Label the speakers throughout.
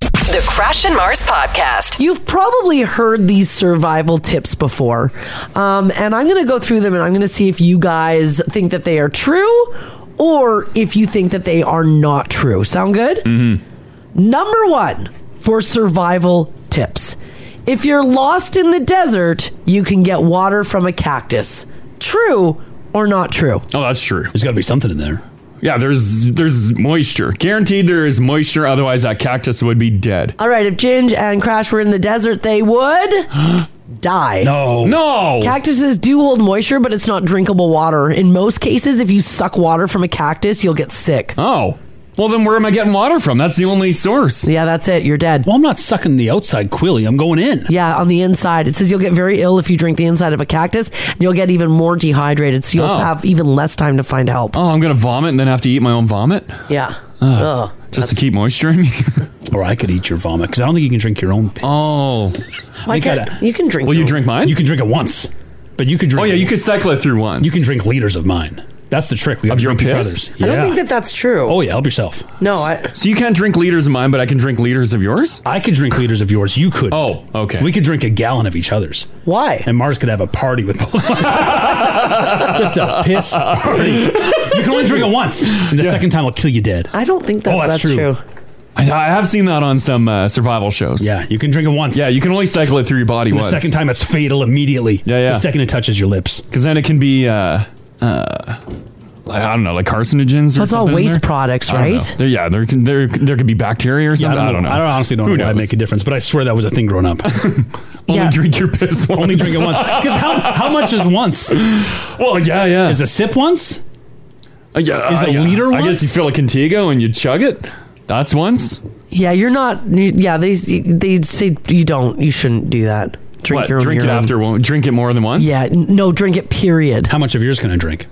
Speaker 1: The Crash and Mars Podcast.
Speaker 2: You've probably heard these survival tips before. Um, and I'm going to go through them and I'm going to see if you guys think that they are true or if you think that they are not true. Sound good? Mm-hmm. Number one for survival tips if you're lost in the desert, you can get water from a cactus. True or not true?
Speaker 3: Oh, that's true.
Speaker 4: There's got to be something in there.
Speaker 3: Yeah, there's there's moisture. Guaranteed there is moisture, otherwise that cactus would be dead.
Speaker 2: All right, if Ginge and Crash were in the desert, they would die.
Speaker 4: No.
Speaker 3: No.
Speaker 2: Cactuses do hold moisture, but it's not drinkable water. In most cases, if you suck water from a cactus, you'll get sick.
Speaker 3: Oh. Well then where am I getting water from? That's the only source.
Speaker 2: Yeah, that's it. You're dead.
Speaker 4: Well, I'm not sucking the outside quilly. I'm going in.
Speaker 2: Yeah, on the inside. It says you'll get very ill if you drink the inside of a cactus, and you'll get even more dehydrated, so you'll
Speaker 3: Oh.
Speaker 2: have even less time to find help.
Speaker 3: Oh, I'm gonna vomit and then have to eat my own vomit? Ah.
Speaker 2: Yeah. Ugh.
Speaker 3: Ugh, just to keep moisture in me?
Speaker 4: Or I could eat your vomit because I don't think you can drink your own piss.
Speaker 3: oh.
Speaker 2: Why
Speaker 4: You
Speaker 2: can't-
Speaker 4: gotta-
Speaker 2: you can drink.
Speaker 3: Will you
Speaker 2: your-
Speaker 3: drink mine?
Speaker 4: You can drink it once, but you could drink.
Speaker 3: oh yeah,
Speaker 4: it-
Speaker 3: you could cycle it through once.
Speaker 4: You can drink liters of mine. That's the trick. We got
Speaker 3: Of your own
Speaker 4: each
Speaker 3: piss?
Speaker 4: other's. Yeah.
Speaker 2: I don't think that that's true.
Speaker 4: oh yeah, help yourself.
Speaker 2: No, I,
Speaker 3: So you can't drink liters of mine, but I can drink liters of yours?
Speaker 4: I could drink liters of yours. You could.
Speaker 3: Oh, okay.
Speaker 4: We could drink a gallon of each other's,
Speaker 2: why?
Speaker 4: and Mars could have a party with both. of us. Just a piss party. You can only drink it once, and the second time will kill you dead.
Speaker 2: I don't think that,
Speaker 4: Oh,
Speaker 2: that's,
Speaker 4: that's
Speaker 2: true.
Speaker 4: true.
Speaker 3: I, I have seen that on some uh, survival shows.
Speaker 4: Yeah, you can drink it once.
Speaker 3: Yeah, you can only cycle it through your body
Speaker 4: The
Speaker 3: once.
Speaker 4: second time, it's fatal immediately.
Speaker 3: Yeah, yeah.
Speaker 4: The second it touches your lips.
Speaker 3: Because then it can be, uh, uh, like, I don't know, like carcinogens. Or
Speaker 2: That's all
Speaker 3: something in
Speaker 2: waste
Speaker 3: there?
Speaker 2: products,
Speaker 3: I don't know.
Speaker 2: right?
Speaker 3: There, yeah, there can there there could be bacteria or
Speaker 4: Yeah,
Speaker 3: something. I don't know.
Speaker 4: I honestly don't
Speaker 3: Who
Speaker 4: know why it
Speaker 3: knows?
Speaker 4: make a difference, but I swear that was a thing growing up.
Speaker 3: Only
Speaker 2: Yeah.
Speaker 3: drink your piss. Once.
Speaker 4: only drink it once. Because how, how much is once?
Speaker 3: Well, yeah, yeah.
Speaker 4: Is a sip once?
Speaker 3: Uh, yeah,
Speaker 4: is
Speaker 3: uh,
Speaker 4: a
Speaker 3: yeah.
Speaker 4: liter
Speaker 3: I guess
Speaker 4: once?
Speaker 3: you fill a Contigo and you chug it. That's once.
Speaker 2: Yeah, you're not. you- Yeah, they they say you don't. You shouldn't do that. Drink
Speaker 3: What?
Speaker 2: your own.
Speaker 3: drink it
Speaker 2: urine.
Speaker 3: after one. Drink it more than once.
Speaker 2: Yeah, n- no, drink it. Period.
Speaker 4: How much of yours can I drink?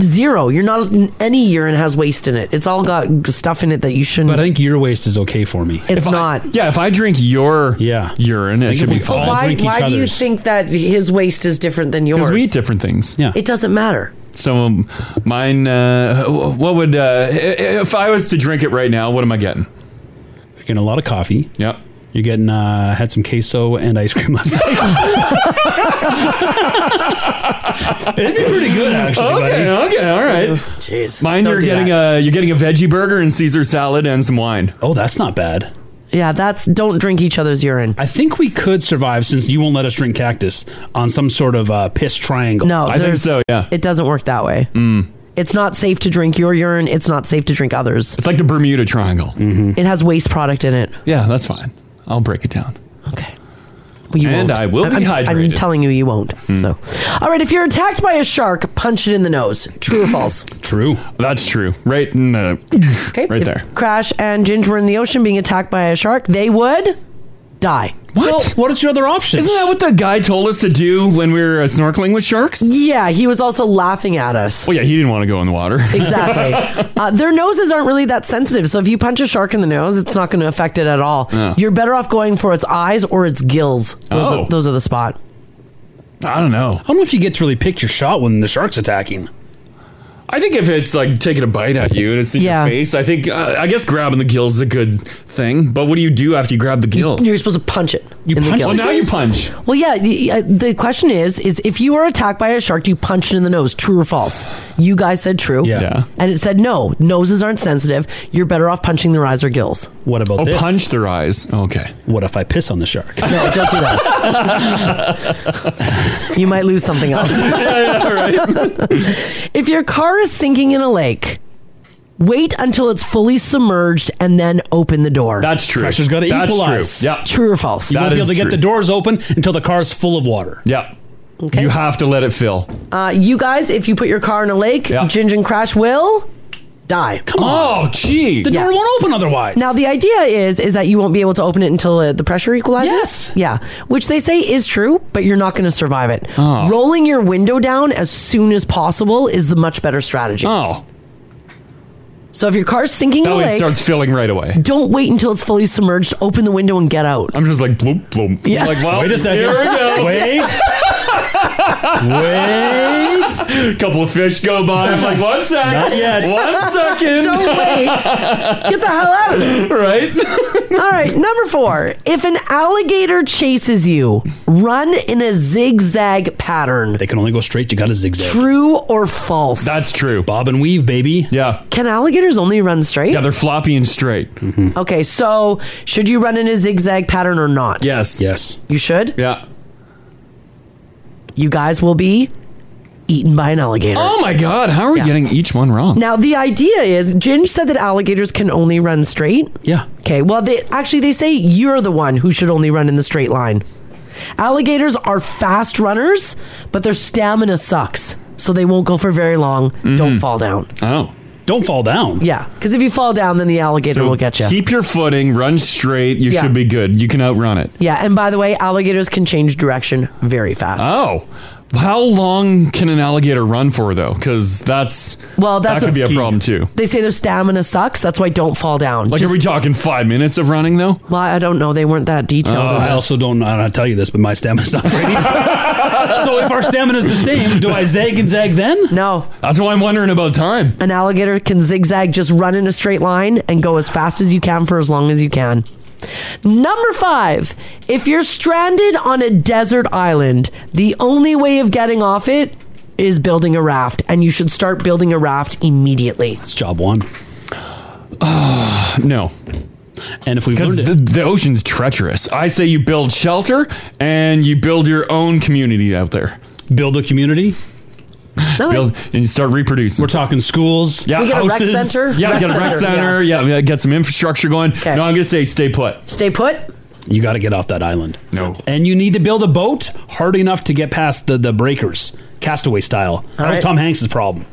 Speaker 2: Zero. You're not. Any urine has waste in it. It's all got stuff in it that you shouldn't.
Speaker 4: But I think your waste is okay for me.
Speaker 2: it's
Speaker 3: If I-
Speaker 2: not.
Speaker 3: yeah, if I drink your
Speaker 4: Yeah.
Speaker 3: urine, it
Speaker 4: Think
Speaker 3: should
Speaker 4: if
Speaker 3: be
Speaker 4: we all-
Speaker 3: fine.
Speaker 4: I'll
Speaker 2: why
Speaker 4: drink each
Speaker 2: why do you
Speaker 4: other's.
Speaker 2: think that his waste is different than yours?
Speaker 3: Because we eat different things.
Speaker 4: Yeah.
Speaker 2: It doesn't matter.
Speaker 3: So um, mine, uh, what would uh, i- i- if I was to drink it right now? What am I getting?
Speaker 4: You're getting a lot of coffee.
Speaker 3: Yep.
Speaker 4: You're getting uh had some queso and ice cream last night. It'd be pretty good actually,
Speaker 3: Okay.
Speaker 4: buddy.
Speaker 3: Okay. All right.
Speaker 2: Jeez.
Speaker 3: Mine,
Speaker 2: Don't
Speaker 3: you're
Speaker 2: do
Speaker 3: getting
Speaker 2: that.
Speaker 3: a you're getting a veggie burger and Caesar salad and some wine.
Speaker 4: Oh, that's not bad.
Speaker 2: Yeah, that's don't drink each other's urine.
Speaker 4: I think we could survive since you won't let us drink cactus on some sort of uh, piss triangle.
Speaker 2: No,
Speaker 3: I think
Speaker 2: there's-
Speaker 3: so, yeah.
Speaker 2: it doesn't work that way.
Speaker 3: Mm.
Speaker 2: It's not safe to drink your urine. It's not safe to drink others.
Speaker 3: It's like the Bermuda Triangle.
Speaker 4: Mm-hmm.
Speaker 2: It has waste product in it.
Speaker 3: Yeah, that's fine. I'll break it down.
Speaker 2: Okay. Well, you
Speaker 3: And
Speaker 2: won't.
Speaker 3: I will
Speaker 2: I'm,
Speaker 3: be
Speaker 2: I'm- I'm
Speaker 3: hydrated. Hmm.
Speaker 2: telling you, you won't. So, all right. If you're attacked by a shark, punch it in the nose. True or false?
Speaker 4: True.
Speaker 3: That's true. Right in the
Speaker 2: Okay.
Speaker 3: Right
Speaker 2: if
Speaker 3: there.
Speaker 2: Crash and Ginge were in the ocean being attacked by a shark. They would die.
Speaker 3: what?
Speaker 4: Well, what is your other option?
Speaker 3: Isn't that what the guy told us to do when we were uh, snorkeling with sharks? Well,
Speaker 2: Yeah, he was also laughing at us.
Speaker 3: yeah, he didn't want to go in the water.
Speaker 2: Exactly. uh, their noses aren't really that sensitive, so if you punch a shark in the nose, it's not going to affect it at all. You're better off going for its eyes or its gills. Those,
Speaker 3: Oh.
Speaker 2: are, those are the spot.
Speaker 3: I don't know.
Speaker 4: I don't know if you get to really pick your shot when the shark's attacking.
Speaker 3: I think if it's like taking a bite at you and it's in
Speaker 2: Yeah.
Speaker 3: your face, I think uh, I guess grabbing the gills is a good thing. But what do you do after you grab the gills?
Speaker 2: You're supposed to punch it.
Speaker 4: You
Speaker 2: in the
Speaker 4: punch
Speaker 2: gills.
Speaker 3: well, now you punch.
Speaker 2: Well, yeah. y- y- uh, The question is, is if you are attacked by a shark, do you punch it in the nose? True or false? You guys said true.
Speaker 4: Yeah.
Speaker 3: Yeah.
Speaker 2: And it said no. Noses aren't sensitive. You're better off punching their eyes or gills.
Speaker 4: What about
Speaker 3: Oh,
Speaker 4: this?
Speaker 3: punch their eyes. Okay.
Speaker 4: What if I piss on the shark?
Speaker 2: No, don't do that. you might lose something else. if your car is sinking in a lake, wait until it's fully submerged and then open the door.
Speaker 3: That's true.
Speaker 4: Pressure's gotta
Speaker 3: That's
Speaker 4: equalize.
Speaker 3: True. Yeah.
Speaker 2: true or false?
Speaker 4: You
Speaker 3: That
Speaker 4: won't be able to
Speaker 3: is true.
Speaker 4: get the doors open until the car's full of water.
Speaker 3: Yeah.
Speaker 2: Okay.
Speaker 3: You have to let it fill.
Speaker 2: Uh, you guys, if you put your car in a lake,
Speaker 3: Yeah.
Speaker 2: Ginger and Crash will die.
Speaker 3: Oh, geez.
Speaker 4: The door won't open otherwise.
Speaker 2: Now the idea is is that you won't be able to open it until uh, the pressure equalizes.
Speaker 4: Yes.
Speaker 2: Yeah, which they say is true, but you're not going to survive it.
Speaker 3: Oh.
Speaker 2: Rolling your window down as soon as possible is the much better strategy.
Speaker 3: Oh,
Speaker 2: So if your car's sinking in
Speaker 3: that
Speaker 2: a
Speaker 3: way it
Speaker 2: lake,
Speaker 3: starts filling right away.
Speaker 2: don't wait until it's fully submerged. Open the window and get out.
Speaker 3: I'm just like bloop bloop.
Speaker 2: Yeah.
Speaker 3: Like, well,
Speaker 4: Wait a second.
Speaker 3: Here we go.
Speaker 4: Wait.
Speaker 3: Wait. Couple of fish go by. I'm like, one sec.
Speaker 2: Not yet.
Speaker 3: One second.
Speaker 2: Don't wait. Get the hell out of there.
Speaker 3: Right?
Speaker 2: All right, number four. If an alligator chases you, run in a zigzag pattern.
Speaker 4: They can only go straight. You got to zigzag.
Speaker 2: True or false?
Speaker 3: That's true.
Speaker 4: Bob and weave, baby.
Speaker 3: Yeah.
Speaker 2: Can alligators only run straight?
Speaker 3: Yeah, they're floppy and straight.
Speaker 4: Mm-hmm.
Speaker 2: Okay, so should you run in a zigzag pattern or not?
Speaker 3: Yes.
Speaker 4: Yes.
Speaker 2: You should.
Speaker 3: Yeah.
Speaker 2: You guys will be eaten by an alligator.
Speaker 3: Oh my God. How are we getting each one wrong?
Speaker 2: Now the idea is, Ginge said that alligators can only run straight.
Speaker 4: Yeah.
Speaker 2: Okay. Well, they actually they say you're the one who should only run in the straight line. Alligators are fast runners, but their stamina sucks, so they won't go for very long.
Speaker 3: Mm-hmm.
Speaker 2: Don't fall down.
Speaker 3: Oh.
Speaker 4: Don't fall down.
Speaker 2: Yeah, because if you fall down, then the alligator will get you.
Speaker 3: Keep your footing, run straight. You
Speaker 2: Yeah.
Speaker 3: should be good. You can outrun it.
Speaker 2: yeah, and by the way, alligators can change direction very fast.
Speaker 3: Oh. How long can an alligator run for though? Because that's
Speaker 2: Well, that's
Speaker 3: that could be a
Speaker 2: what's key.
Speaker 3: problem too.
Speaker 2: They say their stamina sucks. That's why don't fall down.
Speaker 3: Like,
Speaker 2: Just-
Speaker 3: are we talking five minutes of running though?
Speaker 2: well, I don't know. They weren't that detailed.
Speaker 4: Oh, I also don't know how to tell you this, but my stamina's not great either. so if our stamina's the same, do I zag and zag then?
Speaker 2: no,
Speaker 3: That's why I'm wondering about time.
Speaker 2: an alligator can zigzag, just run in a straight line and go as fast as you can for as long as you can. Number five, if you're stranded on a desert island, the only way of getting off it is building a raft, and you should start building a raft immediately.
Speaker 4: It's job one.
Speaker 3: No,
Speaker 4: And if we've learned
Speaker 3: because
Speaker 4: it,
Speaker 3: the, the ocean's treacherous. I say you build shelter and you build your own community out there.
Speaker 4: build a community.
Speaker 2: No,
Speaker 3: Build and you start reproducing.
Speaker 4: We're talking schools.
Speaker 3: Yeah. We
Speaker 2: get a rec
Speaker 4: houses.
Speaker 2: center?
Speaker 3: yeah,
Speaker 2: Rec
Speaker 3: get a rec
Speaker 2: center, yeah.
Speaker 3: center. Yeah, yeah, get some infrastructure going.
Speaker 2: Okay.
Speaker 3: No, I'm gonna say stay put.
Speaker 2: stay put.
Speaker 4: You got to get off that island.
Speaker 3: No.
Speaker 4: And you need to build a boat hard enough to get past the, the breakers, castaway style. that
Speaker 2: right.
Speaker 4: was Tom Hanks' problem.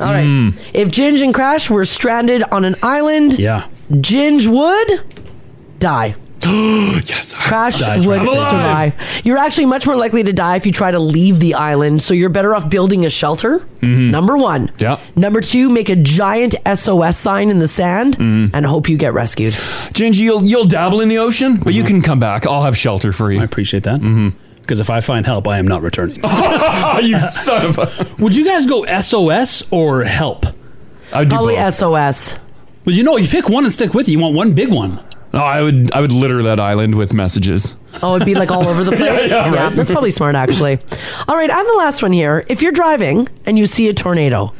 Speaker 2: All right.
Speaker 3: Hmm.
Speaker 2: If Ginge and Crash were stranded on an island,
Speaker 4: Yeah.
Speaker 2: Ginge would die.
Speaker 3: Yes,
Speaker 2: Crash
Speaker 4: Die,
Speaker 2: would
Speaker 4: Travis. I'm
Speaker 3: alive.
Speaker 2: survive. You're actually much more likely to die if you try to leave the island, so you're better off building a shelter. Number one.
Speaker 3: Mm-hmm. Yeah.
Speaker 2: Number two, make a giant SOS sign in the sand and hope you get rescued.
Speaker 3: Gingy, Mm-hmm. you'll you'll dabble in the ocean, but you can come back. I'll have shelter for
Speaker 4: Mm-hmm. I
Speaker 3: you.
Speaker 4: appreciate that. Mm-hmm. Because if I find help, I am not returning.
Speaker 3: oh, you son of a!
Speaker 4: Would you guys go SOS or help?
Speaker 3: I would do
Speaker 2: Probably
Speaker 3: both.
Speaker 2: SOS.
Speaker 4: Well, you know, you pick one and stick with it. You want one big one.
Speaker 3: Oh, I would I would litter that island with messages.
Speaker 2: Oh, it'd be like all over the place.
Speaker 3: yeah, right.
Speaker 2: that's probably smart, actually. All right, and the last one here. If you're driving and you see a tornado,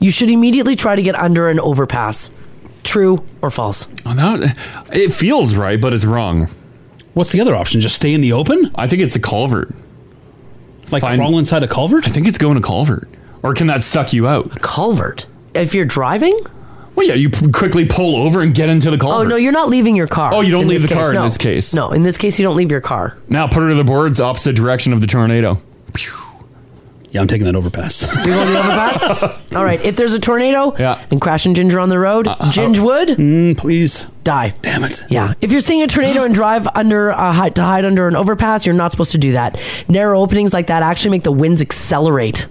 Speaker 2: you should immediately try to get under an overpass. True or false?
Speaker 3: Oh, that, it feels right, but it's wrong.
Speaker 4: What's the other option? Just stay in the open?
Speaker 3: I think it's a culvert.
Speaker 4: Like
Speaker 3: Fine.
Speaker 4: crawl inside a culvert?
Speaker 3: I think it's going to culvert. Or can that suck you out?
Speaker 2: Culvert. If you're driving?
Speaker 3: Well, yeah, you p- quickly pull over and get into the
Speaker 2: Oh
Speaker 3: culvert.
Speaker 2: no, you're not leaving your car.
Speaker 3: Oh, you don't
Speaker 2: in
Speaker 3: leave
Speaker 2: this
Speaker 3: the car in
Speaker 2: No.
Speaker 3: this case.
Speaker 2: No, in this case you don't leave your car.
Speaker 3: Now put her to the boards, opposite direction of the tornado.
Speaker 4: Yeah, I'm taking that overpass.
Speaker 2: You want the overpass? All right. If there's a tornado
Speaker 3: Yeah.
Speaker 2: and Crash and Ginger on the road,
Speaker 3: Uh,
Speaker 2: Ginge would
Speaker 4: Mm, Please.
Speaker 2: die.
Speaker 4: Damn it.
Speaker 2: Yeah. If you're seeing a tornado and drive under uh, hi- to hide under an overpass, you're not supposed to do that. Narrow openings like that actually make the winds accelerate.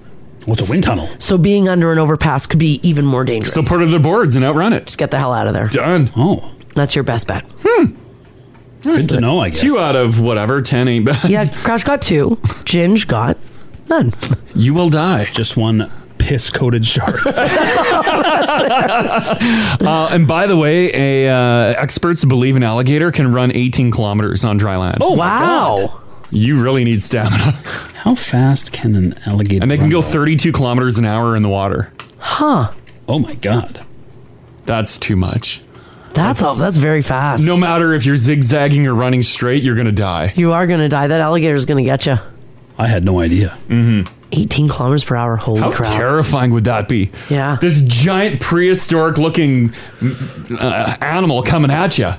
Speaker 4: What's a wind tunnel?
Speaker 2: So being under an overpass could be even more dangerous.
Speaker 3: So put her to the boards and outrun it.
Speaker 2: Just get the hell out of there.
Speaker 3: Done.
Speaker 4: Oh, Hmm.
Speaker 2: That's your best bet.
Speaker 4: good to know, I guess.
Speaker 3: Two out of whatever, ten ain't bad.
Speaker 2: Yeah. Crash got two. Ginge got none.
Speaker 3: You will die.
Speaker 4: Just one piss coated shark.
Speaker 3: Uh, and by the way, a uh, experts believe an alligator can run 18 kilometers on dry land.
Speaker 4: Oh, my God.
Speaker 2: wow.
Speaker 3: You really need stamina.
Speaker 4: How fast can an alligator
Speaker 3: And they can
Speaker 4: run,
Speaker 3: go
Speaker 4: though?
Speaker 3: 32 kilometers an hour in the water.
Speaker 4: Oh, my God.
Speaker 3: That's too much.
Speaker 2: That's all. That's very fast.
Speaker 3: No matter if you're zigzagging or running straight, you're gonna die.
Speaker 2: You are gonna die. That alligator's gonna get you.
Speaker 4: I had no idea.
Speaker 2: 18 kilometers per hour. Holy
Speaker 3: Mm-hmm. How
Speaker 2: crap.
Speaker 3: terrifying would that be?
Speaker 2: Yeah.
Speaker 3: This giant prehistoric-looking uh, animal coming at you.
Speaker 4: I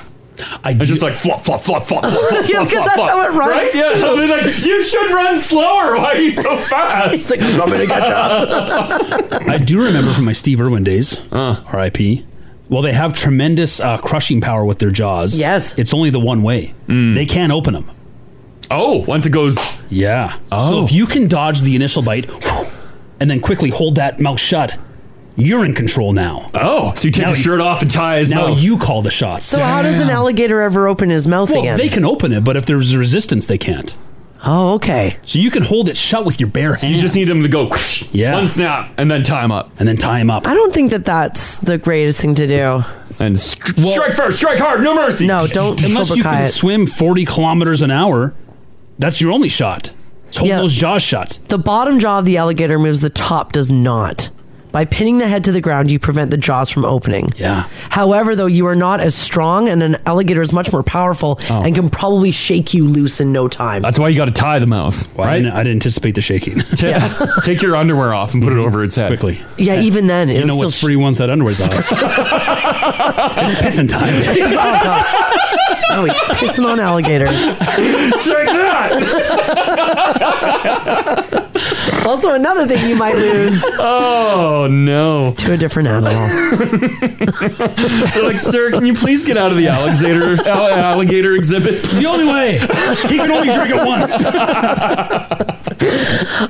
Speaker 3: It's
Speaker 4: do-
Speaker 3: just like flop, flop, flop, flop, flop, flop,
Speaker 2: Yeah,
Speaker 3: flop,
Speaker 2: 'cause
Speaker 3: flop,
Speaker 2: that's
Speaker 3: flop.
Speaker 2: how it runs,
Speaker 3: Right? Yeah. They're like, you should run slower. Why are you so fast?
Speaker 2: like, I'm gonna get you.
Speaker 4: I do remember from my Steve Irwin days,
Speaker 3: Uh.
Speaker 4: RIP. Well, they have tremendous uh, crushing power with their jaws.
Speaker 2: Yes.
Speaker 4: It's only the one way. They can't open them.
Speaker 3: Mm. oh, once it goes,
Speaker 4: Yeah.
Speaker 3: Oh.
Speaker 4: So if you can dodge the initial bite and then quickly hold that mouth shut, you're in control now.
Speaker 3: oh, so you take
Speaker 4: Now
Speaker 3: his
Speaker 4: you-
Speaker 3: shirt off and tie his
Speaker 4: Now
Speaker 3: mouth.
Speaker 4: you call the shots.
Speaker 2: So how does an alligator ever open his mouth
Speaker 4: well,
Speaker 2: again?
Speaker 4: they can open it, but if there's resistance, they can't.
Speaker 2: Oh, okay.
Speaker 4: So you can hold it shut with your bare hands.
Speaker 3: You just need them to go
Speaker 4: Yeah.
Speaker 3: one snap ah, and then tie them up.
Speaker 4: and then tie them up.
Speaker 2: I don't think that that's the greatest thing to do.
Speaker 3: And str- strike first, strike hard, no mercy.
Speaker 2: No, don't
Speaker 4: Unless
Speaker 2: Cobra
Speaker 4: you
Speaker 2: Kai
Speaker 4: can
Speaker 2: it.
Speaker 4: swim 40 kilometers an hour, that's your only shot. It's holding
Speaker 2: Yeah.
Speaker 4: those jaws shut.
Speaker 2: The bottom jaw of the alligator moves, the top does not. By pinning the head to the ground, you prevent the jaws from opening.
Speaker 4: Yeah.
Speaker 2: However, though, you are not as strong, and an alligator is much more powerful and can probably shake you loose in no time.
Speaker 3: That's why you got to tie the mouth,
Speaker 4: I,
Speaker 3: right?
Speaker 4: didn't, I didn't anticipate the shaking
Speaker 3: Ta- Take your underwear off and put it over its head
Speaker 4: quickly.
Speaker 2: yeah, even then,
Speaker 4: You
Speaker 2: it's
Speaker 4: know
Speaker 2: still
Speaker 4: what's free once that underwear's off. it's pissing time.
Speaker 2: oh, God. oh, he's pissing on alligators.
Speaker 3: Take that!
Speaker 2: Also, another thing you might lose
Speaker 3: oh no!
Speaker 2: to a different animal.
Speaker 3: They're like, sir, can you please get out of the alligator al- alligator exhibit? Oh,
Speaker 4: the only way. He can only drink it once.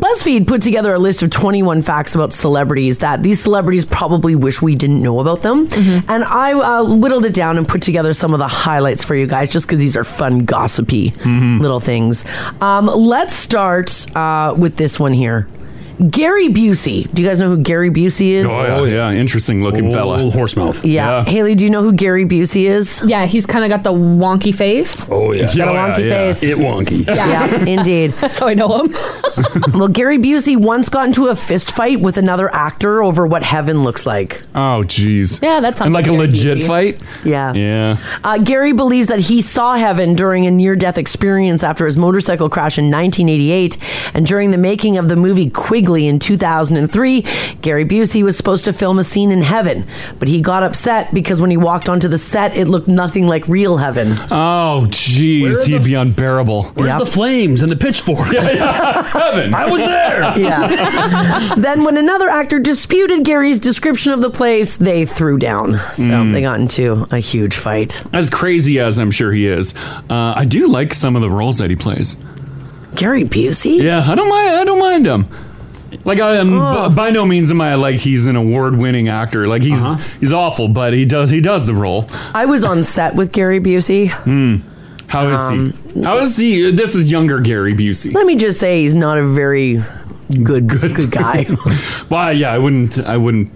Speaker 2: BuzzFeed put together a list of 21 facts about celebrities that these celebrities probably wish we didn't know about them.
Speaker 5: Mm-hmm.
Speaker 2: And I uh, whittled it down and put together some of the highlights for you guys just because these are fun, gossipy
Speaker 5: Mm-hmm.
Speaker 2: little things. Um, let's start uh, with this one here Gary Busey. Do you guys know who Gary Busey is?
Speaker 3: Oh yeah, Oh, interesting looking
Speaker 4: Old
Speaker 3: fella.
Speaker 4: horse mouth.
Speaker 2: Yeah. Haley, do you know who Gary Busey is?
Speaker 5: Yeah, he's kind of got the wonky face.
Speaker 4: Oh, yeah.
Speaker 3: Yeah,
Speaker 2: a wonky
Speaker 3: yeah, yeah.
Speaker 2: face.
Speaker 4: It wonky.
Speaker 2: yeah indeed.
Speaker 5: That's how I know him.
Speaker 2: Well, Gary Busey once got into a fist fight with another actor over what heaven looks like.
Speaker 3: Oh jeez.
Speaker 5: Yeah, that sounds
Speaker 3: And like a
Speaker 5: like Gary
Speaker 3: legit
Speaker 5: Busey.
Speaker 3: fight.
Speaker 2: Yeah.
Speaker 3: Yeah.
Speaker 2: Uh, Gary believes that he saw heaven during a near death experience after his motorcycle crash in 1988. And during the making of the movie Quigley in 2003, Gary Busey was supposed to film a scene in heaven. But he got upset because when he walked onto the set, it looked nothing like real heaven.
Speaker 3: Oh jeez,
Speaker 4: Where
Speaker 3: he'd
Speaker 4: the
Speaker 3: be unbearable.
Speaker 4: Where's
Speaker 2: Yep.
Speaker 4: the flames and the pitchfork?
Speaker 3: Heaven.
Speaker 4: I was there.
Speaker 2: Yeah. then, when another actor disputed Gary's description of the place, they threw down. So they got into a huge fight.
Speaker 3: Mm. As crazy as I'm sure he is, uh, I do like some of the roles that he plays.
Speaker 2: Gary Busey?
Speaker 3: Yeah, I don't mind. I don't mind him. Like I am
Speaker 2: Oh.
Speaker 3: b- by no means am I like he's an award-winning actor. Like he's
Speaker 2: Uh-huh.
Speaker 3: he's awful, but he does he does the role.
Speaker 2: I was on set with Gary Busey.
Speaker 3: Hmm. How is
Speaker 2: Um,
Speaker 3: he? How is he? This is younger Gary Busey.
Speaker 2: Let me just say he's not a very good good, guy.
Speaker 3: Well, yeah, I wouldn't I wouldn't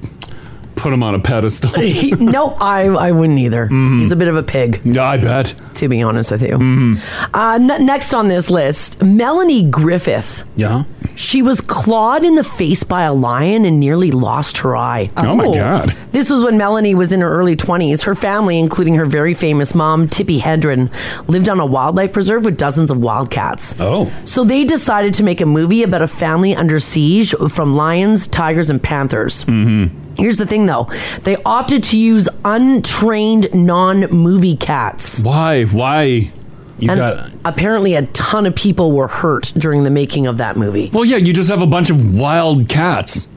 Speaker 3: put him on a pedestal.
Speaker 2: He- no, I I wouldn't either. He's a bit of a pig,
Speaker 3: yeah, I bet. Mm-hmm.
Speaker 2: to be honest with you. Uh, n- next on this list, Melanie Griffith.
Speaker 4: Yeah.
Speaker 2: She was clawed in the face by a lion and nearly lost her eye.
Speaker 3: Oh, my god.
Speaker 2: This was when Melanie was in her early 20s. Her family, including her very famous mom, Tippi Hedren, lived on a wildlife preserve with dozens of wildcats.
Speaker 4: Oh.
Speaker 2: So they decided to make a movie about a family under siege from lions, tigers, and panthers. Mm-hmm. Here's the thing, though they opted to use untrained non movie cats.
Speaker 3: Why? Why?
Speaker 4: You
Speaker 2: And
Speaker 4: got
Speaker 2: apparently, a ton of people were hurt during the making of that movie.
Speaker 3: Well, yeah, you just have a bunch of wild cats.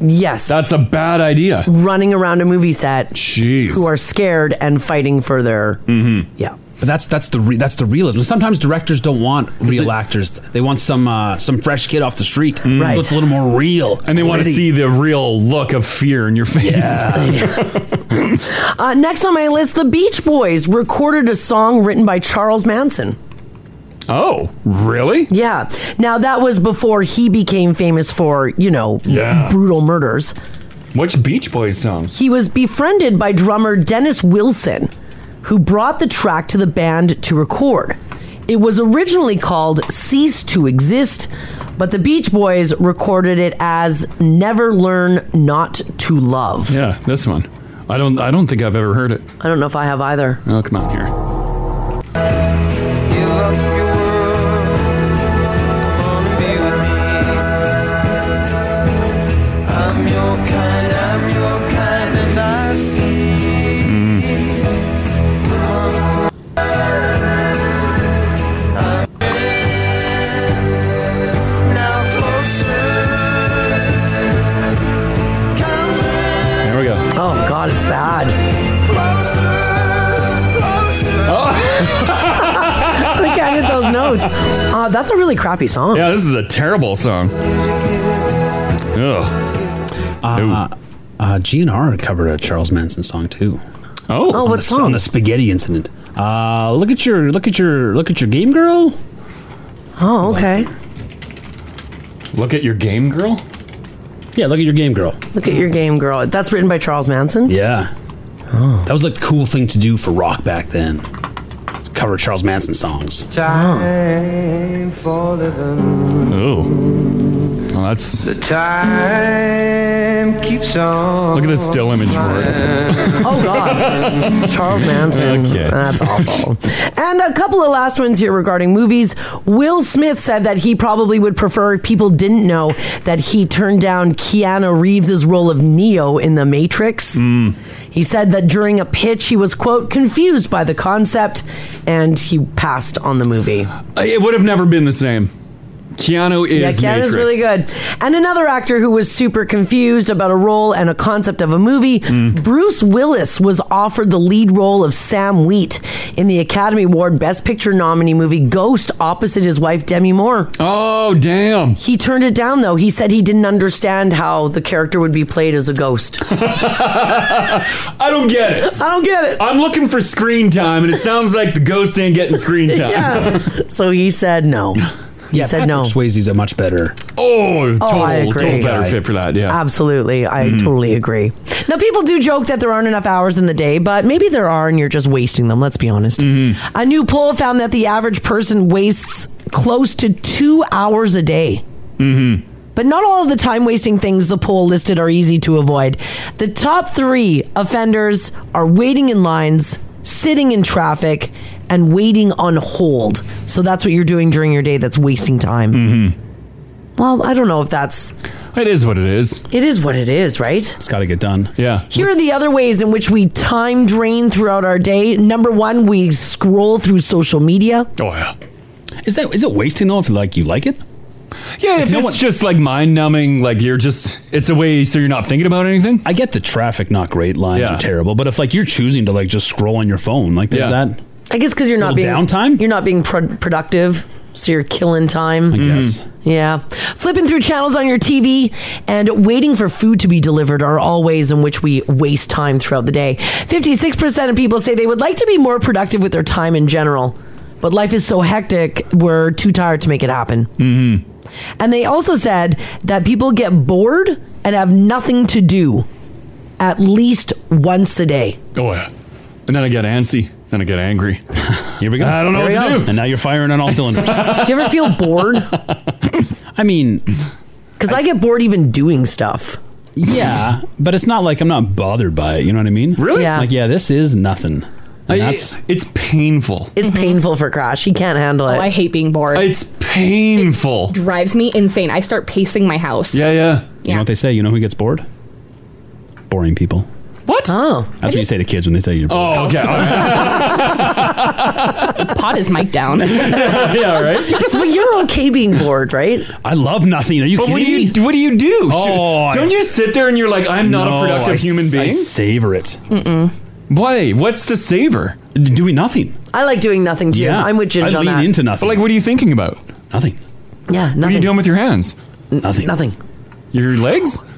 Speaker 2: Yes.
Speaker 3: That's a bad idea.
Speaker 2: running around a movie set
Speaker 3: Jeez. Mm-hmm.
Speaker 2: who are scared and fighting for their. Yeah.
Speaker 4: But that's that's the re- that's the realism. Sometimes directors don't want real
Speaker 3: they-
Speaker 4: actors. They want some uh, some fresh kid off the street.
Speaker 2: Right.
Speaker 4: So it's a little more real.
Speaker 3: and they want to see the real look of fear in your face.
Speaker 2: Uh, next on my list, the Beach Boys recorded a song written by Charles Manson.
Speaker 3: Oh, really?
Speaker 2: Yeah. Now, that was before he became famous for, you know,
Speaker 3: Yeah.
Speaker 2: brutal murders.
Speaker 3: Which Beach Boys songs?
Speaker 2: He was befriended by drummer Dennis Wilson, who brought the track to the band to record. It was originally called Cease to Exist, but the Beach Boys recorded it as Never Learn Not to Love.
Speaker 3: Yeah, this one. I don't. I don't think I've ever heard it.
Speaker 2: I don't know if I have either.
Speaker 3: Oh, come on here. There we go.
Speaker 2: Oh, God, it's bad. I can't hit those notes. Uh, that's a really crappy song.
Speaker 3: Yeah, this is a terrible song. Ugh.
Speaker 4: Uh, GNR covered a Charles Manson song too.
Speaker 3: Oh.
Speaker 2: Oh, what
Speaker 4: the,
Speaker 2: song?
Speaker 4: On the spaghetti incident. Uh, look at your look at your look at your game girl.
Speaker 2: Oh, okay.
Speaker 3: Look at your game girl.
Speaker 4: Yeah, look at your game girl.
Speaker 2: Look at your game, girl. That's written by Charles Manson.
Speaker 4: Yeah.
Speaker 2: Oh.
Speaker 4: That was like the cool thing to do for rock back then. Cover Charles Manson songs.
Speaker 6: Time for living.
Speaker 3: Oh. Well, that's. Look
Speaker 6: Time keeps on.
Speaker 3: at this still image for it.
Speaker 2: Oh God, Charles Manson.
Speaker 3: Okay.
Speaker 2: That's awful. And a couple of last ones here regarding movies. Will Smith said that he probably would prefer if people didn't know that he turned down Keanu Reeves' role of Neo in The Matrix.
Speaker 3: Hmm.
Speaker 2: He said that during a pitch, he was quote confused by the concept, and he passed on the movie.
Speaker 3: Uh, It would have never been the same. Keanu is.
Speaker 2: Yeah, Keanu's
Speaker 3: Matrix.
Speaker 2: really good. And another actor who was super confused about a role and a concept of a movie,
Speaker 3: Mm.
Speaker 2: Bruce Willis was offered the lead role of Sam Wheat in the Academy Award Best Picture nominee movie Ghost opposite his wife Demi Moore.
Speaker 3: Oh, damn.
Speaker 2: He turned it down though. He said he didn't understand how the character would be played as a ghost. I
Speaker 3: I don't get it.
Speaker 2: don't get it.
Speaker 3: I'm looking for screen time, and it sounds like the ghost ain't getting screen time.
Speaker 2: Yeah. so he said no. He
Speaker 4: yeah,
Speaker 2: said
Speaker 4: Patrick
Speaker 2: no.
Speaker 4: Swayze's a much better.
Speaker 3: Oh, total,
Speaker 2: I agree.
Speaker 3: total better fit for that. Yeah. Mm.
Speaker 2: Absolutely. I totally agree. Now, people do joke that there aren't enough hours in the day, but maybe there are and you're just wasting them. Let's be honest.
Speaker 3: Mm-hmm.
Speaker 2: A new poll found that the average person wastes close to two hours a day. Mm-hmm. But not all of the time wasting things the poll listed are easy to avoid. The top three offenders are waiting in lines, sitting in traffic, and waiting on hold. So that's what you're doing during your day that's wasting time. Well, I don't know if that's
Speaker 3: Mm-hmm. It is what it is.
Speaker 2: it is what it is, right?
Speaker 4: It's got to get done.
Speaker 3: Yeah.
Speaker 2: Here are the other ways in which we time drain throughout our day. Number one, we scroll through social media.
Speaker 3: Oh, yeah.
Speaker 4: Is that is it wasting though? If like you like it,
Speaker 3: Yeah, if
Speaker 4: no
Speaker 3: it's
Speaker 4: one-
Speaker 3: just like mind numbing, like you're just, it's a way so you're not thinking about anything.
Speaker 4: I get the traffic not great lines
Speaker 3: Yeah.
Speaker 4: are terrible, but if like you're choosing to like just scroll on your phone, like there's
Speaker 3: Yeah.
Speaker 4: that.
Speaker 2: I guess because you're not being
Speaker 4: Little downtime?
Speaker 2: you're not being pro- productive, so you're killing time.
Speaker 4: I guess.
Speaker 2: Yeah, flipping through channels on your TV and waiting for food to be delivered are all ways in which we waste time throughout the day. Fifty-six percent of people say they would like to be more productive with their time in general, but life is so hectic we're too tired to make it happen. And they also said that people get bored and have nothing to do at least once a day.
Speaker 3: Oh, yeah. And then I get antsy. Then I get angry.
Speaker 4: Here we go.
Speaker 3: I don't know
Speaker 2: There
Speaker 3: what
Speaker 2: we
Speaker 3: to
Speaker 2: go.
Speaker 3: do. Oh,
Speaker 4: And now you're firing on all cylinders.
Speaker 2: Do you ever feel bored?
Speaker 4: I mean,
Speaker 2: Because I get bored even doing stuff.
Speaker 4: yeah, but it's not like I'm not bothered by it. You know what I mean?
Speaker 3: Really?
Speaker 2: Yeah.
Speaker 4: Like yeah, this is nothing.
Speaker 3: I-
Speaker 4: And that's
Speaker 3: it's painful.
Speaker 2: It's painful for Crash. He can't handle it.
Speaker 5: Oh, I hate being bored. It
Speaker 3: It's painful.
Speaker 5: drives me insane. I start pacing my house.
Speaker 3: Yeah, yeah.
Speaker 4: you know what they say. You know who gets bored? Boring people.
Speaker 3: What?
Speaker 2: oh,
Speaker 4: That's what you say to kids when they say you're bored.
Speaker 3: Oh, okay. all right.
Speaker 5: Pot is mic down.
Speaker 3: yeah, all right.
Speaker 2: So, but you're okay being bored, right?
Speaker 4: I love nothing. Are you
Speaker 3: But
Speaker 4: kidding
Speaker 3: what do
Speaker 4: me?
Speaker 3: you what do you do?
Speaker 4: Oh,
Speaker 3: Should- don't
Speaker 4: I-
Speaker 3: you sit there and you're like, I'm not
Speaker 4: No,
Speaker 3: a productive
Speaker 4: I
Speaker 3: human
Speaker 4: s- I
Speaker 3: being?
Speaker 4: savor it.
Speaker 3: Why? What's the savor?
Speaker 4: Doing nothing.
Speaker 2: I like doing nothing too. I'm with Ginger
Speaker 4: I
Speaker 2: on
Speaker 4: lean
Speaker 2: that.
Speaker 4: into nothing.
Speaker 3: But like, what are you thinking about? What
Speaker 4: nothing.
Speaker 2: yeah, nothing.
Speaker 3: are you doing with your hands?
Speaker 4: Nothing.
Speaker 2: Nothing.
Speaker 3: Your legs?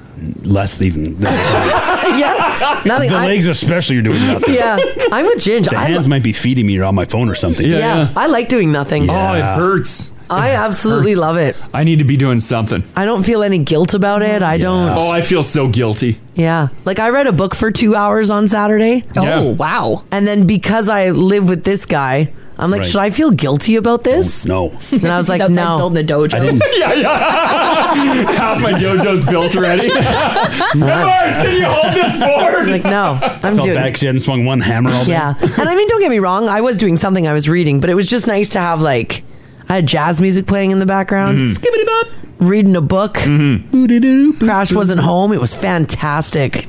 Speaker 4: Less even. Than the
Speaker 2: yeah, nothing. I-
Speaker 4: legs, especially, you're doing nothing.
Speaker 2: Yeah, I'm with Ginger.
Speaker 4: The
Speaker 2: I,
Speaker 4: hands might be feeding me or on my phone or something.
Speaker 3: Yeah.
Speaker 2: yeah, I like doing nothing.
Speaker 4: Yeah.
Speaker 3: Oh, it hurts.
Speaker 2: I absolutely
Speaker 3: hurts.
Speaker 2: love it.
Speaker 3: I need to be doing something.
Speaker 2: I don't feel any guilt about it. I don't.
Speaker 3: Oh, I feel so guilty.
Speaker 2: Yeah, like I read a book for two hours on Saturday,
Speaker 3: Yeah.
Speaker 5: Oh wow.
Speaker 2: and then because I live with this guy, I'm like,
Speaker 4: Right.
Speaker 2: should I feel guilty about this?
Speaker 4: No.
Speaker 2: And I was like,
Speaker 5: Outside
Speaker 2: no.
Speaker 5: Building a dojo.
Speaker 3: Yeah, yeah. Half my dojo's built already. Mars, can you hold this board?
Speaker 2: Like no, I'm
Speaker 4: Felt
Speaker 2: doing.
Speaker 4: back. She hadn't swung one hammer all day.
Speaker 2: Yeah. And I mean, don't get me wrong. I was doing something I was reading, but it was just nice to have like, I had jazz music playing in the background,
Speaker 4: Skibbity bop.
Speaker 2: reading a book.
Speaker 4: Mm-hmm. Boo-doo-doo.
Speaker 2: Crash wasn't home. It was fantastic.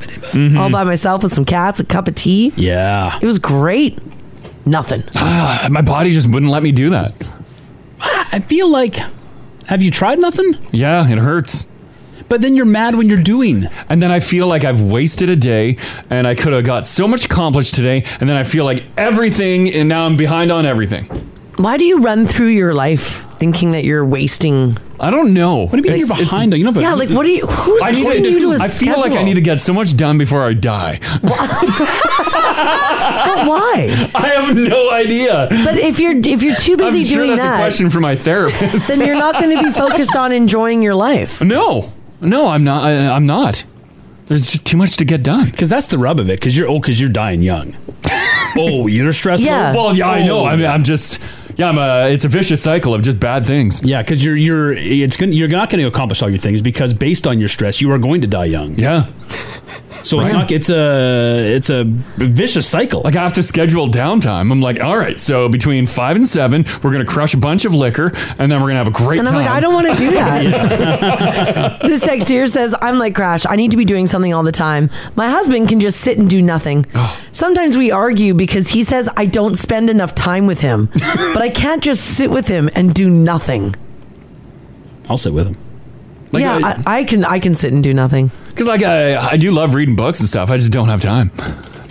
Speaker 2: All by myself with some cats, a cup of tea.
Speaker 4: Mm-hmm. Yeah.
Speaker 2: It was great. Nothing.
Speaker 3: Ah, my body just wouldn't let me do that.
Speaker 4: I feel like. Have you tried nothing?
Speaker 3: Yeah, it hurts.
Speaker 4: But then you're mad when you're doing.
Speaker 3: And then I feel like I've wasted a day and I could have got so much accomplished today. And then I feel like everything, and now I'm behind on everything.
Speaker 2: Why do you run through your life thinking that you're wasting?
Speaker 3: I don't know. What
Speaker 4: do you mean you're behind? You know, but-
Speaker 2: yeah, like what do you? Who's
Speaker 3: I, need
Speaker 2: holding
Speaker 3: to-
Speaker 2: you to a
Speaker 3: I feel like I need to get so much done before I die.
Speaker 2: But why?
Speaker 3: I have no idea.
Speaker 2: But if you're if you're too busy
Speaker 3: I'm sure
Speaker 2: doing
Speaker 3: that's a
Speaker 2: that,
Speaker 3: question for my therapist.
Speaker 2: then you're not going to be focused on enjoying your life.
Speaker 3: no, no, I'm not. I, I'm not. There's just too much to get done.
Speaker 4: Because that's the rub of it. Because you're old. Because you're dying young. oh, you're stressed.
Speaker 2: Yeah.
Speaker 3: Well, yeah, I know.
Speaker 4: Oh.
Speaker 3: I mean, I'm just. Yeah, I'm a, it's a vicious cycle of just bad things.
Speaker 4: Yeah, because you're you're it's gonna you're not going to accomplish all your things because based on your stress, you are going to die young.
Speaker 3: Yeah.
Speaker 4: So it's not it's a it's a vicious cycle.
Speaker 3: Like I have to schedule downtime. I'm like, all right, so between five and seven, we're gonna crush a bunch of liquor, and then we're gonna have a great
Speaker 2: And I'm
Speaker 3: time.
Speaker 2: like, I don't want to do that. this text here says, I'm like Crash. I need to be doing something all the time. My husband can just sit and do nothing.
Speaker 3: Oh.
Speaker 2: Sometimes we argue because he says I don't spend enough time with him, but I can't just sit with him and do nothing.
Speaker 4: I'll sit with him.
Speaker 3: Like,
Speaker 2: yeah, I, I can I can sit and do nothing.
Speaker 3: Because like I, I do love reading books and stuff. I just don't have time.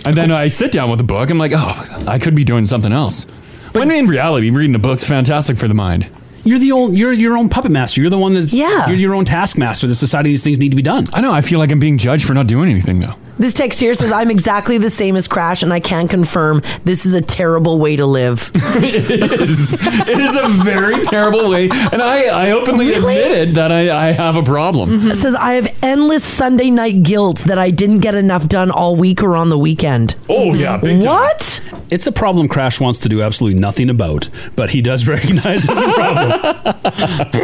Speaker 3: And then I sit down with a book. I'm like, oh, I could be doing something else. But when in reality, reading the book's fantastic for the mind.
Speaker 4: You're the old you're your own puppet master. You're the one that's
Speaker 2: Yeah.
Speaker 4: You're your own taskmaster that's deciding these things need to be done.
Speaker 3: I know. I feel like I'm being judged for not doing anything though.
Speaker 2: This text here says I'm exactly the same as Crash, and I can confirm this is a terrible way to live.
Speaker 3: it, is, it is a very terrible way, and I, I openly admitted that I, I have a problem.
Speaker 2: It says I have endless Sunday night guilt that I didn't get enough done all week or on the weekend.
Speaker 3: Oh yeah, big time.
Speaker 2: What?
Speaker 4: It's a problem Crash wants to do absolutely nothing about, but he does recognize it's a problem.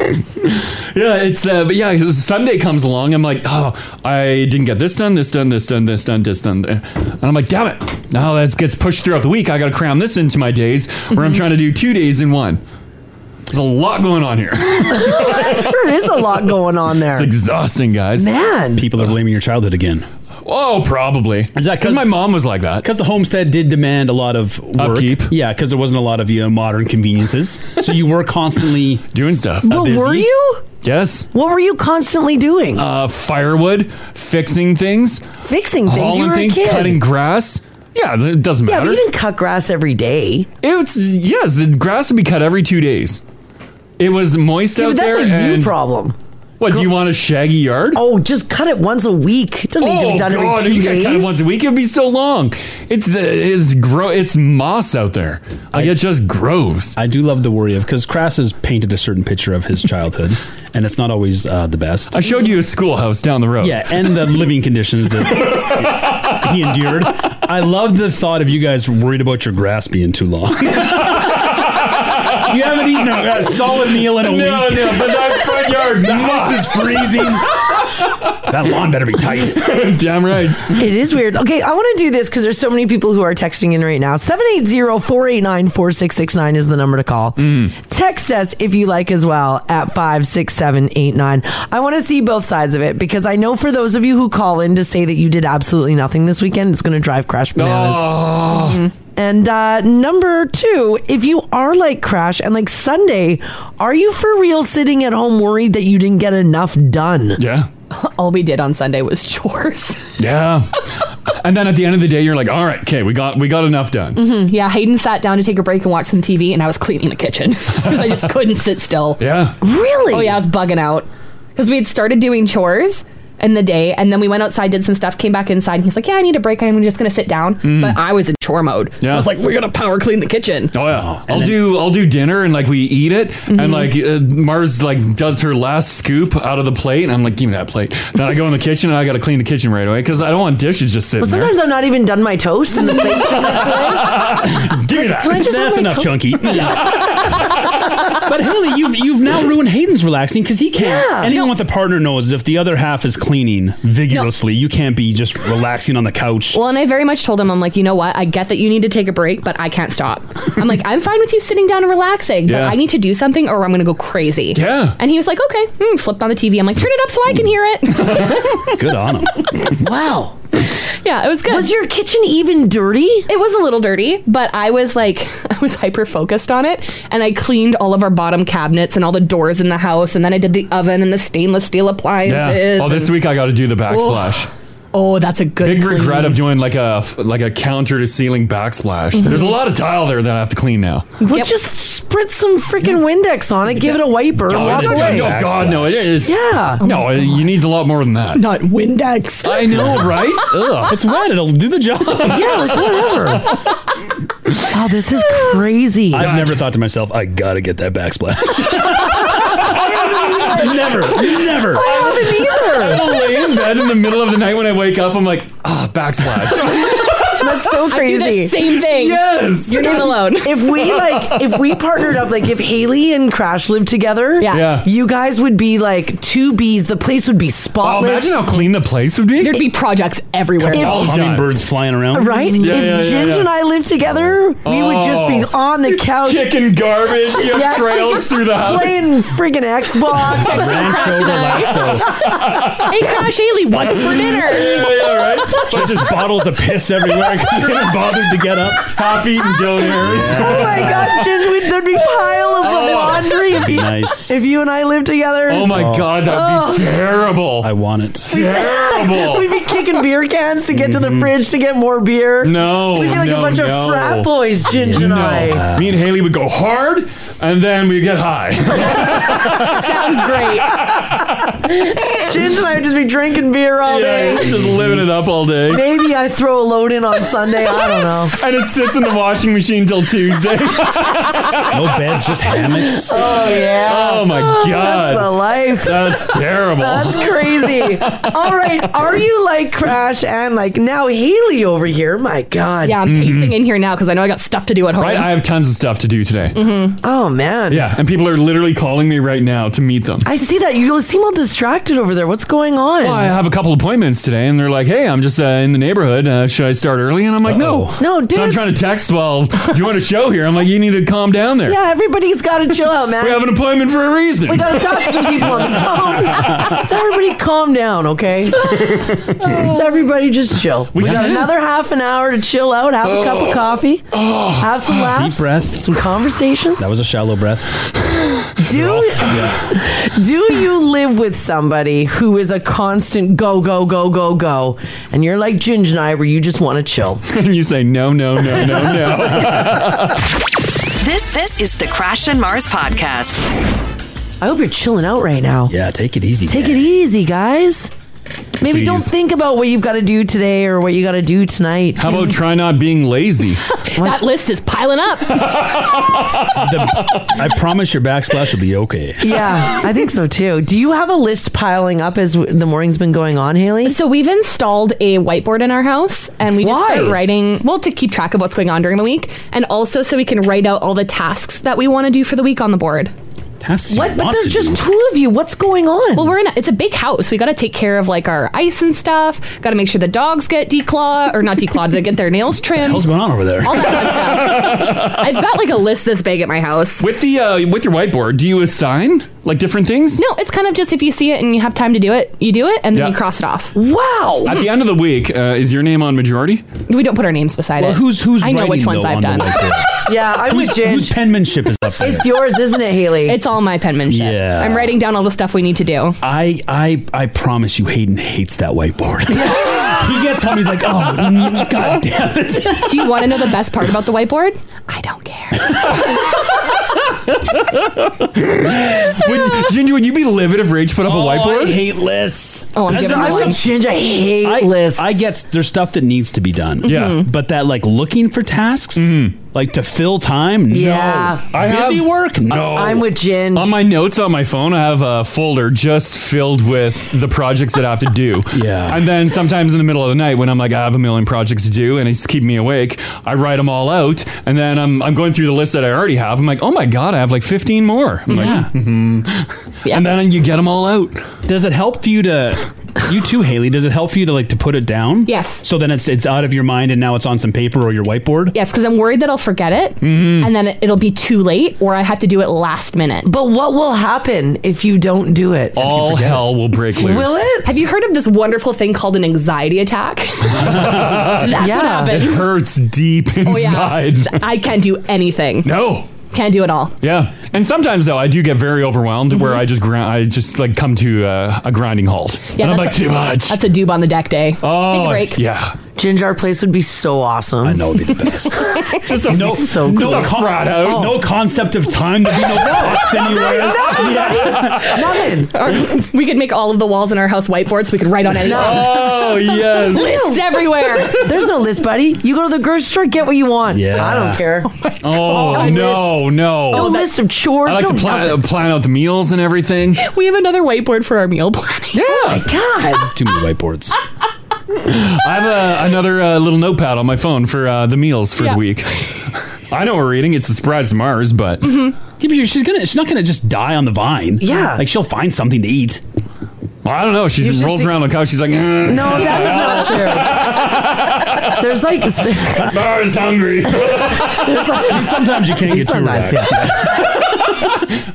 Speaker 3: Yeah, it's uh, but yeah, 'cause Sunday comes along. I'm like, oh, I didn't get this done, this done, this done, this done, this done, and I'm like, damn it! Now that gets pushed throughout the week. I got to cram this into my days where
Speaker 2: Mm-hmm.
Speaker 3: I'm trying to do two days in one. There's a lot going on here. It's
Speaker 2: There is a lot going on there.
Speaker 3: exhausting, guys.
Speaker 2: Man,
Speaker 4: People are blaming your childhood again.
Speaker 3: Oh, probably.
Speaker 4: Is that 'cause-
Speaker 3: because my mom was like that? Uh,
Speaker 4: Because the homestead did demand a lot of work.
Speaker 3: Upkeep.
Speaker 4: Yeah, because there wasn't a lot of you know, modern conveniences. so you were constantly
Speaker 3: Doing stuff.
Speaker 2: what
Speaker 4: busy.
Speaker 2: were you?
Speaker 3: Yes.
Speaker 2: What were you constantly doing?
Speaker 3: Uh, firewood, fixing things,
Speaker 2: Fixing things. You
Speaker 3: hauling
Speaker 2: were
Speaker 3: Oh, things,
Speaker 2: a kid.
Speaker 3: cutting grass. Yeah, it doesn't
Speaker 2: yeah,
Speaker 3: matter.
Speaker 2: but you didn't cut grass every day.
Speaker 3: It's yes, the grass would be cut every two days. It was moist
Speaker 2: Yeah,
Speaker 3: out
Speaker 2: but that's
Speaker 3: there.
Speaker 2: a you
Speaker 3: and-
Speaker 2: problem.
Speaker 3: What do you want a shaggy yard? Oh,
Speaker 2: Oh, just cut it once a week. It doesn't need to be done every two
Speaker 3: you
Speaker 2: days.
Speaker 3: get cut once a week. It'd be so long. It's uh, it's gro- It's moss out there. Like it just grows.
Speaker 4: I do love the worry of because Crass has painted a certain picture of his childhood, and it's not always uh, the best.
Speaker 3: I showed you a schoolhouse down the road.
Speaker 4: Yeah, and the living conditions that he endured. I love the thought of you guys worried about your grass being too long. you haven't eaten a, a solid meal in a
Speaker 3: No,
Speaker 4: week.
Speaker 3: no, but that front yard,
Speaker 4: The house is freezing. that lawn better be tight.
Speaker 3: damn right.
Speaker 2: It is weird. Okay, I want to do this because there's so many people who are texting in right now. 780-489-4669 is the number to call.
Speaker 3: Mm.
Speaker 2: Text us if you like as well at 56789. I want to see both sides of it because I know for those of you who call in to say that you did absolutely nothing this weekend, it's going to drive Crash bananas.
Speaker 3: Oh.
Speaker 2: And uh, number two, if you are like Crash and like Sunday, are you for real sitting at home worried that you didn't get enough done?
Speaker 3: Yeah,
Speaker 5: All we did on Sunday was chores.
Speaker 3: yeah. and then at the end of the day, you're like, all right, okay, we got we got enough done.
Speaker 5: mm-hmm. yeah, Hayden sat down to take a break and watch some TV, and I was cleaning the kitchen because I just couldn't sit still.
Speaker 3: Yeah.
Speaker 2: Really?
Speaker 5: Oh yeah, I was bugging out because we had started doing chores in the day, and then we went outside, did some stuff, came back inside, and he's like, "Yeah, I need a break. I'm just gonna sit down."
Speaker 3: Mm.
Speaker 5: But I was in chore mode. So
Speaker 3: Yeah.
Speaker 5: I was like, "We're gonna power clean the kitchen."
Speaker 3: Oh yeah, I'll do I'll do dinner and like we eat it and like uh, Mars like does her last scoop out of the plate and I'm like give me that plate. Then I go in the kitchen and I got to clean the kitchen right away because I don't want dishes just sitting
Speaker 2: Sometimes I'm not even done my toast and the plate's coming
Speaker 3: there. Give me that.
Speaker 2: I just have
Speaker 4: That's
Speaker 2: my
Speaker 4: enough,
Speaker 2: toe-
Speaker 4: Chunky. but Haley, you've you've now ruined Hayden's relaxing because he can't.
Speaker 2: Yeah.
Speaker 4: Anyone with a partner knows if the other half is cleaning vigorously, you can't be just relaxing on the couch.
Speaker 5: Well, and I very much told him, I'm like, you know what? I get that you need to take a break, but I can't stop. I'm like, I'm fine with you sitting down and relaxing,
Speaker 3: Yeah.
Speaker 5: but I need to do something or I'm going to go crazy.
Speaker 3: Yeah.
Speaker 5: And he was like, okay. Hmm, flipped on the TV. I'm like, turn it up so I can hear it.
Speaker 4: Good on him.
Speaker 2: Wow.
Speaker 5: yeah, it was good.
Speaker 2: Was your kitchen even dirty?
Speaker 5: it was a little dirty, but I was like, I was hyper focused on it. And I cleaned all of our bottom cabinets and all the doors in the house. And then I did the oven and the stainless steel appliances.
Speaker 3: Yeah. Oh, this
Speaker 5: and-
Speaker 3: week I got to do the backsplash.
Speaker 5: oh that's a good
Speaker 3: Big regret
Speaker 5: clean.
Speaker 3: of doing like a like a counter to ceiling backsplash. There's a lot of tile there that I have to clean now.
Speaker 2: Well,
Speaker 5: Yep.
Speaker 2: just spritz some freaking Windex on it, give it a wiper, and walk
Speaker 3: no,
Speaker 2: away.
Speaker 3: no, Oh, God, no, it is.
Speaker 2: Yeah.
Speaker 3: No, it you needs a lot more than that.
Speaker 2: Not Windex.
Speaker 3: I know, right? Ugh.
Speaker 4: It's wet. It'll do the job.
Speaker 2: yeah, like whatever. oh, this is crazy.
Speaker 4: I've never thought to myself, I gotta get that backsplash. never, never.
Speaker 2: haven't either.
Speaker 3: I lay in bed in the middle of the night when I wake up. I'm like, ah, backslash.
Speaker 2: That's so crazy.
Speaker 5: Do the same thing.
Speaker 3: yes.
Speaker 5: You're not alone.
Speaker 2: if we like if we partnered up like if haley and crash lived together
Speaker 5: Yeah.
Speaker 3: Yeah.
Speaker 2: you guys would be like two bees the place would be
Speaker 3: Oh,
Speaker 2: spotless
Speaker 3: imagine how clean the place would be.
Speaker 5: There'd be projects everywhere.
Speaker 2: If-
Speaker 4: All hummingbirds flying around.
Speaker 2: right
Speaker 3: Yeah,
Speaker 2: if
Speaker 3: yeah, yeah,
Speaker 2: ginger
Speaker 3: yeah.
Speaker 2: and i lived together we would just be
Speaker 3: Oh.
Speaker 2: on the couch
Speaker 3: Kicking garbage, you
Speaker 2: yeah,
Speaker 3: have trails through the house.
Speaker 2: playing friggin xbox
Speaker 4: Rancho Relaxo.
Speaker 5: hey, Crash Haley, what's for dinner?
Speaker 3: Yeah, yeah, right?
Speaker 4: Just bottles of piss everywhere. Couldn't have bothered to get up.
Speaker 3: Half-eaten donuts.
Speaker 2: oh my god ginger we'd- there'd be piles of laundry if
Speaker 4: Be
Speaker 2: you,
Speaker 4: nice.
Speaker 2: if you and i lived together Oh.
Speaker 3: Oh my god, that'd be terrible.
Speaker 4: I want it.
Speaker 2: we'd
Speaker 3: terrible. Mm-hmm.
Speaker 2: be kicking beer cans to get to the fridge to get more beer
Speaker 3: No,
Speaker 2: we'd be like
Speaker 3: no,
Speaker 2: a bunch
Speaker 3: no.
Speaker 2: of frat boys ginger and
Speaker 3: No.
Speaker 2: i
Speaker 3: Me and Haley would go hard, and then we'd get high.
Speaker 5: Sounds great.
Speaker 2: Ginger and I would just be drinking beer all
Speaker 3: Yeah,
Speaker 2: day.
Speaker 3: just living it up all day.
Speaker 2: Maybe I throw a load in on Sunday. I don't know.
Speaker 3: And it sits in the washing machine till Tuesday.
Speaker 4: No beds, just hammocks.
Speaker 2: Oh yeah,
Speaker 3: Oh my
Speaker 2: the
Speaker 3: god.
Speaker 2: life.
Speaker 3: That's terrible.
Speaker 2: That's crazy. All right, are you like Crash and like now Haley over here? My God. Mm-hmm.
Speaker 5: Yeah, I'm pacing in here now because I know I got stuff to do at home.
Speaker 3: Mm-hmm. Right? I have tons of stuff to do today.
Speaker 2: Oh
Speaker 5: Mm.
Speaker 2: man.
Speaker 3: Yeah, and people are literally calling me right now to meet them.
Speaker 2: I see that you seem all distracted over there. What's going on?
Speaker 3: I have a couple appointments today, and they're like, "Hey, I'm just uh, in the neighborhood. Uh, should I start early?" And I'm like,
Speaker 4: Uh-oh.
Speaker 2: No,
Speaker 3: "No."
Speaker 2: dude.
Speaker 3: So I'm trying to text while doing a show here. I'm like, "You need to calm down there.
Speaker 2: yeah, everybody's got to chill out, man.
Speaker 3: We have an appointment for a reason."
Speaker 2: We gotta talk to some people on the phone. So everybody calm down, okay? Just everybody just chill. We, got
Speaker 3: can.
Speaker 2: another half an hour to chill out, have a
Speaker 3: Oh.
Speaker 2: cup of coffee, have some laughs,
Speaker 4: breath.
Speaker 2: some conversations.
Speaker 4: That was a shallow breath.
Speaker 2: do do you live with somebody who is a constant go go go go go, and you're like Ginger and I, where you just want to chill?
Speaker 3: and you say, "No, no, no, no, no."
Speaker 1: This this is the Crash and Mars podcast.
Speaker 2: I hope you're chilling out right now.
Speaker 4: Yeah, take it easy.
Speaker 2: Take it easy, guys. Maybe don't
Speaker 3: Please.
Speaker 2: think about what you've got to do today or what you got to do tonight.
Speaker 3: How about try not being lazy?
Speaker 5: that list is piling up.
Speaker 4: I promise your backsplash will be okay.
Speaker 2: Yeah, I think so too. Do you have a list piling up as w- the morning's been going on, Haley?
Speaker 5: so we've installed a whiteboard in our house, and we just
Speaker 2: Why?
Speaker 5: start writing. Well, to keep track of what's going on during the week, and also so we can write out all the tasks that we want to do for the week on the board.
Speaker 4: Tasks you
Speaker 2: What? But
Speaker 4: want
Speaker 2: there's
Speaker 4: to
Speaker 2: just
Speaker 4: do.
Speaker 2: two of you. What's going on?
Speaker 5: Well, we're in. A, it's a big house. We got to take care of like our ice and stuff. Got to make sure the dogs get declawed or not declawed. they get their nails trimmed.
Speaker 4: What's going on over there?
Speaker 5: all that fun stuff. I've got like a list this big at my house.
Speaker 3: with the uh, with your whiteboard, do you assign like different things?
Speaker 5: No, it's kind of just if you see it and you have time to do it, you do it, and then
Speaker 3: Yeah.
Speaker 5: you cross it off.
Speaker 2: wow.
Speaker 3: At the end of the week, uh, is your name on majority?
Speaker 5: We don't put our names beside
Speaker 4: Well,
Speaker 5: it.
Speaker 4: who's who's
Speaker 5: I know
Speaker 4: writing,
Speaker 5: which ones
Speaker 4: though,
Speaker 5: I've
Speaker 4: on the
Speaker 5: done.
Speaker 4: whiteboard?
Speaker 2: yeah, I'm with
Speaker 4: whose, whose
Speaker 2: Ginge.
Speaker 4: penmanship is up there?
Speaker 2: It's yours, isn't it, Haley?
Speaker 5: It's all my penmanship.
Speaker 4: Yeah.
Speaker 5: I'm writing down all the stuff we need to do.
Speaker 4: I I I promise you, Hayden hates that whiteboard. he gets home, he's like, oh mm, god damn it.
Speaker 5: Do you want to know the best part about the whiteboard? I don't care.
Speaker 3: Would, Ginger, would you be livid if Rage put up a
Speaker 4: Oh, I
Speaker 3: whiteboard?
Speaker 4: hate lists.
Speaker 5: Oh, I'm giving
Speaker 2: I'm
Speaker 5: you
Speaker 2: with
Speaker 5: one.
Speaker 2: Ginge. I hate
Speaker 4: I,
Speaker 2: lists.
Speaker 4: I get there's stuff that needs to be done.
Speaker 3: Yeah. Mhm.
Speaker 2: Mm-hmm.
Speaker 4: But that like looking for tasks, like to fill time,
Speaker 2: Yeah.
Speaker 4: no.
Speaker 3: I
Speaker 4: Busy
Speaker 3: have-
Speaker 4: work? No.
Speaker 2: I'm with Ginge.
Speaker 3: On my notes on my phone, I have a folder just filled with the projects that I have to do.
Speaker 4: Yeah.
Speaker 3: And then sometimes in the middle of the night when I'm like, I have a million projects to do and it's keeping me awake, I write them all out. And then I'm, I'm going through the list that I already have. I'm like, oh my God, I have like 15 more. I'm like,
Speaker 2: Mm-hmm.
Speaker 5: Yeah.
Speaker 3: And then you get them all out.
Speaker 4: Does it help for you to you too, Haley? Does it help for you to like to put it down?
Speaker 5: Yes.
Speaker 4: So then it's it's out of your mind and now it's on some paper or your whiteboard.
Speaker 5: Yes, because I'm worried that I'll forget it
Speaker 4: Mm-hmm.
Speaker 5: and then it'll be too late or I have to do it last minute.
Speaker 2: but what will happen if you don't do it?
Speaker 3: All hell will break loose.
Speaker 2: will it?
Speaker 5: Have you heard of this wonderful thing called an anxiety attack? That's
Speaker 2: Yeah.
Speaker 5: what
Speaker 3: It
Speaker 5: happens. Oh,
Speaker 3: hurts deep inside.
Speaker 5: I can't do anything.
Speaker 3: No.
Speaker 5: Can't do it all.
Speaker 3: Yeah. And sometimes though I do get very overwhelmed where
Speaker 5: Mm-hmm.
Speaker 3: I just grind I just like come to uh, a grinding halt.
Speaker 5: Yeah,
Speaker 3: and I'm like
Speaker 5: that's
Speaker 3: too
Speaker 5: a-
Speaker 3: much.
Speaker 5: That's a dube on the deck day.
Speaker 3: oh,
Speaker 5: Take a break.
Speaker 3: Yeah.
Speaker 2: Ginjar place would be so awesome. I
Speaker 7: know it'd be the best.
Speaker 3: just a
Speaker 7: no,
Speaker 2: so
Speaker 7: no,
Speaker 2: cool.
Speaker 7: con- no concept of time. There'd be no box anywhere.
Speaker 5: Or we could make all of the walls in our house whiteboards. we could write on any.
Speaker 3: Oh yes.
Speaker 5: Lists everywhere.
Speaker 2: There's no list, buddy. You go to the grocery store, get what you want.
Speaker 3: Yeah.
Speaker 2: I don't care.
Speaker 3: Oh no,
Speaker 5: Oh,
Speaker 3: no.
Speaker 2: No list of chores.
Speaker 3: I like
Speaker 2: no
Speaker 3: to plan, uh, plan out the meals and everything.
Speaker 5: We have another whiteboard for our meal planning.
Speaker 3: Yeah.
Speaker 2: Oh God.
Speaker 3: too many whiteboards. I have a, another uh, little notepad on my phone for uh, the meals for
Speaker 5: Yeah.
Speaker 3: the week. I know we're eating. It's a surprise to Mars, but
Speaker 7: Yeah, but Mm-hmm. she's gonna. She's not gonna just die on the vine.
Speaker 3: Yeah.
Speaker 7: like she'll find something to eat.
Speaker 3: Well, I don't know. She
Speaker 7: just
Speaker 3: rolls
Speaker 7: see-
Speaker 3: around on the couch. She's like, "Mm."
Speaker 2: No, that is not true. There's like
Speaker 3: Mars hungry.
Speaker 2: There's like-
Speaker 7: Sometimes you can't get too
Speaker 2: Sometimes,
Speaker 7: relaxed.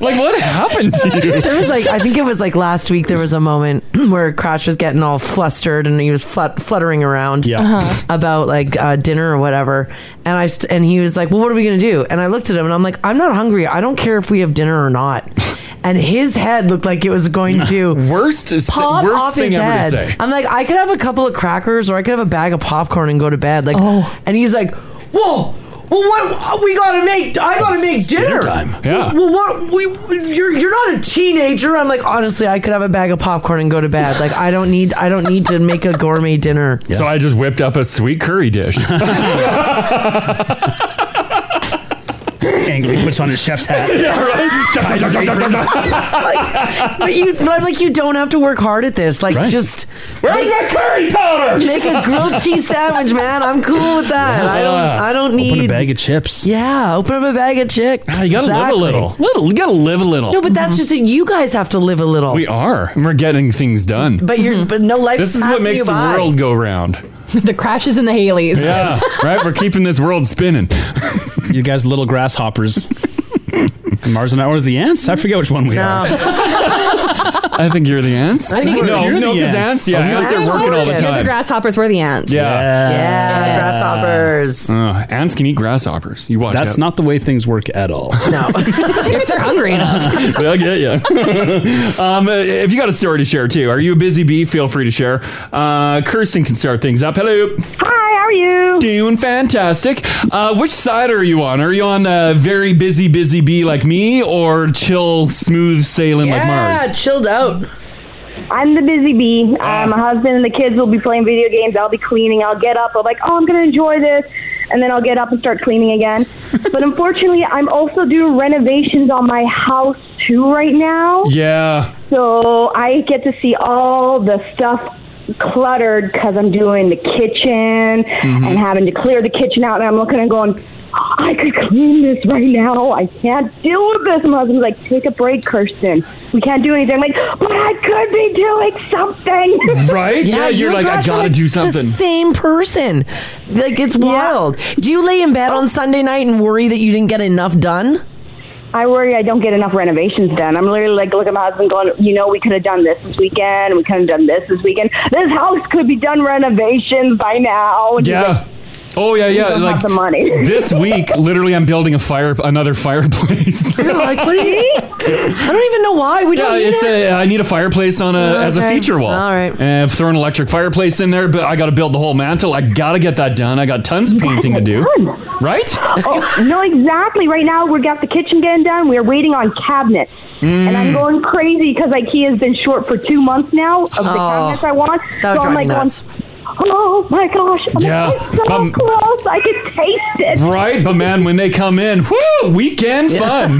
Speaker 3: like what happened to you?
Speaker 2: there was like I think it was like last week there was a moment where Crash was getting all flustered and he was flut- fluttering around
Speaker 7: Yeah. Uh-huh.
Speaker 2: about like uh, dinner or whatever and I st- and he was like well what are we gonna do and I looked at him and I'm like I'm not hungry I don't care if we have dinner or not and his head looked like it was going to
Speaker 3: worst is
Speaker 2: pop
Speaker 3: worst
Speaker 2: off
Speaker 3: thing
Speaker 2: his
Speaker 3: ever to
Speaker 2: head.
Speaker 3: say.
Speaker 2: I'm like I could have a couple of crackers or I could have a bag of popcorn and go to bed like and he's like whoa. Well, what we gotta make? I gotta make dinner.
Speaker 7: time.
Speaker 3: Yeah.
Speaker 2: Well, what we you're you're not a teenager. I'm like honestly, I could have a bag of popcorn and go to bed. Like I don't need I don't need to make a gourmet dinner.
Speaker 3: So I just whipped up a sweet curry dish.
Speaker 7: Angry puts on his chef's hat. Ties his apron.
Speaker 2: like, but, you, but I'm like, you don't have to work hard at this. Like
Speaker 7: Right.
Speaker 2: just
Speaker 3: Where's my curry powder?
Speaker 2: make a grilled cheese sandwich, man. I'm cool with that. I don't I don't need
Speaker 7: Open a bag of chips.
Speaker 2: Yeah, open up a bag of chicks.
Speaker 3: Ah, you gotta
Speaker 2: Exactly.
Speaker 3: live a little. Little, you gotta live a little. Mm-hmm.
Speaker 2: No, but that's just it. You guys have to live a little.
Speaker 3: we are, and we're getting things done.
Speaker 2: but you're but no life.
Speaker 3: this is what
Speaker 2: passing
Speaker 3: makes
Speaker 2: you
Speaker 3: the
Speaker 2: by.
Speaker 3: world go round.
Speaker 5: Mm-hmm. the crashes and the Haleys.
Speaker 3: Yeah, right. We're keeping this world spinning.
Speaker 7: You guys, little grasshoppers. Mars and I are the ants. I forget which one we are.
Speaker 3: I think you're the ants.
Speaker 2: I think
Speaker 3: no,
Speaker 7: you're
Speaker 3: no,
Speaker 7: the
Speaker 3: 'cause
Speaker 7: ants.
Speaker 3: ants. Yeah,
Speaker 7: Oh, you're
Speaker 3: ants
Speaker 7: the
Speaker 3: are working all the
Speaker 5: You're the
Speaker 3: time.
Speaker 5: grasshoppers. We're the ants.
Speaker 3: Yeah.
Speaker 2: Yeah, grasshoppers.
Speaker 3: Uh, ants can eat grasshoppers. You watch.
Speaker 7: That's
Speaker 3: out.
Speaker 7: not the way things work at all.
Speaker 2: No.
Speaker 5: if they're hungry enough.
Speaker 3: I get you. um, uh, if you got a story to share too, are you a busy bee? Feel free to share. Uh, Kirsten can start things up. Hello.
Speaker 8: Hi, how are you?
Speaker 3: Doing fantastic. Uh, which side are you on? Are you on a very busy, busy bee like me, or chill, smooth sailing like
Speaker 2: yeah,
Speaker 3: Mars? Ah.
Speaker 2: chilled out.
Speaker 8: I'm the busy bee. Uh, my husband and the kids will be playing video games. I'll be cleaning. I'll get up. I'm like, oh, I'm going to enjoy this. And then I'll get up and start cleaning again. but unfortunately, I'm also doing renovations on my house too right now.
Speaker 3: Yeah.
Speaker 8: So I get to see all the stuff cluttered because I'm doing the kitchen and having to clear the kitchen out. And I'm looking and going, I could clean this right now. I can't deal with this. My husband's like, take a break, Kirsten. We can't do anything. I'm like, but I could be doing something.
Speaker 3: Right. Yeah. you're, like I
Speaker 2: guys are
Speaker 3: gotta
Speaker 2: like
Speaker 3: do something.
Speaker 2: The same person. Like it's wild. Do you lay in bed on Sunday night and worry that you didn't get enough done?
Speaker 8: I worry I don't get enough renovations done. I'm literally like, look at my husband going, you know, we could have done this this weekend. We could have done this this weekend. This house could be done renovations by now. And he's like,
Speaker 3: Yeah. Oh yeah, yeah.
Speaker 8: don't have
Speaker 3: like
Speaker 8: the money.
Speaker 3: this week, literally, I'm building a fire, another fireplace.
Speaker 2: You're like, what do you? I don't even know why we
Speaker 3: Yeah,
Speaker 2: don't need
Speaker 3: it's
Speaker 2: it. Oh,
Speaker 3: a, I need a fireplace on a as a
Speaker 2: Okay.
Speaker 3: feature wall.
Speaker 2: All right.
Speaker 3: and throw an electric fireplace in there, but I got to build the whole mantle. I got to get that done. I got tons of painting to do.
Speaker 8: Done.
Speaker 3: Right?
Speaker 8: Oh, no, exactly. Right now, we've got the kitchen getting done. We're waiting on cabinets. And
Speaker 2: Mm.
Speaker 8: I'm going crazy because IKEA has been short for two months now of the cabinets I want.
Speaker 2: Oh. that would
Speaker 8: so
Speaker 2: drive
Speaker 8: I'm
Speaker 2: me
Speaker 8: like,
Speaker 2: nuts.
Speaker 8: going, oh my gosh. I'm like,
Speaker 3: Yeah.
Speaker 8: it's so
Speaker 3: Um,
Speaker 8: close. I can taste it.
Speaker 3: Right, but man, when they come in, whoo, weekend fun.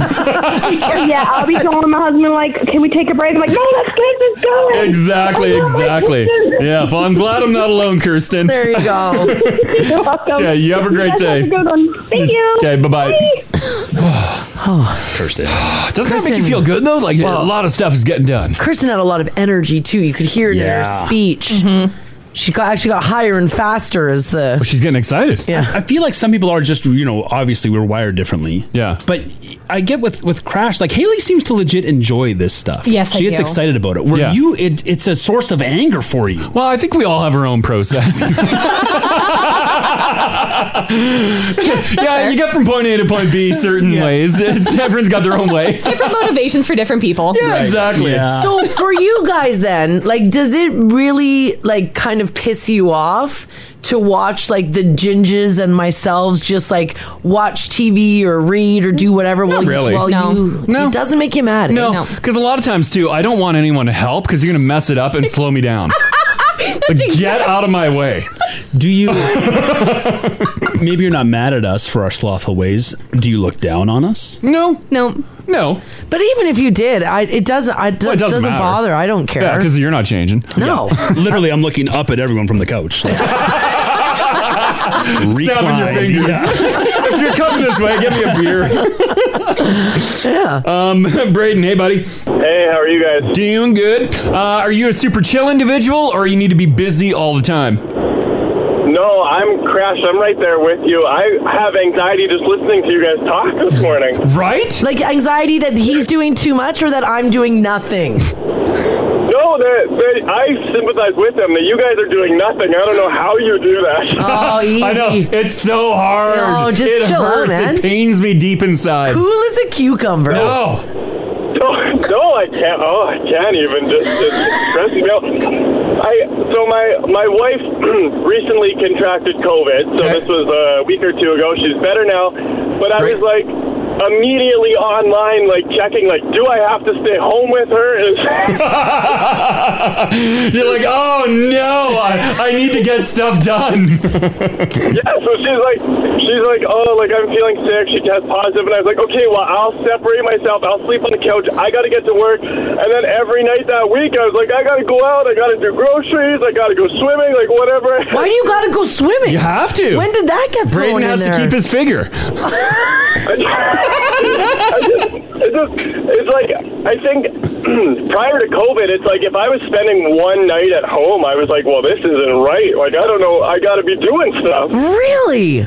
Speaker 8: yeah, I'll be calling my husband, like, can we take a break? I'm like, no, let's get this going.
Speaker 3: exactly,
Speaker 2: Oh,
Speaker 8: I love my
Speaker 3: exactly.
Speaker 8: kitchen.
Speaker 3: Yeah, well, I'm glad I'm not alone, Kirsten.
Speaker 2: There you go.
Speaker 8: You're welcome.
Speaker 3: Yeah, you have a great
Speaker 8: guys
Speaker 3: day.
Speaker 8: Have a good one. Thank you.
Speaker 3: Okay, bye-bye.
Speaker 2: oh.
Speaker 7: Kirsten.
Speaker 3: Doesn't that make you
Speaker 2: Kirsten.
Speaker 3: feel good though? Like a lot of stuff is getting done.
Speaker 2: Kristen had a lot of energy too. You could hear it in
Speaker 7: Yeah.
Speaker 2: her speech. She got actually got higher and faster as the
Speaker 3: But she's getting excited.
Speaker 2: yeah.
Speaker 7: I feel like some people are just, you know, obviously we're wired differently.
Speaker 3: Yeah.
Speaker 7: But I get with with Crash, like Haley seems to legit enjoy this stuff.
Speaker 5: Yes, I
Speaker 7: she gets
Speaker 5: do.
Speaker 7: excited about it. Where
Speaker 3: Yeah.
Speaker 7: you, it, it's a source of anger for you.
Speaker 3: Well, I think we all have our own process. yeah, you get from point A to point B certain ways. It's, everyone's got their own way.
Speaker 5: Different motivations for different people.
Speaker 3: Yeah, exactly.
Speaker 7: Yeah.
Speaker 2: So for you guys then, like does it really like kind of piss you off to watch like the gingers and myself just like watch TV or read or do whatever while
Speaker 3: really.
Speaker 2: you, while
Speaker 3: No.
Speaker 2: you it doesn't make you mad. eh?
Speaker 3: No, because a lot of times too, I don't want anyone to help because you're gonna mess it up and slow me down. Like, get out of my way.
Speaker 7: Do you? Maybe you're not mad at us for our slothful ways. Do you look down on us?
Speaker 3: No,
Speaker 5: no,
Speaker 3: no.
Speaker 2: But even if you did, I it doesn't. I, it,
Speaker 3: Well,
Speaker 2: doesn't,
Speaker 3: matter.
Speaker 2: bother. I don't care.
Speaker 3: Yeah, because you're not changing.
Speaker 2: no.
Speaker 7: Literally, I'm looking up at everyone from the couch. Like,
Speaker 3: Snapping your
Speaker 7: recline.
Speaker 3: fingers.
Speaker 7: Yeah.
Speaker 3: if you're coming this way, get me a beer.
Speaker 2: Yeah.
Speaker 3: Um, Braden, hey buddy,
Speaker 9: Hey, how are you guys?
Speaker 3: doing good? Uh, are you a super chill individual, or you need to be busy all the time?
Speaker 9: No, I'm Crash. I'm right there with you. I have anxiety just listening to you guys talk this morning.
Speaker 3: Right?
Speaker 2: like anxiety that he's doing too much or that I'm doing nothing.
Speaker 9: No, that that- I sympathize with them that you guys are doing nothing. I don't know how you do that.
Speaker 2: Oh, easy.
Speaker 3: I know it's so hard.
Speaker 2: No, just
Speaker 3: it
Speaker 2: chill out,
Speaker 3: hurts.
Speaker 2: man.
Speaker 3: It pains me deep inside.
Speaker 2: Cool as a cucumber.
Speaker 3: Oh,
Speaker 9: No, no, I can't. Oh, I can't even. Just it's stressing me out. I so my my wife recently contracted COVID, so
Speaker 3: Okay.
Speaker 9: this was a week or two ago. She's better now, but I
Speaker 3: Great.
Speaker 9: was like immediately online, like checking, like, do I have to stay home with her? Is-
Speaker 3: you're like, oh no, I, I need to get stuff done.
Speaker 9: Yeah, so she's like, she's like, oh, like I'm feeling sick. She tests positive, and I was like, okay, well, I'll separate myself. I'll sleep on the couch. I gotta get to work. And then every night that week, I was like, I gotta go out. I gotta do groceries. I gotta go swimming. Like whatever.
Speaker 2: Why do you gotta go swimming?
Speaker 3: You have to.
Speaker 2: When did that get thrown in
Speaker 3: Braden has to
Speaker 2: there?
Speaker 3: keep his figure.
Speaker 9: I just, it's just, it's like, I think prior to COVID, it's like if I was spending one night at home, I was like, well, this isn't right. Like I don't know. I gotta be doing stuff.
Speaker 2: Really?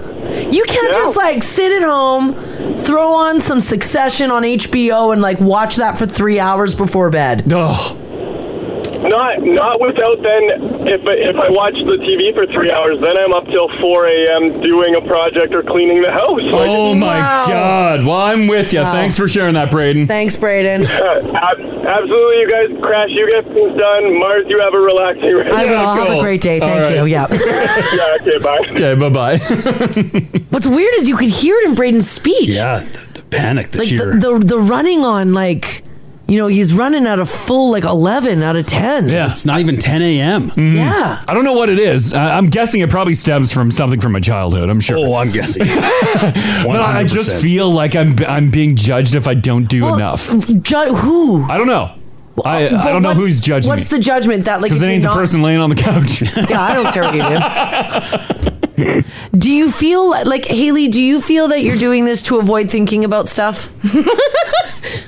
Speaker 2: You can't
Speaker 9: Yeah.
Speaker 2: just like sit at home, throw on some Succession on HBO, and like watch that for three hours before bed.
Speaker 3: Oh.
Speaker 9: Not not without then. If I- if I watch the TV for three hours, then I'm up till four a.m. doing a project or cleaning the house. Like,
Speaker 3: Oh my
Speaker 2: Wow.
Speaker 3: God! Well, I'm with you. Thanks for sharing that, Braden.
Speaker 2: Thanks, Braden.
Speaker 9: uh, ab- absolutely, you guys crash. You get things done. Mars, you have a relaxing rest.
Speaker 2: I will have
Speaker 3: cool.
Speaker 2: a great day.
Speaker 3: All
Speaker 2: Thank you.
Speaker 3: right.
Speaker 2: Yeah.
Speaker 9: yeah. Okay. Bye.
Speaker 3: Okay, bye bye.
Speaker 2: What's weird is you could hear it in Braden's speech.
Speaker 7: Yeah, the, the panic this
Speaker 2: Like
Speaker 7: year.
Speaker 2: the, the the running on like, you know, he's running out of full like eleven out of ten.
Speaker 3: Yeah.
Speaker 7: it's not even 10 a.m.
Speaker 2: Yeah.
Speaker 3: Mm-hmm. I don't know what it is. I, I'm guessing it probably stems from something from my childhood. I'm sure.
Speaker 7: Oh, I'm guessing.
Speaker 3: but I I just
Speaker 7: 100%.
Speaker 3: feel like I'm I'm being judged if I don't do
Speaker 2: Well,
Speaker 3: enough.
Speaker 2: Ju- who?
Speaker 3: I don't know. I,
Speaker 2: But
Speaker 3: I don't know
Speaker 2: what's-
Speaker 3: who's judging
Speaker 2: What's
Speaker 3: me.
Speaker 2: the judgment that like?
Speaker 3: Because
Speaker 2: if
Speaker 3: it
Speaker 2: you're
Speaker 3: ain't the
Speaker 2: not-
Speaker 3: person laying on the couch.
Speaker 2: Yeah, I don't care what you do. do you feel li- like Haley? Do you feel that you're doing this to avoid thinking about stuff?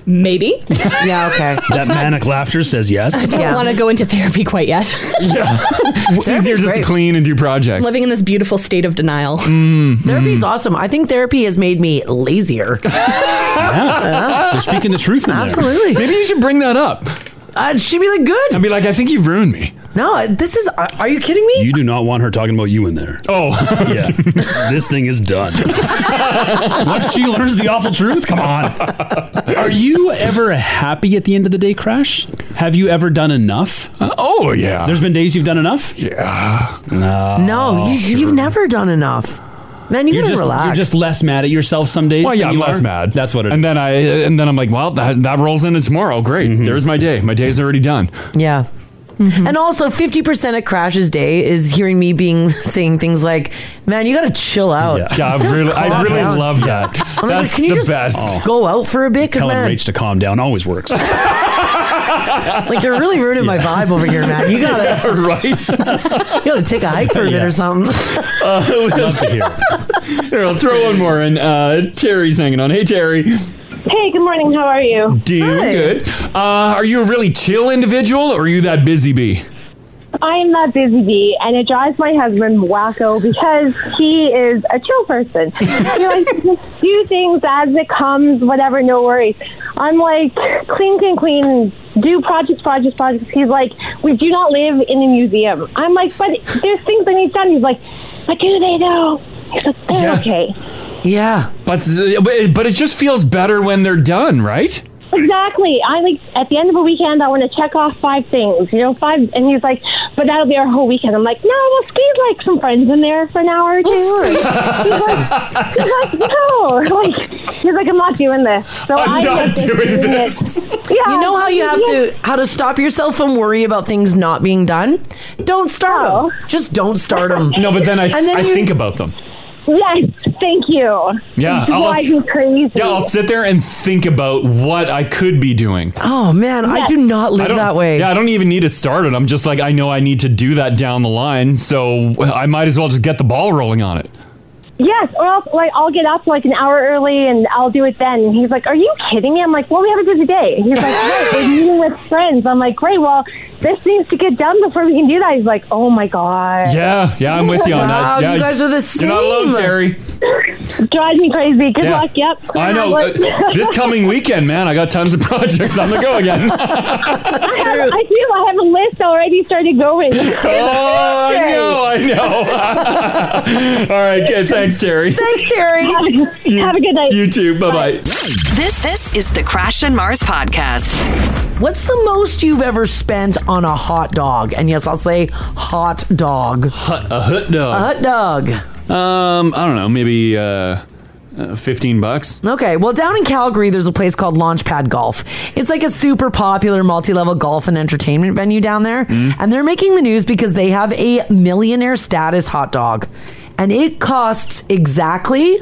Speaker 5: maybe.
Speaker 2: Yeah. Okay.
Speaker 7: that manic laughter says yes.
Speaker 5: I don't
Speaker 2: Yeah.
Speaker 5: want to go into therapy quite yet.
Speaker 3: it's easier just
Speaker 2: great.
Speaker 3: to clean and do projects.
Speaker 5: Living in this beautiful state of denial.
Speaker 3: Mm-hmm.
Speaker 2: Therapy's awesome. I think therapy has made me lazier.
Speaker 7: They're speaking the truth in there.
Speaker 2: Absolutely.
Speaker 3: Maybe you should bring that up
Speaker 2: Uh, she'd be like,
Speaker 3: and
Speaker 2: good.
Speaker 3: be like, I think you've ruined me.
Speaker 2: No, this is. Are are you kidding me?
Speaker 7: You do not want her talking about you in there.
Speaker 3: Oh,
Speaker 7: Yeah. this thing is done. Once she learns the awful truth, come on. Are you ever happy at the end of the day, Crash? Have you ever done enough?
Speaker 3: oh yeah.
Speaker 7: There's been days you've done enough?
Speaker 3: yeah.
Speaker 2: no, you, you've never done enough. Man, you
Speaker 7: You're
Speaker 2: gotta
Speaker 7: just,
Speaker 2: relax.
Speaker 7: you're just less mad at yourself some days.
Speaker 3: Well,
Speaker 7: than
Speaker 3: yeah, I'm
Speaker 7: you
Speaker 3: less
Speaker 7: are.
Speaker 3: mad.
Speaker 7: That's what it is. Mm-hmm.
Speaker 3: and then I and then I'm like, well, that, that rolls into tomorrow. Great. There's my day. My day's already done.
Speaker 2: Yeah. Mm-hmm. And also, fifty percent of Crash's day is hearing me being saying things like, "Man, you gotta chill out.
Speaker 3: Yeah, I really, I really
Speaker 2: down.
Speaker 3: love that.
Speaker 2: I'm like,
Speaker 3: That's
Speaker 2: can you
Speaker 3: the
Speaker 2: just
Speaker 3: best.
Speaker 2: Go out for a bit, because
Speaker 7: telling
Speaker 2: man,
Speaker 7: Oh. Rach to calm down always works.
Speaker 2: like you're really ruining my vibe over here, man. You gotta."
Speaker 3: right?
Speaker 2: You gotta take a hike for a bit
Speaker 7: Yeah.
Speaker 2: or something.
Speaker 7: Love to hear.
Speaker 3: Uh, Here, I'll throw one more in. Uh, Terry's hanging on. Hey, Terry,
Speaker 10: Hey, good morning. How are you?
Speaker 3: do you
Speaker 2: Hi.
Speaker 3: good? Uh, are you a really chill individual, or are you that busy bee?
Speaker 10: I am that busy bee, and it drives my husband wacko because he is a chill person. he likes to just do things as it comes, whatever, no worries. I'm like, clean, clean, clean, do projects, projects, projects. He's like, we do not live in a museum. I'm like, but there's things that need done. He's like, but do they though? He's like, they're
Speaker 3: Yeah.
Speaker 10: okay.
Speaker 2: Yeah.
Speaker 3: But but it just feels better when they're done, right?
Speaker 10: Exactly. I like at the end of a weekend, I want to check off five things. You know, five. And he's like, "But that'll be our whole weekend." I'm like, "No, we'll squeeze like some friends in there for an hour or 2 he's like, "No," like he's like, "I'm not doing this." So
Speaker 2: I'm
Speaker 10: I
Speaker 2: not
Speaker 10: ended up just
Speaker 2: doing
Speaker 10: doing it.
Speaker 2: this.
Speaker 10: Yeah,
Speaker 2: you know how you have
Speaker 10: yeah.
Speaker 2: to how to stop yourself from worry about things not being done. Don't start them. Just don't start them.
Speaker 3: No, but then I,
Speaker 2: And then
Speaker 3: I
Speaker 2: you-
Speaker 3: think about them.
Speaker 10: Yes, thank you.
Speaker 3: Yeah, I'll-
Speaker 10: drive you crazy.
Speaker 3: Yeah, I'll sit there and think about what I could be doing.
Speaker 2: Oh man, I
Speaker 10: Yes.
Speaker 2: do not
Speaker 3: I
Speaker 2: live
Speaker 3: don't-
Speaker 2: that way.
Speaker 3: Yeah, I don't even need to start it. I'm just like, I know I need to do that down the line, so I might as well just get the ball rolling on it.
Speaker 10: Yes, or else like I'll get up like an hour early and I'll do it then. And he's like, "Are you kidding me?" I'm like, "Well, we have a busy day." And he's like, "Hey, we're meeting with friends." I'm like, "Great, well, this needs to get done before we can do that." He's like, "Oh my god,
Speaker 3: Yeah, yeah, I'm with you on
Speaker 2: Wow,
Speaker 3: that. Yeah,
Speaker 2: you guys are the
Speaker 3: You're not alone,
Speaker 2: same.
Speaker 3: Terry.
Speaker 10: drives me crazy. Good
Speaker 3: Yeah.
Speaker 10: luck." Yep.
Speaker 3: I know.
Speaker 10: Like-
Speaker 3: uh, this coming weekend, man, I got tons of projects on the go again.
Speaker 10: I, have, I do. I have a list already started going.
Speaker 3: oh, I know, I know. All right, okay, thanks, Terry.
Speaker 2: Thanks, Terry.
Speaker 10: have, a, have a good night.
Speaker 3: You too. Bye bye.
Speaker 1: This this is the Crash and Mars podcast.
Speaker 2: What's the most you've ever spent on a hot dog? And yes, I'll say hot dog.
Speaker 3: A hoot dog.
Speaker 2: Hot dog.
Speaker 3: Um, I don't know, maybe uh, uh, fifteen bucks.
Speaker 2: Okay, well, down in Calgary, there's a place called Launchpad Golf. It's like a super popular multi level golf and entertainment venue down there.
Speaker 3: Mm.
Speaker 2: And they're making the news because they have a millionaire status hot dog. And it costs exactly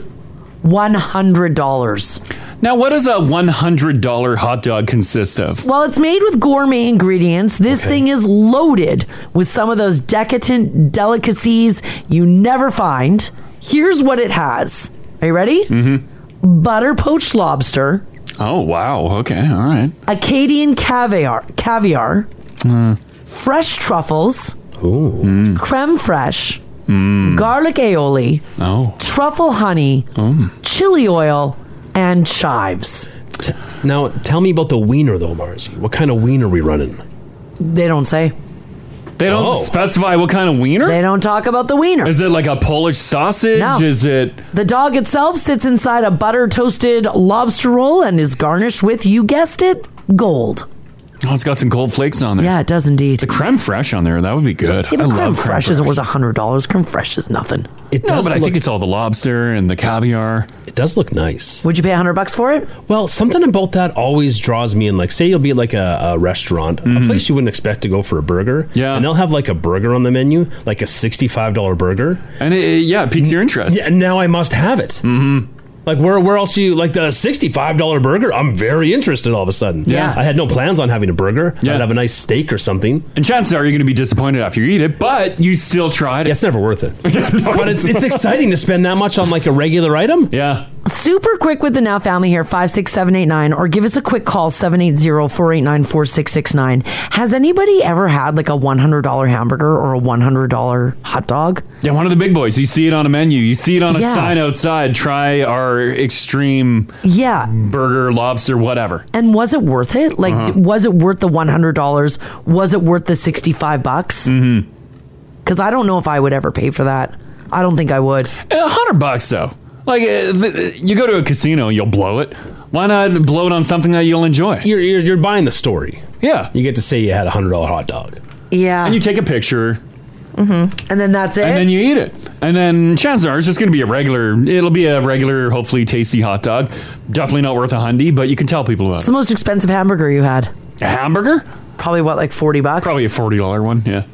Speaker 2: $100.
Speaker 3: Now, what does a one hundred dollar hot dog consist of?
Speaker 2: Well, it's made with gourmet ingredients. This thing is loaded with some of those decadent delicacies you never find. Here's what it has. Are you ready? Mm-hmm. Butter poached lobster,
Speaker 3: Oh wow. Okay. All right.
Speaker 2: Acadian caviar, caviar, fresh truffles, Mm.
Speaker 3: Mm.
Speaker 2: creme fraiche, garlic aioli,
Speaker 3: Oh. Mm.
Speaker 2: truffle honey, chili oil, and chives.
Speaker 7: Now, tell me about the wiener though, Marzi. What kind of wiener are we running?
Speaker 2: They don't say.
Speaker 3: They don't
Speaker 7: Oh.
Speaker 3: specify what kind of wiener.
Speaker 2: They don't talk about the wiener.
Speaker 3: Is it like a Polish sausage?
Speaker 2: No.
Speaker 3: Is it?
Speaker 2: The dog itself sits inside a butter toasted lobster roll and is garnished with, you guessed it, gold.
Speaker 3: Oh, it's got some gold flakes on there.
Speaker 2: Yeah, it does indeed.
Speaker 3: The creme fraiche on there. That would be good.
Speaker 2: Even
Speaker 3: I
Speaker 2: creme
Speaker 3: love creme
Speaker 2: fraiche isn't
Speaker 3: fraiche.
Speaker 2: worth hundred dollars. Creme fraiche is nothing.
Speaker 7: It
Speaker 3: No,
Speaker 7: does,
Speaker 3: but I
Speaker 7: look,
Speaker 3: think it's all the lobster and the caviar.
Speaker 7: it does look nice.
Speaker 2: Would you pay hundred bucks for it?
Speaker 7: Well, something about that always draws me in. Like, say you'll be at like a, a restaurant, a place you wouldn't expect to go for a burger.
Speaker 3: Mm. Yeah.
Speaker 7: And they'll have like a burger on the menu, like a $65 burger.
Speaker 3: And it, it- yeah, it piques your interest.
Speaker 7: Yeah, and now I must have it. Mm-hmm. Like where where else you like the sixty five dollar burger? I'm very interested all of a sudden.
Speaker 3: Yeah.
Speaker 7: I had no plans on having a burger.
Speaker 3: Yeah.
Speaker 7: I'd have a nice steak or something.
Speaker 3: And chances are you're going to be disappointed after you eat it, but you still
Speaker 7: Yeah,
Speaker 3: tried it.
Speaker 7: it's never worth it. but it's, it's exciting to spend that much on like a regular item.
Speaker 3: Yeah.
Speaker 2: Super quick with the Now family here, 56789, or give us a quick call, 780-489-4669. Has anybody ever had like a $100 hamburger or a $100 hot dog?
Speaker 3: Yeah, one of the big boys. You see it on a menu. You see it on a
Speaker 2: Yeah.
Speaker 3: sign outside. Try our extreme
Speaker 2: Yeah.
Speaker 3: burger, lobster, whatever. Uh-huh.
Speaker 2: And was it worth it? Like, d- was it worth the $100? Was it worth the 65 bucks? Mm-hmm. Because I don't know if I would ever pay for that. I don't think I would.
Speaker 3: A hundred bucks though. Like uh, th- you go to a casino, you'll blow it. Why not blow it on something that you'll enjoy?
Speaker 7: You're, you're you're buying the story.
Speaker 3: Yeah.
Speaker 7: You get to say you had a hundred dollar hot dog.
Speaker 2: Yeah. Mm-hmm.
Speaker 3: And you take a picture,
Speaker 2: and then that's it?
Speaker 3: and then you eat it, and then chances are it's just going to be a regular. It'll be a regular, hopefully tasty hot dog. Definitely not worth a hundy, but you can tell people about
Speaker 2: What's the most expensive hamburger you had?
Speaker 3: it. A hamburger,
Speaker 2: Probably what, like 40 bucks?
Speaker 3: probably a forty dollar one. Yeah,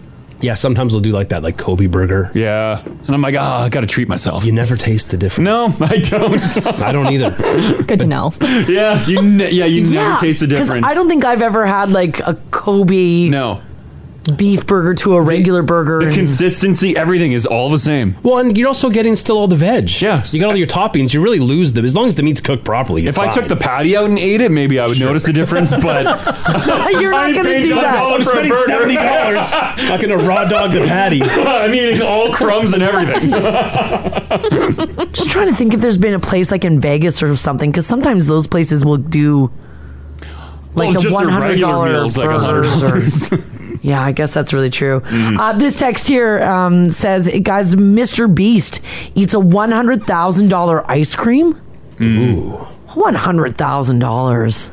Speaker 7: Yeah, sometimes they'll do like that, like Kobe burger.
Speaker 3: yeah. And I'm like, ah, I got to treat myself.
Speaker 7: You never taste the difference.
Speaker 3: No, I don't.
Speaker 7: I don't either.
Speaker 5: Good to know.
Speaker 3: yeah, you. Ne- yeah, you never taste the
Speaker 2: 'cause
Speaker 3: difference.
Speaker 2: I don't think I've ever had like a Kobe
Speaker 3: No,
Speaker 2: beef burger to a regular burger.
Speaker 3: the
Speaker 2: and-
Speaker 3: consistency, everything is all the same.
Speaker 7: well, and you're also getting still all the veg.
Speaker 3: Yes.
Speaker 7: You got all your toppings. You really lose them as long as the meat's cooked properly. you're
Speaker 3: If I
Speaker 7: fine.
Speaker 3: took the patty out and ate it, maybe I would notice the difference. But
Speaker 2: You're
Speaker 3: I
Speaker 2: not going to
Speaker 3: paid
Speaker 2: do
Speaker 3: $10
Speaker 2: that.
Speaker 3: for a burger.
Speaker 7: dollars not gonna raw dog the patty.
Speaker 3: I'm eating all crumbs and everything.
Speaker 2: Just trying to think if there's been a place like in Vegas or something, because sometimes those places will do like
Speaker 3: Well,
Speaker 2: the
Speaker 3: just their
Speaker 2: one hundred
Speaker 3: regular
Speaker 2: dollars
Speaker 3: meals, like
Speaker 2: burgers. or- yeah, I guess that's really true.
Speaker 3: Mm-hmm.
Speaker 2: Uh, this text here um, says, "Guys, Mr. Beast eats a one hundred
Speaker 3: Mm.
Speaker 2: thousand dollar ice cream. Ooh, one hundred thousand dollars.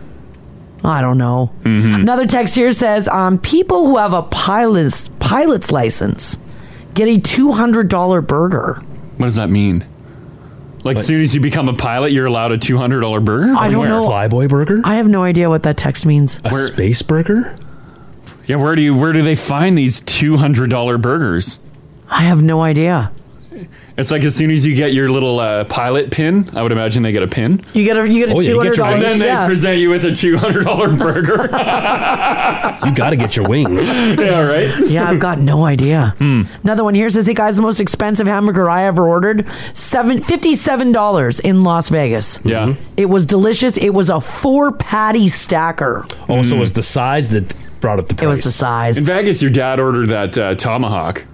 Speaker 2: I don't know.
Speaker 3: Mm-hmm.
Speaker 2: Another text here says um, people who have a pilot's pilot's license get a two hundred dollar burger.
Speaker 3: What does that mean? Like, as soon as you become a pilot, you're allowed a two hundred dollar burger.
Speaker 2: I don't know.
Speaker 3: Flyboy burger.
Speaker 2: I have no idea what that text means.
Speaker 3: space burger. Yeah, where do you where do they find these two hundred dollar burgers?
Speaker 2: I have no idea.
Speaker 3: It's like as soon as you get your little uh, pilot pin, I would imagine they get a pin.
Speaker 2: You get a you
Speaker 3: Oh,
Speaker 2: get a two hundred
Speaker 3: and
Speaker 2: dollars.
Speaker 3: then they present you with a two hundred dollar burger.
Speaker 7: You got to get your wings.
Speaker 3: yeah, right. Hmm.
Speaker 2: yeah, I've got no idea. Another one here says, "Hey guys, the most expensive hamburger I ever ordered seven fifty seven dollars in Las Vegas.
Speaker 3: Yeah,
Speaker 2: it was delicious. It was a four patty stacker.
Speaker 7: Oh, so it was the size that brought up the price.
Speaker 2: It was the size.
Speaker 3: Mm. In Vegas, your dad ordered that uh, tomahawk.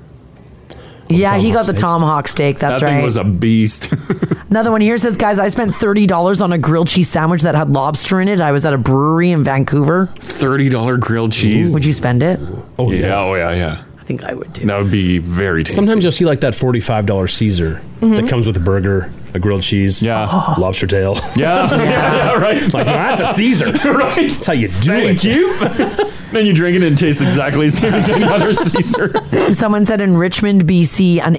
Speaker 2: yeah, he got the
Speaker 3: steak.
Speaker 2: tomahawk steak. That's
Speaker 3: that
Speaker 2: right.
Speaker 3: thing was a beast.
Speaker 2: Another one here says, guys, I spent $30 on a grilled cheese sandwich that had lobster in it. I was at a brewery in Vancouver.
Speaker 3: Thirty dollar grilled cheese.
Speaker 2: Would you spend it?
Speaker 3: Oh yeah. Oh yeah. Yeah.
Speaker 2: I think I would too.
Speaker 3: That would be very tasty.
Speaker 7: Sometimes you'll see like that forty-five dollar Caesar
Speaker 3: Mhm.
Speaker 2: Mm-hmm.
Speaker 7: that comes with a burger, a grilled cheese, yeah, lobster tail.
Speaker 3: Yeah. Yeah. Yeah, right.
Speaker 7: Like "Well, that's a Caesar.
Speaker 3: right. That's
Speaker 7: how you do
Speaker 3: Thank
Speaker 7: it.
Speaker 3: you. then you drink it and it tastes exactly the same as any other Caesar.
Speaker 2: Someone said in Richmond, BC, an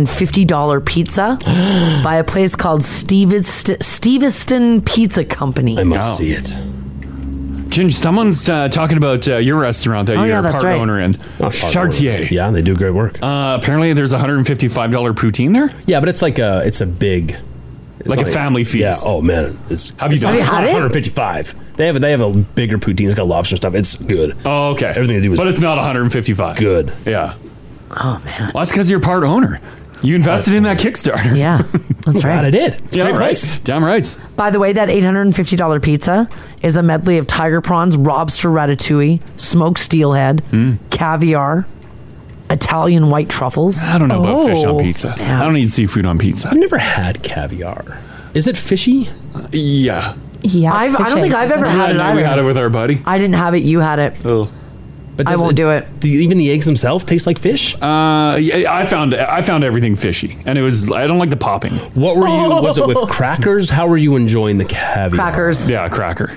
Speaker 2: $850 pizza by a place called Stevest- Steveston Pizza Company. I
Speaker 3: must see it. Ginge, someone's uh, talking about uh, your restaurant that
Speaker 2: Oh,
Speaker 3: you're
Speaker 2: yeah,
Speaker 3: a
Speaker 2: that's
Speaker 3: part
Speaker 2: right.
Speaker 3: owner in. Oh, Chartier.
Speaker 7: Yeah, they do great work.
Speaker 3: Uh, apparently, there's a $155 poutine there.
Speaker 7: Yeah, but it's like a it's a big, it's
Speaker 3: Like a
Speaker 7: not
Speaker 3: family feast.
Speaker 7: Yeah. Oh man, it's
Speaker 3: Have you
Speaker 7: it's
Speaker 3: done
Speaker 7: not-
Speaker 3: it?
Speaker 7: it's
Speaker 3: Have you
Speaker 7: One
Speaker 3: had
Speaker 7: hundred fifty-five. They have they have a bigger poutine. It's got lobster stuff. It's good.
Speaker 3: Oh, okay.
Speaker 7: Everything they do is.
Speaker 3: But it's not 155.
Speaker 7: Good.
Speaker 3: Yeah. Oh, man. Well, that's because you're part owner. You invested in that Kickstarter.
Speaker 2: Yeah. That's right.
Speaker 7: Uh, I did. It's
Speaker 3: Damn
Speaker 7: a great
Speaker 3: right.
Speaker 7: place.
Speaker 3: Damn right.
Speaker 2: By the way, that $850 pizza is a medley of tiger prawns, lobster ratatouille, smoked steelhead,
Speaker 3: Hmm.
Speaker 2: caviar, Italian white truffles. Oh.
Speaker 3: I don't know about fish on pizza. I don't eat seafood on pizza. Uh,
Speaker 7: I've never had caviar. Is it fishy?
Speaker 3: Yeah.
Speaker 5: Yeah,
Speaker 2: I've, I don't think I've ever had it
Speaker 3: no,
Speaker 2: either.
Speaker 3: we had it with our buddy.
Speaker 2: I didn't have it. You had it.
Speaker 3: Oh.
Speaker 7: But
Speaker 2: I
Speaker 7: does
Speaker 2: won't do it.
Speaker 7: do you- even the eggs themselves taste like fish?
Speaker 3: Uh, yeah, I found I found everything fishy, and it was I don't like the popping.
Speaker 7: What were you? Was it with crackers? How were you enjoying the caviar?
Speaker 2: Crackers.
Speaker 3: Yeah, cracker.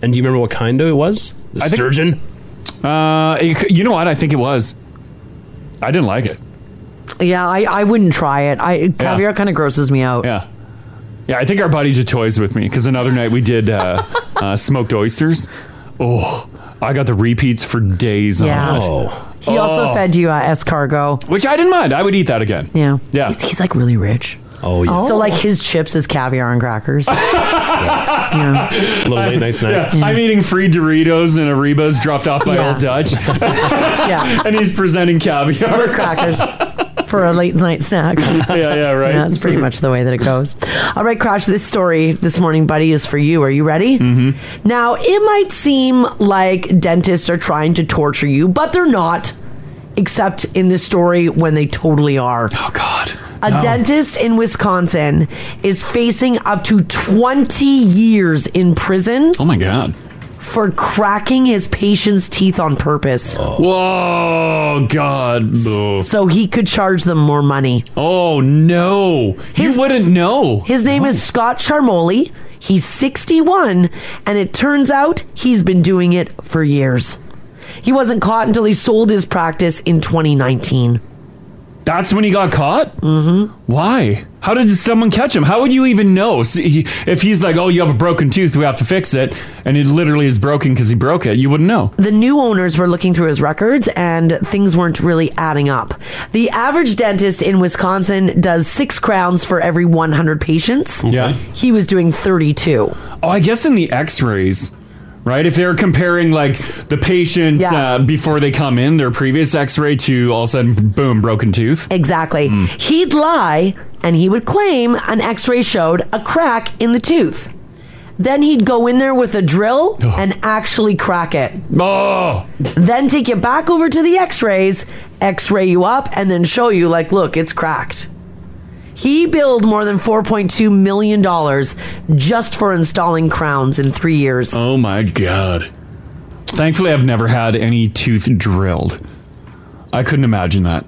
Speaker 7: And do you remember what kind of it was? The
Speaker 3: I think-
Speaker 7: sturgeon.
Speaker 3: Uh, it- you know what? I think it was. I didn't like it.
Speaker 2: Yeah, I, I wouldn't try it. I caviar kind of grosses me out.
Speaker 3: Yeah, yeah. I think our buddy just toys with me because another night we did uh, uh, smoked oysters. Oh, I got the repeats for days.
Speaker 2: Yeah.
Speaker 3: on.
Speaker 2: Oh. He also fed you uh, escargot.
Speaker 3: which I didn't mind. I would eat that again.
Speaker 2: Yeah.
Speaker 3: Yeah.
Speaker 2: He's, he's like really rich.
Speaker 7: Oh yeah.
Speaker 2: So like his chips is caviar and crackers.
Speaker 7: little late night snack.
Speaker 3: Yeah, I'm eating free Doritos and Arribas dropped off by Old Dutch.
Speaker 2: Yeah.
Speaker 3: and he's presenting caviar.
Speaker 2: Or crackers for a late night snack.
Speaker 3: yeah, yeah, right.
Speaker 2: That's pretty much the way that it goes. All right, Crash, this story this morning, buddy, is for you. Are you ready? Mm-hmm. Now, it might seem like dentists are trying to torture you, but they're not, except in this story when they totally are. Oh,
Speaker 3: God.
Speaker 2: A
Speaker 3: No.
Speaker 2: dentist in Wisconsin is facing up to 20 years in prison.
Speaker 3: Oh, my God.
Speaker 2: For cracking his patient's teeth on purpose.
Speaker 3: Whoa, God. Boo.
Speaker 2: So he could charge them more money.
Speaker 3: Oh, no. you wouldn't know.
Speaker 2: His name is Scott Charmoli. He's 61, and it turns out he's been doing it for years. He wasn't caught until he sold his practice in 2019.
Speaker 3: That's when he got caught? Mm-hmm. Why? How did someone catch him? How would you even know? See, he- If he's like, oh, you have a broken tooth, we have to fix it, and it literally is broken because he broke it, you wouldn't know.
Speaker 2: The new owners were looking through his records, and things weren't really adding up. The average dentist in Wisconsin does six crowns for every 100 patients.
Speaker 3: Yeah.
Speaker 2: He was doing 32.
Speaker 3: Oh, I guess in the x rays, right? If they're comparing like the patient uh, before they come in, their previous x ray to all of a sudden, boom, broken tooth. Mm.
Speaker 2: Exactly. He'd lie and he would claim an x ray showed a crack in the tooth. Then he'd go in there with a drill and actually crack it.
Speaker 3: Oh.
Speaker 2: Then take you back over to the x rays, x ray you up, and then show you, like, look, it's cracked. He billed more than $4.2 million just for installing crowns in three years.
Speaker 3: Oh my god. Thankfully, I've never had any tooth drilled. I couldn't imagine that.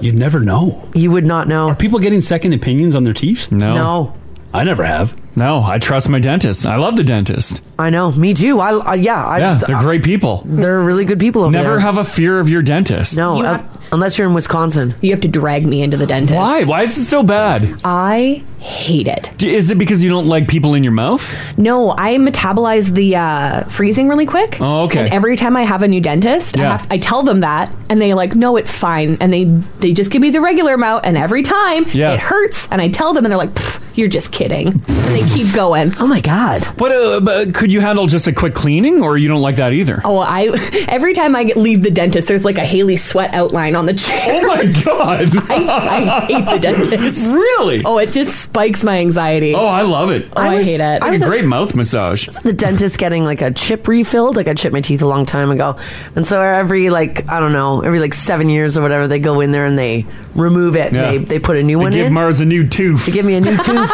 Speaker 4: You'd never know.
Speaker 2: You would not know. Are
Speaker 4: people getting second opinions on their teeth?
Speaker 3: No.
Speaker 2: No.
Speaker 3: I never have. No, I trust my dentist. I love the dentist.
Speaker 2: I know. Me too. I, I yeah. I,
Speaker 3: yeah, they're great people.
Speaker 2: They're really good people. Over
Speaker 3: Never
Speaker 2: there.
Speaker 3: have a fear of your dentist.
Speaker 2: No, uh, unless you're in Wisconsin.
Speaker 5: You have to drag me into the dentist.
Speaker 3: Why? Why is it so bad?
Speaker 5: I hate it.
Speaker 3: D- Is it because you don't like people in your mouth?
Speaker 5: No, I metabolize the uh, freezing really quick.
Speaker 3: Oh, okay.
Speaker 5: And every time I have a new dentist, I,
Speaker 3: Yeah.
Speaker 5: have, I tell them that, and they like, no, it's fine, and they they just give me the regular amount, and every time
Speaker 3: Yeah.
Speaker 5: it hurts, and I tell them, and they're like, "Pff, you're just kidding, and they keep going.
Speaker 2: Oh my god!
Speaker 3: But, uh, but could you handle just a quick cleaning, or you don't like that either?
Speaker 5: Oh, I every time I get- leave the dentist, there's like a Haley sweat outline on the chair. Oh
Speaker 3: my god!
Speaker 5: I, I hate the dentist.
Speaker 3: Really?
Speaker 5: Oh, it just spikes my anxiety.
Speaker 3: Oh, I love it.
Speaker 5: Oh, I,
Speaker 2: was-
Speaker 5: hate it.
Speaker 3: It's like a great mouth massage.
Speaker 2: the dentist getting like a chip refilled. Like I chipped my teeth a long time ago, and so every like I don't know, every like seven years or whatever, they go in there and they remove it. and
Speaker 3: Yeah.
Speaker 2: They they put a new
Speaker 3: They
Speaker 2: one
Speaker 3: give
Speaker 2: in.
Speaker 3: Mars a new tooth.
Speaker 2: They give me a new tooth.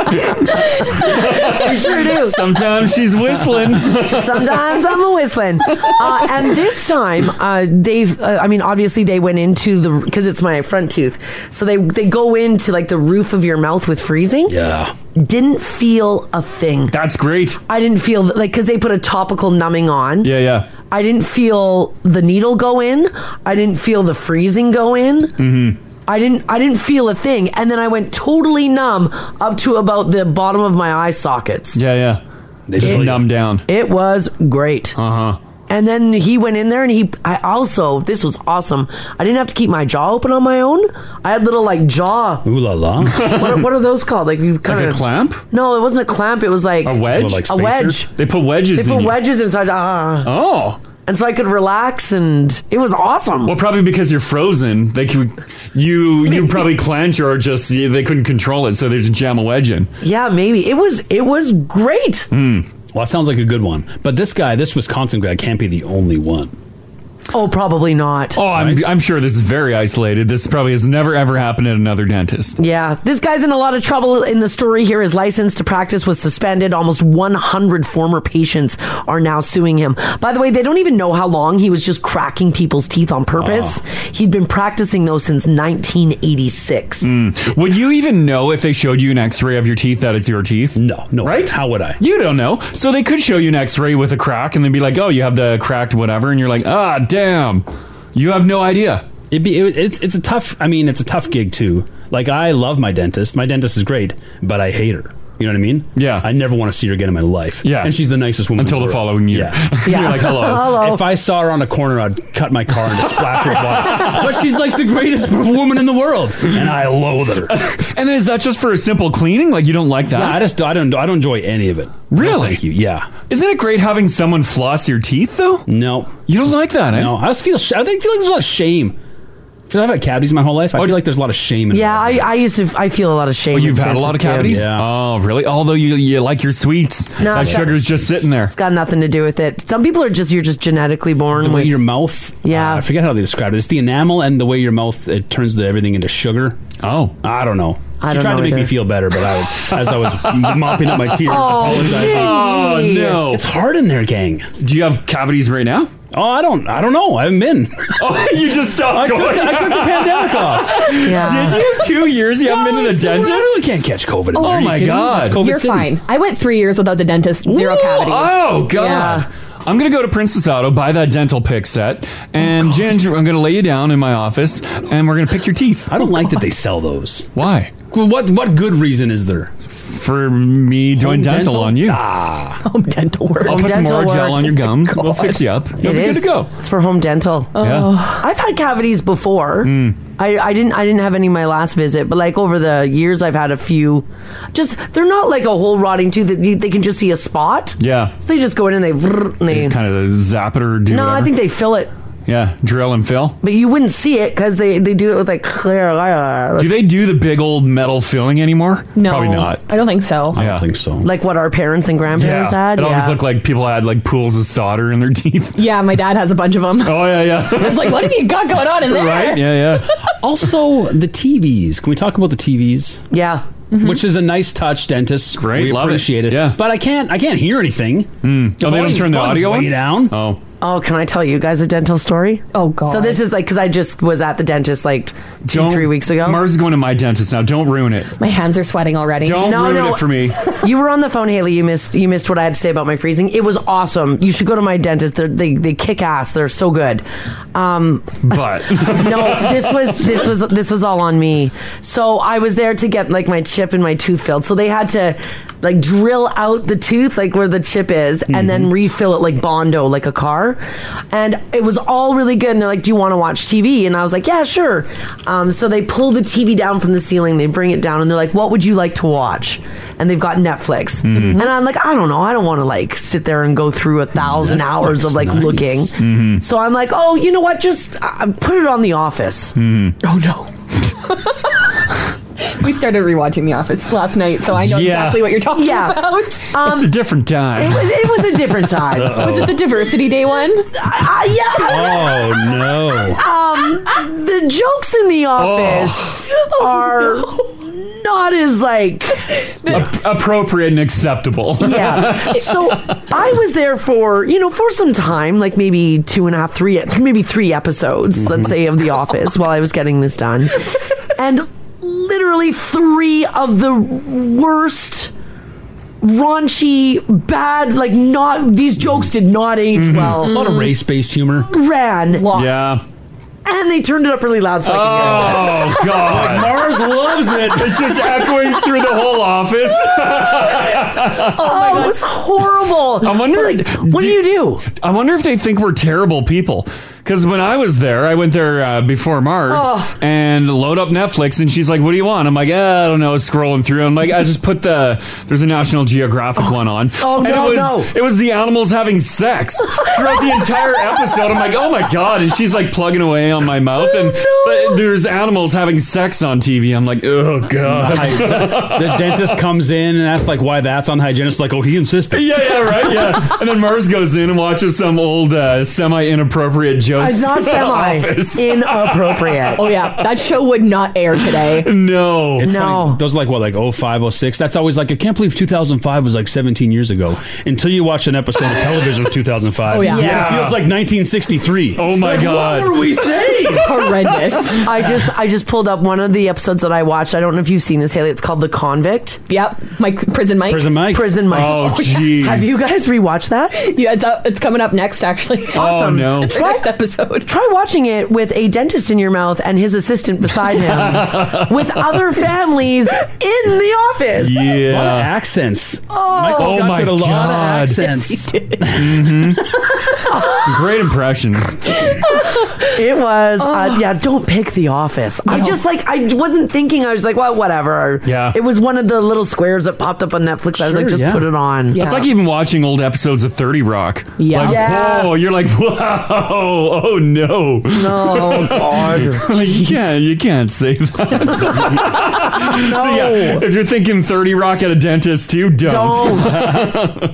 Speaker 2: I sure do.
Speaker 3: Sometimes she's whistling.
Speaker 2: Sometimes I'm a whistling. Uh, and this time, uh, they've. Uh, I mean, obviously they went into the because it's my front tooth, so they they go into like the roof of your mouth with freezing.
Speaker 7: Yeah.
Speaker 2: Didn't feel a thing.
Speaker 3: That's great.
Speaker 2: I didn't feel like because they put a topical numbing on.
Speaker 3: Yeah, yeah.
Speaker 2: I didn't feel the needle go in. I didn't feel the freezing go in.
Speaker 3: Mm-hmm.
Speaker 2: I didn't I didn't feel a thing and then I went totally numb up to about the bottom of my eye sockets.
Speaker 3: Yeah, yeah. They just
Speaker 2: It-
Speaker 3: numb down.
Speaker 2: It was great.
Speaker 3: Uh huh.
Speaker 2: And then he went in there and he I also this was awesome. I didn't have to keep my jaw open on my own. I had little like jaw
Speaker 7: Ooh la la.
Speaker 2: what, are- what are those called? Like you kind of
Speaker 3: clamp?
Speaker 2: No, it wasn't a clamp. It was like
Speaker 3: A wedge?
Speaker 2: a wedge.
Speaker 3: They put wedges
Speaker 2: They
Speaker 3: in
Speaker 2: put
Speaker 3: you.
Speaker 2: wedges inside. Uh,
Speaker 3: oh.
Speaker 2: And so I could relax, and it was awesome.
Speaker 3: Well, probably because you're frozen. They could, you you probably clench or just you- they couldn't control it, so they just jam a wedge in.
Speaker 2: Yeah, maybe it was. It was great.
Speaker 3: Hmm.
Speaker 7: Well, that sounds like a good one. But this guy, this Wisconsin guy, can't be the only one.
Speaker 2: Oh, probably not.
Speaker 3: Oh, I'm, I'm sure this is very isolated. This probably has never ever happened at another dentist.
Speaker 2: Yeah, this guy's in a lot of trouble in the story here. His license to practice was suspended. Almost 100 former patients are now suing him. By the way, they don't even know how long he was just cracking people's teeth on purpose.
Speaker 3: Oh.
Speaker 2: He'd been practicing those since 1986.
Speaker 3: Mm. Would you even know if they showed you an X-ray of your teeth that it's your teeth?
Speaker 7: No, no.
Speaker 3: Right?
Speaker 7: How would I?
Speaker 3: You don't know. So they could show you an X-ray with a crack, and then be like, "Oh, you have the cracked whatever," and you're like, "Ah, damn, you have no idea."
Speaker 7: It'd be it, it's it's a tough. I mean, it's a tough gig too. Like I love my dentist. My dentist is great, but I hate her. You know what I mean? Yeah. I never want to see her again in my life. Yeah. And she's the nicest woman
Speaker 3: Until
Speaker 7: in
Speaker 3: the
Speaker 7: world.
Speaker 3: following year.
Speaker 7: Yeah.
Speaker 3: Yeah. You're like, hello. Hello.
Speaker 7: If I saw her on a corner, I'd cut my car into splash her water. But she's like the greatest woman in the world, and I loathe her.
Speaker 3: And is that just for a simple cleaning? Like you don't like that?
Speaker 7: Yeah, I just I don't I don't enjoy any of it.
Speaker 3: Really?
Speaker 7: thank you. Yeah.
Speaker 3: Isn't it great having someone floss your teeth though?
Speaker 7: No,
Speaker 3: you don't like that. eh?
Speaker 7: No, I just feel sh- I think- feel like there's a lot of shame. Because I've had cavities my whole life. I feel like there's a lot of shame. in
Speaker 2: Yeah, I, I used to. I feel a lot of shame.
Speaker 3: Oh, you've
Speaker 2: with
Speaker 3: had a lot of
Speaker 2: dentists,
Speaker 3: cavities.
Speaker 2: dude.
Speaker 3: Oh, really? Although you you like your sweets,
Speaker 2: No,
Speaker 3: that
Speaker 2: it's got-
Speaker 3: sugar's just sitting there.
Speaker 2: It's got nothing to do with it. Some people are just you're just genetically born
Speaker 7: the way
Speaker 2: with.
Speaker 7: your mouth. Yeah, Uh, I forget how they described it. It's the enamel and the way your mouth it turns the, everything into sugar.
Speaker 3: Oh,
Speaker 7: I don't know.
Speaker 2: I
Speaker 7: she
Speaker 2: don't
Speaker 7: tried
Speaker 2: know
Speaker 7: to make me
Speaker 2: either.
Speaker 7: feel better, but I was as I was mopping up my tears,
Speaker 2: Oh,
Speaker 7: apologizing.
Speaker 2: Gingy. Oh, no.
Speaker 7: it's hard in there, gang.
Speaker 3: Do you have cavities right now?
Speaker 7: Oh, I don't. I don't know. I haven't been.
Speaker 3: Oh, you just stopped
Speaker 7: I Took
Speaker 3: going.
Speaker 7: the, I took the pandemic off.
Speaker 3: Yeah. Did you? Two years you haven't been to the dentist?
Speaker 7: I can't catch COVID. in
Speaker 5: Oh
Speaker 7: there. Are you
Speaker 3: my
Speaker 7: kidding me?
Speaker 3: God.
Speaker 7: It's COVID
Speaker 5: You're
Speaker 7: city.
Speaker 5: fine. I went three years without the dentist, zero
Speaker 3: Ooh,
Speaker 5: cavities.
Speaker 3: Oh god.
Speaker 5: Yeah.
Speaker 3: I'm gonna go to Princess Auto, buy that dental pick set, and
Speaker 7: Oh,
Speaker 3: Ginger, I'm gonna lay you down in my office, and we're gonna pick your teeth.
Speaker 7: I don't like that they sell those.
Speaker 3: Why?
Speaker 7: Well, what what good reason is there
Speaker 3: for me doing dental, on you? Ah,
Speaker 5: home dental work.
Speaker 3: I'll
Speaker 2: Home
Speaker 3: put some
Speaker 2: dental
Speaker 3: more
Speaker 2: work.
Speaker 3: gel on your gums. We'll fix you up. You'll
Speaker 2: Oh, It
Speaker 3: be
Speaker 2: is.
Speaker 3: good to go.
Speaker 2: It's for home dental.
Speaker 3: Yeah. Hmm. Oh.
Speaker 2: I've had cavities before. I, I didn't I didn't have any my last visit, but like over the years I've had a few. Just they're not like a whole rotting tooth that you, they can just see a spot.
Speaker 3: Yeah.
Speaker 2: So they just go in and they vrr, and they.
Speaker 3: Kind of zap it or do.
Speaker 2: no, I
Speaker 3: whatever.
Speaker 2: think they fill it,
Speaker 3: Yeah, drill and fill.
Speaker 2: but you wouldn't see it because they they do it with like clear.
Speaker 3: Do they do the big old metal filling anymore?
Speaker 2: No.
Speaker 3: probably not.
Speaker 5: I don't think so.
Speaker 3: I don't think
Speaker 7: so.
Speaker 2: Like what our parents and grandparents
Speaker 3: Yeah,
Speaker 2: had.
Speaker 3: it always
Speaker 2: yeah.
Speaker 3: looked like people had like pools of solder in their teeth.
Speaker 5: Yeah, my dad has a bunch of them.
Speaker 3: Oh yeah, yeah.
Speaker 5: It's like, what have you got going on in there?
Speaker 7: Right?
Speaker 3: Yeah, yeah.
Speaker 7: also, the TVs. Can we talk about the TVs?
Speaker 2: Yeah.
Speaker 5: Mm-hmm.
Speaker 7: Which is a nice touch, dentists. Great, we
Speaker 3: Mm-hmm. love it.
Speaker 7: appreciate it. Yeah, but I can't. I can't hear anything.
Speaker 3: Oh, they don't
Speaker 7: Volume's-
Speaker 3: turn the
Speaker 7: volume's
Speaker 3: audio
Speaker 7: way
Speaker 3: on?
Speaker 7: down.
Speaker 3: Oh,
Speaker 2: Oh, can I tell you guys a dental story?
Speaker 5: Oh god.
Speaker 2: So this is like because I just was at the dentist like 2 three weeks ago.
Speaker 3: Mars is going to my dentist now. Don't ruin it.
Speaker 5: My hands are sweating already.
Speaker 3: Don't ruin it for me.
Speaker 2: you were on the phone, Haley. You missed you missed what I had to say about my freezing. It was awesome. You should go to my dentist. They're, they they kick ass. They're so good. Um,
Speaker 3: but
Speaker 2: no, this was this was this was all on me. So I was there to get like my chip and my tooth filled. So they had to like drill out the tooth like where the chip is and then refill it like Bondo like a car. And it was all really good and they're like, "Do you want to watch TV?" And I was like, "Yeah, sure." Um, so they pull the TV down from the ceiling, they bring it down and they're like, "What would you like to watch?" And they've got Netflix.
Speaker 11: Mhm.
Speaker 2: And I'm like, "I don't know. I don't want to like sit there and go through a thousand hours of like looking."
Speaker 3: Mm-hmm.
Speaker 11: Mhm.
Speaker 2: So I'm like, "Oh, you know what? Just uh, put it on The Office." Oh no.
Speaker 5: We started rewatching The Office last night, so I know
Speaker 3: Yeah.
Speaker 5: exactly what you're talking
Speaker 2: Yeah.
Speaker 5: about. Um,
Speaker 3: it's a different
Speaker 2: It
Speaker 3: time.
Speaker 2: was, it was a different time.
Speaker 3: Uh-oh.
Speaker 5: Was it the diversity day one?
Speaker 2: Uh, yeah.
Speaker 3: Oh no.
Speaker 2: Um, the jokes in the office are
Speaker 5: Oh,
Speaker 2: not as like
Speaker 3: appropriate and acceptable.
Speaker 2: yeah. So I was there for you know for some time, like maybe two and a half, three, maybe three episodes,
Speaker 3: Mm-hmm.
Speaker 2: let's say, of The Office while I was getting this done, and literally three of the worst. Raunchy, bad, like not these jokes did not age
Speaker 3: Mm-hmm.
Speaker 2: well. mm.
Speaker 4: A lot of race based humor.
Speaker 2: ran.
Speaker 3: Yeah.
Speaker 2: And they turned it up really loud so I
Speaker 3: Oh
Speaker 2: could hear it.
Speaker 3: God! It's just echoing through the whole office.
Speaker 2: oh, it was horrible.
Speaker 3: I wonder.
Speaker 2: what do, you do?
Speaker 3: I wonder if they think we're terrible people. Because when I was there, I went there uh, before Mars
Speaker 2: Oh.
Speaker 3: and load up Netflix, and she's like, "What do you want?" I'm like, "Uh, "I don't know." Scrolling through, I'm like, "I just put the there's a National Geographic one on."
Speaker 11: Oh,
Speaker 3: And
Speaker 11: no,
Speaker 3: it was,
Speaker 11: no.
Speaker 3: It was the animals having sex throughout the entire episode. I'm like, "Oh my god!" And she's like plugging away on my mouth,
Speaker 2: Oh,
Speaker 3: and but there's animals having sex on TV. I'm like, "Oh god!"
Speaker 4: I- the, the dentist comes in and asks like why that's on hygienist. Like, oh, he insisted.
Speaker 3: Yeah, yeah, right. Yeah. And then Mars goes in and watches some old uh, semi inappropriate jokes.
Speaker 5: It's not
Speaker 3: in the
Speaker 5: semi.
Speaker 3: office.
Speaker 2: Inappropriate.
Speaker 5: Oh yeah, that show would not air today.
Speaker 3: No,
Speaker 4: It's
Speaker 5: no.
Speaker 4: funny. Those are like what, like oh, 05, 06? That's always like I can't believe 2005 was like 17 years ago until you watch an episode of television of 2005.
Speaker 11: Oh, yeah.
Speaker 4: And
Speaker 11: Yeah.
Speaker 4: it feels like 1963. Oh
Speaker 3: my God.
Speaker 4: What were we saying?
Speaker 2: I just I just pulled up one of the episodes that I watched. I don't know if you've seen this, Haley. It's called The Convict.
Speaker 5: Yep, Mike Prison Mike.
Speaker 2: Prison Mike. Prison Mike. Oh,
Speaker 3: jeez.
Speaker 2: Have you guys rewatched that?
Speaker 5: Yeah, it's, up, it's coming up next actually.
Speaker 2: Awesome.
Speaker 5: It's our
Speaker 2: Try,
Speaker 5: next episode.
Speaker 2: Try watching it with a dentist in your mouth and his assistant beside him, with other families in the office.
Speaker 4: A lot of accents.
Speaker 2: Oh.
Speaker 4: Michael Scott
Speaker 2: Oh, my
Speaker 4: did a lot
Speaker 2: God.
Speaker 4: of accents.
Speaker 7: Mm-hmm.
Speaker 3: Mhm. Some great impressions.
Speaker 2: it was uh, yeah don't pick the office i
Speaker 11: No.
Speaker 2: just like i wasn't thinking i was like well whatever
Speaker 3: Yeah.
Speaker 2: it was one of the little squares that popped up on netflix i was like just put it on
Speaker 3: It's like even watching old episodes of 30 Rock.
Speaker 2: Yeah.
Speaker 3: Like,
Speaker 2: Yeah.
Speaker 3: whoa, you're like, wow, oh no.
Speaker 2: No, God.
Speaker 3: you, can't, you can't say that. So, yeah, if you're thinking 30 Rock at a dentist too, don't.
Speaker 2: Don't.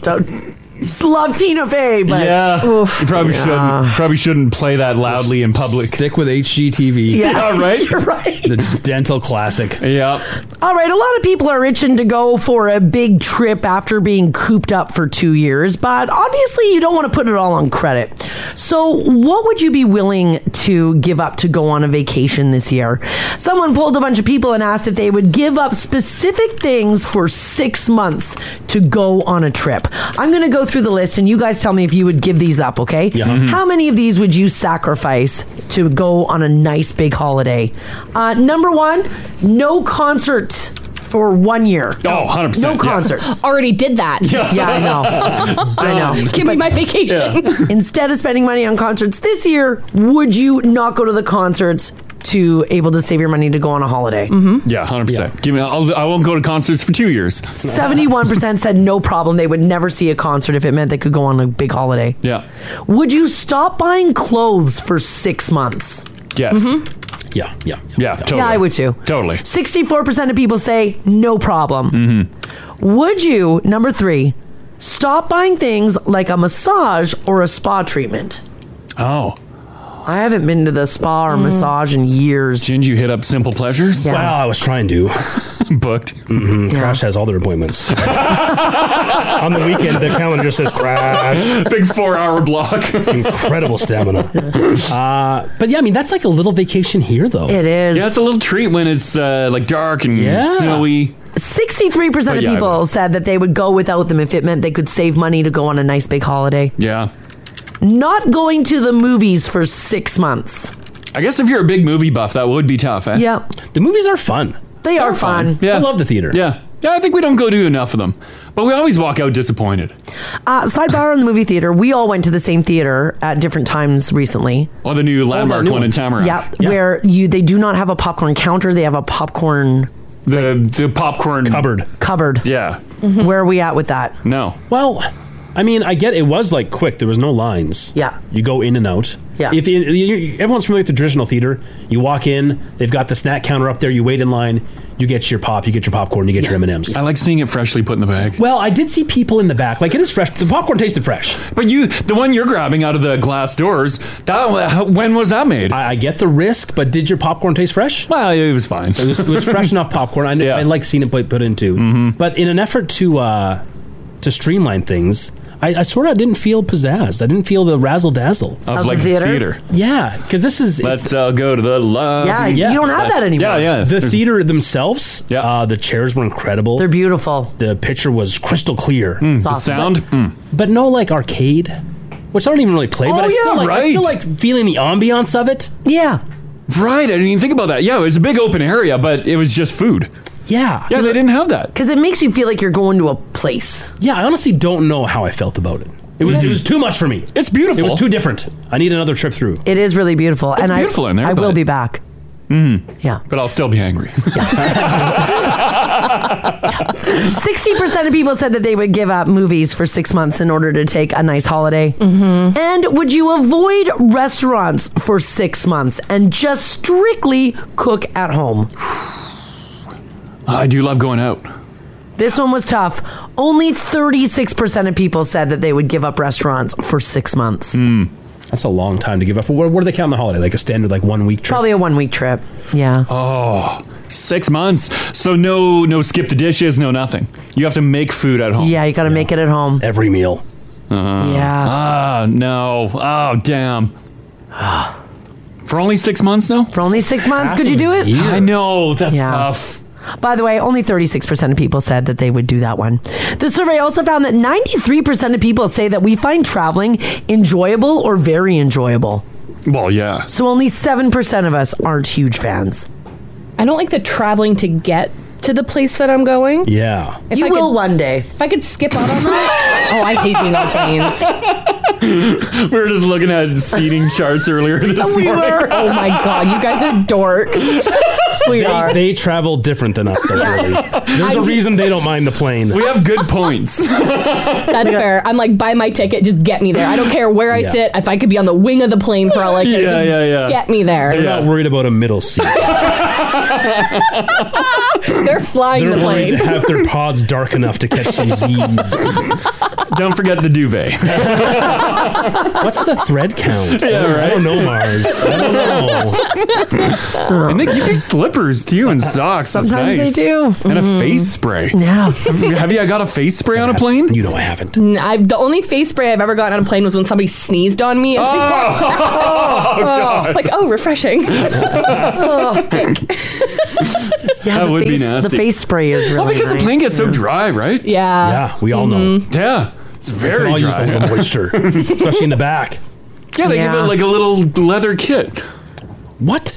Speaker 2: Don't. love tina fey but
Speaker 3: yeah. You probably shouldn't probably shouldn't play that loudly in public.
Speaker 4: Stick with HGTV.
Speaker 2: Yeah,
Speaker 3: right?
Speaker 2: you're right.
Speaker 4: The dental classic.
Speaker 3: Yeah.
Speaker 2: All right, a lot of people are itching to go for a big trip after being cooped up for two years, but obviously you don't want to put it all on credit. So, what would you be willing to give up to go on a vacation this year? Someone polled a bunch of people and asked if they would give up specific things for six months to go on a trip. I'm going to go through the list and you guys tell me if you would give these up, okay? Mm-hmm.
Speaker 11: Yeah. Mhm.
Speaker 2: How many of these would you sacrifice to go on a nice big holiday? Uh, number one, no concerts for one year.
Speaker 3: Oh, 100%.
Speaker 2: No concerts.
Speaker 5: Already did that.
Speaker 2: Yeah, I know. I know.
Speaker 5: Give me my vacation.
Speaker 2: Instead of spending money on concerts this year, would you not go to the concerts to able to save your money to go on a holiday?
Speaker 5: Mm-hmm.
Speaker 3: Yeah, 100%. Give me I'll, I won't go to concerts for 2 years.
Speaker 2: 71% said no problem. They would never see a concert if it meant they could go on a big holiday.
Speaker 3: Yeah.
Speaker 2: Would you stop buying clothes for six months? Mm-hmm.
Speaker 3: Yes.
Speaker 4: Yeah, yeah.
Speaker 3: Yeah, totally.
Speaker 2: I would too.
Speaker 3: Totally.
Speaker 2: 64% of people say no problem.
Speaker 3: Mm-hmm.
Speaker 2: Would you, number three, stop buying things like a massage or a spa treatment?
Speaker 3: Oh.
Speaker 2: I haven't
Speaker 3: Mm.
Speaker 2: been to the spa or massage in years.
Speaker 3: Didn't you hit up Simple Pleasures?
Speaker 2: Yeah.
Speaker 4: Wow, I was trying to.
Speaker 3: booked.
Speaker 7: hmm Crash has all their appointments. On the weekend, the calendar says crash.
Speaker 3: Big four hour block.
Speaker 7: Incredible stamina. Uh, but yeah, I mean, that's like a little vacation here, though.
Speaker 2: It is.
Speaker 3: Yeah, it's a little treat when it's uh, like dark and
Speaker 7: Yeah.
Speaker 3: snowy.
Speaker 2: 63%
Speaker 3: But
Speaker 2: of
Speaker 3: Oh, yeah, I
Speaker 2: people
Speaker 3: would-
Speaker 2: said that they would go without them if it meant they could save money to go on a nice big holiday.
Speaker 3: Yeah.
Speaker 2: Not going to the movies for six months.
Speaker 3: I guess if you're a big movie buff, that would be tough. Eh?
Speaker 2: Yeah.
Speaker 3: The movies are fun.
Speaker 2: They are fun.
Speaker 3: Yeah. I love the theater. Yeah. Yeah, I think we don't go to enough of them. But we always walk out disappointed.
Speaker 2: Uh, sidebar on the movie theater. We all went to the same theater at different times recently.
Speaker 3: Or Oh, the new landmark
Speaker 2: new
Speaker 3: one in Tamarack.
Speaker 2: Yeah, where you they do not have a popcorn counter; they have a popcorn
Speaker 3: The the popcorn
Speaker 7: cupboard.
Speaker 2: Cupboard.
Speaker 3: Yeah.
Speaker 2: Where are we at with that?
Speaker 3: No.
Speaker 7: Well, I mean, I get it was like quick. There was no lines.
Speaker 2: Yeah.
Speaker 7: You go in and out.
Speaker 2: Yeah.
Speaker 7: If you, you, everyone's familiar with the traditional theater, you walk in. They've got the snack counter up there. You wait in line. You get your pop. You get your popcorn. You get your M and M's.
Speaker 3: I like seeing it freshly put in the bag.
Speaker 7: Well, I did see people in the back. Like it is fresh. The popcorn tasted fresh.
Speaker 3: But you, the one you're grabbing out of the glass doors, that when was that made?
Speaker 7: I, I get the risk, but did your popcorn taste fresh?
Speaker 3: Well, it was fine.
Speaker 7: It was, it was fresh enough popcorn. I, know, I like seeing it put, put into.
Speaker 3: Mm-hmm.
Speaker 7: But in an effort to uh, to streamline things, I, I sort of didn't feel pizzazzed. I didn't feel the razzle dazzle
Speaker 3: Of, Of like, the theater? theater.
Speaker 7: Yeah, because this is
Speaker 3: Let's all go to the love. Uh, Yeah, yeah.
Speaker 7: The
Speaker 3: There's-
Speaker 7: theater themselves, yeah. uh, the chairs were incredible.
Speaker 2: They're beautiful.
Speaker 7: The picture was crystal clear.
Speaker 3: It's Hmm. the awesome. sound?
Speaker 7: But, but no like arcade, which I don't even really play. but
Speaker 3: Oh,
Speaker 7: I still,
Speaker 3: yeah,
Speaker 7: like, I still
Speaker 3: right.
Speaker 7: like feeling the ambiance of it.
Speaker 2: Yeah.
Speaker 3: Right. I didn't even think about that. Yeah, it was a big open area, but it was just food.
Speaker 7: Yeah.
Speaker 3: Yeah, they didn't have that.
Speaker 2: Because it makes you feel like you're going to a place.
Speaker 7: Yeah, I honestly don't know how I felt about it. It was it was too much for me.
Speaker 3: It's beautiful.
Speaker 7: It was too different. I need another trip through.
Speaker 2: It is really beautiful,
Speaker 7: It's
Speaker 2: and
Speaker 7: beautiful
Speaker 2: I
Speaker 7: in there,
Speaker 2: I will
Speaker 7: but-
Speaker 2: be back. Yeah.
Speaker 3: But I'll still be angry.
Speaker 2: Sixty percent of people said that they would give up movies for six months in order to take a nice holiday. Mm-hmm. And would you avoid restaurants for six months and just strictly cook at home?
Speaker 3: I do love going out.
Speaker 2: This one was tough. Only thirty-six percent of people said that they would give up restaurants for six months.
Speaker 7: That's a long time to give up. What, what do they count on the holiday? Like a standard, like one week trip.
Speaker 2: Probably a one-week trip. Yeah.
Speaker 3: Oh, six months. So no, no skip the dishes, no nothing. You have to make food at home. Uh,
Speaker 2: Yeah, you got to make it at home.
Speaker 7: Oh. Every meal.
Speaker 2: Yeah.
Speaker 3: Ah, no. Oh, damn. For only six months, though? For
Speaker 2: only six months, could you do it?
Speaker 3: I know. That's tough.
Speaker 2: By the way, only 36% of people said that they would do that one. The survey also found that 93% of people say that we find traveling enjoyable or very enjoyable.
Speaker 3: Well, yeah.
Speaker 2: So only 7% of us aren't huge fans.
Speaker 5: I don't like the traveling to get to the place that I'm going.
Speaker 7: Yeah.
Speaker 5: If
Speaker 2: you
Speaker 5: I
Speaker 2: will
Speaker 5: could-
Speaker 2: one day.
Speaker 5: If I could skip out on that. oh, I hate being on planes.
Speaker 3: we were just looking at seating charts earlier this
Speaker 5: we
Speaker 3: morning.
Speaker 5: were. Oh my god, you guys are dorks.
Speaker 7: they, they travel different than us, though.
Speaker 5: Yeah.
Speaker 7: Really. There's a
Speaker 5: I'm-
Speaker 7: reason they don't mind the plane.
Speaker 3: We have good points.
Speaker 5: That's fair. I'm like, buy my ticket, just get me there. I don't care where I
Speaker 7: Yeah.
Speaker 5: sit. If I could be on the wing of the plane for all I care,
Speaker 7: Yeah,
Speaker 5: just
Speaker 7: yeah, yeah.
Speaker 5: get me there.
Speaker 7: They're not worried about a middle seat.
Speaker 5: They're flying
Speaker 7: They're
Speaker 5: the plane.
Speaker 7: worried to have their pods dark enough to catch some Z's.
Speaker 3: Don't forget the duvet.
Speaker 7: What's the thread count?
Speaker 3: Yeah,
Speaker 7: I don't know, Mars. I don't know.
Speaker 3: and they give you slippers too and socks. That's
Speaker 5: Sometimes they
Speaker 3: nice.
Speaker 5: do.
Speaker 3: And
Speaker 5: Mhm.
Speaker 3: a face spray.
Speaker 2: Mm-hmm. Yeah.
Speaker 3: have you got a face spray on a plane?
Speaker 7: You know I haven't.
Speaker 5: N- I've, the only face spray I've ever gotten on a plane was when somebody sneezed on me. I was like,
Speaker 3: Oh! Oh, God.
Speaker 5: like oh, refreshing. Oh, ick.
Speaker 2: Yeah,
Speaker 3: That
Speaker 2: the
Speaker 3: would be
Speaker 2: face,
Speaker 3: nasty.
Speaker 2: The face spray is really
Speaker 3: well, because
Speaker 2: nice. Mm-hmm.
Speaker 3: the plane gets so dry, right?
Speaker 5: Yeah.
Speaker 7: Yeah, we all know.
Speaker 3: Yeah. It's
Speaker 7: We can
Speaker 3: very
Speaker 7: all use
Speaker 3: dry.
Speaker 7: a little moisture, especially in the back.
Speaker 3: Yeah, they give
Speaker 2: Yeah.
Speaker 3: it like a little leather kit.
Speaker 7: What?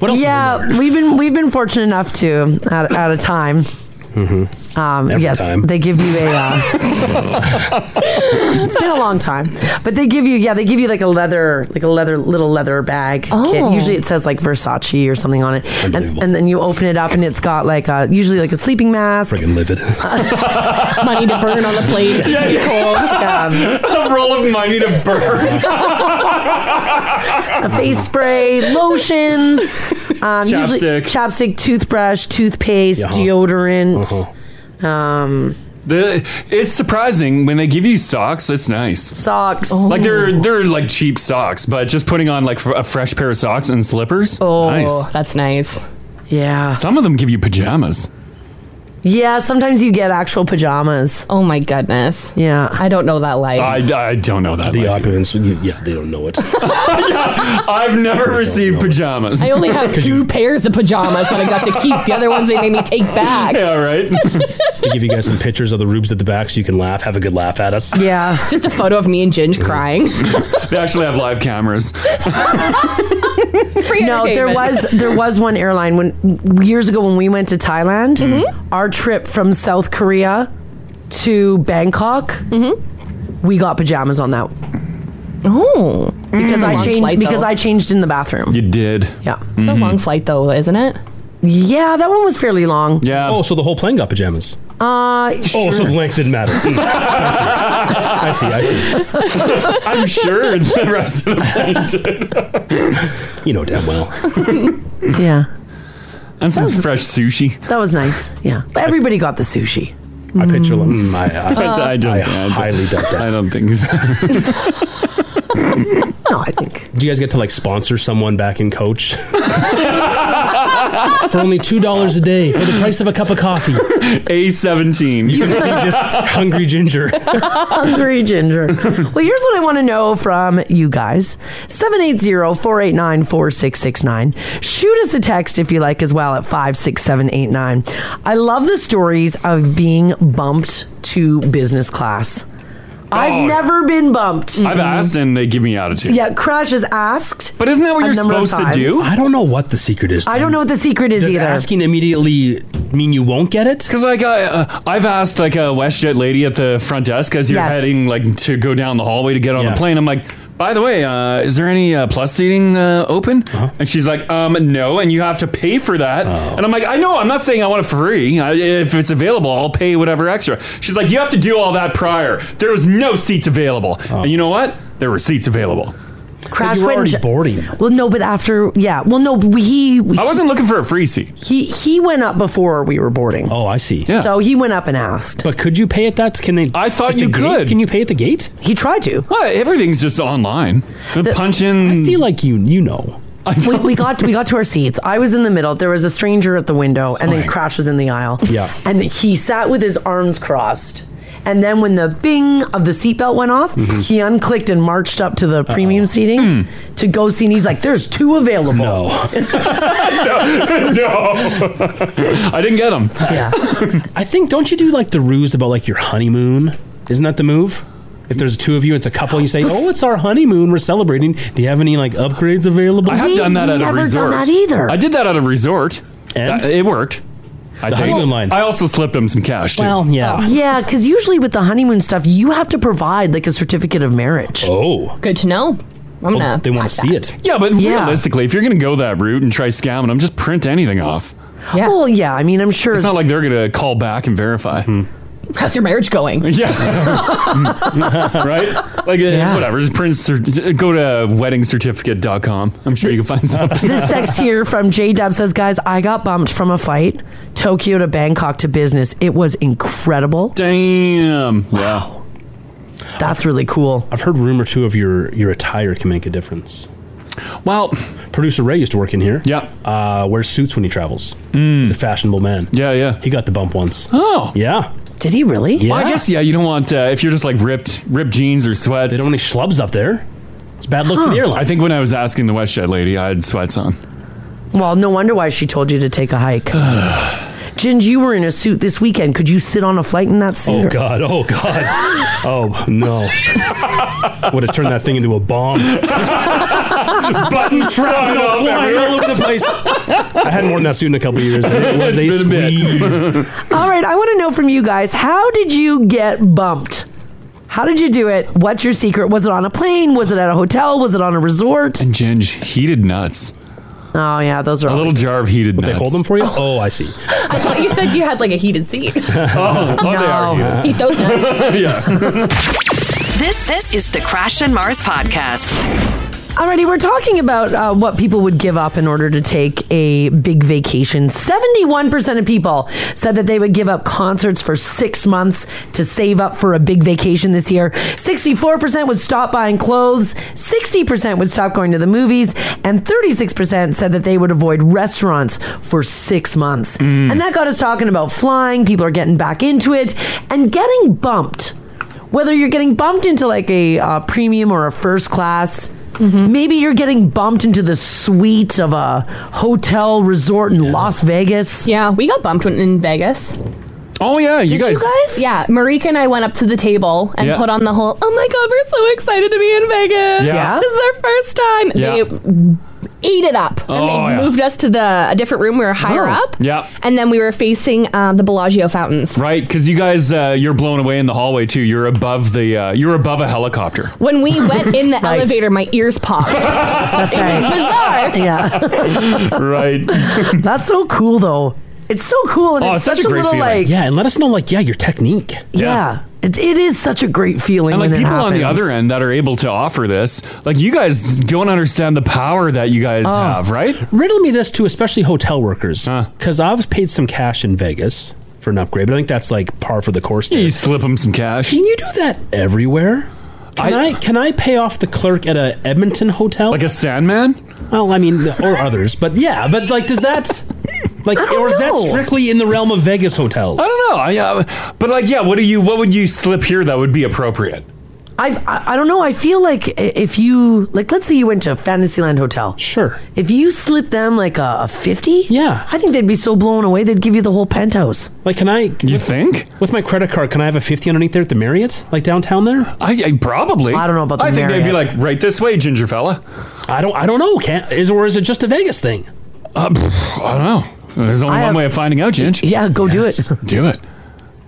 Speaker 7: What else?
Speaker 2: yeah, we've been we've been fortunate enough to at, at a time.
Speaker 3: Hmm.
Speaker 2: Um,
Speaker 7: Every
Speaker 2: yes,
Speaker 7: time.
Speaker 2: they give you a. Uh, it's been a long time, but they give you yeah they give you like a leather like a leather little leather bag.
Speaker 5: Oh.
Speaker 2: Kit. Usually it says like Versace or something on it, and, and then you open it up and it's got like a, usually like a sleeping mask.
Speaker 7: Friggin' livid.
Speaker 5: Money to burn on the plane. It's
Speaker 3: Yeah, yeah.
Speaker 5: cold.
Speaker 2: Um,
Speaker 3: a roll of money to burn.
Speaker 2: a face spray, lotions, um, usually
Speaker 3: Chapstick.
Speaker 2: chapstick, toothbrush, toothpaste,
Speaker 3: Yeah.
Speaker 5: Uh-huh.
Speaker 2: deodorant,
Speaker 7: Uh-huh.
Speaker 2: um,
Speaker 3: The, it's surprising when they give you socks. It's nice.
Speaker 2: Socks.
Speaker 5: Oh.
Speaker 3: Like they're they're like cheap socks, but just putting on like fr- a fresh pair of socks and slippers.
Speaker 5: Oh,
Speaker 3: nice.
Speaker 5: that's nice.
Speaker 2: Yeah.
Speaker 3: Some of them give you pajamas.
Speaker 2: Yeah, sometimes you get actual pajamas.
Speaker 5: Oh my goodness.
Speaker 2: Yeah.
Speaker 5: I don't know that life.
Speaker 3: I don't know that.
Speaker 7: The opulence, you, yeah, they don't know it.
Speaker 3: I've never received pajamas.
Speaker 5: I only have two pairs of pajamas that I got to keep. The other ones they made me take back.
Speaker 3: Yeah, right.
Speaker 7: they give you guys some pictures of the rubes at the back so you can laugh, have a good laugh at us.
Speaker 2: Yeah.
Speaker 5: It's just a photo of me and Ginge crying.
Speaker 3: they actually have live cameras.
Speaker 2: no, there
Speaker 5: entertainment.
Speaker 2: was there was one airline when years ago when we went to Thailand.
Speaker 5: Mm-hmm.
Speaker 2: Our trip from South Korea to Bangkok, we got pajamas on that.
Speaker 5: Mm-hmm. Oh,
Speaker 2: because I
Speaker 5: Long
Speaker 2: changed
Speaker 5: flight,
Speaker 2: because
Speaker 5: though.
Speaker 2: I changed in the bathroom.
Speaker 3: You did.
Speaker 2: Yeah, Mm-hmm.
Speaker 5: It's a
Speaker 7: Mm-hmm.
Speaker 5: long flight though, isn't it?
Speaker 2: Yeah, that one was fairly long.
Speaker 3: Yeah.
Speaker 7: Oh, so the whole plane got pajamas.
Speaker 2: Uh,
Speaker 7: Oh,
Speaker 2: sure.
Speaker 7: so the length didn't matter. Hmm. I see. I see. I see.
Speaker 3: I'm sure the rest of the
Speaker 7: plane did. You know damn well.
Speaker 2: yeah,
Speaker 3: and some fresh sushi.
Speaker 2: that was nice. Yeah, but everybody got the sushi.
Speaker 7: I picture like, mm, I, I,
Speaker 3: I don't-
Speaker 7: I
Speaker 3: I don't-
Speaker 7: highly doubt that. I
Speaker 3: don't think so.
Speaker 2: no, I think.
Speaker 7: Do you guys get to like sponsor someone back in coach? for only $2 a day, for the price of a cup of coffee.
Speaker 3: A17.
Speaker 7: You can feed this hungry ginger.
Speaker 2: Hungry ginger. Well, here's what I want to know from you guys 780 489 4669. Shoot us a text if you like as well at 56789. I love the stories of being bumped to business class. I've never been bumped. Mm-hmm.
Speaker 3: I've asked and they give me attitude.
Speaker 2: Yeah, Crash has asked.
Speaker 3: But isn't that what
Speaker 2: a
Speaker 3: you're
Speaker 2: number of
Speaker 3: supposed to
Speaker 2: times.
Speaker 3: do?
Speaker 7: I don't know what the secret is.
Speaker 2: I don't know what the secret is
Speaker 7: Does
Speaker 2: either.
Speaker 7: asking immediately mean you won't get it?
Speaker 3: Because like I, uh, I've asked like a WestJet lady at the front desk as you're
Speaker 2: Yes.
Speaker 3: heading like to go down the hallway to get on
Speaker 7: Yeah.
Speaker 3: the plane. I'm like, by the way, uh, is there any uh, plus seating uh, open?
Speaker 7: Uh-huh.
Speaker 3: And she's like, um, no, and you have to pay for that.
Speaker 7: Oh.
Speaker 3: And I'm like, I know, I'm not saying I want it free. I, if it's available, I'll pay whatever extra. She's like, you have to do all that prior. There was no seats available. And you know what? There were seats available.
Speaker 2: Crash
Speaker 7: Oh. you were
Speaker 2: went
Speaker 7: already boarding.
Speaker 2: Well, no, but after, yeah. Well, no, but he
Speaker 3: I wasn't looking for a free seat.
Speaker 2: he he went up before we were boarding.
Speaker 7: Oh, I see.
Speaker 3: Yeah.
Speaker 2: So he went up and asked.
Speaker 7: But could you pay at that? Can they?
Speaker 3: I thought
Speaker 7: the
Speaker 3: you
Speaker 7: gate?
Speaker 3: could.
Speaker 7: Can you pay at the gate?
Speaker 2: He tried to.
Speaker 3: Well, everything's just online. The, punch in.
Speaker 7: I feel like you you know.
Speaker 2: we, we got we got to our seats. I was in the middle. There was a stranger at the window, and then
Speaker 7: Fine.
Speaker 2: Crash was in the aisle.
Speaker 7: Yeah.
Speaker 2: and he sat with his arms crossed. And then when the bing of the seatbelt went off,
Speaker 7: Mm-hmm.
Speaker 2: he unclicked and marched up to the
Speaker 7: Hmm.
Speaker 2: premium seating to go see. And he's like, "There's two available."
Speaker 3: no. I didn't get them.
Speaker 2: Yeah,
Speaker 7: I think don't you do like the ruse about like your honeymoon? Isn't that the move? If there's two of you, it's a couple. You say, "Oh, it's our honeymoon. We're celebrating. Do you have any like upgrades available?"
Speaker 3: I have
Speaker 2: We've
Speaker 3: done that at
Speaker 2: never
Speaker 3: a
Speaker 2: done
Speaker 3: resort.
Speaker 2: that either.
Speaker 3: I did that at a resort.
Speaker 7: And?
Speaker 3: That- it worked. I
Speaker 7: The honeymoon line.
Speaker 3: I also slipped him some cash too.
Speaker 7: well, yeah.
Speaker 2: oh. yeah. Because usually with the honeymoon stuff, you have to provide like a certificate of marriage.
Speaker 7: Oh,
Speaker 5: Good to know. I'm
Speaker 7: Oh,
Speaker 5: gonna.
Speaker 7: they want to see it.
Speaker 3: yeah, but
Speaker 2: Yeah.
Speaker 3: realistically, if you're going to go that route and try scamming them, just print anything off.
Speaker 5: Yeah.
Speaker 2: Well, yeah. I mean, I'm sure.
Speaker 3: It's not like they're going to call back and verify.
Speaker 7: Hmm.
Speaker 5: How's your marriage going?
Speaker 3: Yeah, right. Like uh, whatever. Just print. Cer- go to weddingcertificate.com. I'm sure you can find something.
Speaker 2: This text here from J Dub says, Guys, I got bumped from a fight, Tokyo to Bangkok to business. It was incredible.
Speaker 3: Damn. Wow.
Speaker 2: That's really cool.
Speaker 7: I've heard rumor too of your your attire can make a difference.
Speaker 3: Well,
Speaker 7: Producer Ray used to work in here.
Speaker 3: Yeah. Mm.
Speaker 7: uh, wears suits when he travels. He's a fashionable man.
Speaker 3: yeah, yeah.
Speaker 7: he got the bump once.
Speaker 3: Oh.
Speaker 7: Yeah,
Speaker 2: Did he really?
Speaker 7: yeah.
Speaker 3: Well, I guess yeah. You don't want uh, if you're just like ripped, ripped jeans or sweats.
Speaker 7: they don't want any schlubs up there. It's bad luck for the airline.
Speaker 3: I think when I was asking the WestJet lady, I had sweats on.
Speaker 2: Well, no wonder why she told you to take a hike. Ginge, you were in a suit this weekend. Could you sit on a flight in that suit?
Speaker 7: Oh God! Oh God! Oh no! Would have turned that thing into a bomb. Buttons shrapnel flying all over the place. I hadn't worn that suit in a couple of years. And it was a
Speaker 3: It's been a bit.
Speaker 7: squeeze.
Speaker 2: All right, I want to know from you guys how did you get bumped? How did you do it? What's your secret? Was it on a plane? Was it at a hotel? Was it on a resort?
Speaker 3: Ginge, heated nuts.
Speaker 2: Oh, yeah, those are
Speaker 3: A little
Speaker 2: always-
Speaker 3: jar of heated nuts.
Speaker 7: They hold them for you. Oh, I see.
Speaker 5: I thought you said you had like a heated seat.
Speaker 3: Oh, oh, they are heated.
Speaker 5: Eat those nuts.
Speaker 1: This, this is the Crash and Mars Podcast.
Speaker 2: Alrighty, we're talking about uh, what people would give up in order to take a big vacation. 71% of people said that they would give up concerts for six months to save up for a big vacation this year. 64% would stop buying clothes, 60% would stop going to the movies, and 36% said that they would avoid restaurants for six months. And that got us talking about flying. People are getting back into it and getting bumped whether you're getting bumped into like a uh, premium or a first class
Speaker 5: Mm-hmm.
Speaker 2: maybe you're getting bumped into the suite of a hotel resort in las vegas
Speaker 5: yeah we got bumped in vegas
Speaker 3: Oh yeah, you guys.
Speaker 5: Yeah, Marika and I went up to the table and
Speaker 3: Yeah.
Speaker 5: put on the whole. Oh my god, we're so excited to be in Vegas.
Speaker 3: Yeah.
Speaker 5: this is our first time.
Speaker 3: Yeah.
Speaker 5: They ate it up and
Speaker 3: Oh,
Speaker 5: they
Speaker 3: yeah.
Speaker 5: moved us to the a different room. We were higher
Speaker 3: Oh.
Speaker 5: up,
Speaker 3: Yeah.
Speaker 5: and then we were facing um, the Bellagio fountains.
Speaker 3: Right, because you guys, uh, you're blown away in the hallway too. You're above the, uh, you're above a helicopter.
Speaker 5: When we went in the
Speaker 3: Right.
Speaker 5: elevator, my ears popped. That's
Speaker 2: right.
Speaker 5: bizarre.
Speaker 2: Yeah.
Speaker 3: right.
Speaker 2: That's so cool, though. It's so cool, and it's such a, little like
Speaker 7: yeah, and let us know like yeah your technique.
Speaker 2: yeah. It, it is such a great feeling.
Speaker 3: And like
Speaker 2: when it
Speaker 3: people on the
Speaker 2: happens.
Speaker 3: other end that are able to offer this, like you guys don't understand the power that you
Speaker 2: Oh.
Speaker 3: guys have, right?
Speaker 7: Riddle me this too, especially hotel workers, because I've paid some cash in Vegas for an upgrade, but I think that's like par for the course. There. You
Speaker 3: slip them some cash.
Speaker 7: Can you do that everywhere? Can I, can I pay off the clerk at a Edmonton hotel like
Speaker 3: a Sandman?
Speaker 7: Well, I mean, or others, but yeah, but like, does that like, or is that
Speaker 3: know.
Speaker 7: strictly in the realm of Vegas hotels?
Speaker 3: I don't know. I, uh, but like, yeah, what do you? What would you slip here that would be appropriate?
Speaker 2: I've, I I don't know. I feel like i- if you like, let's say you went to Fantasyland Hotel.
Speaker 7: Sure.
Speaker 2: If you slip them like a fifty, yeah, I think they'd be so blown away they'd give you the whole penthouse.
Speaker 7: Like, can I? You
Speaker 3: think
Speaker 7: with my credit card, can I have a fifty underneath there at the Marriott, like downtown there?
Speaker 3: I, I probably.
Speaker 7: I don't know about the
Speaker 3: I think they'd be
Speaker 7: Marriott.
Speaker 3: like, right this way, ginger fella.
Speaker 7: I don't. I don't know. Can is or is it just a Vegas thing?
Speaker 3: Uh, pff, I don't know. There's only
Speaker 7: I
Speaker 3: one
Speaker 7: have-
Speaker 3: way of finding out, Ginge.
Speaker 2: Yeah, go do
Speaker 3: it. Do it.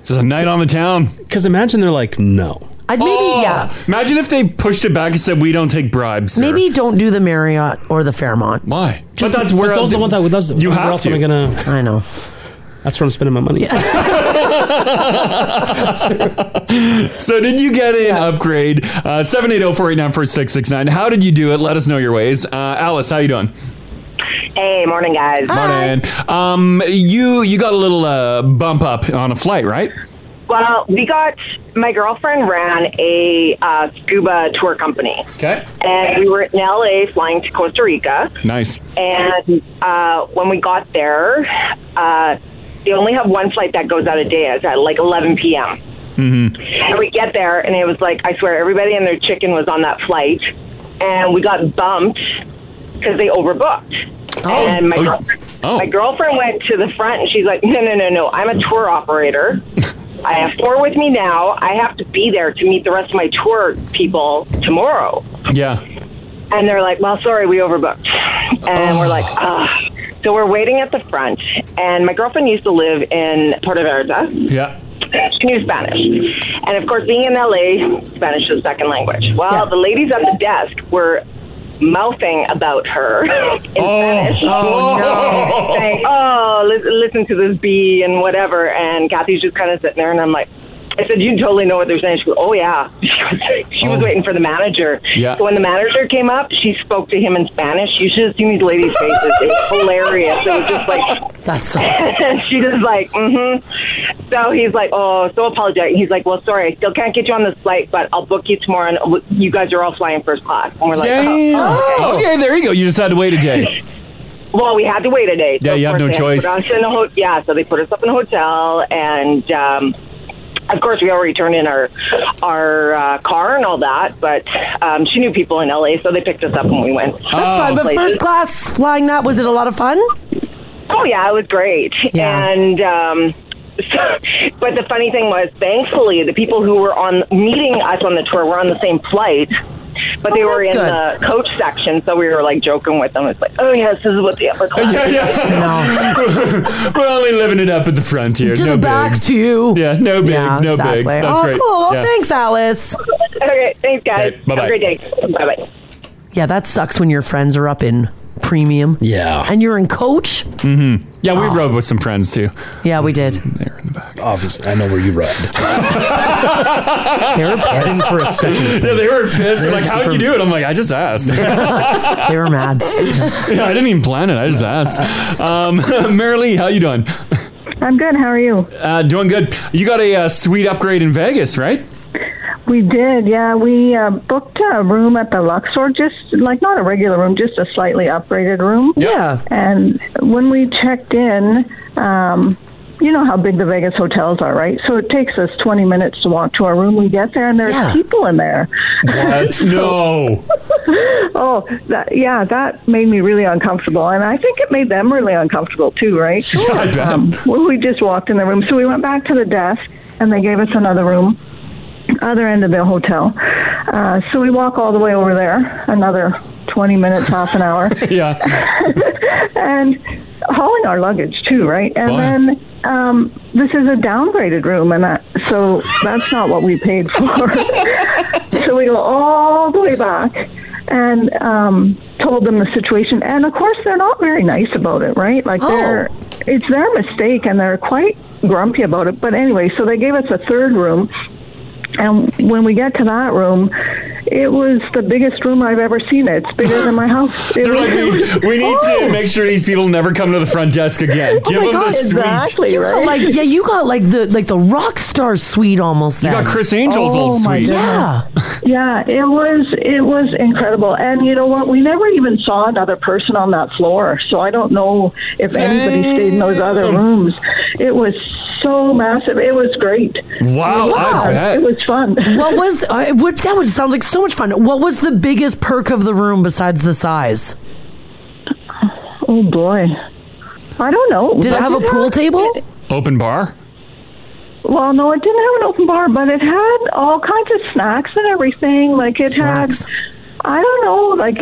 Speaker 3: It's a night on the town. Oh,
Speaker 7: Because imagine they're like, no.
Speaker 2: I'd maybe yeah.
Speaker 3: Imagine if they pushed it back and said, "We don't take bribes." sir."
Speaker 2: Maybe don't do the Marriott or the Fairmont.
Speaker 3: Why?
Speaker 7: Just- but those are the ones I would. Those
Speaker 3: You
Speaker 7: where
Speaker 3: have
Speaker 7: else
Speaker 3: to.
Speaker 7: am I gonna?
Speaker 2: I know.
Speaker 7: That's where I'm spending my money.
Speaker 3: so did you get an upgrade? Uh, 780-489-4669. How did you do it? Let us know your ways. Uh, Alice, how you doing?
Speaker 11: Hey, morning, guys.
Speaker 3: Morning. Um, you you got a little uh, bump up on a flight, right?
Speaker 11: Well, we got my girlfriend ran a uh, scuba tour company.
Speaker 3: Okay.
Speaker 11: And we were in LA flying to Costa Rica.
Speaker 3: Nice.
Speaker 11: And uh, when we got there, uh, they only have one flight that goes out a day. It's at like 11 p.m.
Speaker 12: Mm-hmm.
Speaker 11: And we get there, and it was like, I swear, everybody and their chicken was on that flight. And we got bumped because they overbooked.
Speaker 12: Oh.
Speaker 11: And my,
Speaker 12: Oh.
Speaker 11: girlfriend, my girlfriend went to the front, and she's like, No, no, no, no. I'm a tour operator. I have four with me now. I have to be there to meet the rest of my tour people tomorrow.
Speaker 3: Yeah.
Speaker 11: And they're like, well, sorry, we overbooked. And we're like,
Speaker 12: Oh.
Speaker 11: ah. So we're waiting at the front. And my girlfriend used to live in Puerto Vallarta.
Speaker 3: Yeah.
Speaker 11: She knew Spanish. And of course, being in LA, Spanish is second language. Well, the ladies at the desk were mouthing about her in Spanish.
Speaker 12: Oh, no.
Speaker 11: Saying, oh, li- listen to this bee and whatever. And Kathy's just kind of sitting there, and I'm like, I said, you totally know what they're saying. She goes, oh, yeah. she was waiting for the manager.
Speaker 12: Oh. Yeah.
Speaker 11: So when the manager came up, she spoke to him in Spanish. You should have seen these ladies' faces. It was hilarious. It was just like,
Speaker 2: that
Speaker 12: sucks.
Speaker 11: and she just like, mm hmm. So he's like, oh, so apologetic. He's like, well, sorry, I still can't get you on this flight, but I'll book you tomorrow, and you guys are all flying first class. And we're like,
Speaker 3: Damn.
Speaker 11: oh, okay.
Speaker 3: Okay, there you go. You just had to wait a day.
Speaker 11: Well, we had to wait a day.
Speaker 3: Yeah, you
Speaker 11: of
Speaker 3: have
Speaker 11: course
Speaker 3: no
Speaker 11: they had to
Speaker 3: choice.
Speaker 11: put us in a ho- yeah, so they put us up in a hotel, and um, of course, we already turned in our our uh, car and all that. But um, she knew people in LA, so they picked us up and we
Speaker 3: Oh,
Speaker 11: went.
Speaker 2: That's fine. But first class flying that was it a lot of fun?
Speaker 11: Oh yeah, it was great. And um, so, but the funny thing was, thankfully, the people who were on meeting us on the tour were on the same flight. But
Speaker 2: Oh,
Speaker 11: they were in
Speaker 12: that's
Speaker 11: the coach section, so we were like joking with them. It's like, oh yes, this is what the upper class.
Speaker 3: Yeah, yeah. We're only living it up at the front here.
Speaker 11: To
Speaker 3: no
Speaker 11: the back
Speaker 3: bigs.
Speaker 2: to you.
Speaker 3: Yeah, no bigs, no
Speaker 2: exactly.
Speaker 3: bigs. That's
Speaker 2: oh,
Speaker 3: great.
Speaker 2: cool. Well,
Speaker 3: Yeah.
Speaker 2: thanks, Alice.
Speaker 11: Okay, thanks, guys.
Speaker 3: Okay, bye-bye.
Speaker 11: Have a great day. Bye bye.
Speaker 2: Yeah, that sucks when your friends are up in premium.
Speaker 7: Yeah.
Speaker 2: And you're in coach.
Speaker 3: Mm-hmm. Yeah, we rode with some friends too.
Speaker 2: Yeah, Oh. we did.
Speaker 3: There in the back.
Speaker 7: obviously, I know where you ride.
Speaker 2: They were
Speaker 7: pissed for a second.
Speaker 3: Yeah, they were pissed. They're like, how'd you do it? I'm like, I just asked.
Speaker 2: they were mad.
Speaker 3: yeah, I didn't even plan it. I just asked. Um, Marilee, how you doing?
Speaker 13: I'm good. How are you?
Speaker 3: Uh, doing good. You got a uh, sweet upgrade in Vegas, right?
Speaker 13: We did, yeah. We uh, booked a room at the Luxor, just like not a regular room, just a slightly upgraded room.
Speaker 2: Yeah.
Speaker 13: And when we checked in, um, you know how big the Vegas hotels are, right? So it takes us 20 minutes to walk to our room. We get there, and there's people in there.
Speaker 3: What? no.
Speaker 13: oh, that, yeah, that made me really uncomfortable, and I think it made them really uncomfortable too, right?
Speaker 3: Sure, I bet.
Speaker 13: Um, well, we just walked in the room, so we went back to the desk, and they gave us another room, other end of the hotel. Uh, so we walk all the way over there, another twenty minutes, half an hour.
Speaker 3: yeah.
Speaker 13: and hauling our luggage too, right? And then um, this is a downgraded room, and that, so that's not what we paid for. so we go all the way back and um, told them the situation, and of course they're not very nice about it, right? Like they're it's their mistake, and they're quite grumpy about it. But anyway, so they gave us a third room. And when we get to that room, it was the biggest room I've ever seen. It's bigger than my house. It
Speaker 3: They're like,
Speaker 13: was- Oh!
Speaker 3: we, we need to make sure these people never come to the front desk again. Give them the suite.
Speaker 2: Oh You got like yeah, you got like the like the rock star suite almost.
Speaker 3: You
Speaker 2: then.
Speaker 3: got Chris Angel's old
Speaker 13: Oh my
Speaker 3: suite.
Speaker 13: goodness.
Speaker 2: Yeah.
Speaker 13: yeah, it was it was incredible. And you know what? We never even saw another person on that floor. So I don't know if anybody stayed in those other rooms. It was so massive. It was great.
Speaker 3: Wow,
Speaker 2: Wow.
Speaker 13: it was fun.
Speaker 2: What was uh, it would, that? Would sound like so much fun. What was the biggest perk of the room besides the size?
Speaker 13: Oh boy, I don't know.
Speaker 2: Did it have a pool table?
Speaker 3: Open bar?
Speaker 13: Well, no, it didn't have an open bar, but it had all kinds of snacks and everything. Like it had, I don't know, like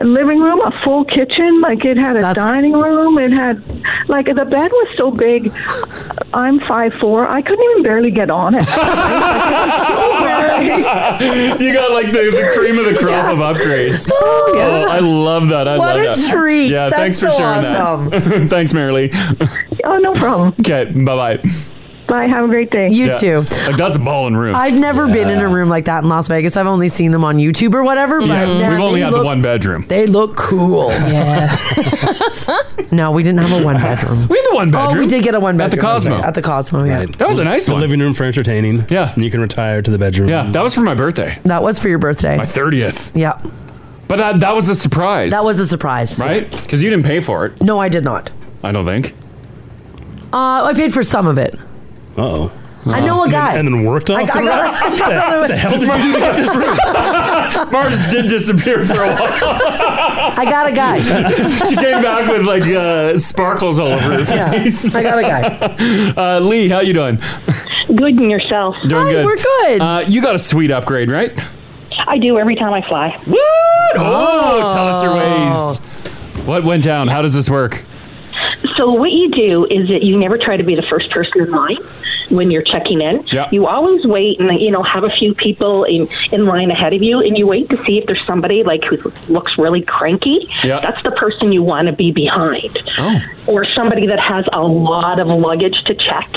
Speaker 13: a living room, a full kitchen. Like it had a dining room. It had, like the bed was so big. I'm five four. I couldn't even barely get on it.
Speaker 3: you got like the, the cream of the crop of upgrades. Oh, I love that. I
Speaker 13: What
Speaker 3: love
Speaker 13: a
Speaker 3: that.
Speaker 13: treat.
Speaker 3: Yeah,
Speaker 13: That's
Speaker 3: thanks for
Speaker 13: so
Speaker 3: sharing that. thanks, Marilee.
Speaker 13: Oh, no problem.
Speaker 3: Okay, bye bye.
Speaker 13: Bye. Have a great day.
Speaker 2: You too.
Speaker 3: Like, that's a ball in room.
Speaker 2: I've never been in a room like that in Las Vegas. I've only seen them on YouTube or whatever. But
Speaker 3: Yeah,
Speaker 2: yeah,
Speaker 3: we've only
Speaker 2: they
Speaker 3: had the
Speaker 2: look-
Speaker 3: one bedroom.
Speaker 2: They look cool. Yeah. no, we didn't have a one bedroom.
Speaker 3: We had the one
Speaker 2: Oh, we
Speaker 7: bedroom.
Speaker 2: did get a one bedroom
Speaker 7: At the Cosmo.
Speaker 2: At the Cosmo, yeah.
Speaker 7: That was a nice one. Living room for entertaining.
Speaker 3: Yeah.
Speaker 7: And you can retire to the bedroom.
Speaker 3: Yeah, that was for my birthday.
Speaker 2: That was for your birthday.
Speaker 3: My 30th.
Speaker 2: Yeah.
Speaker 3: But that, that was a surprise.
Speaker 2: That was a surprise.
Speaker 3: Right? Because you didn't pay for it.
Speaker 2: No, I did not.
Speaker 3: I don't think.
Speaker 2: Uh, I paid for some of it.
Speaker 7: Uh-oh.
Speaker 2: I know a guy.
Speaker 7: And, then worked off
Speaker 2: I got-
Speaker 7: the
Speaker 2: I got-
Speaker 7: rest?
Speaker 2: I got another
Speaker 7: What the
Speaker 2: one.
Speaker 7: hell did you do to get this room?
Speaker 3: Mars did disappear for a while.
Speaker 2: I got a guy.
Speaker 3: she came back with like uh, sparkles all over her
Speaker 2: Yeah,
Speaker 3: face.
Speaker 2: I got a
Speaker 3: guy. Uh, Lee, how you doing?
Speaker 8: Good and yourself.
Speaker 3: Doing
Speaker 8: Hi,
Speaker 3: good.
Speaker 8: we're good.
Speaker 3: Uh, you got a sweet upgrade, right?
Speaker 8: I do every time I fly.
Speaker 3: What? Oh, tell us your ways. What went down? How does this work?
Speaker 8: So what you do is that you never try to be the first person in line when you're checking in.
Speaker 3: Yeah.
Speaker 8: You always wait and you know have a few people in in line ahead of you, and you wait to see if there's somebody like who looks really cranky.
Speaker 14: Yeah.
Speaker 8: That's the person you want to be behind.
Speaker 14: Oh.
Speaker 8: Or somebody that has a lot of luggage to check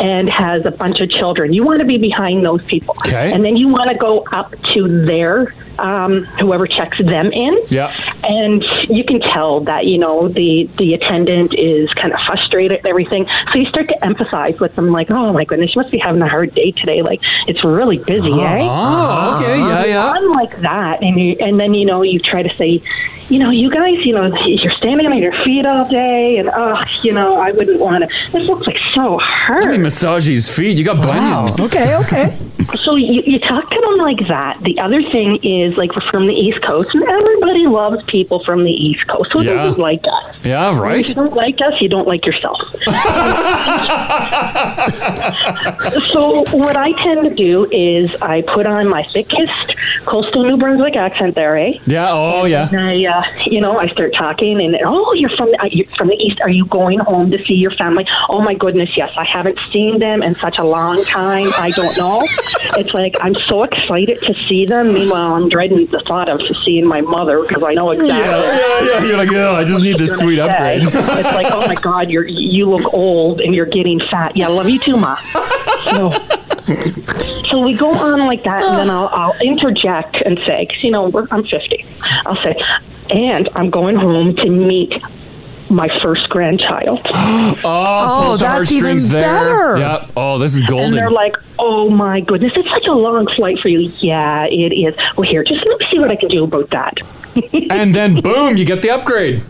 Speaker 8: and has a bunch of children. You want to be behind those people.
Speaker 14: Okay.
Speaker 8: And then you want to go up to their um, whoever checks them in.
Speaker 3: Yeah.
Speaker 8: and you can tell that you know the the attendant is kind of frustrated and everything so you start to empathize with them like oh my goodness you must be having a hard day today like it's really busy eh?
Speaker 3: Oh, Uh-huh. okay, yeah, yeah.
Speaker 8: I'm like that and you and then you know you try to say you know you guys you know you're standing on your feet all day and oh you know I wouldn't want to this looks like so hard
Speaker 3: Let me massage his feet. You got bunions.
Speaker 2: Okay, okay.
Speaker 8: so you, you talk to them like that. The other thing is like we're from the East Coast, and everybody loves people from the East Coast. Who
Speaker 3: Yeah.
Speaker 8: doesn't like us?
Speaker 3: Yeah, right.
Speaker 8: If you don't like us, you don't like yourself. so what I tend to do is I put on my thickest coastal New Brunswick accent there, eh?
Speaker 3: Yeah. Oh, yeah.
Speaker 8: And I uh, you know, I start talking, and oh, you're from uh, you're from the east. Are you going home to see your family? Oh my goodness, yes. I haven't seen them in such a long time. I don't know. it's like I'm so excited to see them. Meanwhile, I'm dreading the thought of seeing my mother because I know exactly.
Speaker 3: Yeah, yeah, you're like, oh, I just need this sweet upgrade.
Speaker 8: it's like, oh my God, you're you look old and you're getting fat. Yeah, love you too, ma. So, so we go on like that, and then I'll, I'll interject and say, 'cause, you know, we're, I'm 50. I'll say, and I'm going home to meet my first grandchild. oh,
Speaker 3: Pull the heartstrings there. Yep. Oh, this is golden.
Speaker 8: and they're like, "Oh my goodness, it's such a long flight for you." Yeah, it is. Well, here, just let me see what I can do about that.
Speaker 3: and then boom, you get the upgrade.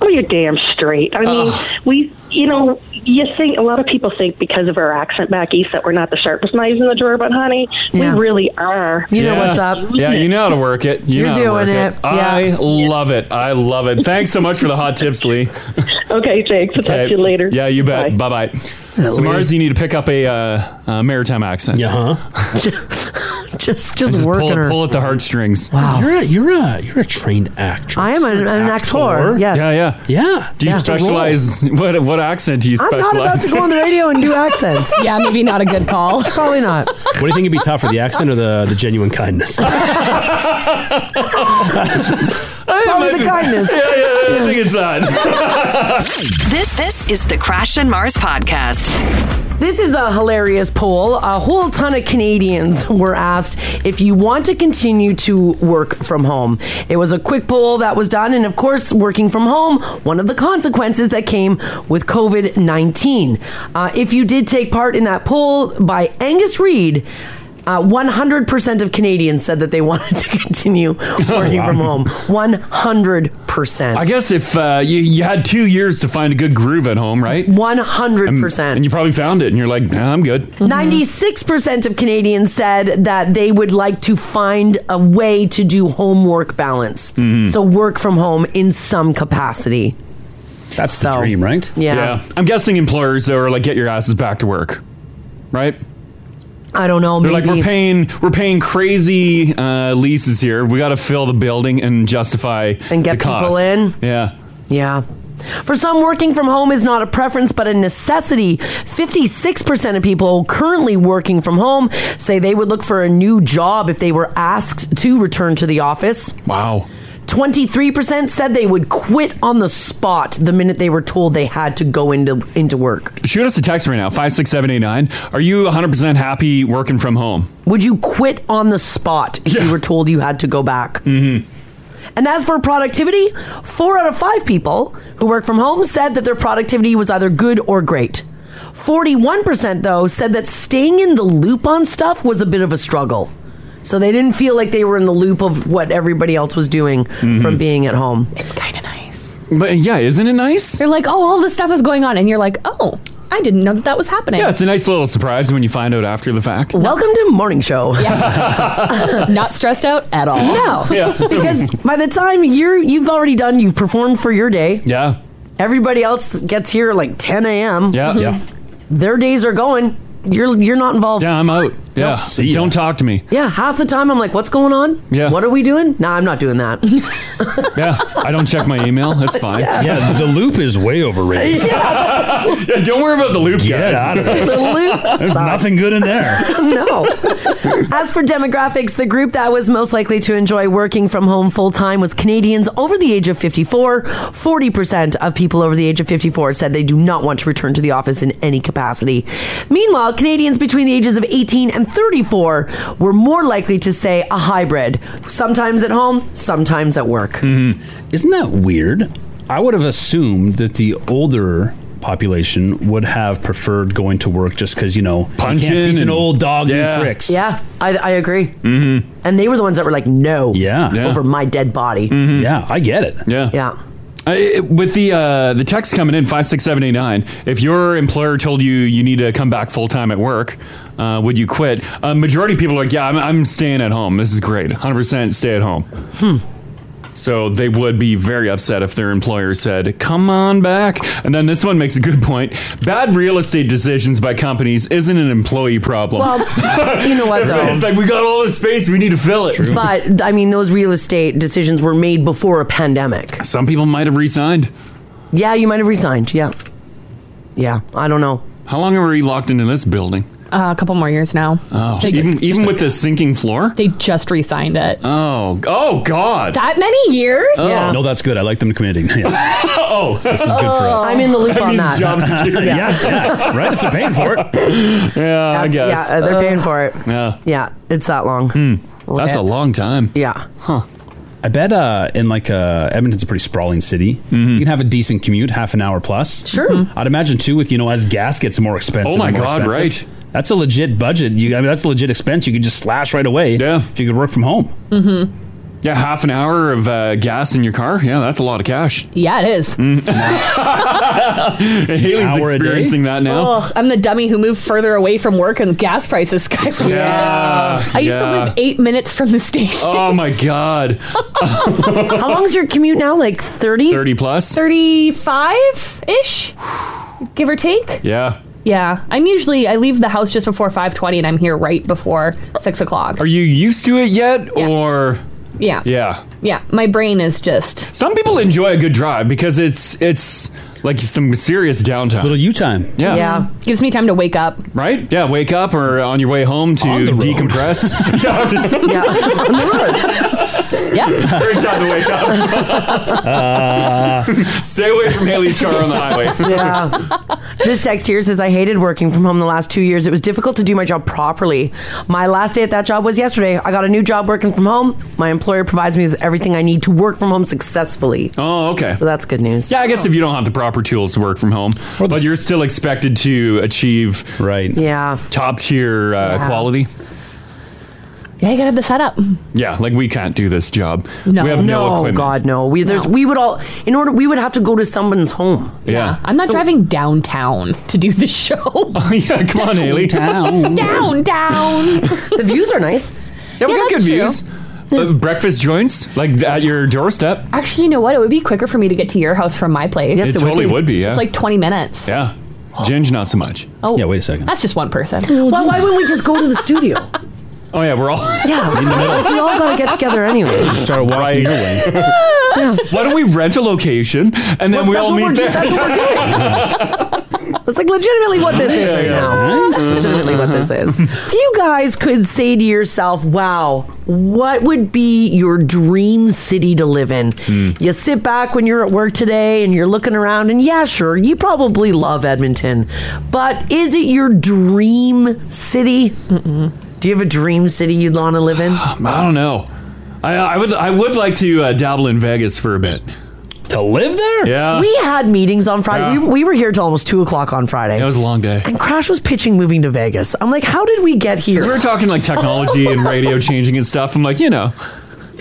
Speaker 8: Oh, you're damn straight. I mean, we, you know, you think a lot of people think because of our accent back east that we're not the sharpest knives in the drawer, but honey, we really are.
Speaker 3: Yeah. Yeah, you know how to work it. You
Speaker 8: You're
Speaker 3: know how to
Speaker 8: doing
Speaker 3: work
Speaker 8: it.
Speaker 3: I
Speaker 8: Yeah.
Speaker 3: love it. I love it. Thanks so much for the hot tips, Lee.
Speaker 8: Okay, thanks. I'll talk to you later.
Speaker 3: Yeah, you bet. Bye bye.
Speaker 8: Hello,
Speaker 3: So,
Speaker 8: Lee.
Speaker 3: Mars, you need to pick up a, uh, uh maritime accent. Yeah, huh?
Speaker 2: just,
Speaker 3: just,
Speaker 2: just
Speaker 3: pull,
Speaker 2: working
Speaker 3: it-
Speaker 2: her.
Speaker 3: pull at the heartstrings.
Speaker 2: Wow.
Speaker 4: You're a, you're a you're a trained actress.
Speaker 2: I am an, an actor. Yes.
Speaker 3: Yeah, yeah,
Speaker 4: yeah.
Speaker 3: Do you
Speaker 2: That's the role.
Speaker 3: specialize? What what accent do you
Speaker 2: I'm
Speaker 3: specialize?
Speaker 2: not about to go on the radio and do accents. yeah, maybe not a good call. Probably not.
Speaker 4: What do you think would be tougher, the accent or the, the genuine kindness?
Speaker 2: Probably the kindness.
Speaker 3: yeah, yeah, I think it's on.
Speaker 1: This this is the Crash and Mars podcast.
Speaker 2: This is a hilarious poll. A whole ton of Canadians were asked if you want to continue to work from home. It was a quick poll that was done, and of course, working from home, one of the consequences that came with COVID 19. Uh, if you did take part in that poll by Angus Reid, uh, 100% of Canadians said that they wanted to continue working from home. 100%.
Speaker 3: I guess if uh, you you had two years to find a good groove at home, right?
Speaker 2: One hundred percent. Mm-hmm.
Speaker 3: And you probably found it, and you're like, nah, I'm good.
Speaker 2: 96% of Canadians said that they would like to find a way to do homework balance. So work from home in some capacity.
Speaker 4: That's
Speaker 2: the dream,
Speaker 4: right?
Speaker 2: Yeah.
Speaker 3: I'm guessing employers though are like, get your asses back to work, right?
Speaker 2: I don't know.
Speaker 3: They're like,
Speaker 2: maybe.
Speaker 3: we're paying we're paying crazy uh, leases here. We got to fill the building and justify
Speaker 2: And get
Speaker 3: the cost.
Speaker 2: people in?
Speaker 3: Yeah.
Speaker 2: Yeah. For some, working from home is not a preference but a necessity. 56% of people currently working from home say they would look for a new job if they were asked to return to the office.
Speaker 3: Wow.
Speaker 2: 23% said they would quit on the spot the minute they were told they had to go into into work.
Speaker 3: Shoot us a text right now, 56789. Are you 100% happy working from home?
Speaker 2: Would you quit on the spot if you were told you had to go back?
Speaker 3: Mm-hmm.
Speaker 2: And as for productivity, four out of five people who work from home said that their productivity was either good or great. 41% though said that staying in the loop on stuff was a bit of a struggle. So they didn't feel like they were in the loop of what everybody else was doing from being at home. It's kind of nice.
Speaker 3: Mm-hmm. But yeah, isn't it nice?
Speaker 5: They're like, oh, all this stuff is going on, and you're like, oh, I didn't know that that was happening.
Speaker 3: Yeah, it's a nice little surprise when you find out after the fact.
Speaker 2: Welcome to morning show.
Speaker 5: Not stressed out at all.
Speaker 2: No.
Speaker 3: Yeah.
Speaker 2: because by the time you're you've already done, you've performed for your day.
Speaker 3: Yeah.
Speaker 2: Everybody else gets here like 10 a.m.
Speaker 3: Yeah. Yeah.
Speaker 2: Their days are going. You're you're not involved.
Speaker 3: Yeah, I'm out. Yeah. Don't talk to me.
Speaker 2: Yeah, half the time I'm like, what's going on?
Speaker 3: Yeah.
Speaker 2: What are we doing? Nah, I'm not doing that.
Speaker 3: Yeah. I don't check my email. That's fine.
Speaker 2: Yeah.
Speaker 4: Yeah, the loop is way overrated.
Speaker 3: Yeah, don't worry about the loop,
Speaker 4: Get
Speaker 3: guys.
Speaker 4: out of it.
Speaker 2: The loop
Speaker 4: There's
Speaker 2: sucks.
Speaker 4: nothing good in there.
Speaker 2: no. As for demographics, the group that was most likely to enjoy working from home full time was Canadians over the age of 54. 40% of people over the age of 54 said they do not want to return to the office in any capacity. Meanwhile, Canadians between the ages of 18 and 34 were more likely to say a hybrid, sometimes at home, sometimes at work.
Speaker 4: Mm-hmm. Isn't that weird? I would have assumed that the older population would have preferred going to work just because you know
Speaker 3: Punching
Speaker 4: you can't teach an
Speaker 3: and-
Speaker 4: old dog
Speaker 3: Yeah.
Speaker 4: new tricks.
Speaker 2: Yeah, I, I agree.
Speaker 4: Mm-hmm.
Speaker 2: And they were the ones that were like, no,
Speaker 4: Yeah. Yeah.
Speaker 2: over my dead body.
Speaker 3: Mm-hmm.
Speaker 4: Yeah, I get it.
Speaker 3: Yeah.
Speaker 2: Yeah.
Speaker 3: I, with the uh, the text coming in five six seven eight nine, if your employer told you you need to come back full time at work, uh, would you quit? Uh, majority of people are like, yeah, I'm, I'm staying at home. This is great, hundred percent stay at home.
Speaker 2: Hmm.
Speaker 3: So they would be very upset if their employer said, "Come on back." And then this one makes a good point. Bad real estate decisions by companies isn't an employee problem.
Speaker 2: Well, you know what,
Speaker 3: If
Speaker 2: though?
Speaker 3: It's like we got all this space, we need to fill it.
Speaker 2: But I mean, those real estate decisions were made before a pandemic.
Speaker 3: Some people might have resigned.
Speaker 2: Yeah, you might have resigned. Yeah. Yeah, I don't know.
Speaker 3: How long were you locked into this building?
Speaker 5: Uh, a couple more years now.
Speaker 3: Oh,
Speaker 5: Just-
Speaker 3: even
Speaker 5: just
Speaker 3: even
Speaker 5: a-
Speaker 3: with the sinking floor.
Speaker 5: They just re-signed it.
Speaker 3: Oh, oh God!
Speaker 5: That many years?
Speaker 4: Oh, no, that's good. I like them committing. Yeah.
Speaker 3: oh,
Speaker 4: this is good for us.
Speaker 2: I'm in the loop on that.
Speaker 4: yeah. yeah, right. If they're paying for it.
Speaker 3: Yeah, I
Speaker 2: That's-
Speaker 3: guess. Uh,
Speaker 2: Yeah, uh, they're paying for it.
Speaker 3: Yeah.
Speaker 2: Yeah, it's that long.
Speaker 4: That's a
Speaker 3: Hmm. long time.
Speaker 2: Yeah.
Speaker 3: Huh.
Speaker 4: I bet uh, in like uh, Edmonton's a pretty sprawling city.
Speaker 3: Mm-hmm.
Speaker 4: You can have a decent commute, half an hour plus.
Speaker 2: Sure. Mhm.
Speaker 4: I'd imagine too with you know as gas gets more expensive.
Speaker 3: Oh my
Speaker 4: and more
Speaker 3: God,
Speaker 4: expensive, That's a legit budget. You, I mean, that's a legit expense. You could just slash right away. Yeah. If you could work from home.
Speaker 5: Mm-hmm.
Speaker 3: Yeah, half an hour of uh, gas in your car. Yeah, that's a lot of cash. Mm.
Speaker 5: Yeah, it is.
Speaker 3: Haley's
Speaker 5: Hour a day?
Speaker 3: experiencing that now.
Speaker 5: Ugh, I'm the dummy who moved further away from work and gas prices skyrocketed.
Speaker 3: Yeah,
Speaker 5: I used
Speaker 3: yeah.
Speaker 5: to live eight minutes from the station.
Speaker 3: Oh my god.
Speaker 2: How long's your commute now? Like 30?
Speaker 3: 30 plus?
Speaker 5: 35 ish, give or take.
Speaker 3: Yeah.
Speaker 5: Yeah, I'm usually I leave the house just before 5:20 and I'm here right before six o'clock.
Speaker 3: Are you used to it yet, or
Speaker 5: Yeah.
Speaker 3: yeah?
Speaker 5: Yeah, my brain is just
Speaker 3: Some people enjoy a good drive because it's it's like some serious downtime. Little
Speaker 4: U time.
Speaker 3: Yeah.
Speaker 5: gives me time to wake up.
Speaker 3: Right? Yeah. Wake up or on your way home to decompress.
Speaker 5: Yeah.
Speaker 3: Great time to wake up. Uh, Stay away from Haley's car on the highway.
Speaker 2: yeah. This text here says, I hated working from home the last two years. It was difficult to do my job properly. My last day at that job was yesterday. I got a new job working from home. My employer provides me with everything I need to work from home successfully.
Speaker 3: Oh, okay. So
Speaker 2: that's good news.
Speaker 3: Yeah, I guess if you don't have the proper tools to work from home, but you're still expected to achieve
Speaker 4: right.
Speaker 2: Yeah.
Speaker 3: Top tier uh,
Speaker 5: Yeah.
Speaker 3: quality.
Speaker 5: Yeah, you gotta have the setup.
Speaker 3: Yeah, like we can't do this job.
Speaker 5: No.
Speaker 3: we have no,
Speaker 5: No,
Speaker 3: equipment.
Speaker 2: God, no. We there's we would all in order we would have to go to someone's home.
Speaker 3: Yeah.
Speaker 5: I'm not
Speaker 2: So-
Speaker 5: driving downtown to do this show. Oh
Speaker 3: yeah, come on, Haley.
Speaker 5: Downtown. downtown.
Speaker 2: the views are nice.
Speaker 3: Yeah, we
Speaker 5: Yeah,
Speaker 3: got good
Speaker 5: that's true.
Speaker 3: views. Uh, breakfast joints, like at your doorstep.
Speaker 5: Actually, you know what? It would be quicker for me to get to your house from my place.
Speaker 3: Yes, It it would totally be. would be, yeah.
Speaker 5: It's like 20 minutes.
Speaker 3: Yeah. Ginge, not so much.
Speaker 5: Oh. Yeah,
Speaker 4: wait a second.
Speaker 5: That's just one person.
Speaker 2: Well, why wouldn't we just go to the studio?
Speaker 3: Oh, yeah, we're all.
Speaker 2: Yeah.
Speaker 3: In the middle.
Speaker 2: We all gotta get together anyways.
Speaker 4: Start walking your way.
Speaker 3: Why don't we rent a location and then we all meet there?
Speaker 2: That's like legitimately what this is
Speaker 3: Yeah,
Speaker 2: right
Speaker 3: yeah.
Speaker 2: now. That's legitimately what this is. If you guys could say to yourself, wow, what would be your dream city to live in? You sit back when you're at work today and you're looking around, and yeah, sure, you probably love Edmonton, but is it your dream city? Do you have a dream city you'd want to live in?
Speaker 3: I don't know. I, I would I would like to uh, dabble in Vegas for a bit.
Speaker 4: To live there?
Speaker 3: Yeah.
Speaker 2: we had meetings on Friday.
Speaker 3: Uh, Yeah.
Speaker 2: We, we were here till almost two o'clock on Friday. It
Speaker 3: was a long day.
Speaker 2: And Crash was pitching moving to Vegas. I'm like, how did we get here?
Speaker 3: 'Cause we were talking like technology and radio changing and stuff. I'm like, you know,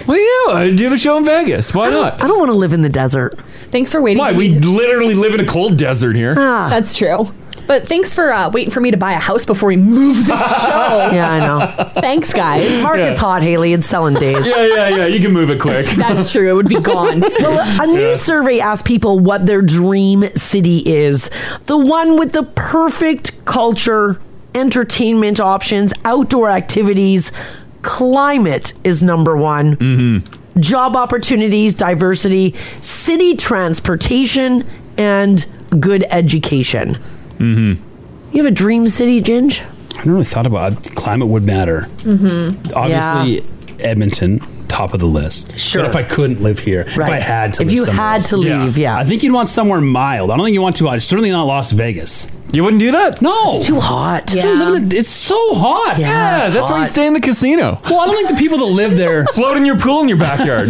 Speaker 3: well, yeah, I do have a show in Vegas. Why not?
Speaker 2: I don't want to live in the desert.
Speaker 5: Thanks for waiting.
Speaker 3: Why?
Speaker 5: for
Speaker 3: We
Speaker 5: me to-
Speaker 3: literally live in a cold desert here.
Speaker 5: Ah.
Speaker 2: Ah.
Speaker 5: That's true. But thanks for uh, waiting for me to buy a house before we move the show.
Speaker 2: yeah, I know.
Speaker 5: Thanks, guys.
Speaker 2: Market's hot, Haley. It's selling days.
Speaker 3: Yeah, yeah, yeah. You can move it quick.
Speaker 5: That's true. It would be gone.
Speaker 2: Well, a new survey asked people what their dream city is. The one with the perfect culture, entertainment options, outdoor activities, climate is number one. Mm-hmm. Job opportunities, diversity, city transportation, and good education.
Speaker 4: Mm-hmm.
Speaker 2: You have a dream city, Ginge?
Speaker 4: I never really thought about it. climate would matter.
Speaker 2: Mm-hmm.
Speaker 4: Obviously, Edmonton, top of the list.
Speaker 2: Sure.
Speaker 4: But if I couldn't live here, if I
Speaker 2: Right.
Speaker 4: had to,
Speaker 2: If
Speaker 4: live
Speaker 2: you
Speaker 4: somewhere
Speaker 2: had
Speaker 4: else.
Speaker 2: to leave, yeah.
Speaker 4: I think you'd want somewhere mild. I don't think you want too hot. Certainly not Las Vegas.
Speaker 3: You wouldn't do that?
Speaker 4: No,
Speaker 2: it's too hot.
Speaker 4: It's,
Speaker 2: Yeah.
Speaker 4: so hot.
Speaker 2: Yeah, Yeah, it's that's why you hot.
Speaker 3: stay in the casino.
Speaker 4: Well, I don't think the people that live there
Speaker 3: float in your pool in your backyard.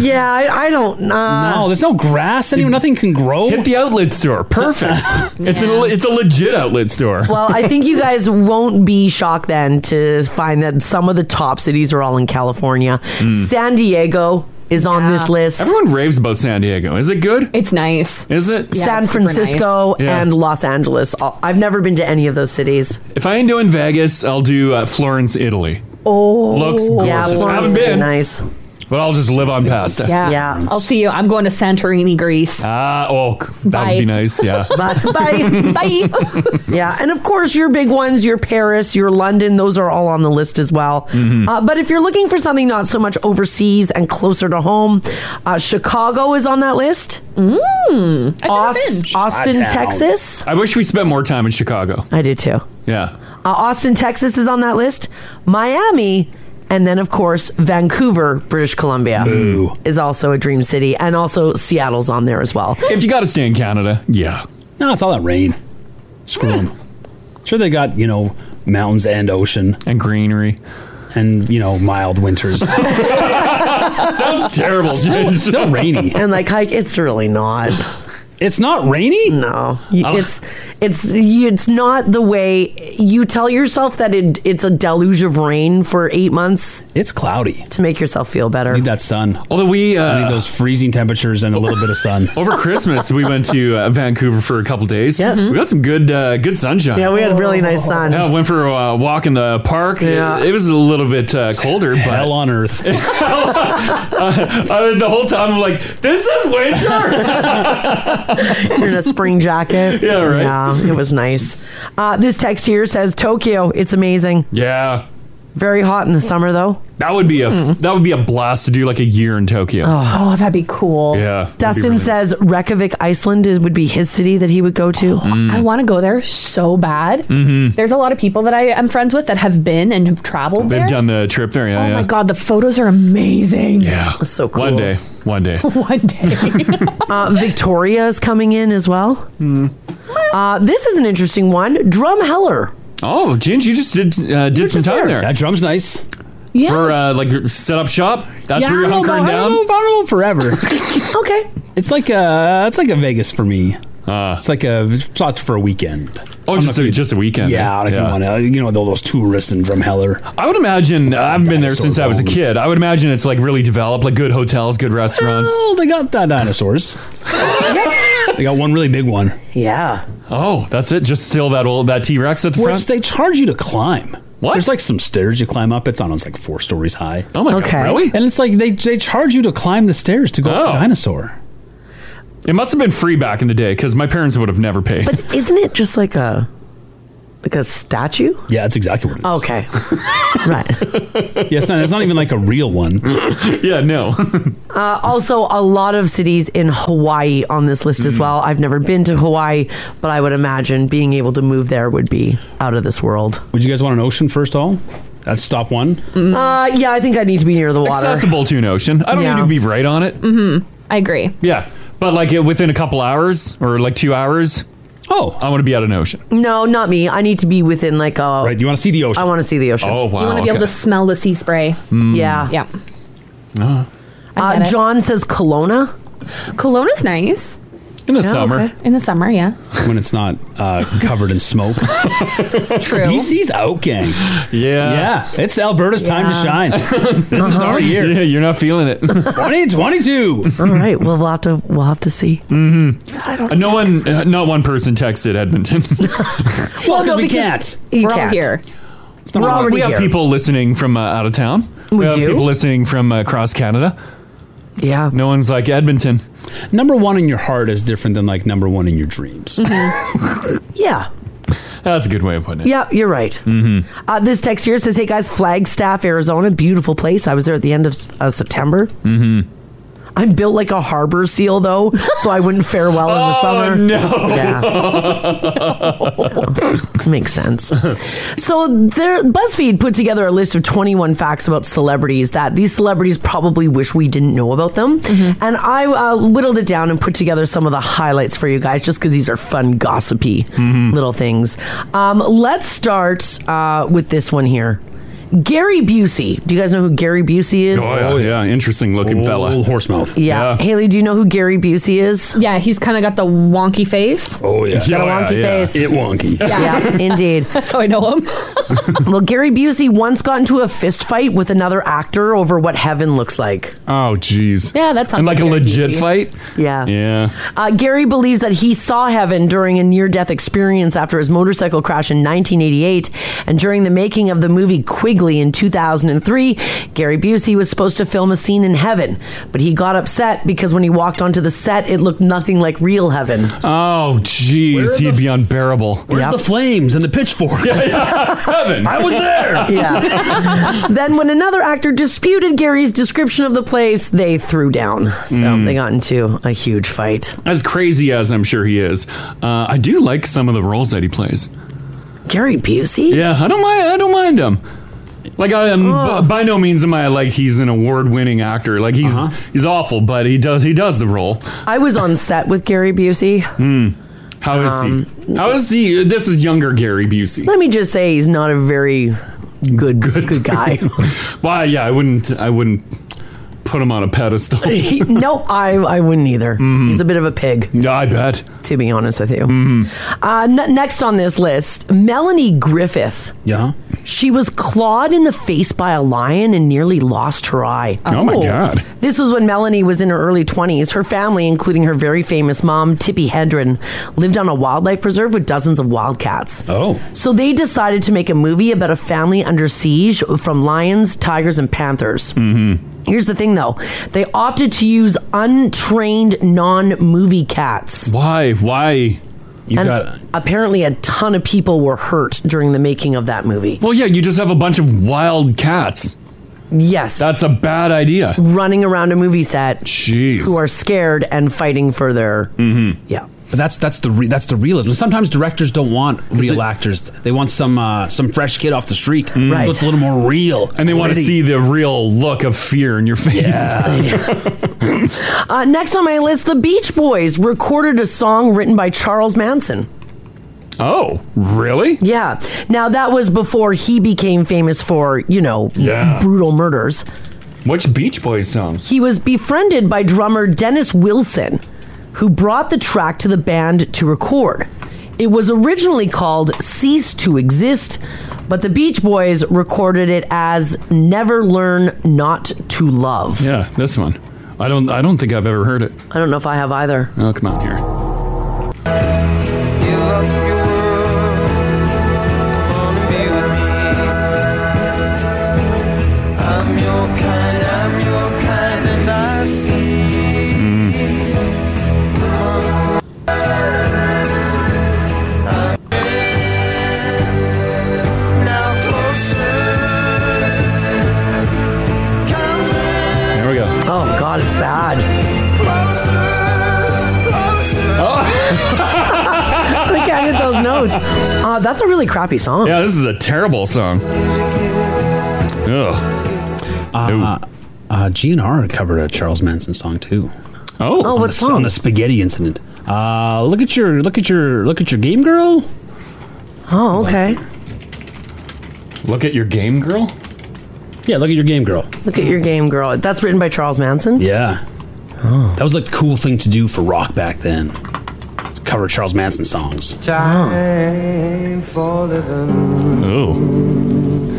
Speaker 2: Yeah, I, I don't. Uh,
Speaker 4: No, oh, there's no grass anywhere. Nothing can grow.
Speaker 3: Hit the outlet store. Perfect. It's a it's a legit outlet store.
Speaker 2: Well, I think you guys won't be shocked then to find that some of the top cities are all in California. San Diego is on this list.
Speaker 3: Everyone raves about San Diego. Is it good?
Speaker 5: It's nice.
Speaker 3: Is it?
Speaker 2: San Francisco
Speaker 3: Yeah.
Speaker 2: and Los Angeles. All- I've never been to any of those cities.
Speaker 3: If I ain't doing Vegas, I'll do uh, Florence, Italy.
Speaker 2: Oh,
Speaker 3: Looks gorgeous.
Speaker 2: yeah, Florence
Speaker 3: Haven't
Speaker 2: would be
Speaker 3: been.
Speaker 2: nice.
Speaker 3: But I'll just live on pasta.
Speaker 5: Yeah. I'll see you. I'm going to Santorini, Greece.
Speaker 3: Ah, oh, that would
Speaker 5: Bye.
Speaker 3: be nice. Yeah.
Speaker 2: Bye. Bye.
Speaker 5: Bye.
Speaker 2: yeah. And of course, your big ones, your Paris, your London, those are all on the list as well.
Speaker 3: Mhm.
Speaker 2: Uh, but if you're looking for something not so much overseas and closer to home, uh, Chicago is on that list. Mm. Austin, Texas.
Speaker 3: I wish we spent more time in Chicago.
Speaker 2: I do too.
Speaker 3: Yeah.
Speaker 2: Uh, Austin, Texas is on that list. Miami. And then, of course, Vancouver, British Columbia is also a dream city. And also, Seattle's on there as well.
Speaker 3: If you got to stay in Canada, yeah.
Speaker 7: No, it's all that rain. Screw them. Sure, they got you know mountains and ocean
Speaker 3: and greenery
Speaker 7: and you know mild winters.
Speaker 3: Sounds terrible.
Speaker 7: Still, still rainy.
Speaker 2: And like, hike, it's really not.
Speaker 7: It's not rainy. Oh.
Speaker 2: No, it's it's it's not the way you tell yourself that it it's a deluge of rain for eight months.
Speaker 7: It's cloudy
Speaker 2: to make yourself feel better.
Speaker 7: Need that sun.
Speaker 3: Although we, uh,
Speaker 7: I need those freezing temperatures and a little bit of sun.
Speaker 3: Over Christmas, we went to uh, Vancouver for a couple days. Yeah. We got some good uh, good sunshine.
Speaker 2: Yeah, we had really nice sun.
Speaker 3: Yeah, went for a uh, walk in the park. It-
Speaker 2: Yeah.
Speaker 3: It, was a little bit uh, colder, but hell
Speaker 7: on earth.
Speaker 3: the whole time I'm like, this is winter.
Speaker 2: in a spring jacket.
Speaker 3: Yeah, right.
Speaker 2: Yeah, it was nice. Uh, this text here says Tokyo. It's amazing.
Speaker 3: yeah,
Speaker 2: Very hot in the summer though.
Speaker 3: that would be a that would be a blast to do like a year in Tokyo.
Speaker 2: Mm-hmm. Oh,
Speaker 5: that'd be cool.
Speaker 3: Yeah, that'd be
Speaker 2: Dustin
Speaker 3: really-
Speaker 2: says Reykjavik, Iceland is, would be his city that he would go to.
Speaker 3: Mm.
Speaker 5: I want to go there so bad.
Speaker 3: Mhm.
Speaker 5: There's a lot of people that I am friends with that have been and have traveled there.
Speaker 3: They've done the trip there. Yeah,
Speaker 5: oh
Speaker 3: yeah.
Speaker 5: my god, the photos are amazing.
Speaker 3: Yeah,
Speaker 2: so
Speaker 3: Oh, One day, one day.
Speaker 5: One day.
Speaker 2: uh, Victoria is coming in as well.
Speaker 5: Hmm.
Speaker 2: Uh, this is an interesting one. Drumheller.
Speaker 3: Oh, Ginge, you just did uh, did some time there.
Speaker 7: That drum's nice.
Speaker 5: Yeah.
Speaker 3: For uh, like set up shop. That's
Speaker 7: Yeah,
Speaker 3: where you're
Speaker 7: I don't know
Speaker 3: hunkering
Speaker 7: about- I
Speaker 3: down.
Speaker 7: don't know- I don't know forever.
Speaker 2: okay.
Speaker 7: It's like a it's like a Vegas for me. it's like a it's not for a weekend.
Speaker 3: Uh. Oh,
Speaker 7: I'm
Speaker 3: just
Speaker 7: not
Speaker 3: a-
Speaker 7: gonna-
Speaker 3: just a weekend.
Speaker 7: Yeah, if
Speaker 3: Yeah.
Speaker 7: you want to, you know, all those tourists and from Heller.
Speaker 3: I would imagine I haven't been there
Speaker 7: Dinosaur
Speaker 3: since I was a
Speaker 7: bones.
Speaker 3: kid. I would imagine it's like really developed, like good hotels, good restaurants.
Speaker 7: Oh, they got that dinosaurs. they got one really big one.
Speaker 2: Yeah.
Speaker 3: Oh, that's it. Just still that old that T Rex at the
Speaker 7: Which
Speaker 3: front.
Speaker 7: they charge you to climb.
Speaker 3: What?
Speaker 7: There's like some stairs you climb up. It's on it's like four stories high.
Speaker 3: Oh my God, Okay. really? Oh.
Speaker 7: And it's like they they charge you to climb the stairs to go up the dinosaur.
Speaker 3: It must have been free back in the day because my parents would have never paid.
Speaker 2: But isn't it just like a like a statue?
Speaker 7: Yeah, that's exactly what it
Speaker 2: is. Okay.
Speaker 7: yeah, it's not, it's not even like a real one.
Speaker 3: yeah, no.
Speaker 2: Uh, also, a lot of cities in Hawaii on this list
Speaker 7: Mm.
Speaker 2: as well. I've never been to Hawaii, but I would imagine being able to move there would be out of this world.
Speaker 7: Would you guys want an ocean first of all? That's stop one.
Speaker 5: Mm-hmm.
Speaker 2: Uh, yeah, I think I need to be near the water.
Speaker 3: Accessible to an ocean. I don't
Speaker 2: Yeah.
Speaker 3: need to be right on it.
Speaker 5: hmm I agree.
Speaker 3: Yeah, but like it, within a couple hours or like two hours.
Speaker 7: Oh,
Speaker 3: I want to be at an ocean.
Speaker 2: No, not me. I need to be within like a. Right.
Speaker 7: You want to see the ocean?
Speaker 2: I want to see the ocean.
Speaker 3: Oh
Speaker 5: you
Speaker 3: wow.
Speaker 5: want to be able to smell the sea spray.
Speaker 3: Mm.
Speaker 2: Yeah.
Speaker 5: Yeah.
Speaker 3: Uh,
Speaker 5: I
Speaker 2: Uh,
Speaker 5: get it.
Speaker 2: John says Kelowna. Oh,
Speaker 5: Kelowna's nice.
Speaker 3: In
Speaker 7: the Yeah, summer. okay.
Speaker 5: In the summer, yeah.
Speaker 7: when it's not uh, covered in smoke.
Speaker 5: True. Oh,
Speaker 7: DC's out, gang. Yeah, yeah. It's Alberta's time to
Speaker 5: Yeah.
Speaker 7: shine. this is our year.
Speaker 3: Yeah, you're not feeling it.
Speaker 7: 2022.
Speaker 2: All right. Well, we'll have to. We'll have to see.
Speaker 3: Mm-hmm. no one, uh, not one person texted Edmonton.
Speaker 7: Well, 'cause no, we because can't. you We're all can't. here. not
Speaker 3: We're
Speaker 7: really-
Speaker 3: already we
Speaker 7: here.
Speaker 3: have people listening from uh, out of town. We, have
Speaker 7: do?
Speaker 3: people listening from uh, across Canada.
Speaker 2: Yeah.
Speaker 3: No one's like Edmonton.
Speaker 7: Number one in your heart is different than like number one in your dreams.
Speaker 5: Mm-hmm.
Speaker 2: Yeah.
Speaker 3: That's a good way of putting it.
Speaker 2: Yeah, you're right.
Speaker 3: Mm-hmm.
Speaker 2: Uh, this text here says, "Hey guys, Flagstaff, Arizona, beautiful place. I was there at the end of uh, September.
Speaker 3: Mm-hmm.
Speaker 2: I'm built like a harbor seal, though, so I wouldn't fare well in the summer.
Speaker 3: Oh, no.
Speaker 2: Yeah. Makes sense. So, there, BuzzFeed put together a list of 21 facts about celebrities that these celebrities probably wish we didn't know about them.
Speaker 5: Mm-hmm.
Speaker 2: And I uh, whittled it down and put together some of the highlights for you guys, just because these are fun, gossipy little things. Um, let's start uh, with this one here. Gary Busey. Do you guys know who Gary Busey is?
Speaker 3: Oh yeah, yeah. interesting looking fella.
Speaker 7: horse mouth.
Speaker 2: Yeah. Haley, do you know who Gary Busey is?
Speaker 5: Yeah, he's kind of got the wonky face.
Speaker 7: Oh
Speaker 2: yeah. Got a wonky face.
Speaker 7: It wonky.
Speaker 2: Yeah, indeed.
Speaker 5: That's how I know him.
Speaker 2: well, Gary Busey once got into a fist fight with another actor over what heaven looks like.
Speaker 3: Oh jeez.
Speaker 2: Yeah, that sounds
Speaker 3: And like a
Speaker 2: like Gary
Speaker 3: legit
Speaker 2: Busey.
Speaker 3: fight.
Speaker 2: Yeah.
Speaker 3: Yeah.
Speaker 2: Uh, Gary believes that he saw heaven during a near death experience after his motorcycle crash in 1988. And during the making of the movie Quick Wiggly in 2003. Gary Busey was supposed to film a scene in heaven, but he got upset because when he walked onto the set, it looked nothing like real heaven.
Speaker 3: Oh, jeez, he'd be unbearable.
Speaker 2: Where's the
Speaker 3: flames and the pitchforks? Heaven.
Speaker 2: I was there. Yeah. then, when another actor disputed Gary's description of the place, they threw down. So they got into a huge fight.
Speaker 3: Mm. As crazy as I'm sure he is, uh, I do like some of the roles that he plays.
Speaker 2: Gary Busey.
Speaker 3: Yeah, I don't mind. I don't mind him. Like I am
Speaker 2: Oh.
Speaker 3: b- by no means am I like he's an award-winning actor. Like he's
Speaker 2: Uh-huh.
Speaker 3: he's awful, but he does he does the role.
Speaker 2: I was on set with Gary Busey.
Speaker 3: Hmm. How is
Speaker 2: Um,
Speaker 3: he? How is he? This is younger Gary Busey.
Speaker 2: Let me just say he's not a very good good, guy.
Speaker 3: Why? yeah, I wouldn't. I wouldn't put him on a pedestal. Mm-hmm.
Speaker 2: He- no, I I wouldn't either. He's a bit of a pig.
Speaker 3: Yeah, I bet.
Speaker 2: To be honest with you.
Speaker 3: Mm-hmm.
Speaker 2: Uh, n- next on this list, Melanie Griffith.
Speaker 4: Yeah.
Speaker 2: She was clawed in the face by a lion and nearly lost her eye.
Speaker 3: Oh my Oh. God.
Speaker 2: This was when Melanie was in her early 20s. Her family, including her very famous mom, Tippy Hendren, lived on a wildlife preserve with dozens of wildcats.
Speaker 4: Oh.
Speaker 2: So they decided to make a movie about a family under siege from lions, tigers, and panthers. Mm-hmm. Here's the thing, though. They opted to use untrained non-movie cats.
Speaker 3: Why? Why?
Speaker 2: You got apparently a ton of people were hurt during the making of that movie.
Speaker 3: Well, yeah, you just have a bunch of wild cats.
Speaker 2: Yes.
Speaker 3: That's a bad idea.
Speaker 2: running around a movie set
Speaker 3: Jeez.
Speaker 2: who are scared and fighting for their mm-hmm. yeah
Speaker 4: But that's that's the re- that's the realism. Sometimes directors don't want real actors. They want some uh, some fresh kid off the street.
Speaker 3: Right.
Speaker 4: So it's a little more real.
Speaker 3: Mm. And they want to
Speaker 4: gritty.
Speaker 3: see the real look of fear in your face.
Speaker 2: Uh, next on my list, the Beach Boys recorded a song written by Charles Manson.
Speaker 3: Oh, really?
Speaker 2: Yeah. Now that was before he became famous for you know
Speaker 3: Yeah.
Speaker 2: brutal murders.
Speaker 3: Which Beach Boys song?
Speaker 2: He was befriended by drummer Dennis Wilson, who brought the track to the band to record. It was originally called Cease to Exist, but the Beach Boys recorded it as Never Learn Not to Love.
Speaker 3: Yeah, this one. I don't. I don't think I've ever heard it.
Speaker 2: I don't know if I have either.
Speaker 3: Oh, come on here. There we go.
Speaker 2: Oh God, it's bad.
Speaker 3: Oh.
Speaker 2: I can't hit those notes. Uh, that's a really crappy song.
Speaker 3: Yeah, this is a terrible song. Ugh.
Speaker 4: Uh, uh, GNR covered a Charles Manson song too.
Speaker 3: Oh,
Speaker 2: Oh, what
Speaker 4: the,
Speaker 2: song?
Speaker 4: On the spaghetti incident. Uh, look at your look at your look at your game girl.
Speaker 2: Oh, okay.
Speaker 3: Look at your game girl.
Speaker 4: Yeah, look at your game girl.
Speaker 2: Look at your game, girl. That's written by Charles Manson.
Speaker 4: Yeah.
Speaker 2: Oh.
Speaker 4: That was like the cool thing to do for rock back then. Cover Charles Manson songs.
Speaker 6: Time for living.
Speaker 3: Oh.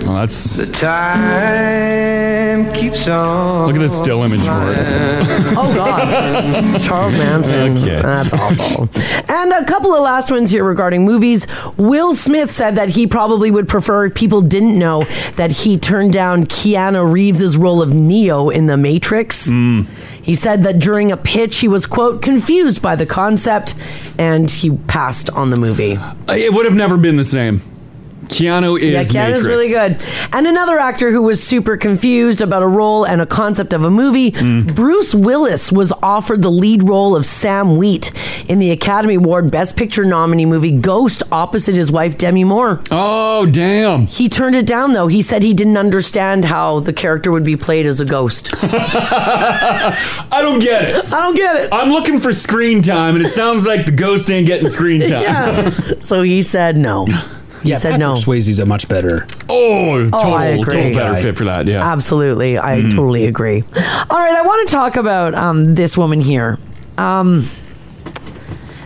Speaker 3: Well, that's. The
Speaker 6: time keeps on.
Speaker 3: Look at this still image for it.
Speaker 2: Oh God, Charles Manson.
Speaker 3: Okay.
Speaker 2: That's awful. And a couple of last ones here regarding movies. Will Smith said that he probably would prefer if people didn't know that he turned down Keanu Reeves' role of Neo in The Matrix.
Speaker 3: Mm.
Speaker 2: He said that during a pitch, he was quote confused by the concept, and he passed on the movie.
Speaker 3: Uh, It would have never been the same. Keanu is.
Speaker 2: Yeah, Keanu's
Speaker 3: Matrix.
Speaker 2: really good. And another actor who was super confused about a role and a concept of a movie,
Speaker 3: Mm.
Speaker 2: Bruce Willis was offered the lead role of Sam Wheat in the Academy Award Best Picture nominee movie Ghost opposite his wife Demi Moore.
Speaker 3: Oh, damn.
Speaker 2: He turned it down though. He said he didn't understand how the character would be played as a ghost.
Speaker 3: I don't get it.
Speaker 2: I don't get it.
Speaker 3: I'm looking for screen time, and it sounds like the ghost ain't getting screen time.
Speaker 2: Yeah. so he said no. He
Speaker 4: yeah, Patrick
Speaker 2: said no.
Speaker 4: Swayze's a much better.
Speaker 3: Oh,
Speaker 2: Oh, I agree.
Speaker 3: better fit for that. Yeah. Mm.
Speaker 2: Absolutely. I totally agree. All right. I want to talk about um, this woman here. Um,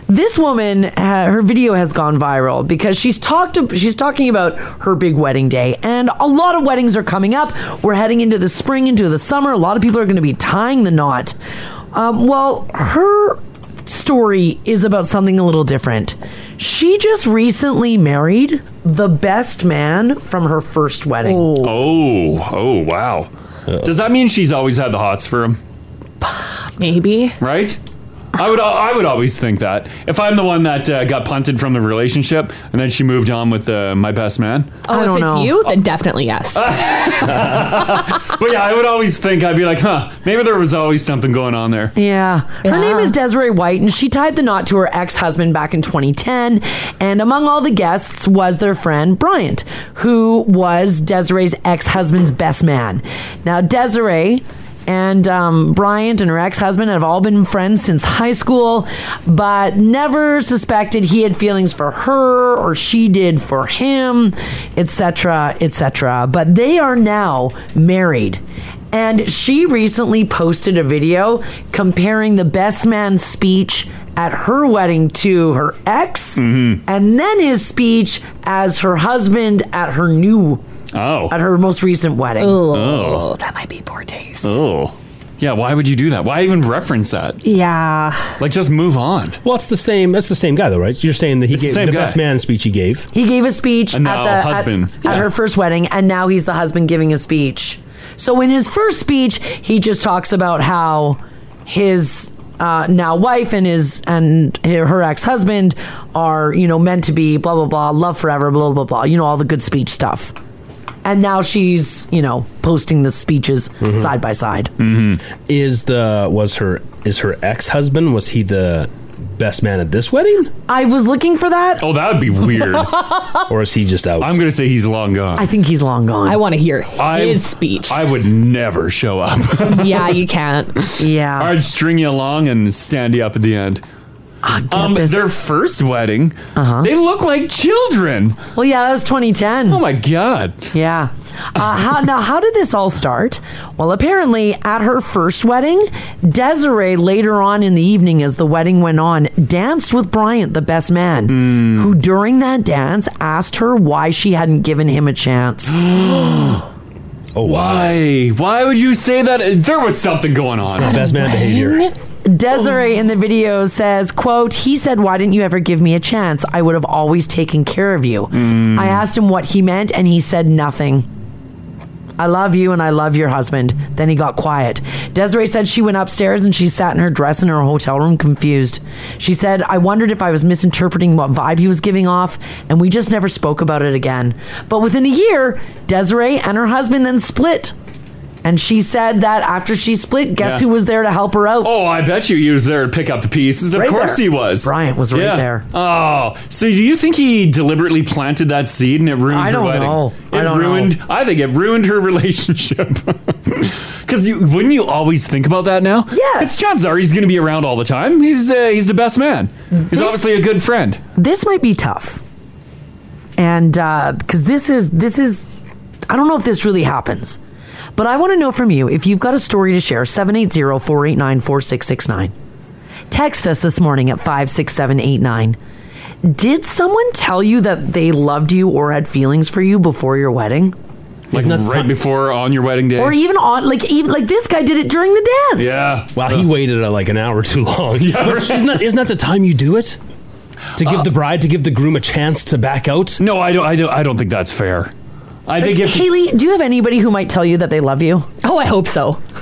Speaker 2: this woman, ha- her video has gone viral because she's talked. She's talking about her big wedding day, and a lot of weddings are coming up. We're heading into the spring, into the summer. A lot of people are going to be tying the knot. Um, well, her story is about something a little different. She just recently married the best man from her first wedding.
Speaker 3: Oh, oh, wow. Does that mean she's always had the hots for him?
Speaker 5: Maybe.
Speaker 3: Right? I would I would always think that. If I'm the one that uh, got punted from the relationship and then she moved on with uh, my best man.
Speaker 5: Oh, if it's you, then definitely yes.
Speaker 3: Uh, But yeah, I would always think I'd be like, "Huh, maybe there was always something going on there."
Speaker 2: Yeah. Her name is Desiree White, and she tied the knot to her ex husband back in 2010. And among all the guests was their friend Bryant, who was Desiree's ex husband's best man. Now, Desiree. And um, Bryant and her ex husband have all been friends since high school, but never suspected he had feelings for her or she did for him, etc., etc. But they are now married. And she recently posted a video comparing the best man's speech at her wedding to her ex
Speaker 3: Mm-hmm.
Speaker 2: and then his speech as her husband at her new
Speaker 3: Oh.
Speaker 2: at her most recent wedding.
Speaker 3: Oh.
Speaker 5: That might be poor taste.
Speaker 3: Oh. Yeah, why would you do that? Why even reference that?
Speaker 5: Yeah.
Speaker 3: Like just move on.
Speaker 7: Well, it's the same. That's the same guy, though, right? You're saying that he
Speaker 3: It's the
Speaker 7: gave the,
Speaker 3: same guy.
Speaker 7: best man speech he gave.
Speaker 2: He gave a speech
Speaker 7: And
Speaker 2: at
Speaker 7: now
Speaker 2: the at-
Speaker 7: husband.
Speaker 2: at, her first wedding, and now he's the husband giving a speech. So in his first speech, he just talks about how his uh, now wife and his and her ex husband are you know meant to be blah blah blah love forever blah blah blah you know all the good speech stuff. And now she's you know posting the speeches side by side.
Speaker 7: Mm-hmm. Is the was her is her ex husband? Was he the best man at this wedding,
Speaker 2: I was looking for that.
Speaker 3: Oh, that would be weird.
Speaker 7: or is he just out? I'm
Speaker 3: gonna say he's long gone.
Speaker 2: I think he's long gone.
Speaker 5: I want to hear his
Speaker 3: speech. I would never show up.
Speaker 5: yeah, you can't.
Speaker 2: Yeah.
Speaker 3: I'd string you along and stand you up at the end. Um, their first wedding. Uh-huh. They look like children.
Speaker 2: Well, yeah, that was 2010. Oh
Speaker 3: my god.
Speaker 2: Yeah. Uh, how, now, how did this all start? Well, apparently, at her first wedding, Desiree later on in the evening, as the wedding went on, danced with Bryant, the best man,
Speaker 3: Hmm.
Speaker 2: who during that dance asked her why she hadn't given him a chance.
Speaker 7: Oh,
Speaker 3: why? Why would you say that? There was something going on.
Speaker 7: not best man behavior.
Speaker 2: Desiree in the video says, quote, he said, why didn't you ever give me a chance? I would have always taken care of you.
Speaker 3: Mm.
Speaker 2: I asked him what he meant and he said nothing. I love you and I love your husband. Then he got quiet. Desiree said she went upstairs and she sat in her dress in her hotel room confused. She said, I wondered if I was misinterpreting what vibe he was giving off, and we just never spoke about it again. But within a year, Desiree and her husband then split. And she said that after she split, guess
Speaker 3: Yeah.
Speaker 2: who was there to help her out?
Speaker 3: Oh, I bet you he was there to pick up the pieces. Of
Speaker 2: Right
Speaker 3: course
Speaker 2: there.
Speaker 3: he was.
Speaker 2: Bryant was right
Speaker 3: Yeah.
Speaker 2: there.
Speaker 3: Oh, so do you think he deliberately planted that seed and it ruined
Speaker 2: I
Speaker 3: her
Speaker 2: don't
Speaker 3: wedding?
Speaker 2: know.
Speaker 3: It
Speaker 2: I don't know.
Speaker 3: ruined. I think it ruined her relationship. Because you, wouldn't you always think about that now? Yeah. It's chances are he's going to be around all the time. He's uh, he's the best man. He's
Speaker 2: This-
Speaker 3: obviously a good friend.
Speaker 2: This might be tough. And because this is this is, I don't know if this really happens, but I want to know from you if you've got a story to share. 780-489-4669. Text us this morning at five six seven eight nine. Did someone tell you that they loved you or had feelings for you before your wedding,
Speaker 3: Like right before on your wedding day.
Speaker 2: or even on like even like this guy did it during the dance?
Speaker 3: Yeah.
Speaker 7: Wow, he waited uh, like an hour too long.
Speaker 3: Yeah,
Speaker 7: But
Speaker 3: right. Uh,
Speaker 7: isn't that isn't that the time you do it? To give the bride, to give the groom a chance to back out.
Speaker 3: No, I don't. I don't. I don't think that's fair. I think if
Speaker 2: Haley, do you have anybody who might tell you that they love you?
Speaker 5: Oh, I hope so.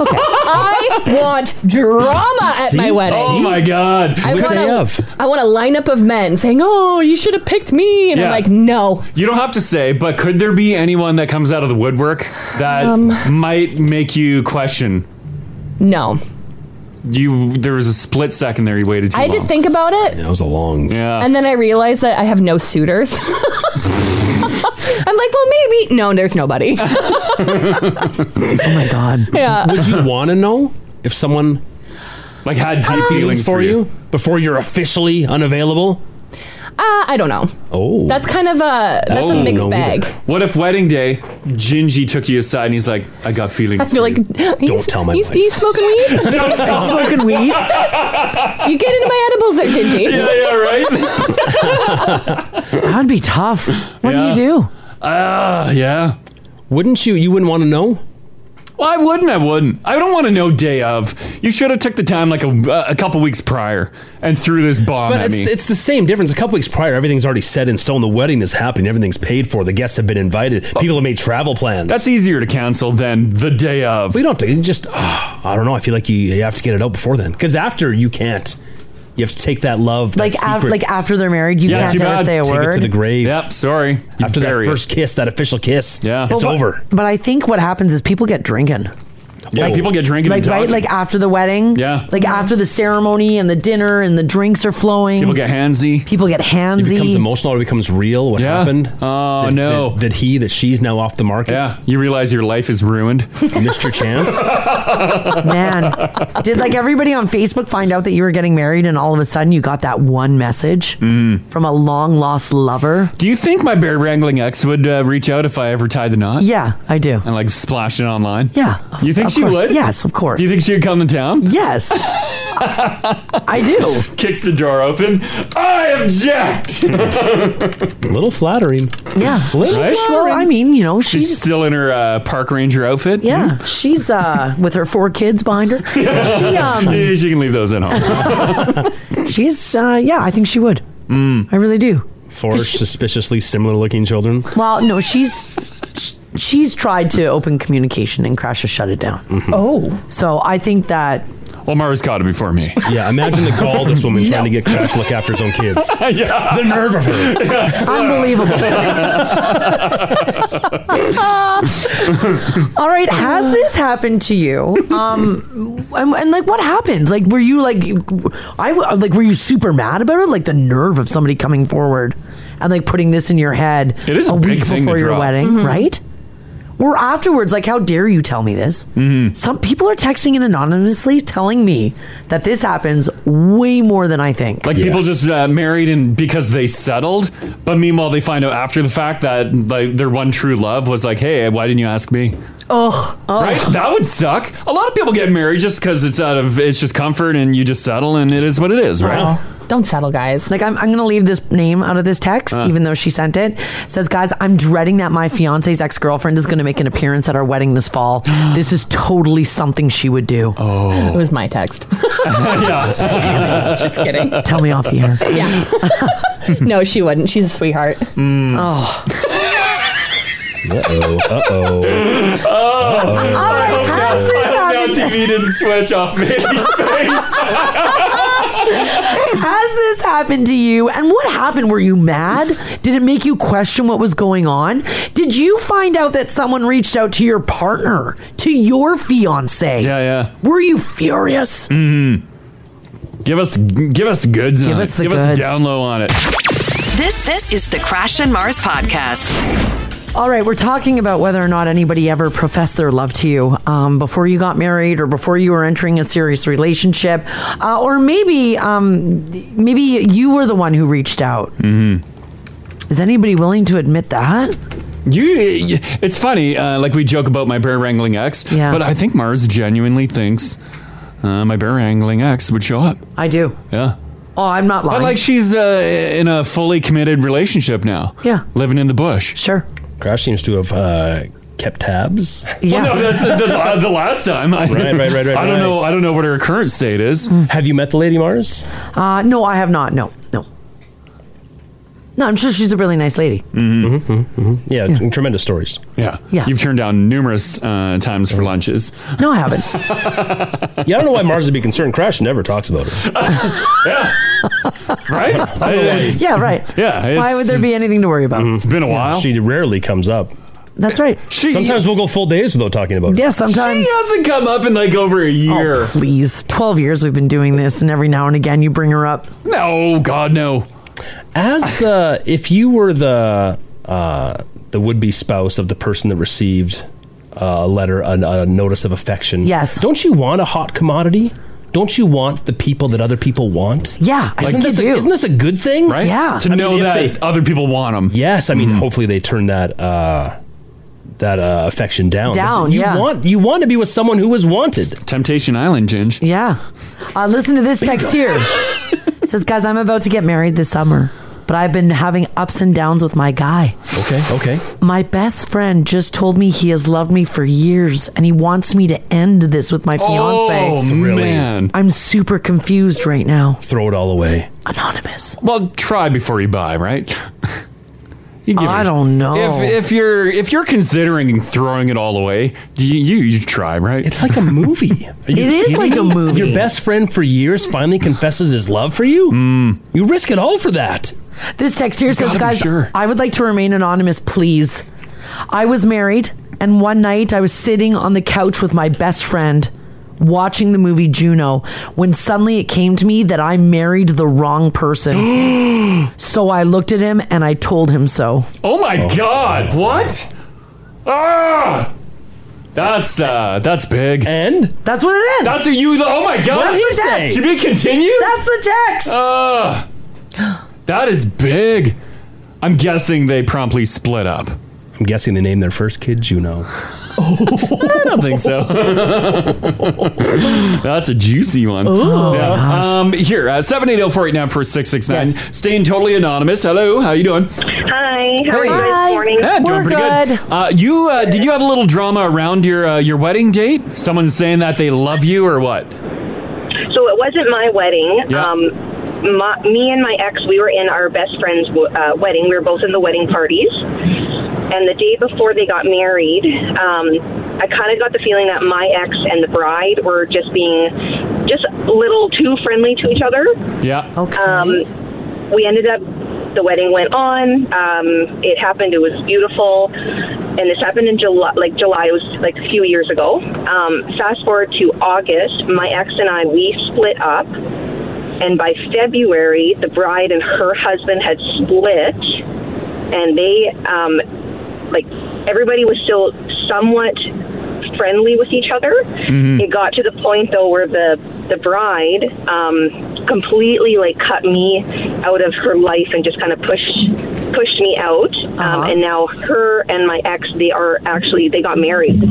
Speaker 5: I want drama at my wedding.
Speaker 3: Oh my god!
Speaker 5: I want, a, I want a lineup of men saying, "Oh, you should have picked me," and I'm
Speaker 3: Yeah.
Speaker 5: like, "No."
Speaker 3: You don't have to say, but could there be anyone that comes out of the woodwork that
Speaker 5: Um.
Speaker 3: might make you question?
Speaker 5: No.
Speaker 3: You there was a split second there you waited too
Speaker 5: I
Speaker 3: long.
Speaker 5: did think about it,
Speaker 7: that was a long.
Speaker 3: Yeah.
Speaker 5: and then I realized that I have no suitors. I'm like, "Well, maybe." No, there's nobody.
Speaker 2: Oh my god.
Speaker 5: Yeah.
Speaker 7: Would you want to know if someone
Speaker 3: like had deep
Speaker 5: Uh, feelings
Speaker 7: for
Speaker 5: for
Speaker 7: you,
Speaker 5: you?
Speaker 7: before you're officially unavailable?
Speaker 5: Uh, I don't know.
Speaker 7: Oh.
Speaker 5: That's kind of a
Speaker 3: Oh,
Speaker 5: that's a mixed bag.
Speaker 3: What if wedding day, Gingy took you aside and he's like, "I got
Speaker 5: I
Speaker 3: feelings."
Speaker 5: feel like don't
Speaker 3: tell my
Speaker 5: you,
Speaker 3: wife.
Speaker 5: you smoking weed?
Speaker 3: Don't tell her. Smoking
Speaker 2: weed?
Speaker 5: You get into my edibles there, Gingy.
Speaker 3: Yeah, yeah, right.
Speaker 2: That'd be tough. What do you do?
Speaker 3: Ah, yeah.
Speaker 7: Wouldn't you? You wouldn't want to know.
Speaker 3: Well, I wouldn't. I wouldn't. I don't want to know day of. You should have took the time like a, a couple weeks prior and threw this bomb
Speaker 7: But
Speaker 3: at
Speaker 7: it's,
Speaker 3: me.
Speaker 7: it's the same difference. A couple weeks prior, everything's already set in stone. The wedding is happening. Everything's paid for. The guests have been invited. People have made travel plans. That's
Speaker 3: Oh. easier to cancel than the day of.
Speaker 7: We don't have to. it's Just ah, I don't know. I feel like you, you have to get it out before then, because after you can't. You have to take that love, that
Speaker 2: Like, af-
Speaker 7: secret-
Speaker 2: like after they're married, you can't ever say a
Speaker 7: take
Speaker 2: word.
Speaker 7: it to the grave.
Speaker 3: Yep, sorry.
Speaker 7: After that first kiss, that official kiss, yeah, it's
Speaker 2: Well, but-
Speaker 7: over.
Speaker 2: But I think what happens is people get drinking.
Speaker 7: Yeah, people get drinking
Speaker 2: Like
Speaker 7: and
Speaker 2: right,
Speaker 7: talking.
Speaker 2: like after the wedding.
Speaker 3: Yeah.
Speaker 2: Like after the ceremony and the dinner and the drinks are flowing.
Speaker 7: People get
Speaker 3: handsy.
Speaker 2: People get
Speaker 7: It becomes
Speaker 2: handsy.
Speaker 7: emotional. It becomes real. What happened? Oh no! That, that he, that she's now off the market. Yeah,
Speaker 3: you realize your life is ruined.
Speaker 7: You missed your chance.
Speaker 2: Man, did like everybody on Facebook find out that you were getting married, and all of a sudden you got that one message
Speaker 7: Mm-hmm.
Speaker 2: from a long lost lover?
Speaker 3: Do you think my bear wrangling ex would uh, reach out if I ever tied the knot?
Speaker 2: Yeah, I do.
Speaker 3: And like splash it online?
Speaker 2: Yeah.
Speaker 3: You think
Speaker 2: Of
Speaker 3: she
Speaker 2: course.
Speaker 3: would?
Speaker 2: Yes, of course.
Speaker 3: Do you think she would come to town?
Speaker 2: Yes. I do.
Speaker 3: Kicks the door open. I object. a
Speaker 7: little flattering.
Speaker 2: Yeah.
Speaker 3: Little
Speaker 2: Well,
Speaker 3: flattering.
Speaker 2: I mean, you know,
Speaker 3: She's,
Speaker 2: she's
Speaker 3: still in her uh, park ranger outfit.
Speaker 2: yeah, she's uh with her four kids behind her. She um
Speaker 3: Yeah, she can leave those at home.
Speaker 2: she's uh yeah, I think she would. I really do.
Speaker 7: Four suspiciously Hmm. similar looking children.
Speaker 2: Well, no, she's sh- she's tried to open communication and Crash has shut it down.
Speaker 7: Mm-hmm.
Speaker 2: Oh. So I think that
Speaker 3: Well, Mara's caught it before me.
Speaker 7: Yeah, imagine the gall this woman trying to get Crash to look after his own kids.
Speaker 3: Yeah.
Speaker 7: The nerve of her.
Speaker 2: All right, has this happened to you? Um and, and like what happened? Like were you like I w- like were you super mad about it? Like the nerve of somebody coming forward and like putting this in your head
Speaker 3: It is a
Speaker 2: week
Speaker 3: big thing to
Speaker 2: before your
Speaker 3: drop.
Speaker 2: wedding,
Speaker 3: Mhm.
Speaker 2: right? Or afterwards, like, how dare you tell me this? Mm-hmm. Some people are texting in anonymously telling me that this happens way more than I think.
Speaker 3: Like people just uh, married and because they settled, but meanwhile they find out after the fact that like their one true love was like, hey, why didn't you ask me?
Speaker 2: oh, oh.
Speaker 3: Right? That would suck. A lot of people get married just because it's out of it's just comfort and you just settle and it is what it is, right?
Speaker 2: Don't settle, guys. Like I'm, I'm gonna leave this name out of this text,
Speaker 3: Uh.
Speaker 2: even though she sent it. Says, guys, I'm dreading that my fiance's ex girlfriend is gonna make an appearance at our wedding this fall. this is totally something she would do.
Speaker 5: It
Speaker 2: Oh,
Speaker 5: was my text.
Speaker 3: yeah.
Speaker 5: Just kidding.
Speaker 2: Tell me off the air.
Speaker 5: Yeah. no, she wouldn't. She's a sweetheart.
Speaker 3: Mm.
Speaker 2: Oh.
Speaker 7: Uh oh. Uh oh.
Speaker 3: All
Speaker 2: right, how's this
Speaker 3: happened? TV didn't switch off Mandy's face.
Speaker 2: Has this happened to you? And what happened? Were you mad? Did it make you question what was going on? Did you find out that someone reached out to your partner, to your fiance? Yeah,
Speaker 3: yeah.
Speaker 2: Were you furious?
Speaker 3: Mhm. Give us give us goods on
Speaker 1: Give
Speaker 3: it.
Speaker 1: us the
Speaker 3: give us
Speaker 1: goods.
Speaker 3: down low on it.
Speaker 1: This this is the Crash and Mars podcast.
Speaker 2: All right, we're talking about whether or not anybody ever professed their love to you um, before you got married or before you were entering a serious relationship, uh, or maybe um, maybe you were the one who reached out.
Speaker 3: Mm-hmm.
Speaker 2: Is anybody willing to admit that?
Speaker 3: You, it's funny. Uh, like we joke about my bear wrangling ex,
Speaker 2: Yeah.
Speaker 3: but I think Mars genuinely thinks uh, my bear wrangling ex would show up.
Speaker 2: I do.
Speaker 3: Yeah.
Speaker 2: Oh, I'm not lying.
Speaker 3: But like she's uh, in a fully committed relationship now.
Speaker 2: Yeah.
Speaker 3: Living in the bush.
Speaker 2: Sure.
Speaker 7: Crash seems to have uh, kept tabs.
Speaker 3: Yeah. Well, no, that's uh, the, the, the last time. I,
Speaker 7: Right, right, right, right,
Speaker 3: I don't know.
Speaker 7: right.
Speaker 3: I don't know what her current state is.
Speaker 7: Have you met the Lady Mars?
Speaker 2: Mm. Uh, no, I have not. No, no. No, I'm sure she's a really nice lady.
Speaker 3: Mm-hmm.
Speaker 7: Yeah, tremendous stories.
Speaker 3: Yeah.
Speaker 2: Yeah.
Speaker 3: You've turned down numerous uh, times
Speaker 7: Mm-hmm.
Speaker 3: for lunches.
Speaker 2: No, I haven't.
Speaker 7: Yeah, I don't know why Mars would be concerned. Crash never talks about her.
Speaker 3: right?
Speaker 2: yeah, right.
Speaker 7: Yeah.
Speaker 2: Why would there be anything to worry about?
Speaker 7: It's been a while. She rarely comes up.
Speaker 2: That's right.
Speaker 7: sometimes we'll go full days without talking about her.
Speaker 2: Yeah, sometimes.
Speaker 3: She hasn't come up in like over a year.
Speaker 2: Oh, please. 12 years we've been doing this, and every now and again you bring her up.
Speaker 3: No, God, no.
Speaker 7: As the if you were the uh, the would be spouse of the person that received uh, a letter, a, a notice of affection.
Speaker 2: Yes.
Speaker 7: Don't you want a hot commodity? Don't you want the people that other people want?
Speaker 2: Yeah, I
Speaker 7: isn't
Speaker 2: think
Speaker 7: this
Speaker 2: you
Speaker 7: a,
Speaker 2: do.
Speaker 7: Isn't this a good thing?
Speaker 2: Right? Yeah. To know that
Speaker 3: other people want Mm. them.
Speaker 7: Yes, I mean, hopefully they turn that uh, that uh, affection down.
Speaker 2: Down,
Speaker 7: You
Speaker 2: yeah.
Speaker 7: want you want to be with someone who is wanted.
Speaker 3: Temptation Island, Ginge.
Speaker 2: Yeah. Uh, listen to this text here. It says, guys, I'm about to get married this summer. but I've been having ups and downs with my guy.
Speaker 7: Okay, okay.
Speaker 2: My best friend just told me he has loved me for years and he wants me to end this with my fiance.
Speaker 3: Oh, man.
Speaker 2: I'm super confused right now.
Speaker 7: Throw it all away.
Speaker 2: Anonymous.
Speaker 3: Well, try before you buy, right? You give
Speaker 2: I
Speaker 3: it a-
Speaker 2: don't know.
Speaker 3: If, if you're if you're considering throwing it all away, do you, you you try, right? It's
Speaker 7: like a movie. Are you kidding me? Your best friend for years finally confesses his love for you.
Speaker 3: Hmm.
Speaker 7: You risk it all for that.
Speaker 2: This text here
Speaker 7: You
Speaker 2: says,
Speaker 7: gotta be
Speaker 2: guys,
Speaker 7: sure."
Speaker 2: I would like to remain anonymous, please. I was married, and one night I was sitting on the couch with my best friend watching the movie Juno when suddenly it came to me that I married the wrong person. so I looked at him and I told him so.
Speaker 3: Oh my god! What? Ah! That's uh, that's big.
Speaker 7: And
Speaker 2: that's what it is.
Speaker 3: That's a you. Oh my god!
Speaker 2: What did he say?
Speaker 3: Should we continue?
Speaker 2: That's the text.
Speaker 3: Ah! that is big. I'm guessing they promptly split up.
Speaker 7: I'm guessing they named their first kid Juno.
Speaker 3: I don't think so. That's a juicy one.
Speaker 7: Ooh.
Speaker 3: Yeah. Um, here, uh, 780-489-4669. Staying totally anonymous. Hello, how you doing?
Speaker 12: Hi. How
Speaker 3: Hey.
Speaker 12: are you guys? Morning.
Speaker 3: Yeah, doing pretty good. Uh, you uh, did you have a little drama around your uh, your wedding date? Someone saying that they love you or what?
Speaker 12: So it wasn't my wedding.
Speaker 3: Yeah.
Speaker 12: Um, my, me and my ex, we were in our best friend's uh, wedding. We were both in the wedding parties. And the day before they got married, um, I kind of got the feeling that my ex and the bride were just being just a little too friendly to each other.
Speaker 3: Yeah.
Speaker 2: Okay.
Speaker 12: Um, we ended up, the wedding went on. Um, it happened. It was beautiful. And this happened in July, like July, it was like a few years ago. Um, fast forward to August, my ex and I, we split up. And by February, the bride and her husband had split. And they, um, like, everybody was still somewhat friendly with each other.
Speaker 14: Mhm.
Speaker 12: It got to the point though where the the bride um, completely like cut me out of her life and just kind of pushed pushed me out. Um, and now her and my ex they are actually they got married.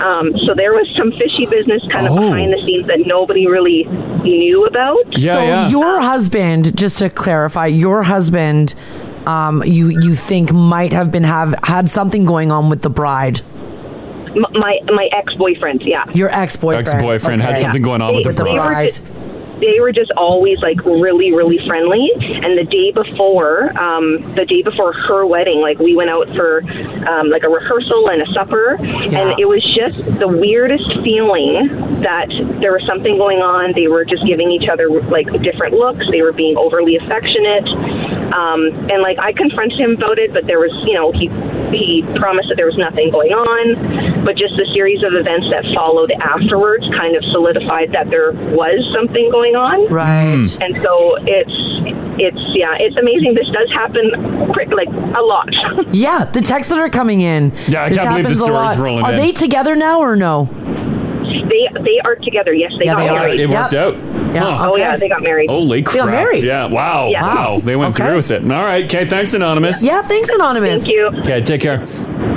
Speaker 12: Um, so there was some fishy business kind of behind the scenes that nobody really knew about.
Speaker 2: so your husband, just to clarify, your husband, um, you you think might have been have had something going on with the bride.
Speaker 12: M- my my ex boyfriend, yeah.
Speaker 2: Your ex boyfriend.
Speaker 3: Ex-boyfriend had something going on with the
Speaker 12: They- they were
Speaker 3: bride.
Speaker 12: just- They were just always like really, really friendly. And the day before, um, the day before her wedding, like we went out for um, like a rehearsal and a supper, and it was just the weirdest feeling that there was something going on. They were just giving each other like different looks. They were being overly affectionate, um, and like I confronted him about it, but there was, you know, he he promised that there was nothing going on, but just the series of events that followed afterwards kind of solidified that there was something going on.
Speaker 2: Right.
Speaker 12: And so it's it's yeah, it's amazing. This does happen quick, like a lot.
Speaker 2: Yeah, the texts that are coming in.
Speaker 12: Yeah, I can't believe
Speaker 2: happens
Speaker 12: the
Speaker 2: a lot.
Speaker 12: story's rolling
Speaker 2: Are
Speaker 12: in.
Speaker 2: they together now or no?
Speaker 12: they they are together. Yes, they
Speaker 2: Yeah,
Speaker 12: got
Speaker 2: they are.
Speaker 12: married.
Speaker 3: It worked out.
Speaker 2: Yeah.
Speaker 12: Oh yeah, they got married.
Speaker 3: Holy crap! Yeah. Wow.
Speaker 12: Yeah.
Speaker 3: Wow. They went
Speaker 12: Okay.
Speaker 3: through with it. All right. Okay. Thanks, anonymous.
Speaker 2: Yeah, thanks, anonymous. Thank
Speaker 12: you.
Speaker 3: Okay. Take care.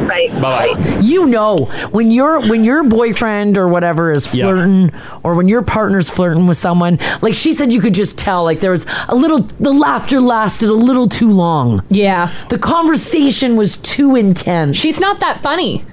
Speaker 12: Bye.
Speaker 3: Bye.
Speaker 2: You know when your when your boyfriend or whatever is flirting, or when your partner's flirting with someone. Like she said, you could just tell. Like there was a little. The laughter lasted a little too long.
Speaker 5: Yeah.
Speaker 2: The conversation was too intense.
Speaker 5: She's not that funny.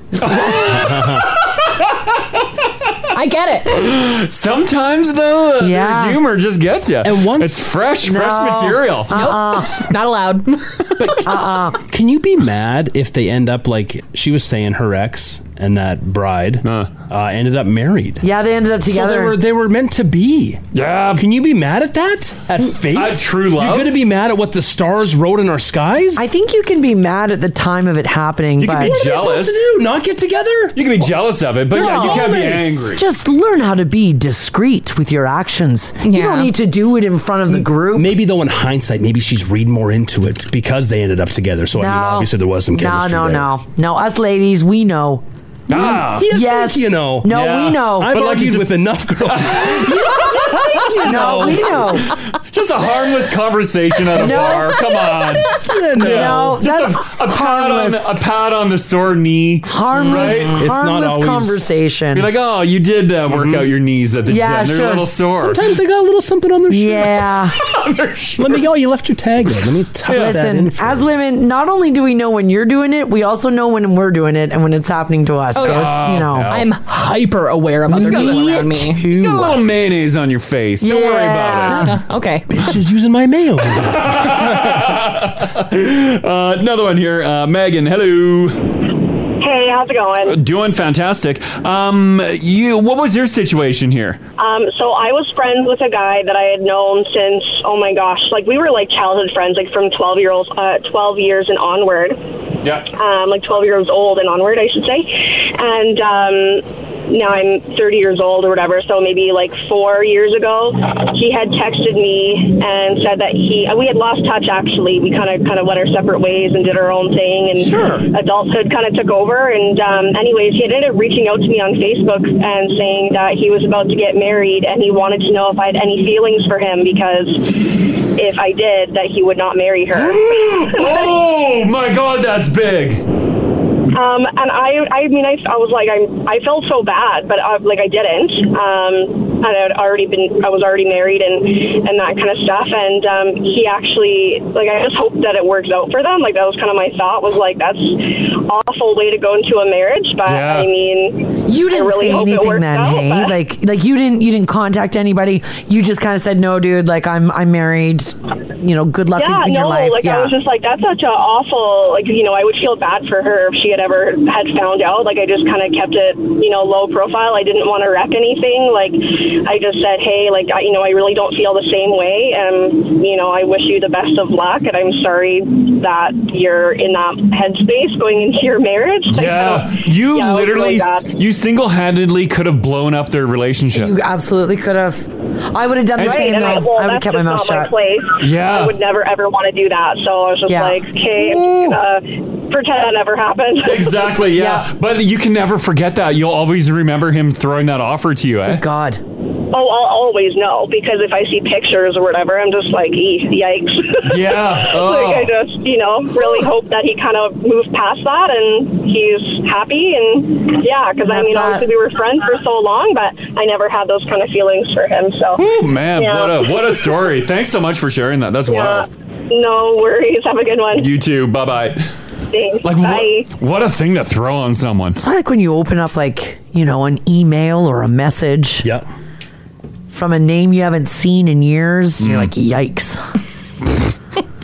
Speaker 5: I get it.
Speaker 3: Sometimes though, uh,
Speaker 5: Yeah.
Speaker 3: their humor just gets you. And once it's fresh,
Speaker 5: No.
Speaker 3: fresh material.
Speaker 2: Uh-uh.
Speaker 5: Nope. Not allowed.
Speaker 7: Can you be mad if they end up like she was saying her ex and that bride uh, ended up married?
Speaker 2: Yeah, they ended up
Speaker 7: So they
Speaker 2: together.
Speaker 7: were they were meant to be.
Speaker 3: Yeah.
Speaker 7: Can you be mad at that? At fate?
Speaker 2: At true love?
Speaker 7: You're gonna be mad at what the stars wrote in our skies?
Speaker 2: I think you can be mad at the time of it happening.
Speaker 7: You
Speaker 2: but
Speaker 7: can be What are they jealous. supposed to do, Not get together? You
Speaker 3: can be jealous of it, but
Speaker 2: No.
Speaker 3: yeah, you can't be angry.
Speaker 2: Just learn how to be discreet with your actions. You don't need to do it in front of the group.
Speaker 7: Maybe though in hindsight, maybe she's reading more into it because they ended up together. So I mean obviously there was some
Speaker 2: no,
Speaker 7: chemistry.
Speaker 2: no,
Speaker 7: there.
Speaker 2: no, no. Us ladies, we know.
Speaker 3: Ah.
Speaker 7: You
Speaker 2: Yes.
Speaker 7: think you know.
Speaker 2: No, we know.
Speaker 7: I've
Speaker 2: But like
Speaker 7: argued
Speaker 2: it's
Speaker 7: with
Speaker 2: just-
Speaker 7: enough girls.
Speaker 2: No, we know.
Speaker 3: Just a harmless conversation at a
Speaker 2: No.
Speaker 3: bar. Come on.
Speaker 2: You know. No, that's
Speaker 3: Just a, a pat on
Speaker 2: harmless.
Speaker 3: a pat on the sore knee.
Speaker 2: Harmless-
Speaker 3: right?
Speaker 2: It's not harmless always- Mm-hmm. conversation.
Speaker 3: You're like, oh, you did uh, work out your knees at the
Speaker 2: Yeah,
Speaker 3: gym. They're
Speaker 2: sure.
Speaker 3: a little sore.
Speaker 7: Sometimes they got a little something on their shirt.
Speaker 2: Yeah.
Speaker 7: Let me go. You left your tag there. Let me tuck that in.
Speaker 2: Listen,
Speaker 7: For
Speaker 2: as women, not only do we know when you're doing it, we also know when we're doing it and when it's happening to us. so it's, you know,
Speaker 5: Oh, I'm hyper aware of other people around me.
Speaker 3: You got a little mayonnaise on your face. Don't worry about it.
Speaker 5: okay.
Speaker 7: Bitch is using my mail.
Speaker 3: Uh, another one here. Uh, Megan, hello. Uh,
Speaker 14: Hey, how's it going?
Speaker 3: Doing fantastic. Um, you, what was your situation here?
Speaker 14: Um, so I was friends with a guy that I had known since oh my gosh, like we were like childhood friends, like from twelve year olds, uh, twelve years and onward.
Speaker 3: Yeah.
Speaker 14: Um, like twelve years old and onward, I should say. And um, now I'm thirty years old or whatever. So maybe like four years ago, he had texted me and said that he uh, we had lost touch. Actually, we kind of kind of went our separate ways and did our own thing, and adulthood kind of took over. And um, anyways, he had ended up reaching out to me on Facebook and saying that he was about to get married and he wanted to know if I had any feelings for him because if I did, that he would not marry her.
Speaker 3: oh my God, that's big.
Speaker 14: Um, and I, I mean, I, I was like, I, I felt so bad, but I, like I didn't. Um, and I had already been, I was already married and, and that kind of stuff. And um, he actually, like, I just hope that it works out for them. Like that was kind of my thought was like, that's awful way to go into a marriage. But
Speaker 2: Yeah.
Speaker 14: I mean,
Speaker 2: you didn't
Speaker 14: I really
Speaker 2: say
Speaker 14: hope it
Speaker 2: anything
Speaker 14: works
Speaker 2: then,
Speaker 14: out,
Speaker 2: hey?
Speaker 14: but-
Speaker 2: Like, like you didn't you didn't contact anybody. You just kind of said, "No, dude. Like, I'm I'm married. You know, good luck
Speaker 14: yeah,
Speaker 2: in, in
Speaker 14: no,
Speaker 2: your life."
Speaker 14: like
Speaker 2: yeah.
Speaker 14: I was just like, that's such an awful, like, you know, I would feel bad for her if she had ever had found out. Like, I just kind of kept it, you know, low profile. I didn't want to wreck anything. Like, I just said, hey, like, I, you know, I really don't feel the same way. And, you know, I wish you the best of luck. And I'm sorry that you're in that headspace going into your marriage. Like,
Speaker 3: Yeah,
Speaker 14: I don't-
Speaker 3: you
Speaker 14: yeah, it was
Speaker 3: literally,
Speaker 14: really bad.
Speaker 3: you single-handedly could have blown up their relationship.
Speaker 2: you absolutely could have. I would have done the
Speaker 14: Right,
Speaker 2: same
Speaker 14: and
Speaker 2: though.
Speaker 14: I,
Speaker 2: I,
Speaker 14: well,
Speaker 2: would have
Speaker 14: that's
Speaker 2: kept my
Speaker 14: just
Speaker 2: mouth
Speaker 14: not
Speaker 2: shut.
Speaker 14: place.
Speaker 3: Yeah.
Speaker 14: I would never ever want to do that. So I was just
Speaker 2: Yeah.
Speaker 14: like, okay, I'm just gonna pretend that never happened.
Speaker 3: Exactly. Yeah. but you can never forget that. You'll always remember him throwing that offer to you. Eh?
Speaker 2: God.
Speaker 14: Oh, I'll always know because if I see pictures or whatever, I'm just like, "Ee, yikes.
Speaker 3: Yeah, oh.
Speaker 14: like I just, you know, really hope that he kind of moved past that and he's happy and yeah, because I
Speaker 3: That's
Speaker 14: mean,
Speaker 3: that.
Speaker 14: obviously we were friends for so long, but I never had those kind of feelings for him. So,
Speaker 3: Oh man,
Speaker 14: yeah.
Speaker 3: what a what a story! Thanks so much for sharing that. That's
Speaker 14: Yeah.
Speaker 3: wild.
Speaker 14: No worries. Have a good one.
Speaker 3: You too. Bye bye.
Speaker 14: Thanks.
Speaker 3: Like
Speaker 14: Bye.
Speaker 3: what? What a thing to throw on someone.
Speaker 2: It's not like when you open up like you know an email or a message.
Speaker 7: Yeah.
Speaker 2: From a name you haven't seen in years, and you're
Speaker 7: Mm.
Speaker 2: like, "Yikes."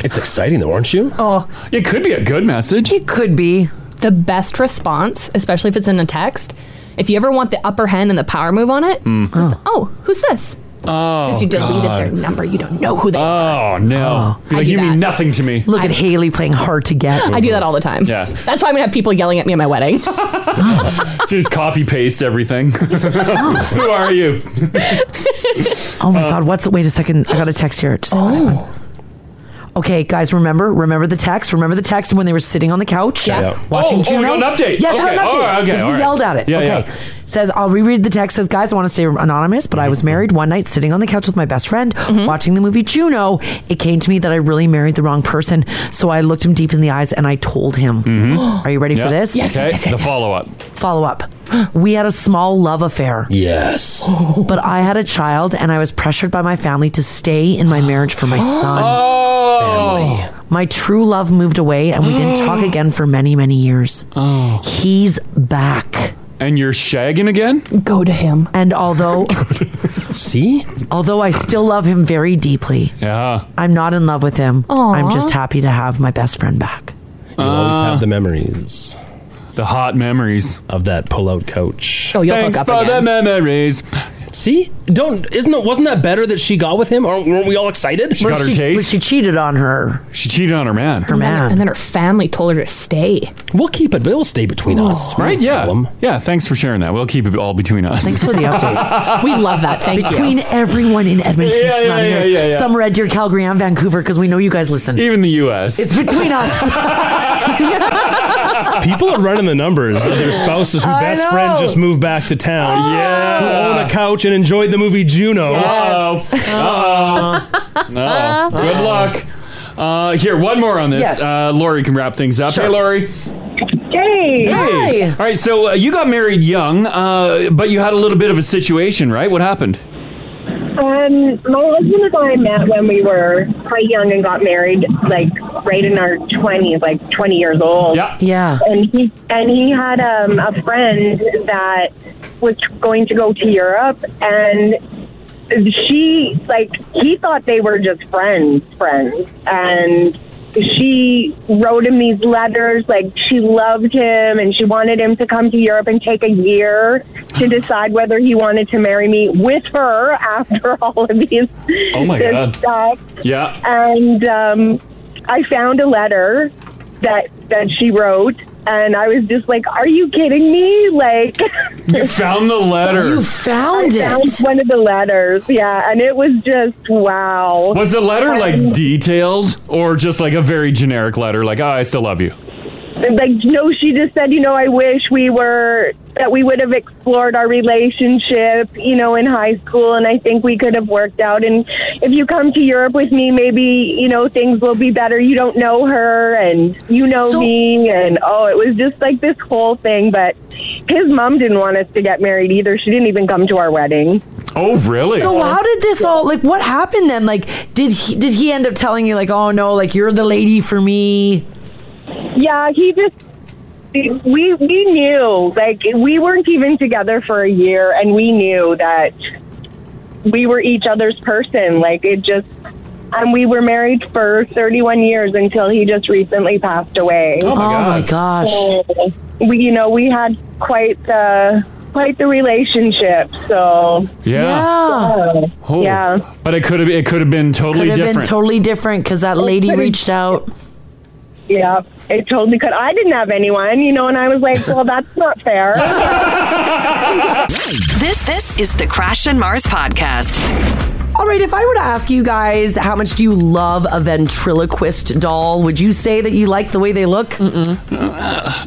Speaker 7: It's exciting though, aren't you?
Speaker 5: Oh,
Speaker 3: It could be a good message.
Speaker 2: It could be.
Speaker 5: The best response, especially if it's in a text, if you ever want the upper hand and the power move on it,
Speaker 3: Mm.
Speaker 5: just, oh, who's this?
Speaker 3: Oh,
Speaker 5: you deleted
Speaker 3: God.
Speaker 5: their number. You don't know who they
Speaker 3: oh,
Speaker 5: are.
Speaker 3: no! Be like you mean nothing to me.
Speaker 2: Look at Haley playing hard to get.
Speaker 5: I do that all the time.
Speaker 3: Yeah.
Speaker 5: That's why I'm going to have people yelling at me at my wedding.
Speaker 3: Just copy paste everything. Who are you?
Speaker 2: Oh my God! What's wait a second? I got a text here. Just oh. Okay, guys, remember remember the text. Remember the text when they were sitting on the couch,
Speaker 3: Yeah. Yeah.
Speaker 2: watching
Speaker 3: Oh, oh,
Speaker 2: Juno.
Speaker 3: we got an update.
Speaker 2: Yes, I got
Speaker 3: Okay,
Speaker 2: an
Speaker 3: all
Speaker 2: update.
Speaker 3: right, okay,
Speaker 2: 'cause
Speaker 3: all
Speaker 2: we
Speaker 3: right.
Speaker 2: yelled at it.
Speaker 3: Yeah,
Speaker 2: okay,
Speaker 3: yeah.
Speaker 2: says I'll reread the text. Says, guys, I want to stay anonymous, but I
Speaker 3: Mm-hmm.
Speaker 2: was married one night, sitting on the couch with my best friend, watching the movie Juno. It came to me that I really married the wrong person, so I looked him deep in the eyes and I told him. Are you ready
Speaker 3: Mm-hmm. Yeah.
Speaker 2: for this?
Speaker 3: okay. the follow up.
Speaker 2: Follow up. We had a small love affair.
Speaker 7: Yes.
Speaker 2: But I had a child and I was pressured by my family to stay in my marriage for my son. Family. My true love moved away and we didn't talk again for many, many years. Oh. He's back.
Speaker 3: And you're shagging again?
Speaker 5: Go to him.
Speaker 2: And although
Speaker 7: See?
Speaker 2: Although I still love him very deeply.
Speaker 3: Yeah.
Speaker 2: I'm not in love with him. I'm just happy to have my best friend back.
Speaker 7: You'll always have the memories.
Speaker 3: The hot memories
Speaker 7: of that pullout couch.
Speaker 5: Oh,
Speaker 2: you'll
Speaker 7: Thanks
Speaker 2: hook up
Speaker 7: for
Speaker 2: again.
Speaker 3: the memories.
Speaker 7: See, don't isn't it? Wasn't that better that she got with him? Aren't, weren't we all excited?
Speaker 2: Well, well, She cheated on her.
Speaker 3: She cheated on her man.
Speaker 7: Her
Speaker 5: and Then, and then her family told her to stay.
Speaker 7: We'll keep it. We'll stay between us,
Speaker 3: Right? Yeah. Yeah. Thanks for sharing that. We'll keep it all between us.
Speaker 2: Thanks for the update.
Speaker 5: we love that. Thank you.
Speaker 2: Between everyone in Edmonton,
Speaker 3: Yeah, yeah,
Speaker 2: surrounding
Speaker 3: yeah,
Speaker 2: us.
Speaker 3: yeah, yeah.
Speaker 2: some Red Deer, Calgary, and Vancouver, because we know you guys listen.
Speaker 3: Even the U.S.
Speaker 2: It's between us.
Speaker 15: People are running the numbers of their spouses who
Speaker 7: I
Speaker 15: best
Speaker 7: know.
Speaker 15: friend just moved back to town. Yeah. Who own a couch and enjoyed the movie Juno.
Speaker 3: Yes.
Speaker 2: Oh.
Speaker 3: Uh-oh. No. Good luck. Uh, here, one more on this.
Speaker 15: Yes.
Speaker 3: Uh, Lori can wrap things up. Hey, Lori.
Speaker 16: Hey.
Speaker 3: Hey. All right. So uh, you got married young, uh, but you had a little bit of a situation, right? What happened?
Speaker 16: Um, my husband and I met when we were quite young and got married, like right in our twenties, like twenty years old. Yeah,
Speaker 2: yeah.
Speaker 16: And he and he had um, a friend that was going to go to Europe, and she like he thought they were just friends, friends, and she wrote him these letters like she loved him and she wanted him to come to Europe and take a year to decide whether he wanted to marry me with her after all of these
Speaker 3: Oh my
Speaker 16: this
Speaker 3: God.
Speaker 16: stuff
Speaker 3: Yeah.
Speaker 16: and um, I found a letter that that she wrote and I was just like are you kidding me like
Speaker 3: You found the letter. You
Speaker 2: found
Speaker 16: I found one of the letters yeah and it was just wow
Speaker 3: Was the letter like
Speaker 16: And-
Speaker 3: detailed or just like a very generic letter? Like, oh, I still love you.
Speaker 16: And, like no she just said you know i wish we were that we would have explored our relationship you know in high school and i think we could have worked out and if you come to europe with me maybe you know things will be better you don't know her and you know me and oh it was just like this whole thing but his mom didn't want us to get married either she didn't even come to our wedding
Speaker 3: oh really
Speaker 2: So how did this all like? What happened then? Like, did he did he end up telling you like, oh no, like you're the lady for me?
Speaker 16: Yeah, he just we we knew like we weren't even together for a year, and we knew that we were each other's person. Like it just, and we were married for thirty-one years until he just recently passed away.
Speaker 2: Oh my Oh my God. gosh.
Speaker 16: So, we you know we had quite the quite the relationship. So
Speaker 3: Yeah.
Speaker 2: Yeah.
Speaker 3: Oh.
Speaker 16: yeah.
Speaker 3: But it could have it could have been totally
Speaker 2: Could have
Speaker 3: different.
Speaker 2: been totally different because that
Speaker 16: It
Speaker 2: lady
Speaker 16: could've-
Speaker 2: reached out.
Speaker 16: Yeah, it totally could. I didn't have anyone, you know, and I was like, well, that's not fair.
Speaker 1: This this is the Crash and Mars podcast.
Speaker 2: All right, if I were to ask you guys how much do you love a ventriloquist doll, would you say that you like the way they look?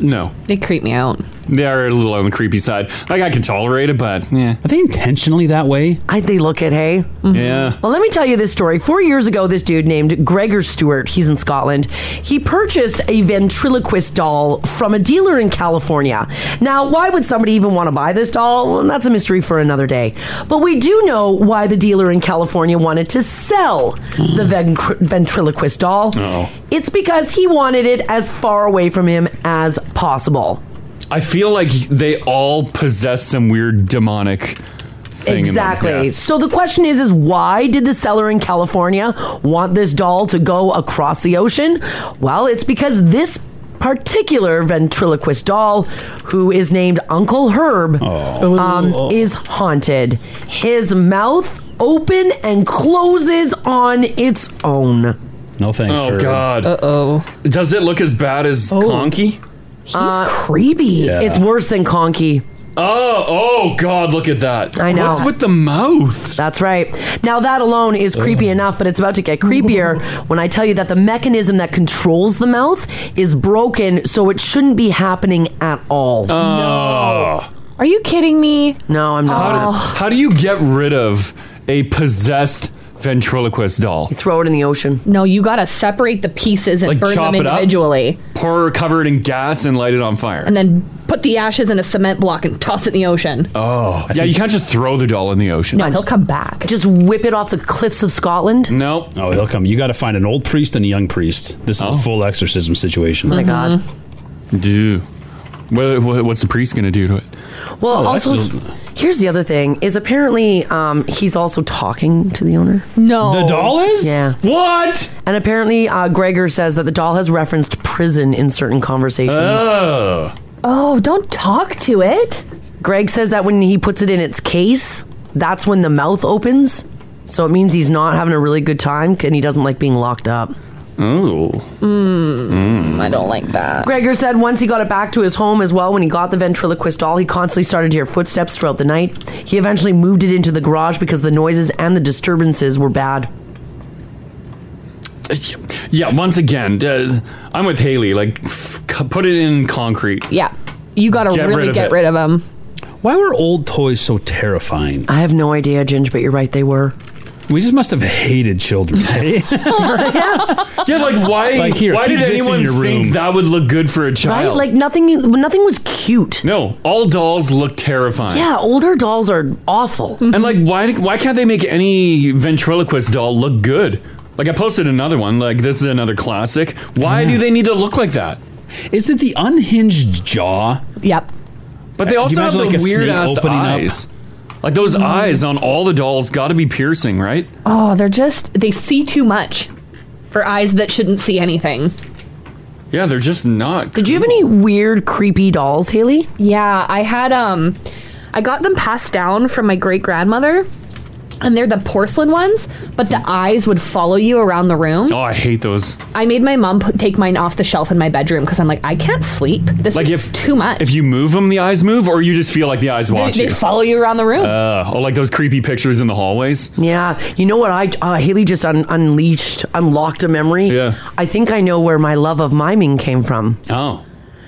Speaker 3: No.
Speaker 5: They creep me out.
Speaker 3: They are a little on the creepy side. Like I can tolerate it, but yeah.
Speaker 2: Are they intentionally that way? I they look at hey.
Speaker 3: Yeah.
Speaker 2: Well, let me tell you this story. Four years ago, this dude named Gregor Stewart, he's in Scotland, he purchased a ventriloquist doll from a dealer in California. Now, why would somebody even want to buy this doll? Well, that's a mystery for another day. But we do know why the dealer in California wanted to sell the ven- ventriloquist doll. It's because he wanted it as far away from him as possible.
Speaker 3: I feel like they all possess some weird demonic thing. in them.
Speaker 2: Exactly.
Speaker 3: Yeah.
Speaker 2: So the question is is why did the seller in California want this doll to go across the ocean? Well, it's because this particular ventriloquist doll who is named Uncle Herb
Speaker 3: Oh.
Speaker 2: um, is haunted. His mouth open and closes on its own.
Speaker 3: No thanks. Oh
Speaker 2: Herb.
Speaker 3: God. Uh
Speaker 5: oh.
Speaker 3: Does it look as bad as Conky?
Speaker 2: He's creepy.
Speaker 3: Yeah.
Speaker 2: It's worse than Conky.
Speaker 3: Oh, oh God! Look at that.
Speaker 2: I know.
Speaker 3: What's with the mouth?
Speaker 2: That's right. Now that alone is creepy enough, but it's about to get creepier when I tell you that the mechanism that controls the mouth is broken, so it shouldn't be happening at all.
Speaker 3: Oh.
Speaker 5: Are you kidding me?
Speaker 2: No, I'm
Speaker 3: How, do,
Speaker 2: not.
Speaker 3: how do you get rid of a possessed ventriloquist doll?
Speaker 2: throw it in the ocean.
Speaker 5: No, you gotta separate the pieces and
Speaker 3: Like
Speaker 5: burn
Speaker 3: chop
Speaker 5: them
Speaker 3: it up,
Speaker 5: individually,
Speaker 3: pour cover it in gas, and light it on fire.
Speaker 5: and then put the ashes in a cement block and toss it in the ocean.
Speaker 3: Oh, yeah. You can't just throw the doll in the ocean.
Speaker 5: No, he'll come back.
Speaker 2: Just whip it off the cliffs of Scotland.
Speaker 3: No.
Speaker 7: Oh, he'll come. You got to find an old priest and a young priest. This is a full exorcism situation.
Speaker 2: Oh My God.
Speaker 3: Dude, what, what- what's the priest gonna do to it?
Speaker 2: Well,
Speaker 3: Oh,
Speaker 2: also,
Speaker 3: that's-
Speaker 2: here's the other thing: is apparently um, he's also talking to the owner.
Speaker 5: No,
Speaker 3: The doll is?
Speaker 2: Yeah.
Speaker 3: What?
Speaker 2: And apparently, uh, Gregor says that the doll has referenced prison in certain conversations.
Speaker 3: Oh.
Speaker 5: Oh, don't talk to it.
Speaker 2: Greg says that when he puts it in its case, that's when the mouth opens. So it means he's not having a really good time and he doesn't like being locked up.
Speaker 3: Oh. Mm,
Speaker 5: I don't like that.
Speaker 2: Gregor said once he got it back to his home as well. When he got the ventriloquist doll, he constantly started to hear footsteps throughout the night. He eventually moved it into the garage because the noises and the disturbances were bad.
Speaker 3: Yeah, once again, uh, I'm with Haley. Like, f- c- put it in concrete.
Speaker 5: Yeah. You got to
Speaker 3: Get rid
Speaker 5: really
Speaker 3: of
Speaker 5: get
Speaker 3: it.
Speaker 5: rid of them.
Speaker 7: Why were old toys so terrifying?
Speaker 2: I have no idea, Ginge, but you're right. They were.
Speaker 7: We just must have hated children. eh?
Speaker 3: Yeah, like why?
Speaker 7: Like, here,
Speaker 3: why
Speaker 7: keep
Speaker 3: did
Speaker 7: this in
Speaker 3: anyone
Speaker 7: your room.
Speaker 3: think that would look good for a child?
Speaker 2: Right? Like nothing nothing was cute.
Speaker 3: No, all dolls look terrifying.
Speaker 2: Yeah, older dolls are awful.
Speaker 3: And like, why why can't they make any ventriloquist doll look good? Like I posted another one. Like this is another classic. Why do they need to look like that?
Speaker 7: Is it the unhinged jaw?
Speaker 5: Yep.
Speaker 3: But they
Speaker 7: Uh, do you
Speaker 3: also have
Speaker 7: imagine,
Speaker 3: the
Speaker 7: like, a snake
Speaker 3: weird ass
Speaker 7: opening up? Mm.
Speaker 3: eyes. Like those eyes on all the dolls got to be piercing, right?
Speaker 5: Oh, they're just, they see too much for eyes that shouldn't see anything.
Speaker 3: Yeah, they're just not.
Speaker 2: Did you have any weird, creepy dolls, Haley?
Speaker 5: Yeah, I had um I got them passed down from my great grandmother. And they're the porcelain ones, but the eyes would follow you around the room.
Speaker 3: Oh, I hate those.
Speaker 5: I made my mom put, take mine off the shelf in my bedroom because I'm like, I can't sleep. This
Speaker 3: Like
Speaker 5: is
Speaker 3: if-
Speaker 5: too much.
Speaker 3: If you move them, the eyes move, or you just feel like the eyes
Speaker 5: They-
Speaker 3: watch
Speaker 5: they,
Speaker 3: you.
Speaker 5: follow you around the room.
Speaker 3: Uh, oh, like those creepy pictures in the hallways.
Speaker 2: Yeah. You know what? I uh, Haley just un- unleashed, unlocked a memory. Yeah. I think I know where my love of miming came from.
Speaker 3: Oh.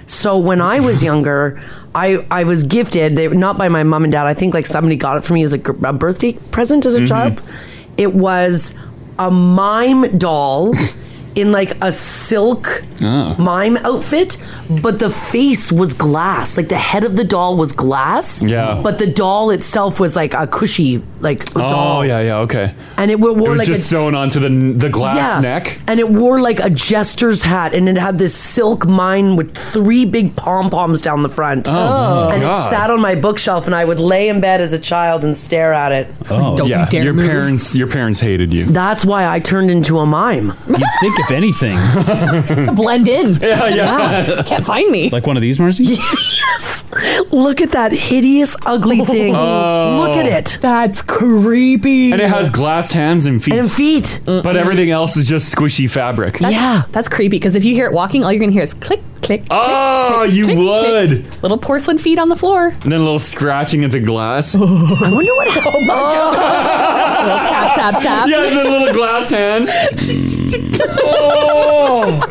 Speaker 2: So when I was younger, I I was gifted they, not by my mom and dad. I think like somebody got it for me as a, gr- a birthday present
Speaker 3: Mm-hmm.
Speaker 2: as a child. It was a mime doll in like a silk
Speaker 3: Oh.
Speaker 2: mime outfit, but the face was glass. Like the head of the doll was glass.
Speaker 3: Yeah.
Speaker 2: But the doll itself was like a cushy like
Speaker 3: oh,
Speaker 2: doll.
Speaker 3: yeah, yeah, okay.
Speaker 2: And it wore
Speaker 3: it was
Speaker 2: like
Speaker 3: just
Speaker 2: a-
Speaker 3: sewn onto the the glass neck.
Speaker 2: And it wore like a jester's hat and it had this silk mine with three big pom poms down the front.
Speaker 3: Oh, my
Speaker 2: and
Speaker 3: God.
Speaker 2: it sat on my bookshelf and I would lay in bed as a child and stare at it.
Speaker 3: Oh, yeah. your parents, your parents hated you.
Speaker 2: That's why I turned into a mime.
Speaker 7: You'd think, if anything,
Speaker 5: to blend in.
Speaker 3: Yeah, yeah.
Speaker 5: Can't find me.
Speaker 7: like one of these, Marcy.
Speaker 2: Look at that hideous, ugly thing.
Speaker 3: Oh.
Speaker 2: Look at it.
Speaker 5: That's creepy.
Speaker 3: And it has glass hands and feet.
Speaker 2: And feet.
Speaker 3: But everything else is just squishy fabric.
Speaker 5: That's, That's creepy because if you hear it walking, all you're going to hear is click, click.
Speaker 3: Oh, you would.
Speaker 5: Little porcelain feet on the floor.
Speaker 3: And then a little scratching at the glass.
Speaker 2: I wonder what happened. Oh, my
Speaker 5: God. tap, tap, tap.
Speaker 3: Yeah, the little glass hands. oh.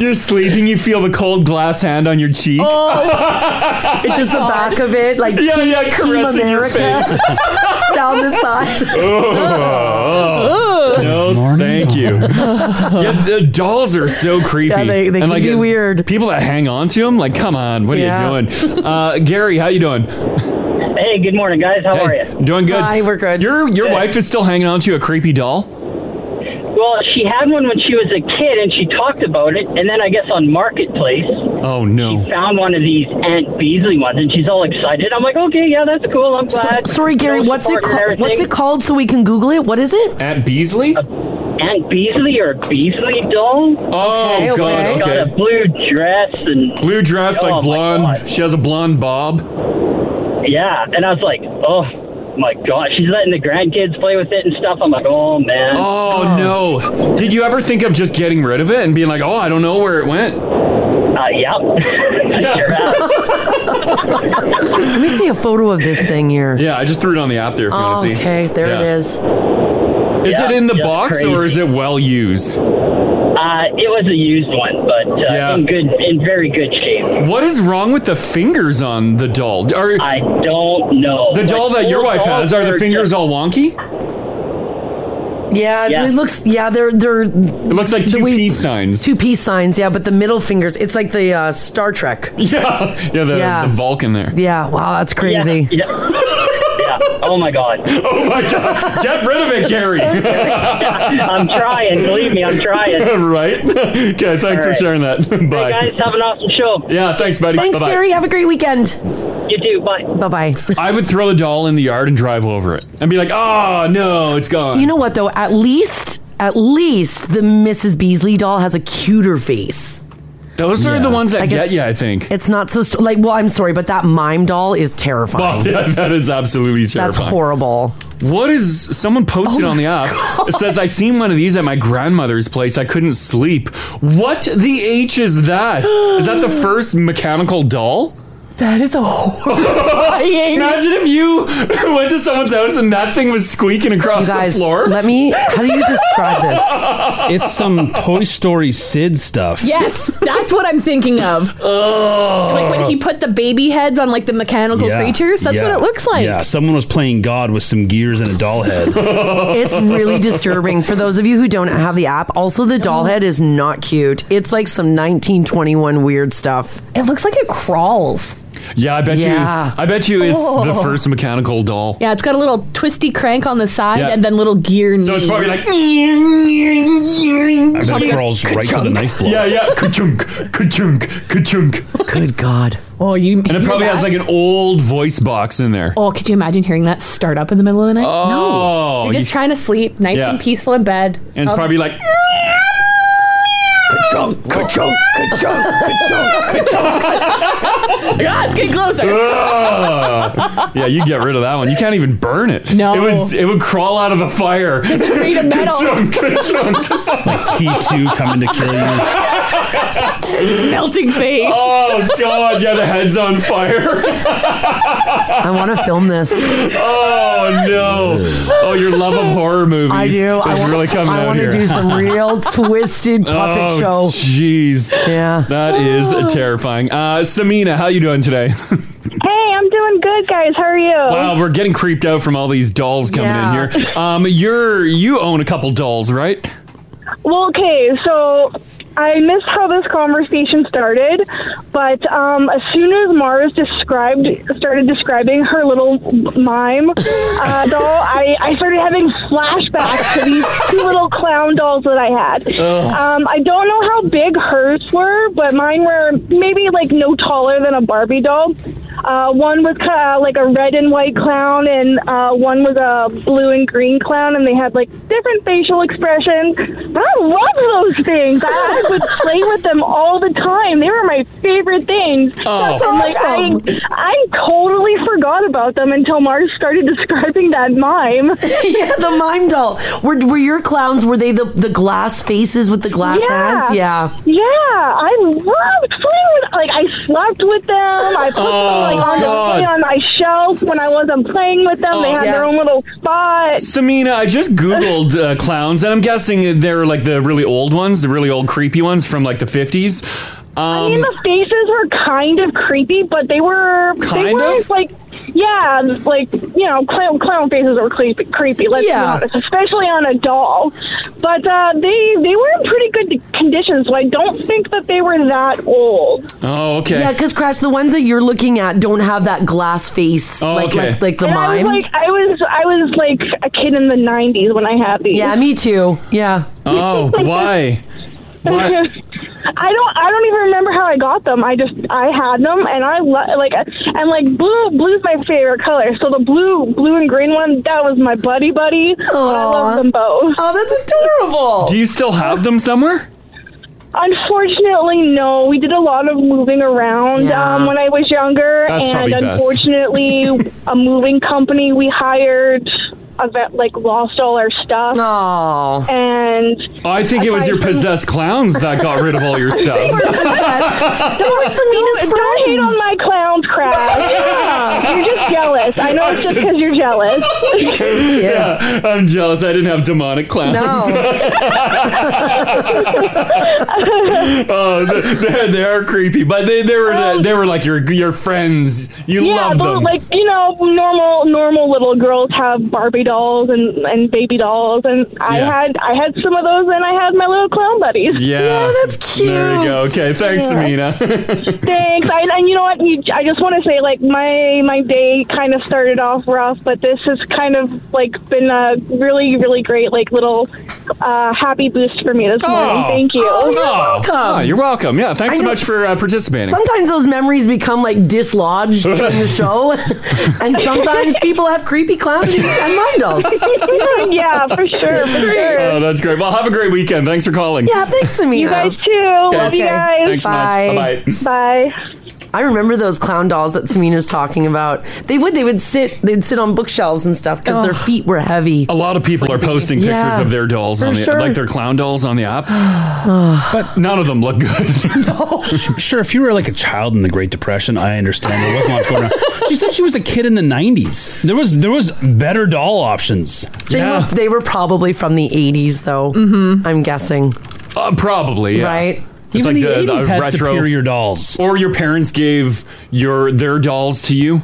Speaker 3: You're sleeping, you feel the cold glass hand on your cheek.
Speaker 2: Oh, it's just the back of it, like
Speaker 3: Yeah,
Speaker 2: Team-
Speaker 3: yeah,
Speaker 2: Team
Speaker 3: caressing your
Speaker 2: America
Speaker 3: face.
Speaker 2: down the side.
Speaker 3: Oh. No, thank you. yeah, the dolls are so creepy.
Speaker 2: Yeah, they- they can be
Speaker 3: weird. People that hang on to them, like, come on, what
Speaker 17: Yeah.
Speaker 3: are you doing? Uh, Gary, how you doing?
Speaker 17: Hey, good morning, guys. How are you?
Speaker 3: Doing good.
Speaker 17: Hi,
Speaker 2: we're good.
Speaker 3: Your your
Speaker 17: Good.
Speaker 3: wife is still hanging on to a creepy doll.
Speaker 17: Well, she had one when she was a kid, and she talked about it. And then I guess on Marketplace,
Speaker 3: Oh no.
Speaker 17: found one of these Aunt Beasley ones, and she's all excited. I'm like, okay, yeah, that's cool. I'm
Speaker 2: So-
Speaker 17: glad.
Speaker 2: sorry, Gary. What's it called? What's it called? So we can Google it. What is it?
Speaker 3: Aunt Beasley.
Speaker 17: Aunt Uh, Beasley or Beasley doll?
Speaker 3: Oh
Speaker 17: okay,
Speaker 3: God,
Speaker 17: Got
Speaker 3: okay.
Speaker 17: a blue dress and
Speaker 3: Blue dress,
Speaker 17: Oh, my
Speaker 3: like blonde. She has a blonde bob.
Speaker 17: Yeah, and I was like, oh my god, she's letting the grandkids play with it and stuff. I'm like, oh man.
Speaker 3: Oh no! Did you ever think of just getting rid of it and being like, "Oh, I don't know where it went"?
Speaker 17: Uh, yeah. Sure
Speaker 2: Let me see a photo of this thing here. Oh,
Speaker 3: Yeah, I just threw it on the app there if you want to see.
Speaker 2: Okay, there it is.
Speaker 3: Is
Speaker 17: Yeah,
Speaker 3: it in the
Speaker 17: yeah,
Speaker 3: box
Speaker 17: crazy.
Speaker 3: or is it well used?
Speaker 17: Uh, it was a used one, but uh, in good, in very good shape.
Speaker 3: What is wrong with the fingers on the doll? Are, I
Speaker 17: don't know.
Speaker 3: The doll
Speaker 17: Like,
Speaker 3: that your
Speaker 17: old
Speaker 3: wife
Speaker 17: dolls
Speaker 3: has, are the
Speaker 17: are
Speaker 3: fingers all wonky?
Speaker 2: Yeah,
Speaker 17: Yeah.
Speaker 2: it looks. Yeah, they're they're. It
Speaker 3: looks like two peace signs.
Speaker 2: Two peace signs. Yeah, but the middle fingers. It's like the uh, Star Trek.
Speaker 3: Yeah, yeah, the,
Speaker 2: Yeah.
Speaker 3: the Vulcan there.
Speaker 2: Yeah. Wow, that's crazy.
Speaker 17: Yeah. yeah. Oh my god.
Speaker 3: Oh my god. Get rid of it, Gary.
Speaker 17: I'm trying. Believe me, I'm trying.
Speaker 3: right? Okay, thanks
Speaker 17: All
Speaker 3: for
Speaker 17: right.
Speaker 3: sharing that. Bye.
Speaker 17: Hey guys, have an awesome show.
Speaker 3: Yeah, thanks, buddy.
Speaker 2: Thanks,
Speaker 3: Bye-bye.
Speaker 2: Gary. Have a great weekend.
Speaker 17: You too. Bye.
Speaker 2: Bye bye.
Speaker 3: I would throw the doll in the yard and drive over it and be like, oh, no, it's gone.
Speaker 2: You know what though? At least, at least the Mrs. Beasley doll has a cuter face.
Speaker 3: Those are the ones that
Speaker 2: Like,
Speaker 3: get
Speaker 2: it's-
Speaker 3: you, I think.
Speaker 2: It's not so st- like. Well, I'm sorry, but that mime doll is
Speaker 3: Oh,
Speaker 2: terrifying.
Speaker 3: yeah, that is absolutely terrifying.
Speaker 2: That's horrible. Oh
Speaker 3: What is someone posted on the app? It says I seen one of these at my grandmother's place. I couldn't sleep. What the h is that? Is that the first mechanical doll?
Speaker 2: That is a horrifying.
Speaker 3: Imagine if you went to someone's house and that thing was squeaking
Speaker 2: You
Speaker 3: across
Speaker 2: guys,
Speaker 3: the floor.
Speaker 2: let me. How do you describe this?
Speaker 4: It's some Toy Story Sid stuff.
Speaker 5: Yes, that's what I'm thinking of.
Speaker 3: Oh.
Speaker 5: Like when he put the baby heads on like the mechanical
Speaker 4: Yeah,
Speaker 5: creatures, that's
Speaker 4: yeah,
Speaker 5: what it looks like.
Speaker 4: Yeah, someone was playing God with some gears and a doll head.
Speaker 2: it's really disturbing for those of you who don't have the app. Also, the
Speaker 3: Oh.
Speaker 2: doll head is not cute. It's like some 1921 weird stuff.
Speaker 5: It looks like it crawls.
Speaker 3: Yeah, I bet
Speaker 2: Yeah.
Speaker 3: you. I bet you it's the
Speaker 5: Oh.
Speaker 3: first mechanical doll.
Speaker 5: Yeah, it's got a little twisty crank on the side
Speaker 3: Yeah.
Speaker 5: and then little gear knees.
Speaker 3: So it's probably like,
Speaker 5: I
Speaker 3: bet it crawls right to the knife blow. Yeah, yeah. Ka-chunk, ka-chunk, ka-chunk.
Speaker 2: Good God.
Speaker 5: Oh, you.
Speaker 3: And it probably has like an old voice box in there.
Speaker 5: Oh, could you imagine hearing that start up in the middle of the night?
Speaker 3: Oh,
Speaker 5: no, you're just
Speaker 3: you-
Speaker 5: trying to sleep, nice
Speaker 3: Yeah.
Speaker 5: and peaceful in bed.
Speaker 3: And it's
Speaker 5: Oh.
Speaker 3: probably like,
Speaker 5: Ka-chunk, ka-chunk, ka-chunk, ka-chunk, ka-chunk. Yeah, it's getting closer.
Speaker 3: "Ugh." yeah, you get rid of that one. You can't even burn it. No, it was. It would crawl out of the fire.
Speaker 5: It's made of metal.
Speaker 3: Ka-chunk, ka-chunk.
Speaker 4: like T two coming to kill you.
Speaker 5: Melting face.
Speaker 3: Oh God! Yeah, the head's on fire.
Speaker 2: I want to film this.
Speaker 3: Oh no! Oh, your love of horror movies.
Speaker 2: I do. I
Speaker 3: is
Speaker 2: want,
Speaker 3: really coming
Speaker 2: I
Speaker 3: out
Speaker 2: want to
Speaker 3: here.
Speaker 2: do some real twisted puppet
Speaker 3: oh,
Speaker 2: show.
Speaker 3: Jeez.
Speaker 2: Yeah.
Speaker 3: That is terrifying. Uh, Samina, how you doing today?
Speaker 18: Hey, I'm doing good, guys. How are you?
Speaker 2: Oh.
Speaker 3: wow, we're getting creeped out from all these dolls coming
Speaker 18: Yeah.
Speaker 3: in here. Um, you're you own a couple dolls, right?
Speaker 18: Well, okay, so I missed how this conversation started, but um, as soon as Mars described started describing her little mime uh, doll, I, I started having flashbacks to these two little clown dolls that I had.
Speaker 19: Ugh.
Speaker 18: Um, I don't know how big hers were, but mine were maybe like no taller than a Barbie doll. Uh, one was uh, like a red and white clown, and uh, one was a blue and green clown, and they had like different facial expressions. I love those things. I, I would play with them all the time. They were my favorite things.
Speaker 3: Oh. That's
Speaker 18: And, like,
Speaker 3: awesome.
Speaker 18: I, I totally forgot about them until Mars started describing that mime.
Speaker 2: yeah, the mime doll. Were, were your clowns? Were they the the glass faces with the glass hands? Yeah.
Speaker 18: Yeah, I loved playing with. Like I slept with them. I put
Speaker 3: Oh,
Speaker 18: them like on
Speaker 3: God. Oh,
Speaker 18: the thing on my shelf when I wasn't playing with them. they had their own little spot.
Speaker 3: Samina, I just googled uh, clowns, and I'm guessing they're like the really old ones, the really old creepy ones from like the 50s. Um,
Speaker 18: I mean, the faces were kind of creepy, but they were
Speaker 3: Kind
Speaker 18: they weren't
Speaker 3: of?
Speaker 18: like yeah, like you know, clown, clown faces were creepy, creepy. Let's
Speaker 2: Yeah.
Speaker 18: be honest, especially on a doll. But uh, they they were in pretty good condition, so I don't think that they were that old.
Speaker 3: oh, okay.
Speaker 2: Yeah, because Crash, the ones that you're looking at don't have that glass face, like,
Speaker 3: Oh, okay.
Speaker 2: like like the
Speaker 18: and
Speaker 2: mime.
Speaker 18: I was like I was I was like a kid in the '90s when I had these.
Speaker 2: yeah, me too. Yeah.
Speaker 3: Oh, why?
Speaker 18: I don't. I don't even remember how I got them. I just I had them, and I lo- like and like blue. Blue's my favorite color. So the blue, blue and green one, that was my buddy buddy. I love them both.
Speaker 2: Oh, that's adorable.
Speaker 3: Do you still have them somewhere?
Speaker 18: Unfortunately, no. We did a lot of moving around
Speaker 3: Yeah.
Speaker 18: um, when I was younger,
Speaker 3: That's
Speaker 18: and
Speaker 3: probably best.
Speaker 18: unfortunately, a moving company we hired, a vet, like lost all our stuff.
Speaker 2: Oh.
Speaker 18: And
Speaker 3: I think it was your possessed clowns that got rid of all your stuff.
Speaker 2: They were Samina's
Speaker 18: don't, don't hate on my clowns, Crash. You're just jealous. I know it's just because you're jealous.
Speaker 3: Yeah, I'm jealous. I didn't have demonic clowns. oh, th- they're, they are creepy, but they, they were they were like your your friends. You
Speaker 18: yeah,
Speaker 3: love
Speaker 18: but
Speaker 3: them.
Speaker 18: like you know, normal normal little girls have Barbie dolls and and baby dolls, and I
Speaker 3: Yeah.
Speaker 18: had I had some of those, and I had my little clown buddies.
Speaker 3: yeah,
Speaker 18: that's
Speaker 3: There you go.
Speaker 18: cute.
Speaker 3: Okay, thanks,
Speaker 18: Yeah.
Speaker 3: Samina.
Speaker 18: Thanks. I, and you know what? You, I just want to say, like, my my day kind of started off rough, but this has kind of like been a really, really great, like, little uh, happy boost for me this morning. Thank you.
Speaker 2: Oh, you're welcome.
Speaker 3: Oh, you're welcome. Yeah, thanks
Speaker 2: I
Speaker 3: so
Speaker 2: know
Speaker 3: much for uh, participating.
Speaker 2: Sometimes those memories become like dislodged during the show, and sometimes people have creepy clowns and- and mime dolls.
Speaker 18: yeah, for sure.
Speaker 2: That's great.
Speaker 3: Oh, that's great. Well, have a great weekend. Thanks for calling.
Speaker 2: Yeah, thanks, Samina.
Speaker 18: You guys too. Love you
Speaker 3: Okay.
Speaker 18: guys.
Speaker 3: Thanks much. Bye.
Speaker 18: Bye. Bye.
Speaker 2: I remember those clown dolls that Samina's talking about. They would they would sit they'd sit on bookshelves and stuff because their
Speaker 3: Ugh.
Speaker 2: feet were heavy.
Speaker 3: A lot of people are posting pictures
Speaker 2: Yeah,
Speaker 3: of their dolls on
Speaker 2: for
Speaker 3: the
Speaker 2: sure.
Speaker 3: like their clown dolls on the app, but none of them look good.
Speaker 7: Sure, if you were like a child in the Great Depression, I understand there was not going on. She said she was a kid in the '90s. There was there was better doll options.
Speaker 2: They were they were probably from the eighties though. Mm-hmm. I'm guessing.
Speaker 3: Uh, probably, yeah.
Speaker 2: Right?
Speaker 3: It's like the, the retro
Speaker 7: dolls,
Speaker 3: or your parents gave your their dolls to you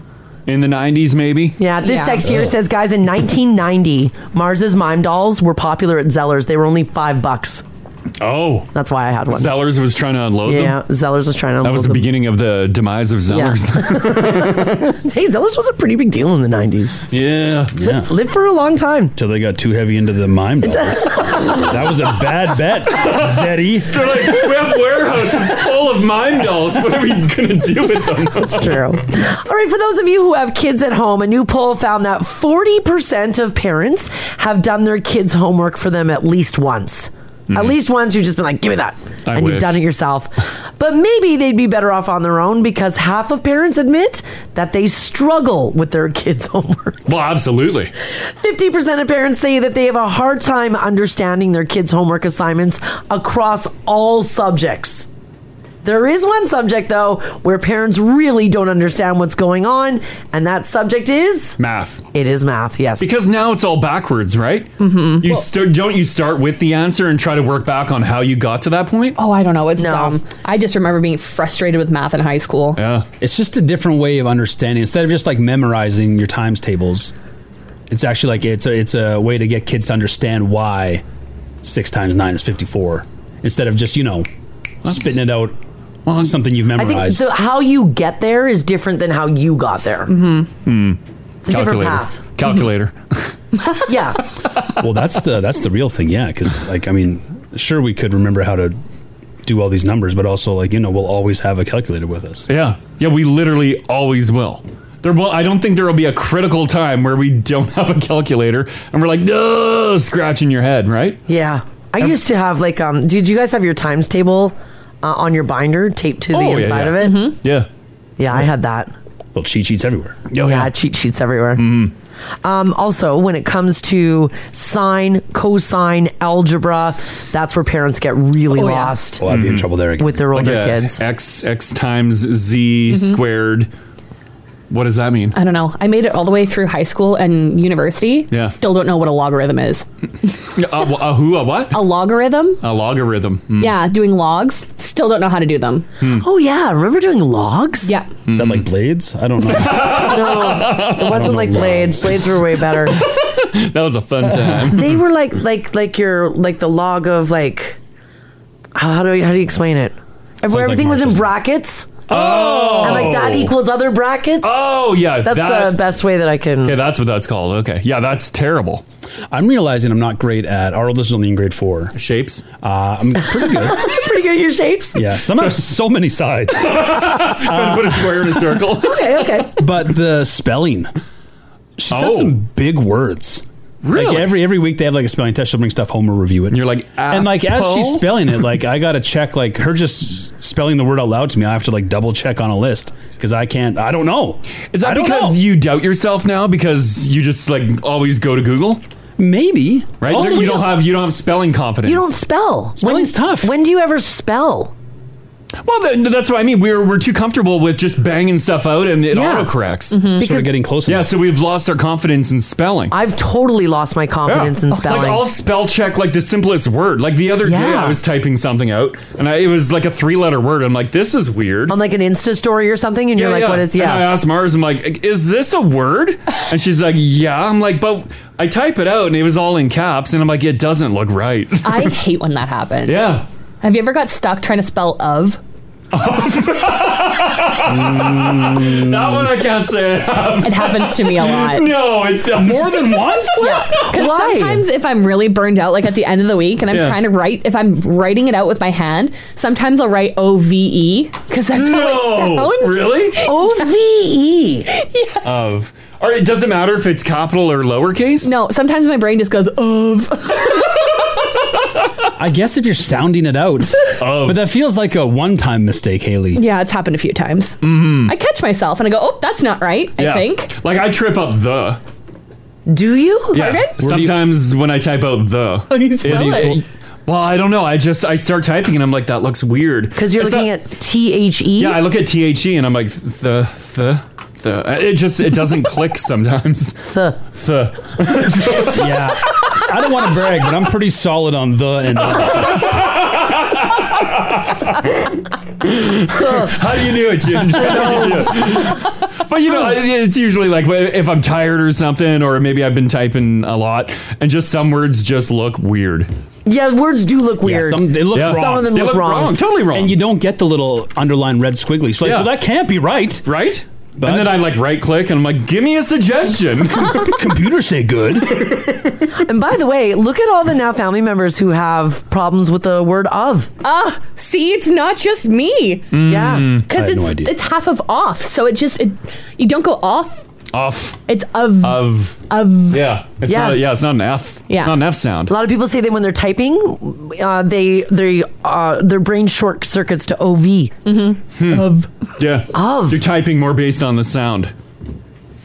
Speaker 3: in the '90s, maybe.
Speaker 2: Yeah, this text here says, guys, in 1990, Mars's mime dolls were popular at Zellers. They were only five bucks.
Speaker 3: Oh,
Speaker 2: that's why I had one.
Speaker 3: Zellers was trying to unload
Speaker 2: Yeah,
Speaker 3: them.
Speaker 2: Zellers was trying to.
Speaker 3: That was the
Speaker 2: unload them.
Speaker 3: beginning of the demise of Zellers.
Speaker 2: hey, Zellers was a pretty big deal in the 90s.
Speaker 7: Yeah, yeah.
Speaker 2: Lived for a long time
Speaker 7: till they got too heavy into the mime dolls. that was a bad bet, Zeddy.
Speaker 3: They're like, we have warehouses full of mime dolls. What are we gonna do with them? That's
Speaker 2: true. All right, for those of you who have kids at home, a new poll found that 40% of parents have done their kids' homework for them at least once. At least once, you've just been like, give me that.
Speaker 1: Hmm. I
Speaker 2: and you've
Speaker 1: wish.
Speaker 2: done it yourself. But maybe they'd be better off on their own because half of parents admit that they struggle with their kids' homework.
Speaker 3: Well, absolutely.
Speaker 2: 50% of parents say that they have a hard time understanding their kids' homework assignments across all subjects. There is one subject, though, where parents really don't understand what's going on, and that subject is
Speaker 3: math.
Speaker 2: It is math, yes.
Speaker 3: Because now it's all backwards, right? Mm-hmm. You start, don't you start with the answer and try to work back on how you got to that point?
Speaker 5: Oh, I don't know. It's dumb. I just remember being frustrated with math in high school.
Speaker 3: Yeah.
Speaker 7: It's just a different way of understanding. Instead of just like memorizing your times tables, it's actually like it's a it's a way to get kids to understand why six times nine is fifty four. Instead of just, you know, spitting it out on something you've
Speaker 2: I
Speaker 7: memorized.
Speaker 2: think so how you get there is different than how you got there. Mm-hmm.
Speaker 7: Hmm.
Speaker 2: It's a different path.
Speaker 3: Calculator.
Speaker 2: yeah.
Speaker 7: well, that's the that's the real thing, yeah. Because like, I mean, sure we could remember how to do all these numbers, but also like, you know, we'll always have a calculator with us.
Speaker 3: Yeah. Yeah, we literally always will. There will I don't think there will be a critical time where we don't have a calculator and we're like, no, scratching your head, right?
Speaker 2: Yeah. I used to have, like, um, did you guys have your times table uh, on your binder taped to
Speaker 3: Oh,
Speaker 2: the
Speaker 3: yeah,
Speaker 2: inside
Speaker 3: yeah.
Speaker 2: of it? Mm-hmm.
Speaker 3: Yeah.
Speaker 2: Yeah, I had that.
Speaker 7: Well, cheat sheets everywhere.
Speaker 2: yeah, cheat sheets everywhere. Um, also, when it comes to sine, cosine, algebra, that's where parents get
Speaker 3: Oh,
Speaker 2: really lost.
Speaker 7: Well, I'd be in trouble there
Speaker 2: Oh,
Speaker 7: again.
Speaker 2: With their older kids.
Speaker 3: Mm-hmm. uh,
Speaker 2: Mm-hmm.
Speaker 3: X X times Z
Speaker 5: Mhm.
Speaker 3: squared. What does that mean?
Speaker 5: I don't know. I made it all the way through high school and university.
Speaker 3: Yeah.
Speaker 5: Still don't know what a logarithm is.
Speaker 3: a, a Uh, who? A what?
Speaker 5: A logarithm?
Speaker 3: A logarithm. Hmm.
Speaker 5: Yeah, doing logs. Still don't know how to do them.
Speaker 3: Hmm.
Speaker 2: Oh yeah, remember doing logs?
Speaker 5: Yeah.
Speaker 7: Is that like blades? I don't know.
Speaker 2: no, it wasn't like blades. Blades were way better.
Speaker 3: That was a fun time.
Speaker 2: they were like like like your like the log of like how how do you, how do you explain it?
Speaker 3: Sounds
Speaker 2: Where
Speaker 3: like
Speaker 2: everything was in
Speaker 3: Marshall's-
Speaker 2: brackets.
Speaker 3: Oh.
Speaker 2: and like that equals other brackets.
Speaker 3: Oh yeah,
Speaker 2: that's the best way that I can.
Speaker 3: Okay, that's what that's called. Okay, yeah, that's terrible.
Speaker 7: I'm realizing I'm not great at. Our oldest is only in grade four.
Speaker 3: Shapes.
Speaker 7: Uh, I'm pretty good.
Speaker 2: pretty good at your shapes.
Speaker 7: yeah, some have so many sides.
Speaker 3: Trying to put a square in a circle.
Speaker 2: okay, okay.
Speaker 7: But the spelling, she's got
Speaker 3: Oh.
Speaker 7: some big words. Really? Like every every week they have like a spelling test. She'll bring stuff home or review it. And
Speaker 3: you're like,
Speaker 7: and like as she's
Speaker 3: apple?
Speaker 7: spelling it, like I gotta check like her just s- spelling the word out loud to me. I have to like double check on a list because I can't. I don't know.
Speaker 3: Is
Speaker 7: I
Speaker 3: that
Speaker 7: don't
Speaker 3: because you doubt yourself now because you just like always go to Google?
Speaker 7: Maybe.
Speaker 3: Right?
Speaker 2: Also,
Speaker 3: you
Speaker 2: you
Speaker 3: don't
Speaker 2: don't-
Speaker 3: have you don't have spelling confidence.
Speaker 2: You don't spell. Spelling's
Speaker 7: when, tough.
Speaker 2: When do you ever spell?
Speaker 3: Well, th- that's what I mean. We're we're too comfortable with just banging stuff out and it
Speaker 2: Yeah.
Speaker 3: auto corrects.
Speaker 2: Mhm. Sort of Because-
Speaker 7: getting close.
Speaker 3: Yeah, so we've lost our confidence in spelling.
Speaker 2: I've totally lost my confidence in spelling.
Speaker 3: Like I'll spell check like the simplest word. Like the other day,
Speaker 2: Yeah.
Speaker 3: I was typing something out, and I, it was like a three-letter word. I'm like, this is weird.
Speaker 2: on like an Insta story or something, and you're like, "What is yeah?"
Speaker 3: And I asked Mars, I'm like, is this a word? And she's like, yeah. I'm like, but I type it out, and it was all in caps, and I'm like, it doesn't look right.
Speaker 5: I hate when that happens.
Speaker 3: Yeah.
Speaker 5: Have you ever got stuck trying to spell of?
Speaker 7: Mm.
Speaker 3: that one I can't say. It
Speaker 5: happens to me a lot.
Speaker 3: No, it doesn't.
Speaker 7: More than once?
Speaker 5: Yeah. 'cause
Speaker 7: Why?
Speaker 5: Sometimes if I'm really burned out, like at the end of the week, and I'm
Speaker 7: Yeah.
Speaker 5: trying to write, if I'm writing it out with my hand, sometimes I'll write O V E because that's how
Speaker 3: No.
Speaker 5: it sounds.
Speaker 3: Really?
Speaker 2: O V E.
Speaker 3: of. Or it doesn't matter if it's capital or lowercase.
Speaker 5: No, sometimes my brain just goes of.
Speaker 7: I guess if you're sounding it out. But that feels like a one time mistake, Haley.
Speaker 5: Yeah, it's happened a few times. I catch myself and I go, oh, that's not right, I think.
Speaker 3: Like I trip up the.
Speaker 2: Do you?
Speaker 3: Yeah. Sometimes when I type out the.
Speaker 5: How do you spell it?
Speaker 3: Well, I don't know. I just I start typing and I'm like, that looks weird.
Speaker 2: Because you're
Speaker 3: It's
Speaker 2: looking
Speaker 3: not-
Speaker 2: at T H E.
Speaker 3: Yeah, I look at THE and I'm like, the, the, the. It just, it doesn't click sometimes.
Speaker 2: The.
Speaker 3: The.
Speaker 7: yeah. I don't want to brag, but I'm pretty solid on the and
Speaker 3: How do you do it, Jim? How do you do it? But you know, I- it's usually like if I'm tired or something, or maybe I've been typing a lot, and just some words just look weird.
Speaker 2: Yeah, words do look weird.
Speaker 7: some, they look
Speaker 2: Some
Speaker 7: wrong.
Speaker 2: of them look, wrong.
Speaker 3: Totally wrong.
Speaker 7: And you don't get the little underlined red squiggly. So like,
Speaker 3: Yeah.
Speaker 7: well, that can't be right.
Speaker 3: Right?
Speaker 7: But
Speaker 3: and then I like right click and I'm like, give me a suggestion.
Speaker 7: Computer say good.
Speaker 2: And by the way, look at all the now family members who have problems with the word of.
Speaker 5: Ah, see, it's not just me.
Speaker 2: Mm. Yeah. I
Speaker 5: because
Speaker 2: had
Speaker 5: it's
Speaker 2: no idea.
Speaker 5: it's half of off, so it just it you don't go off.
Speaker 3: Off.
Speaker 5: It's of
Speaker 3: Of.
Speaker 5: of.
Speaker 3: Yeah. It's
Speaker 2: Yeah.
Speaker 3: Not, yeah, it's not an F.
Speaker 2: Yeah.
Speaker 3: It's not an F
Speaker 2: A
Speaker 3: sound.
Speaker 2: lot of people say that when they're typing, uh, they they uh, their brain short circuits to ov. Mm-hmm. Of.
Speaker 3: Yeah.
Speaker 2: Of.
Speaker 3: You're typing more based on the sound.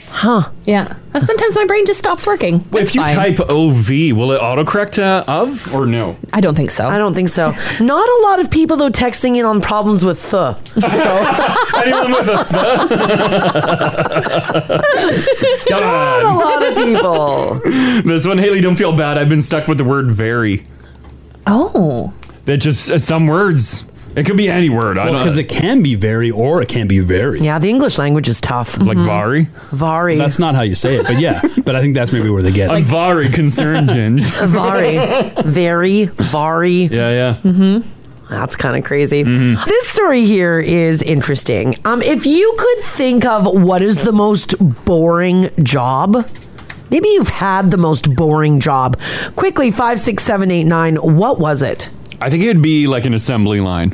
Speaker 2: Huh.
Speaker 5: Yeah. Sometimes my brain just stops working. It's
Speaker 3: if you
Speaker 5: fine.
Speaker 3: type OV, will it autocorrect to of or no?
Speaker 5: I don't think so.
Speaker 2: I don't think so. Not a lot of people though texting in on problems with th.
Speaker 3: Anyone with a th? Not
Speaker 2: a lot of people.
Speaker 3: This one, Haley, don't feel bad. I've been stuck with the word very.
Speaker 5: Oh.
Speaker 3: That just uh, some words. It could be any word. I
Speaker 7: Well,
Speaker 3: don't
Speaker 7: 'cause it can be very or it can be very.
Speaker 2: Yeah, Mm-hmm. the English language is tough.
Speaker 3: Like Vari?
Speaker 2: Vari.
Speaker 7: That's not how you say it, but yeah. But I think that's maybe where they get it.
Speaker 3: I'm very concerned, Ginge.
Speaker 2: Vari. Very. Vari.
Speaker 3: Yeah, yeah.
Speaker 2: Mm-hmm. That's kind of crazy. This story here is interesting. Um, if you could think of what is the most boring job, maybe you've had the most boring job. Quickly, five, six, seven, eight, nine. What was it?
Speaker 3: I think it'd be like an assembly line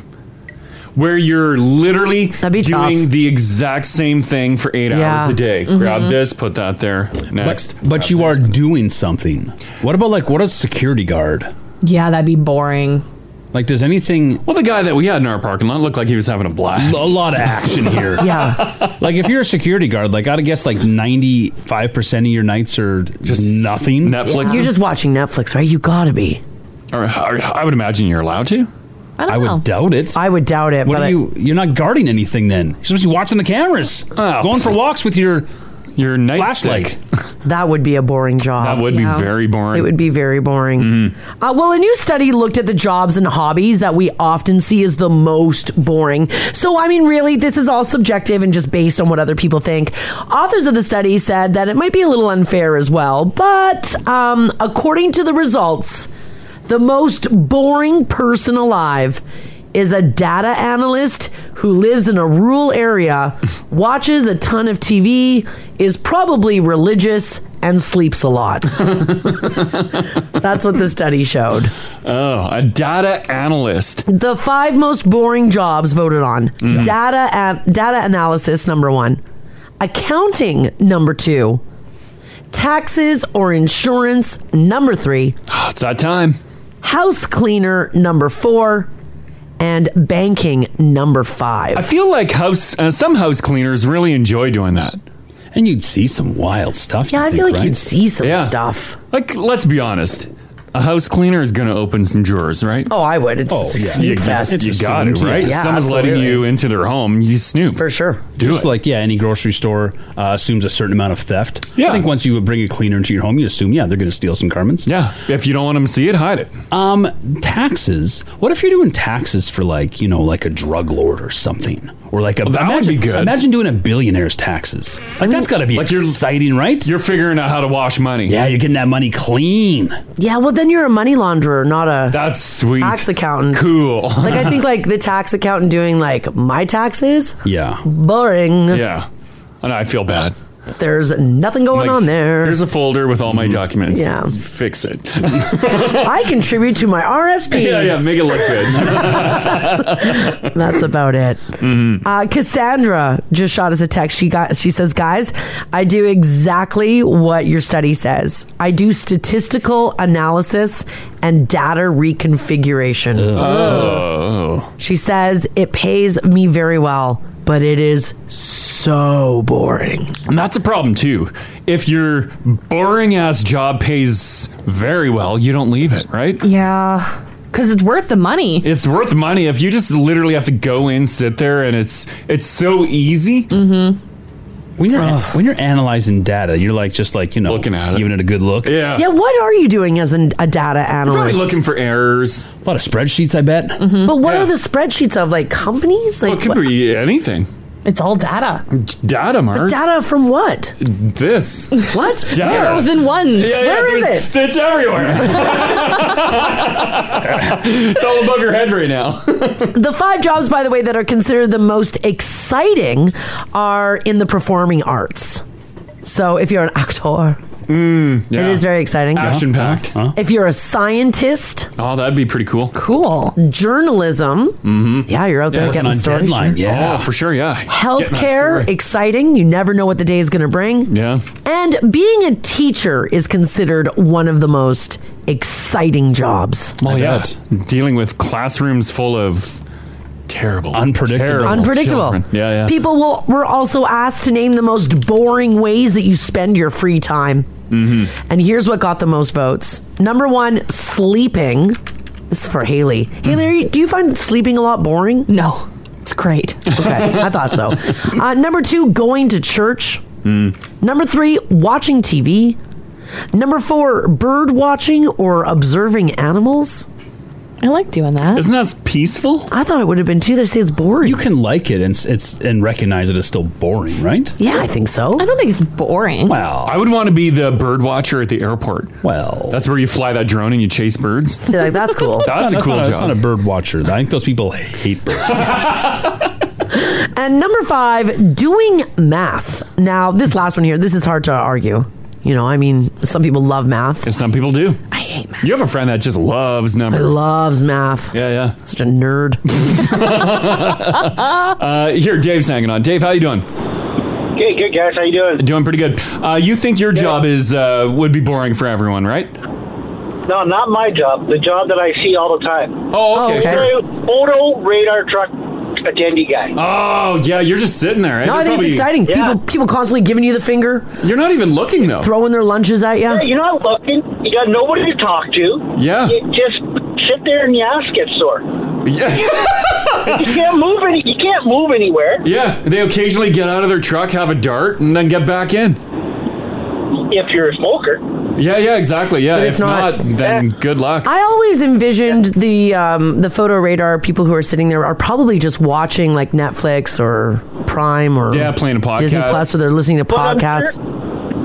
Speaker 3: where you're literally doing the exact same thing for eight
Speaker 7: Yeah.
Speaker 3: hours a day.
Speaker 2: Mm-hmm.
Speaker 7: Mhm.
Speaker 3: Grab this, put that there. Next.
Speaker 7: But, but you are doing something. What about like what a security guard?
Speaker 5: Yeah, that'd be boring.
Speaker 7: Like, does anything?
Speaker 3: Well, the guy that we had in our parking lot looked like he was having a blast.
Speaker 7: A lot of action here.
Speaker 2: yeah.
Speaker 7: Like if you're a security guard, like I'd guess like 95% of your nights are just nothing.
Speaker 3: Netflix.
Speaker 2: You're just watching Netflix, right? You gotta be.
Speaker 3: Or, or- I would imagine you're allowed to.
Speaker 5: I,
Speaker 7: would doubt it.
Speaker 2: I would doubt it.
Speaker 7: What are you? You're not guarding anything then. You're supposed to be watching the cameras, going for walks with your
Speaker 3: Oh. your
Speaker 7: flashlight.
Speaker 2: That would be a boring job.
Speaker 7: That would be very boring. Mm-hmm.
Speaker 2: It would be very boring. Uh, well, a new study looked at the jobs and hobbies that we often see as the most boring. So, I mean, really, this is all subjective and just based on what other people think. Authors of the study said that it might be a little unfair as well, but um, according to the results, the most boring person alive is a data analyst who lives in a rural area, watches a ton of TV, is probably religious, and sleeps a lot. That's what the study showed.
Speaker 3: Oh, a data analyst. Mm-hmm.
Speaker 2: The five most boring jobs voted on data, an- data analysis, number one, accounting, number two, taxes or insurance, number three.
Speaker 3: It's that time.
Speaker 2: House cleaner, number four, and banking, number five.
Speaker 3: I feel like house uh, some house cleaners really enjoy doing that.
Speaker 7: And you'd see some wild stuff.
Speaker 2: Yeah, I feel like you'd see some stuff.
Speaker 3: Like, let's be honest. A house cleaner is going to open some drawers, right?
Speaker 2: Oh, I would. It's
Speaker 3: You,
Speaker 2: sneak fest.
Speaker 3: you got it,
Speaker 7: assumed, yeah.
Speaker 3: right?
Speaker 7: Yeah,
Speaker 3: Someone's letting
Speaker 7: absolutely.
Speaker 3: you into their home. You snoop. For
Speaker 2: sure.
Speaker 3: Do
Speaker 7: just
Speaker 3: it.
Speaker 7: like yeah, any grocery store uh, assumes a certain amount of theft. Yeah, I think once you would bring a cleaner into your home, you assume yeah they're going to steal some garments.
Speaker 3: Yeah, if you don't want them to see it, hide it.
Speaker 7: Um, taxes. What if you're doing taxes for like you know like a drug lord or something, or like a
Speaker 3: Well, that would
Speaker 7: imagine,
Speaker 3: be good.
Speaker 7: Imagine doing a billionaire's taxes. Like that's got to be
Speaker 3: Like you're-
Speaker 7: exciting, right?
Speaker 3: You're figuring out how to wash money.
Speaker 7: Yeah, you're getting that money clean.
Speaker 2: Yeah, well, then you're a money launderer, not a
Speaker 3: that's sweet
Speaker 2: tax accountant.
Speaker 3: Cool.
Speaker 2: like I think like the tax accountant doing like my taxes.
Speaker 7: Yeah.
Speaker 2: Boring.
Speaker 3: Yeah. And I feel bad.
Speaker 2: There's nothing going on there.
Speaker 3: Here's a folder with all my documents.
Speaker 2: Yeah.
Speaker 3: Fix it.
Speaker 2: I contribute to my RSPs.
Speaker 3: yeah, yeah, make it look good.
Speaker 2: That's about it.
Speaker 3: Mm-hmm.
Speaker 2: Uh, Cassandra just shot us a text. She got. She says, "Guys, I do exactly what your study says. I do statistical analysis and data reconfiguration."
Speaker 3: Oh.
Speaker 2: She says it pays me very well, but it is so boring.
Speaker 3: And that's a problem too. If your boring ass job pays very well, you don't leave it, right?
Speaker 5: Yeah. Because it's worth the money.
Speaker 3: It's worth money if you just literally have to go in, sit there, and it's it's so easy. Mm-hmm.
Speaker 7: When you're when you're analyzing data, you're like just like you know looking at it, giving it a good look.
Speaker 3: Yeah,
Speaker 2: Yeah, what are you doing as an, a data analyst? Mm-hmm.
Speaker 3: for errors.
Speaker 7: A lot of spreadsheets, I bet.
Speaker 2: But what are the spreadsheets of? Like companies? Like
Speaker 3: Well, it could
Speaker 2: what-
Speaker 3: be anything.
Speaker 5: It's all data.
Speaker 3: Data, Mars.
Speaker 2: data from what?
Speaker 3: This.
Speaker 2: What?
Speaker 3: Data.
Speaker 5: Zeros and ones.
Speaker 3: Yeah, yeah,
Speaker 5: Where is it?
Speaker 3: there's- It's everywhere. it's all above your head right now.
Speaker 2: the five jobs, by the way, that are considered the most exciting are in the performing arts. So if you're an actor, it
Speaker 3: Mm,
Speaker 7: Mm.
Speaker 3: yeah.
Speaker 2: is very exciting.
Speaker 3: Action packed.
Speaker 2: If you're a scientist,
Speaker 3: Oh, that'd be pretty cool.
Speaker 2: cool. Journalism,
Speaker 3: Mm-hmm.
Speaker 2: Yeah, you're out there getting the story, sure.
Speaker 3: Yeah, oh, for sure. Yeah.
Speaker 2: healthcare, exciting. You never know what the day is going to bring.
Speaker 3: Yeah.
Speaker 2: And being a teacher is considered one of the most exciting jobs.
Speaker 7: Oh,
Speaker 3: Well, yeah. Dealing with classrooms full of terrible, unpredictable,
Speaker 2: Unpredictable.
Speaker 3: Yeah, yeah.
Speaker 2: People will, were also asked to name the most boring ways that you spend your free time.
Speaker 3: Mm-hmm.
Speaker 2: And here's what got the most votes. Number one, sleeping. This is for Haley. Haley, are you, do you find sleeping a lot boring?
Speaker 5: No, it's great.
Speaker 2: Okay, I thought so. Uh, number two, going to church.
Speaker 3: Mm.
Speaker 2: Number three, watching TV. Number four, bird watching or observing animals.
Speaker 5: I like doing that.
Speaker 3: Isn't that peaceful?
Speaker 2: I thought it would have been too. They say it's boring.
Speaker 7: You can like it and s- it's and recognize it as still boring, right?
Speaker 2: Yeah, I think so.
Speaker 5: I don't think it's boring.
Speaker 7: Wow.
Speaker 3: I would want to be the bird watcher at the airport.
Speaker 7: Well,
Speaker 3: that's where you fly that drone and you chase birds.
Speaker 2: like, that's cool.
Speaker 3: That's, a cool
Speaker 7: not
Speaker 3: job.
Speaker 7: That's not a bird watcher. I think those people hate birds.
Speaker 2: And number five, doing math. Now, this last one here, this is hard to argue. You know, I mean, some people love math.
Speaker 3: Some people do. I hate math. You have a friend that just loves numbers.
Speaker 2: Loves math.
Speaker 3: Yeah, yeah.
Speaker 2: Such a nerd.
Speaker 3: uh, here, Dave's hanging on. Dave, how you doing?
Speaker 19: Okay, good guys. How you doing?
Speaker 3: Doing pretty good. Uh, you think your job is uh, would be boring for everyone, right?
Speaker 19: No, not my job. The job that I see all the time.
Speaker 3: Oh, okay, Okay. sure.
Speaker 19: Photo radar truck attendee guy.
Speaker 3: Oh, yeah. You're just sitting there. Right?
Speaker 2: no, I think
Speaker 3: They're probably-
Speaker 2: it's exciting. People people constantly giving you the finger,
Speaker 3: You're not even looking though.
Speaker 2: throwing their lunches at you.
Speaker 19: Yeah, you're not looking. You got nobody to talk to.
Speaker 3: Yeah.
Speaker 19: You just sit there and your ass gets sore.
Speaker 3: Yeah.
Speaker 19: you can't move any. You can't move anywhere.
Speaker 3: Yeah, they occasionally get out of their truck, have a dart, and then get back in.
Speaker 19: If you're a smoker.
Speaker 3: Yeah, yeah, exactly. Yeah,
Speaker 2: But
Speaker 3: if,
Speaker 2: if
Speaker 3: not,
Speaker 2: not-
Speaker 3: then good luck.
Speaker 2: I always envisioned the um, the photo radar people who are sitting there are probably just watching like Netflix or Prime or
Speaker 3: Yeah, playing a podcast.
Speaker 2: Disney Plus, or they're listening to
Speaker 19: I'm
Speaker 2: podcasts.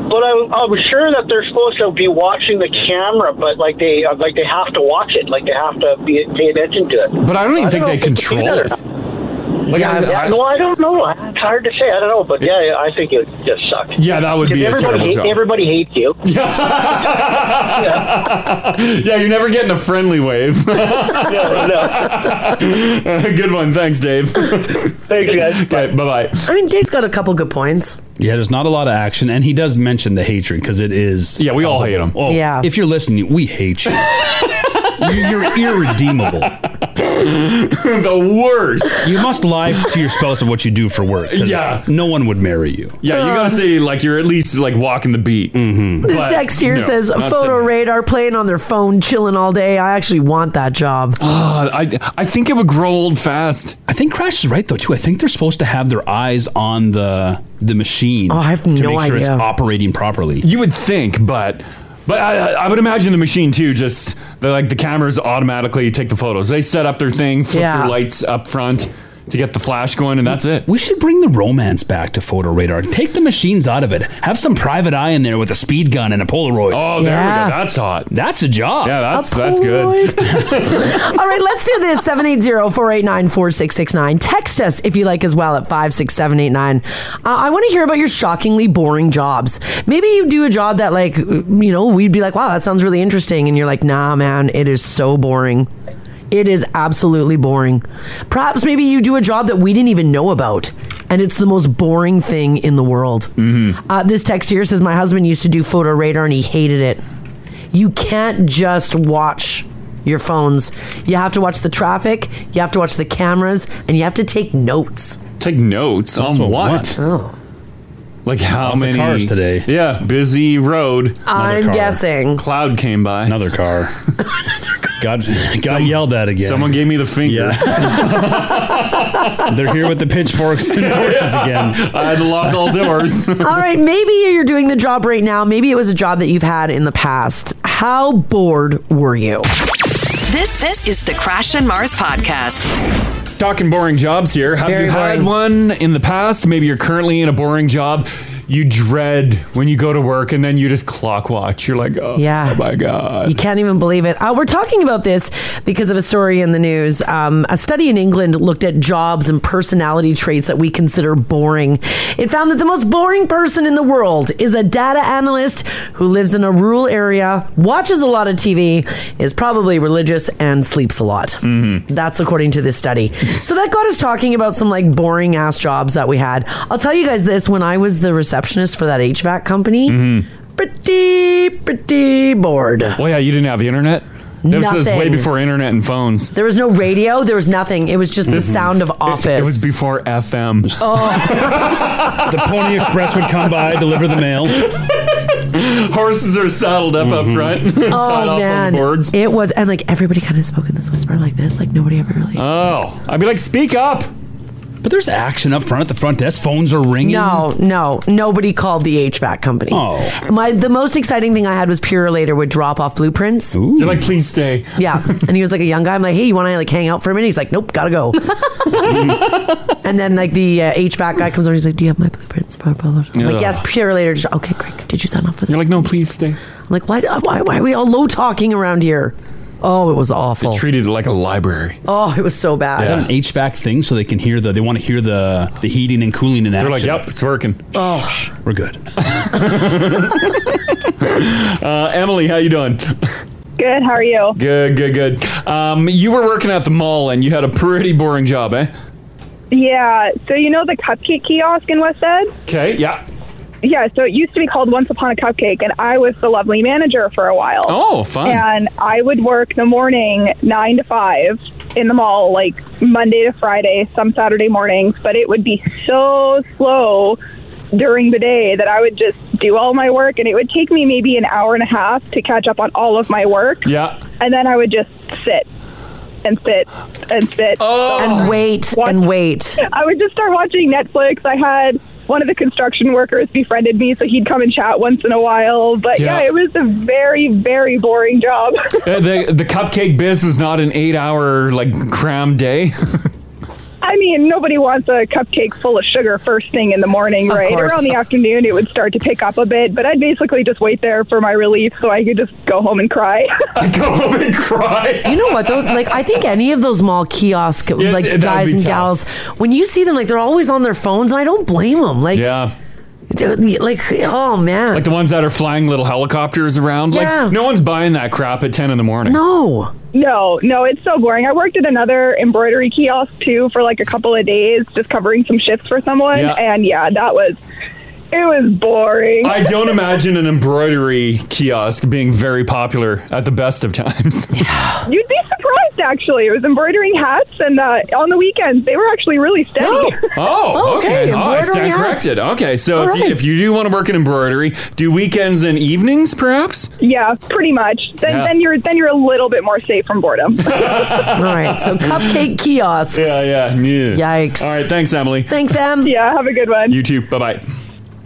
Speaker 19: But I, I was sure that they're supposed to be watching the camera, but like they uh, like they have to watch it, like they have to be, pay attention to it.
Speaker 3: But I don't even think
Speaker 19: know
Speaker 3: they
Speaker 19: if do
Speaker 3: control
Speaker 19: that or
Speaker 3: it.
Speaker 19: not.
Speaker 3: Like,
Speaker 19: yeah,
Speaker 3: I-
Speaker 19: yeah,
Speaker 3: I-
Speaker 19: no, I don't know. It's hard to say. I don't know, but yeah, I think it just sucked.
Speaker 3: Yeah, that would be a
Speaker 19: everybody.
Speaker 3: terrible
Speaker 19: hate-
Speaker 3: job.
Speaker 19: Everybody hates you.
Speaker 3: yeah, you're never getting a friendly wave. good one. Thanks, Dave.
Speaker 19: Thanks, guys.
Speaker 3: Okay, bye bye.
Speaker 2: I mean, Dave's got a couple good points.
Speaker 7: Yeah, there's not a lot of action, and he does mention the hatred because it is. Yeah, we all hate him. Oh,
Speaker 2: Yeah.
Speaker 7: If you're listening, we hate you. You- you're irredeemable.
Speaker 3: the worst.
Speaker 7: You must lie to your spouse of what you do for work. 'cause
Speaker 3: Yeah.
Speaker 7: No one would marry you.
Speaker 3: Yeah, you gotta say like you're at least like walking the beat. Mm-hmm.
Speaker 2: um, This text here says photo radar playing on their phone, chilling all day. I actually want that job.
Speaker 3: I I think it would grow old fast.
Speaker 7: I think Crash is right though too. I think they're supposed to have their eyes on the the machine.
Speaker 3: Oh, I have
Speaker 7: to
Speaker 3: no
Speaker 7: make sure it's
Speaker 3: idea.
Speaker 7: operating properly.
Speaker 3: You would think, but but I, I would imagine the machine too. Just the, like the cameras automatically take the photos. They set up their thing, flip
Speaker 2: Yeah.
Speaker 3: their lights up front, to get the flash going, and that's it.
Speaker 7: We should bring the romance back to photo radar. Take the machines out of it. Have some private eye in there with a speed gun and a Polaroid.
Speaker 3: Oh, there we go. Yeah. That's hot.
Speaker 7: That's a job.
Speaker 3: Yeah, that's that's good.
Speaker 2: All right, let's do this 780 489 4669. Text us if you like as well at 56789. Uh, I want to hear about your shockingly boring jobs. Maybe you do a job that, like, you know, we'd be like, wow, that sounds really interesting. And you're like, nah, man, it is so boring. It is absolutely boring. Perhaps maybe you do a job that we didn't even know about, and it's the most boring thing in the world. Uh, this text here says, My husband used to do photo radar and he hated it. You can't just watch your phones, you have to watch the traffic, you have to watch the cameras, and you have to take notes.
Speaker 3: Take notes on what?
Speaker 2: Oh.
Speaker 3: Like how
Speaker 7: Lots of
Speaker 3: many
Speaker 7: cars today.
Speaker 3: Yeah, busy road.
Speaker 2: I'm Another car. guessing.
Speaker 3: Cloud came by. Another
Speaker 7: car. God, got yelled at again.
Speaker 3: Someone gave me the finger.
Speaker 7: They're here with the pitchforks and torches again.
Speaker 3: I had locked all doors.
Speaker 2: All right, maybe you're doing the job right now. Maybe it was a job that you've had in the past. How bored were you?
Speaker 1: This this is the Crash and Mars podcast.
Speaker 3: Talking boring jobs here. Have
Speaker 1: Very
Speaker 3: you had one in the past? Maybe you're currently in a boring job. You dread when you go to work and then you just clock watch. You're like, oh,
Speaker 2: Yeah.
Speaker 3: oh my God.
Speaker 2: You can't even believe it. Uh, we're talking about this because of a story in the news. Um, a study in England looked at jobs and personality traits that we consider boring. It found that the most boring person in the world is a data analyst who lives in a rural area, watches a lot of TV, is probably religious, and sleeps a lot. That's according to this study. so that got us talking about some like boring ass jobs that we had. I'll tell you guys this when I was the receptionist for that HVAC company. Pretty, pretty bored.
Speaker 3: Well, yeah, you didn't have the internet. This was way
Speaker 2: Nothing.
Speaker 3: before internet and phones.
Speaker 2: There was no radio. There was nothing. It was just the
Speaker 3: Mhm.
Speaker 2: sound of
Speaker 3: It-
Speaker 2: office. Oh.
Speaker 3: It, was before FM.
Speaker 7: the Pony Express would come by, deliver the mail. Mm-hmm.
Speaker 3: Horses are saddled up up front. tied off
Speaker 2: oh
Speaker 3: on
Speaker 2: man,
Speaker 3: boards.
Speaker 2: it was, and like everybody kind of spoke in this whisper, like this, like nobody ever really.
Speaker 3: Oh, I'd be like, speak up.
Speaker 7: But there's action up front at the front desk. Phones are ringing.
Speaker 2: No, Oh, no, nobody called the HVAC company. Oh, my the most exciting thing I had was Purelator would drop off blueprints.
Speaker 3: You're like, please stay.
Speaker 2: Yeah, and he was like a young guy. I'm like, hey, you want to like hang out for a minute? He's like, nope, gotta go. and then like the uh, HVAC guy comes over. He's like, do you have my blueprints for blah blah? blah. I'm
Speaker 3: Ugh.
Speaker 2: like, yes, Purelator. Just, okay, Greg, did you sign off for?
Speaker 3: You're like, no, please stay.
Speaker 2: I'm like, why, why, why are we all low talking around here? Oh, it was awful.
Speaker 3: They treated it like a library.
Speaker 2: Oh, it was so bad.
Speaker 7: Is that an HVAC thing? So they can hear the they want to hear the the heating and cooling in
Speaker 3: They're
Speaker 7: action.
Speaker 3: like, yep, it's working.
Speaker 2: Oh,
Speaker 7: we're good.
Speaker 3: Uh, Emily, how you doing?
Speaker 20: Good. How are you?
Speaker 3: Good, good, good. Um, you were working at the mall and you had a pretty boring job, eh?
Speaker 20: Yeah. So you know the cupcake kiosk in West Ed?
Speaker 3: Okay, yeah.
Speaker 20: Yeah. So it used to be called Once Upon a Cupcake, and I was the lovely manager for a while.
Speaker 3: Oh, fun.
Speaker 20: And I would work the morning nine to five in the mall, like Monday to Friday, some Saturday mornings. But it would be so slow during the day that I would just do all my work, and it would take me maybe an hour and a half to catch up on all of my work.
Speaker 3: Yeah.
Speaker 20: And then I would just sit and sit and sit
Speaker 3: Oh.
Speaker 2: and wait and wait.
Speaker 20: I would just start watching Netflix. I had one of the construction workers befriended me, so he'd come and chat once in a while. But yeah,
Speaker 3: Yeah.
Speaker 20: it was a very, very boring job.
Speaker 3: Uh, the the cupcake biz is not an eight hour like cram day.
Speaker 20: I mean, nobody wants a cupcake full of sugar first thing in the morning, right?
Speaker 3: course.
Speaker 20: Around the afternoon, it would start to pick up a bit, but I'd basically just wait there for my relief so I could just go home and cry.
Speaker 3: go home and cry.
Speaker 2: You know what though? Like I think any of those mall kiosk
Speaker 20: Yes,
Speaker 2: like
Speaker 20: that would
Speaker 2: guys
Speaker 20: be
Speaker 2: and
Speaker 20: tough.
Speaker 2: gals, when you see them, like they're always on their phones, and I don't blame them. Like
Speaker 3: yeah,
Speaker 2: dude, uh, like oh man,
Speaker 3: Like the ones that are flying little helicopters around.
Speaker 20: Yeah.
Speaker 3: Like no one's buying that crap at ten in the morning.
Speaker 2: No.
Speaker 20: No, no, it's so boring. I worked at another embroidery kiosk too for like a couple of days, just covering some shifts for someone.
Speaker 3: Yeah.
Speaker 20: And yeah, that was, it was boring.
Speaker 3: I don't imagine an embroidery kiosk being very popular at the best of times.
Speaker 20: You'd be surprised actually. It was embroidering hats, and uh, on the weekends, they were actually really steady.
Speaker 3: Oh, okay. Oh, I stand corrected. Okay, so if,
Speaker 20: Alright.
Speaker 3: you, if you do want to work in embroidery, do weekends and evenings, perhaps?
Speaker 20: Yeah, pretty much. Then,
Speaker 3: Yeah.
Speaker 20: then you're then you're a little bit more safe from boredom.
Speaker 2: All right, so cupcake kiosks.
Speaker 3: Yeah, yeah, yeah.
Speaker 2: Yikes.
Speaker 3: All right, thanks, Emily.
Speaker 2: Thanks, Em.
Speaker 20: Yeah, have a good one.
Speaker 3: You too. Bye bye.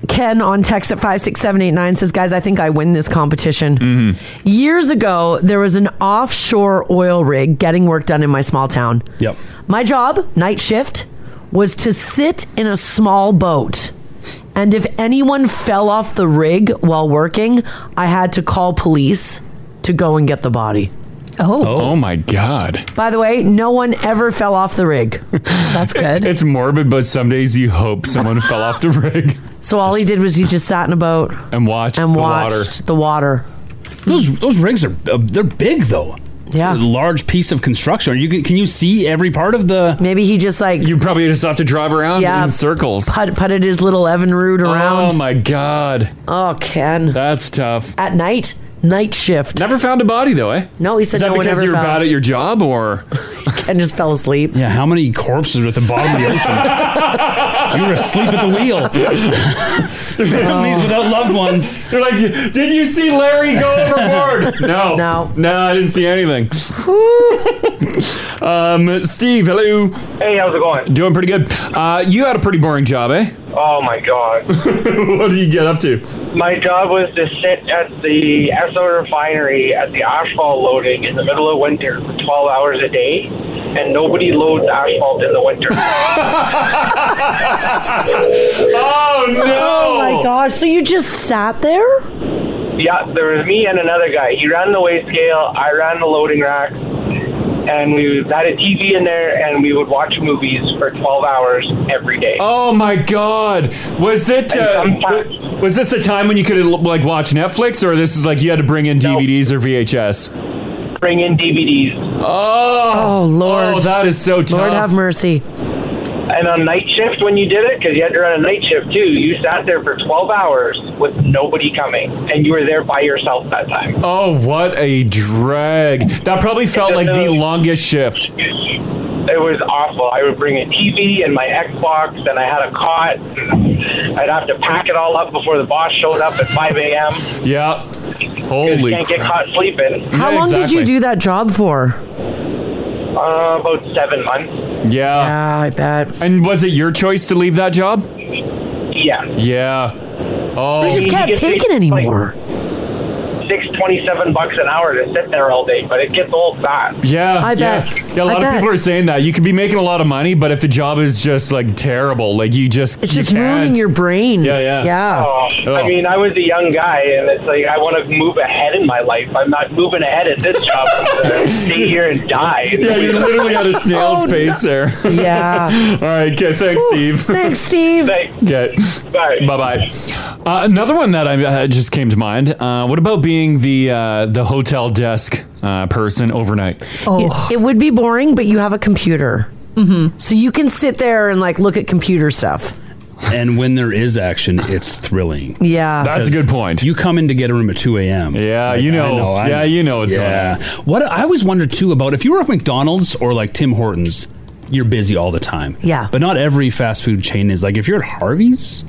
Speaker 2: Ken on text at 56789 says, Guys, I think I win this competition. Mm-hmm. Years ago, there was an offshore oil rig getting work done in my small town.
Speaker 7: Yep.
Speaker 2: My job, night shift, was to sit in a small boat. And if anyone fell off the rig while working, I had to call police to go and get the body.
Speaker 5: Oh.
Speaker 3: Oh my god.
Speaker 2: By the way, no one ever fell off the rig.
Speaker 5: That's good.
Speaker 3: It's morbid, but some days you hope someone fell off the rig
Speaker 2: So all he did was he just sat in a boat
Speaker 3: and watched
Speaker 2: and
Speaker 3: the
Speaker 2: watched
Speaker 3: water.
Speaker 2: the water.
Speaker 7: Those those rigs are uh, they're big though.
Speaker 2: Yeah,
Speaker 7: large piece of construction. You can, can you see every part of the?
Speaker 2: Maybe he just like
Speaker 3: you probably just have to drive around
Speaker 2: Yeah.
Speaker 3: in circles.
Speaker 2: Put, putted his little Evinrude around.
Speaker 3: Oh my god.
Speaker 2: Oh, Ken.
Speaker 3: That's tough.
Speaker 2: At night, night shift.
Speaker 3: Never found a body though, eh?
Speaker 2: No, he said
Speaker 3: Is that
Speaker 2: no one
Speaker 3: because
Speaker 2: ever
Speaker 3: you're
Speaker 2: found-
Speaker 3: bad at your job, or
Speaker 2: Ken just fell asleep?
Speaker 7: Yeah. How many corpses are at the bottom of the ocean? you were asleep at the wheel. Families without loved ones.
Speaker 3: They're like, did you see Larry go overboard? no, no, no, I didn't see anything. um, Steve, hello.
Speaker 9: Hey, how's it going?
Speaker 3: Doing pretty good. Uh, you had a pretty boring job, eh?
Speaker 9: Oh my god.
Speaker 3: what do you get up to?
Speaker 9: My job was to sit at the Esso refinery at the asphalt loading in the middle of winter for 12 hours a day, and nobody loads asphalt in the winter.
Speaker 3: oh no!
Speaker 2: Oh my gosh! So you just sat there?
Speaker 9: yeah, there was me and another guy. He ran the weigh scale, I ran the loading rack, and we had a TV in there, and we would watch movies for 12 hours every day.
Speaker 3: Oh my God! Was it uh, w- was this a time when you could like watch Netflix, or this is like you had to bring in DVDs or VHS?
Speaker 9: Bring in DVDs.
Speaker 3: Oh,
Speaker 2: oh Lord!
Speaker 9: Oh, that is so tough.
Speaker 2: Lord have mercy.
Speaker 9: And on night shift when you did it, because you had to run a night shift too, you sat there for 12 hours with nobody coming, and you were there by yourself that time.
Speaker 3: Oh, what a drag! That probably felt like the longest shift.
Speaker 9: It was awful. I would bring a TV and my Xbox, and I had a cot. I'd have to pack it all up before the boss showed up at 5 a.m.
Speaker 3: Yeah.
Speaker 9: You
Speaker 3: Holy
Speaker 9: can't get
Speaker 3: crap!
Speaker 9: caught sleeping.
Speaker 2: How long did you do that job for?
Speaker 9: Uh, about seven months.
Speaker 3: Yeah. Yeah,
Speaker 2: I bet.
Speaker 3: And was it your choice to leave that job?
Speaker 9: Yeah.
Speaker 3: Yeah. Oh.
Speaker 9: You get paid,
Speaker 2: anymore.
Speaker 9: Like, Six twenty-seven bucks an hour to sit there all day, but it gets old fast.
Speaker 3: Yeah,
Speaker 9: I
Speaker 3: yeah.
Speaker 9: bet.
Speaker 3: Yeah, a
Speaker 9: I
Speaker 3: lot of
Speaker 9: bet.
Speaker 3: people are saying that you could be making a lot of money, but if the job is just like terrible, like you just
Speaker 9: It's
Speaker 3: you
Speaker 9: just ruining
Speaker 3: can't.
Speaker 2: your brain.
Speaker 3: Yeah, yeah,
Speaker 9: Oh, I mean, I was a young guy, and it's like I want to move ahead in my life. I'm not moving ahead at this job. I'm gonna stay here and die.
Speaker 3: Yeah, you literally had a snail's
Speaker 9: Oh,
Speaker 3: pace there.
Speaker 2: Yeah.
Speaker 3: All right. Okay. Thanks, Steve.
Speaker 2: Thanks, Steve.
Speaker 3: Okay.
Speaker 9: Bye.
Speaker 3: Bye. Uh, another one that I uh, just came to mind. Uh, what about being the uh, the hotel desk uh, person overnight?
Speaker 2: It, it would be boring, but you have a computer, mm-hmm. so you can sit there and like look at computer stuff.
Speaker 7: And when there is action, it's thrilling.
Speaker 2: Yeah. That's a
Speaker 7: Because
Speaker 2: good
Speaker 3: point.
Speaker 7: You come in to get a room at 2 a.m. Yeah,
Speaker 3: you know. Yeah, you know what's going
Speaker 7: on. What I always wonder too about if you work at McDonald's or like Tim Hortons, you're busy all the time.
Speaker 2: Yeah.
Speaker 7: But not every fast food chain is like if you're at Harvey's,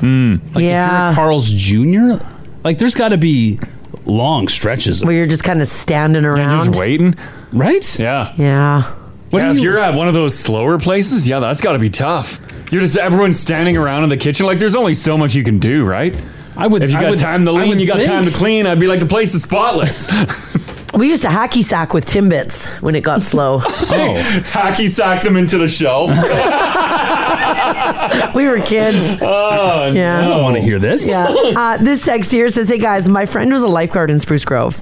Speaker 3: Hmm.
Speaker 7: like
Speaker 2: Yeah.
Speaker 7: if you're at Carl's Jr., like there's got to be long stretches.
Speaker 2: Where you're just kind of standing around,
Speaker 3: waiting,
Speaker 7: right?
Speaker 3: Yeah.
Speaker 2: Yeah.
Speaker 3: yeah, if you're at one of those slower places, yeah, that's got to be tough. You're just everyone's standing around in the kitchen. Like, there's only so much you can do, right? I
Speaker 7: would-
Speaker 3: If you
Speaker 7: I
Speaker 3: got
Speaker 7: would-
Speaker 3: time to
Speaker 7: I
Speaker 3: lean,
Speaker 7: would
Speaker 3: you got
Speaker 7: think.
Speaker 3: time to clean. I'd be like, the place is spotless.
Speaker 2: We used to hacky sack with Timbits when it got slow.
Speaker 7: Oh.
Speaker 3: Hacky sack them into the shelf.
Speaker 2: we were kids.
Speaker 3: Oh,
Speaker 2: Yeah.
Speaker 7: I don't want to hear this.
Speaker 2: Yeah. Uh, this text here says, Hey guys, my friend was a lifeguard in Spruce Grove.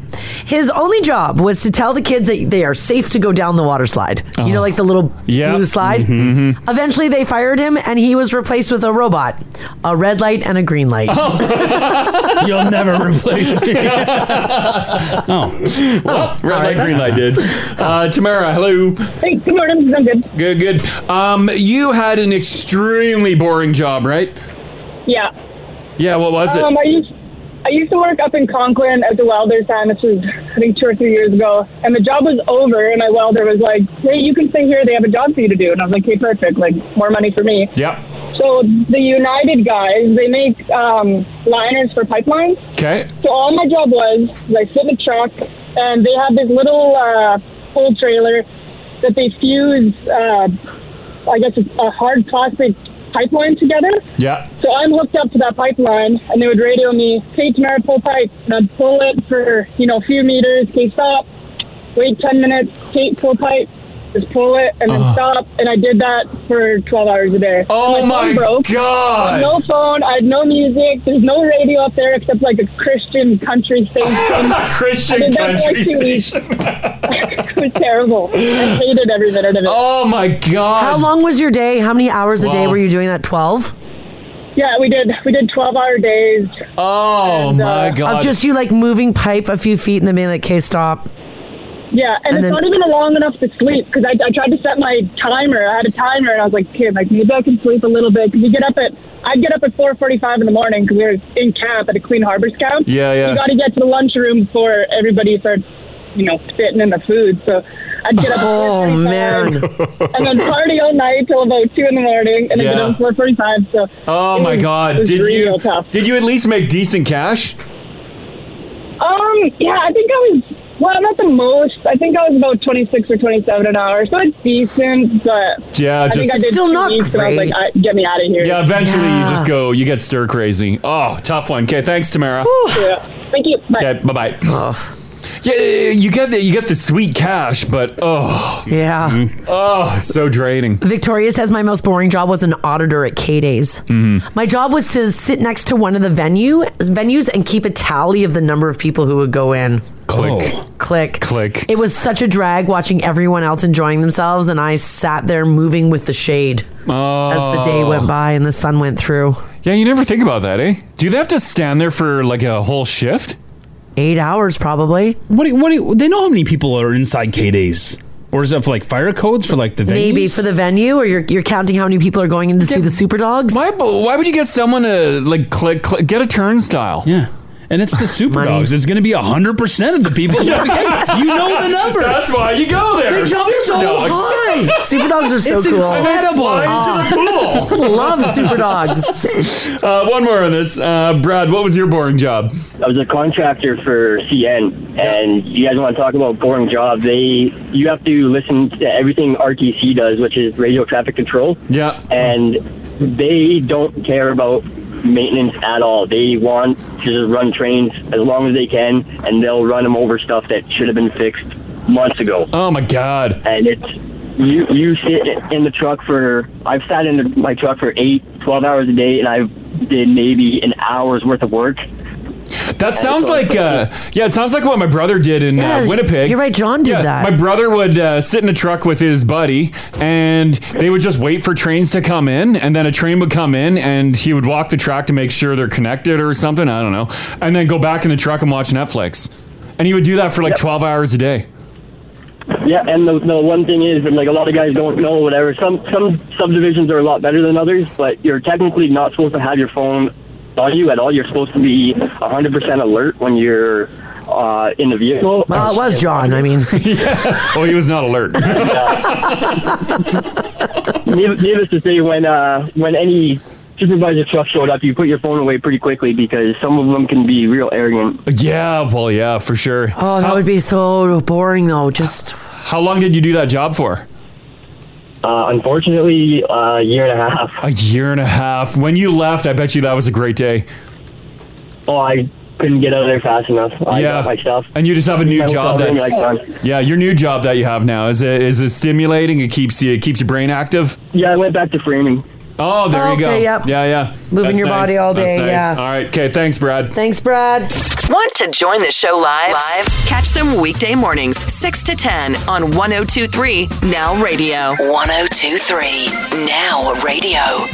Speaker 2: His only job was to tell the kids that they are safe to go down the water slide. You know, like the little blue slide? Eventually, they fired him and he was replaced with a robot, a red light, and a green light.
Speaker 7: You'll never replace me.
Speaker 3: oh. Well, red light, green light did. Uh, Tamara, hello.
Speaker 21: Hey, good morning. I'm good.
Speaker 3: Good, good. Um, you had an extremely boring job, right?
Speaker 21: Yeah.
Speaker 3: Yeah, what was it?
Speaker 21: um, I used I used to work up in Conklin as a welder's hand. This was I think two or three years ago, and the job was over. And my welder was like, "Hey, you can stay here. They have a job for you to do." And I was like, "Hey, perfect. Like more money for me."
Speaker 3: Yep.
Speaker 21: So the United guys, they make um, liners for pipelines.
Speaker 3: Okay.
Speaker 21: So all my job was, is I sit in a truck, and they have this little uh, full trailer that they fuse, uh, I guess, it's a hard plastic pipeline together.
Speaker 3: Yeah.
Speaker 21: So I'm hooked up to that pipeline, and they would radio me, "Hey, Tamara, pull pipe." And I'd pull it for you know a few meters. Okay, stop. Wait ten minutes. Hey, pull pipe. Just pull it and then
Speaker 3: Ugh.
Speaker 21: stop. And I did that for 12 hours a day.
Speaker 3: Uh-huh. Oh
Speaker 21: And
Speaker 3: my
Speaker 21: phone
Speaker 3: God.
Speaker 21: No phone. I had no music. There's no radio up there except like a Christian country station.
Speaker 3: Christian
Speaker 21: I did that for, like,
Speaker 3: country
Speaker 21: two weeks. it was terrible. I hated every minute of it.
Speaker 3: Oh my god!
Speaker 2: How long was your day? How many hours a day
Speaker 21: Twelve.
Speaker 2: were you doing that? Twelve.
Speaker 21: Yeah, we did. We did 12 hour days. uh,
Speaker 3: Oh
Speaker 21: my God.
Speaker 2: Of just you like moving pipe a few feet and then being like, "Okay, stop."
Speaker 21: Yeah, and,
Speaker 2: And
Speaker 21: it's
Speaker 2: then-
Speaker 21: not even long enough to sleep because I, I tried to set my timer. I had a timer, and I was like, "Okay, like maybe I can sleep a little bit." Because you get up at, I'd get up at four forty-five in the morning because we were in camp at a Queen Harbors camp.
Speaker 22: Yeah, yeah.
Speaker 21: You got to get to the lunchroom before everybody starts, you know, spitting in the food. So I'd get up. oh man! And then party all night till about two in the morning, and then get
Speaker 3: Yeah.
Speaker 21: up at four forty-five. So
Speaker 3: Oh
Speaker 21: it
Speaker 3: my
Speaker 21: was- it
Speaker 3: god!
Speaker 21: was
Speaker 3: Did
Speaker 21: real
Speaker 3: you
Speaker 21: tough.
Speaker 3: did you at least make decent cash?
Speaker 21: Um, yeah, I think I was, well, not the most. I think I was about 26 or 27 an hour. So it's decent, but
Speaker 3: Yeah,
Speaker 21: I think
Speaker 3: just-
Speaker 21: I did
Speaker 3: Still
Speaker 21: two
Speaker 3: not
Speaker 21: weeks, and I was
Speaker 3: great.
Speaker 21: like, I, get me out of here.
Speaker 3: Yeah, eventually you
Speaker 7: Ah.
Speaker 3: just go, you get stir crazy. Oh, tough one. Okay, thanks, Tamara.
Speaker 21: Yeah. Thank you. Bye.
Speaker 3: Okay, bye bye. Yeah, you get the you get the sweet cash, but oh
Speaker 2: yeah,
Speaker 3: oh so draining.
Speaker 2: Victoria says my most boring job was an auditor at K Days.
Speaker 3: Mm-hmm.
Speaker 2: My job was to sit next to one of the venue venues and keep a tally of the number of people who would go in.
Speaker 3: Click.
Speaker 2: Click.
Speaker 3: Click.
Speaker 2: It was such a drag watching everyone else enjoying themselves and I sat there moving with the shade as the day went by and the sun went through.
Speaker 3: Yeah, you never think about that, eh? Do they have to stand there for like a whole shift?
Speaker 2: Eight hours, probably.
Speaker 7: What? do you- What? do you- They know how many people are inside K days, or is that for like fire codes for like the venues?
Speaker 2: Maybe for the venue or you're you're counting how many people are going in to see the super dogs?
Speaker 3: Why? Why would you get someone to like click, click get a turnstile?
Speaker 7: Yeah. And it's the Super Dogs. It's going to be 100% of the people.
Speaker 3: Yeah.
Speaker 7: Hey, you know the number.
Speaker 3: That's why you go there.
Speaker 7: They jump
Speaker 3: Super
Speaker 7: so
Speaker 3: Dogs.
Speaker 7: high.
Speaker 2: Super Dogs are so
Speaker 7: It's
Speaker 2: cool.
Speaker 7: incredible.
Speaker 2: Ah.
Speaker 3: Fly into the pool.
Speaker 2: Love super dogs.
Speaker 3: Uh, one more on this, uh, Brad. What was your boring job?
Speaker 22: I was a contractor for CN, and you guys want to talk about boring job? They you have to listen to everything RTC does, which is radio traffic control.
Speaker 3: Yeah,
Speaker 22: and they don't care about maintenance at all. They want to just run trains as long as they can, and they'll run them over stuff that should have been fixed months ago.
Speaker 3: Oh my god!
Speaker 22: And it's you you sit in the truck for I've sat in the, my truck for eight, twelve hours a day, and I did maybe an hour's worth of work.
Speaker 3: That sounds like uh, yeah, it sounds like what my brother did in
Speaker 22: Yeah,
Speaker 3: uh, Winnipeg.
Speaker 22: you're
Speaker 2: right, John
Speaker 3: did that. My brother would uh, sit in a truck with his buddy, and they would just wait for trains to come in, and then a train would come in, and he would walk the track to make sure they're connected or something. I don't know, and then go back in the truck and watch Netflix, and he would do that for like twelve hours a day.
Speaker 22: Yeah, and the, the one thing is, and like a lot of guys don't know, whatever. Some some subdivisions are a lot better than others, but you're technically not supposed to have your phone on you at all. You're supposed to be 100% alert when you're uh, in the vehicle.
Speaker 2: Well, it was John. I mean,
Speaker 3: oh, he was not alert.
Speaker 22: Needless needless to say, when uh, when any supervisor truck showed up, you put your phone away pretty quickly because some of them can be real arrogant.
Speaker 3: Yeah, well, yeah, for sure.
Speaker 2: Oh, that would be so boring though. Just
Speaker 3: How long did you do that job for?
Speaker 22: Uh, unfortunately, a year and a half.
Speaker 3: A year and a half. When you left, I bet you that was a great day.
Speaker 22: Oh, I couldn't get out of there fast enough. I
Speaker 3: Yeah.
Speaker 22: got my stuff.
Speaker 3: And you just have a new
Speaker 22: I was
Speaker 3: job
Speaker 22: already,
Speaker 3: that's
Speaker 22: like, done.
Speaker 3: yeah, your new job that you have now is it is it stimulating? It keeps you it keeps your brain active.
Speaker 22: Yeah, I went back to framing.
Speaker 3: Oh, there you go.
Speaker 22: Okay, yep.
Speaker 3: Yeah, yeah.
Speaker 22: Moving
Speaker 3: That's
Speaker 22: your
Speaker 3: nice.
Speaker 22: body all
Speaker 3: That's
Speaker 22: day,
Speaker 3: nice.
Speaker 22: yeah.
Speaker 3: All right. Okay. Thanks, Brad.
Speaker 2: Thanks, Brad.
Speaker 1: Want to join the show live? Live? Catch them weekday mornings, 6 to 10 on 1023 Now Radio. 1023 Now Radio.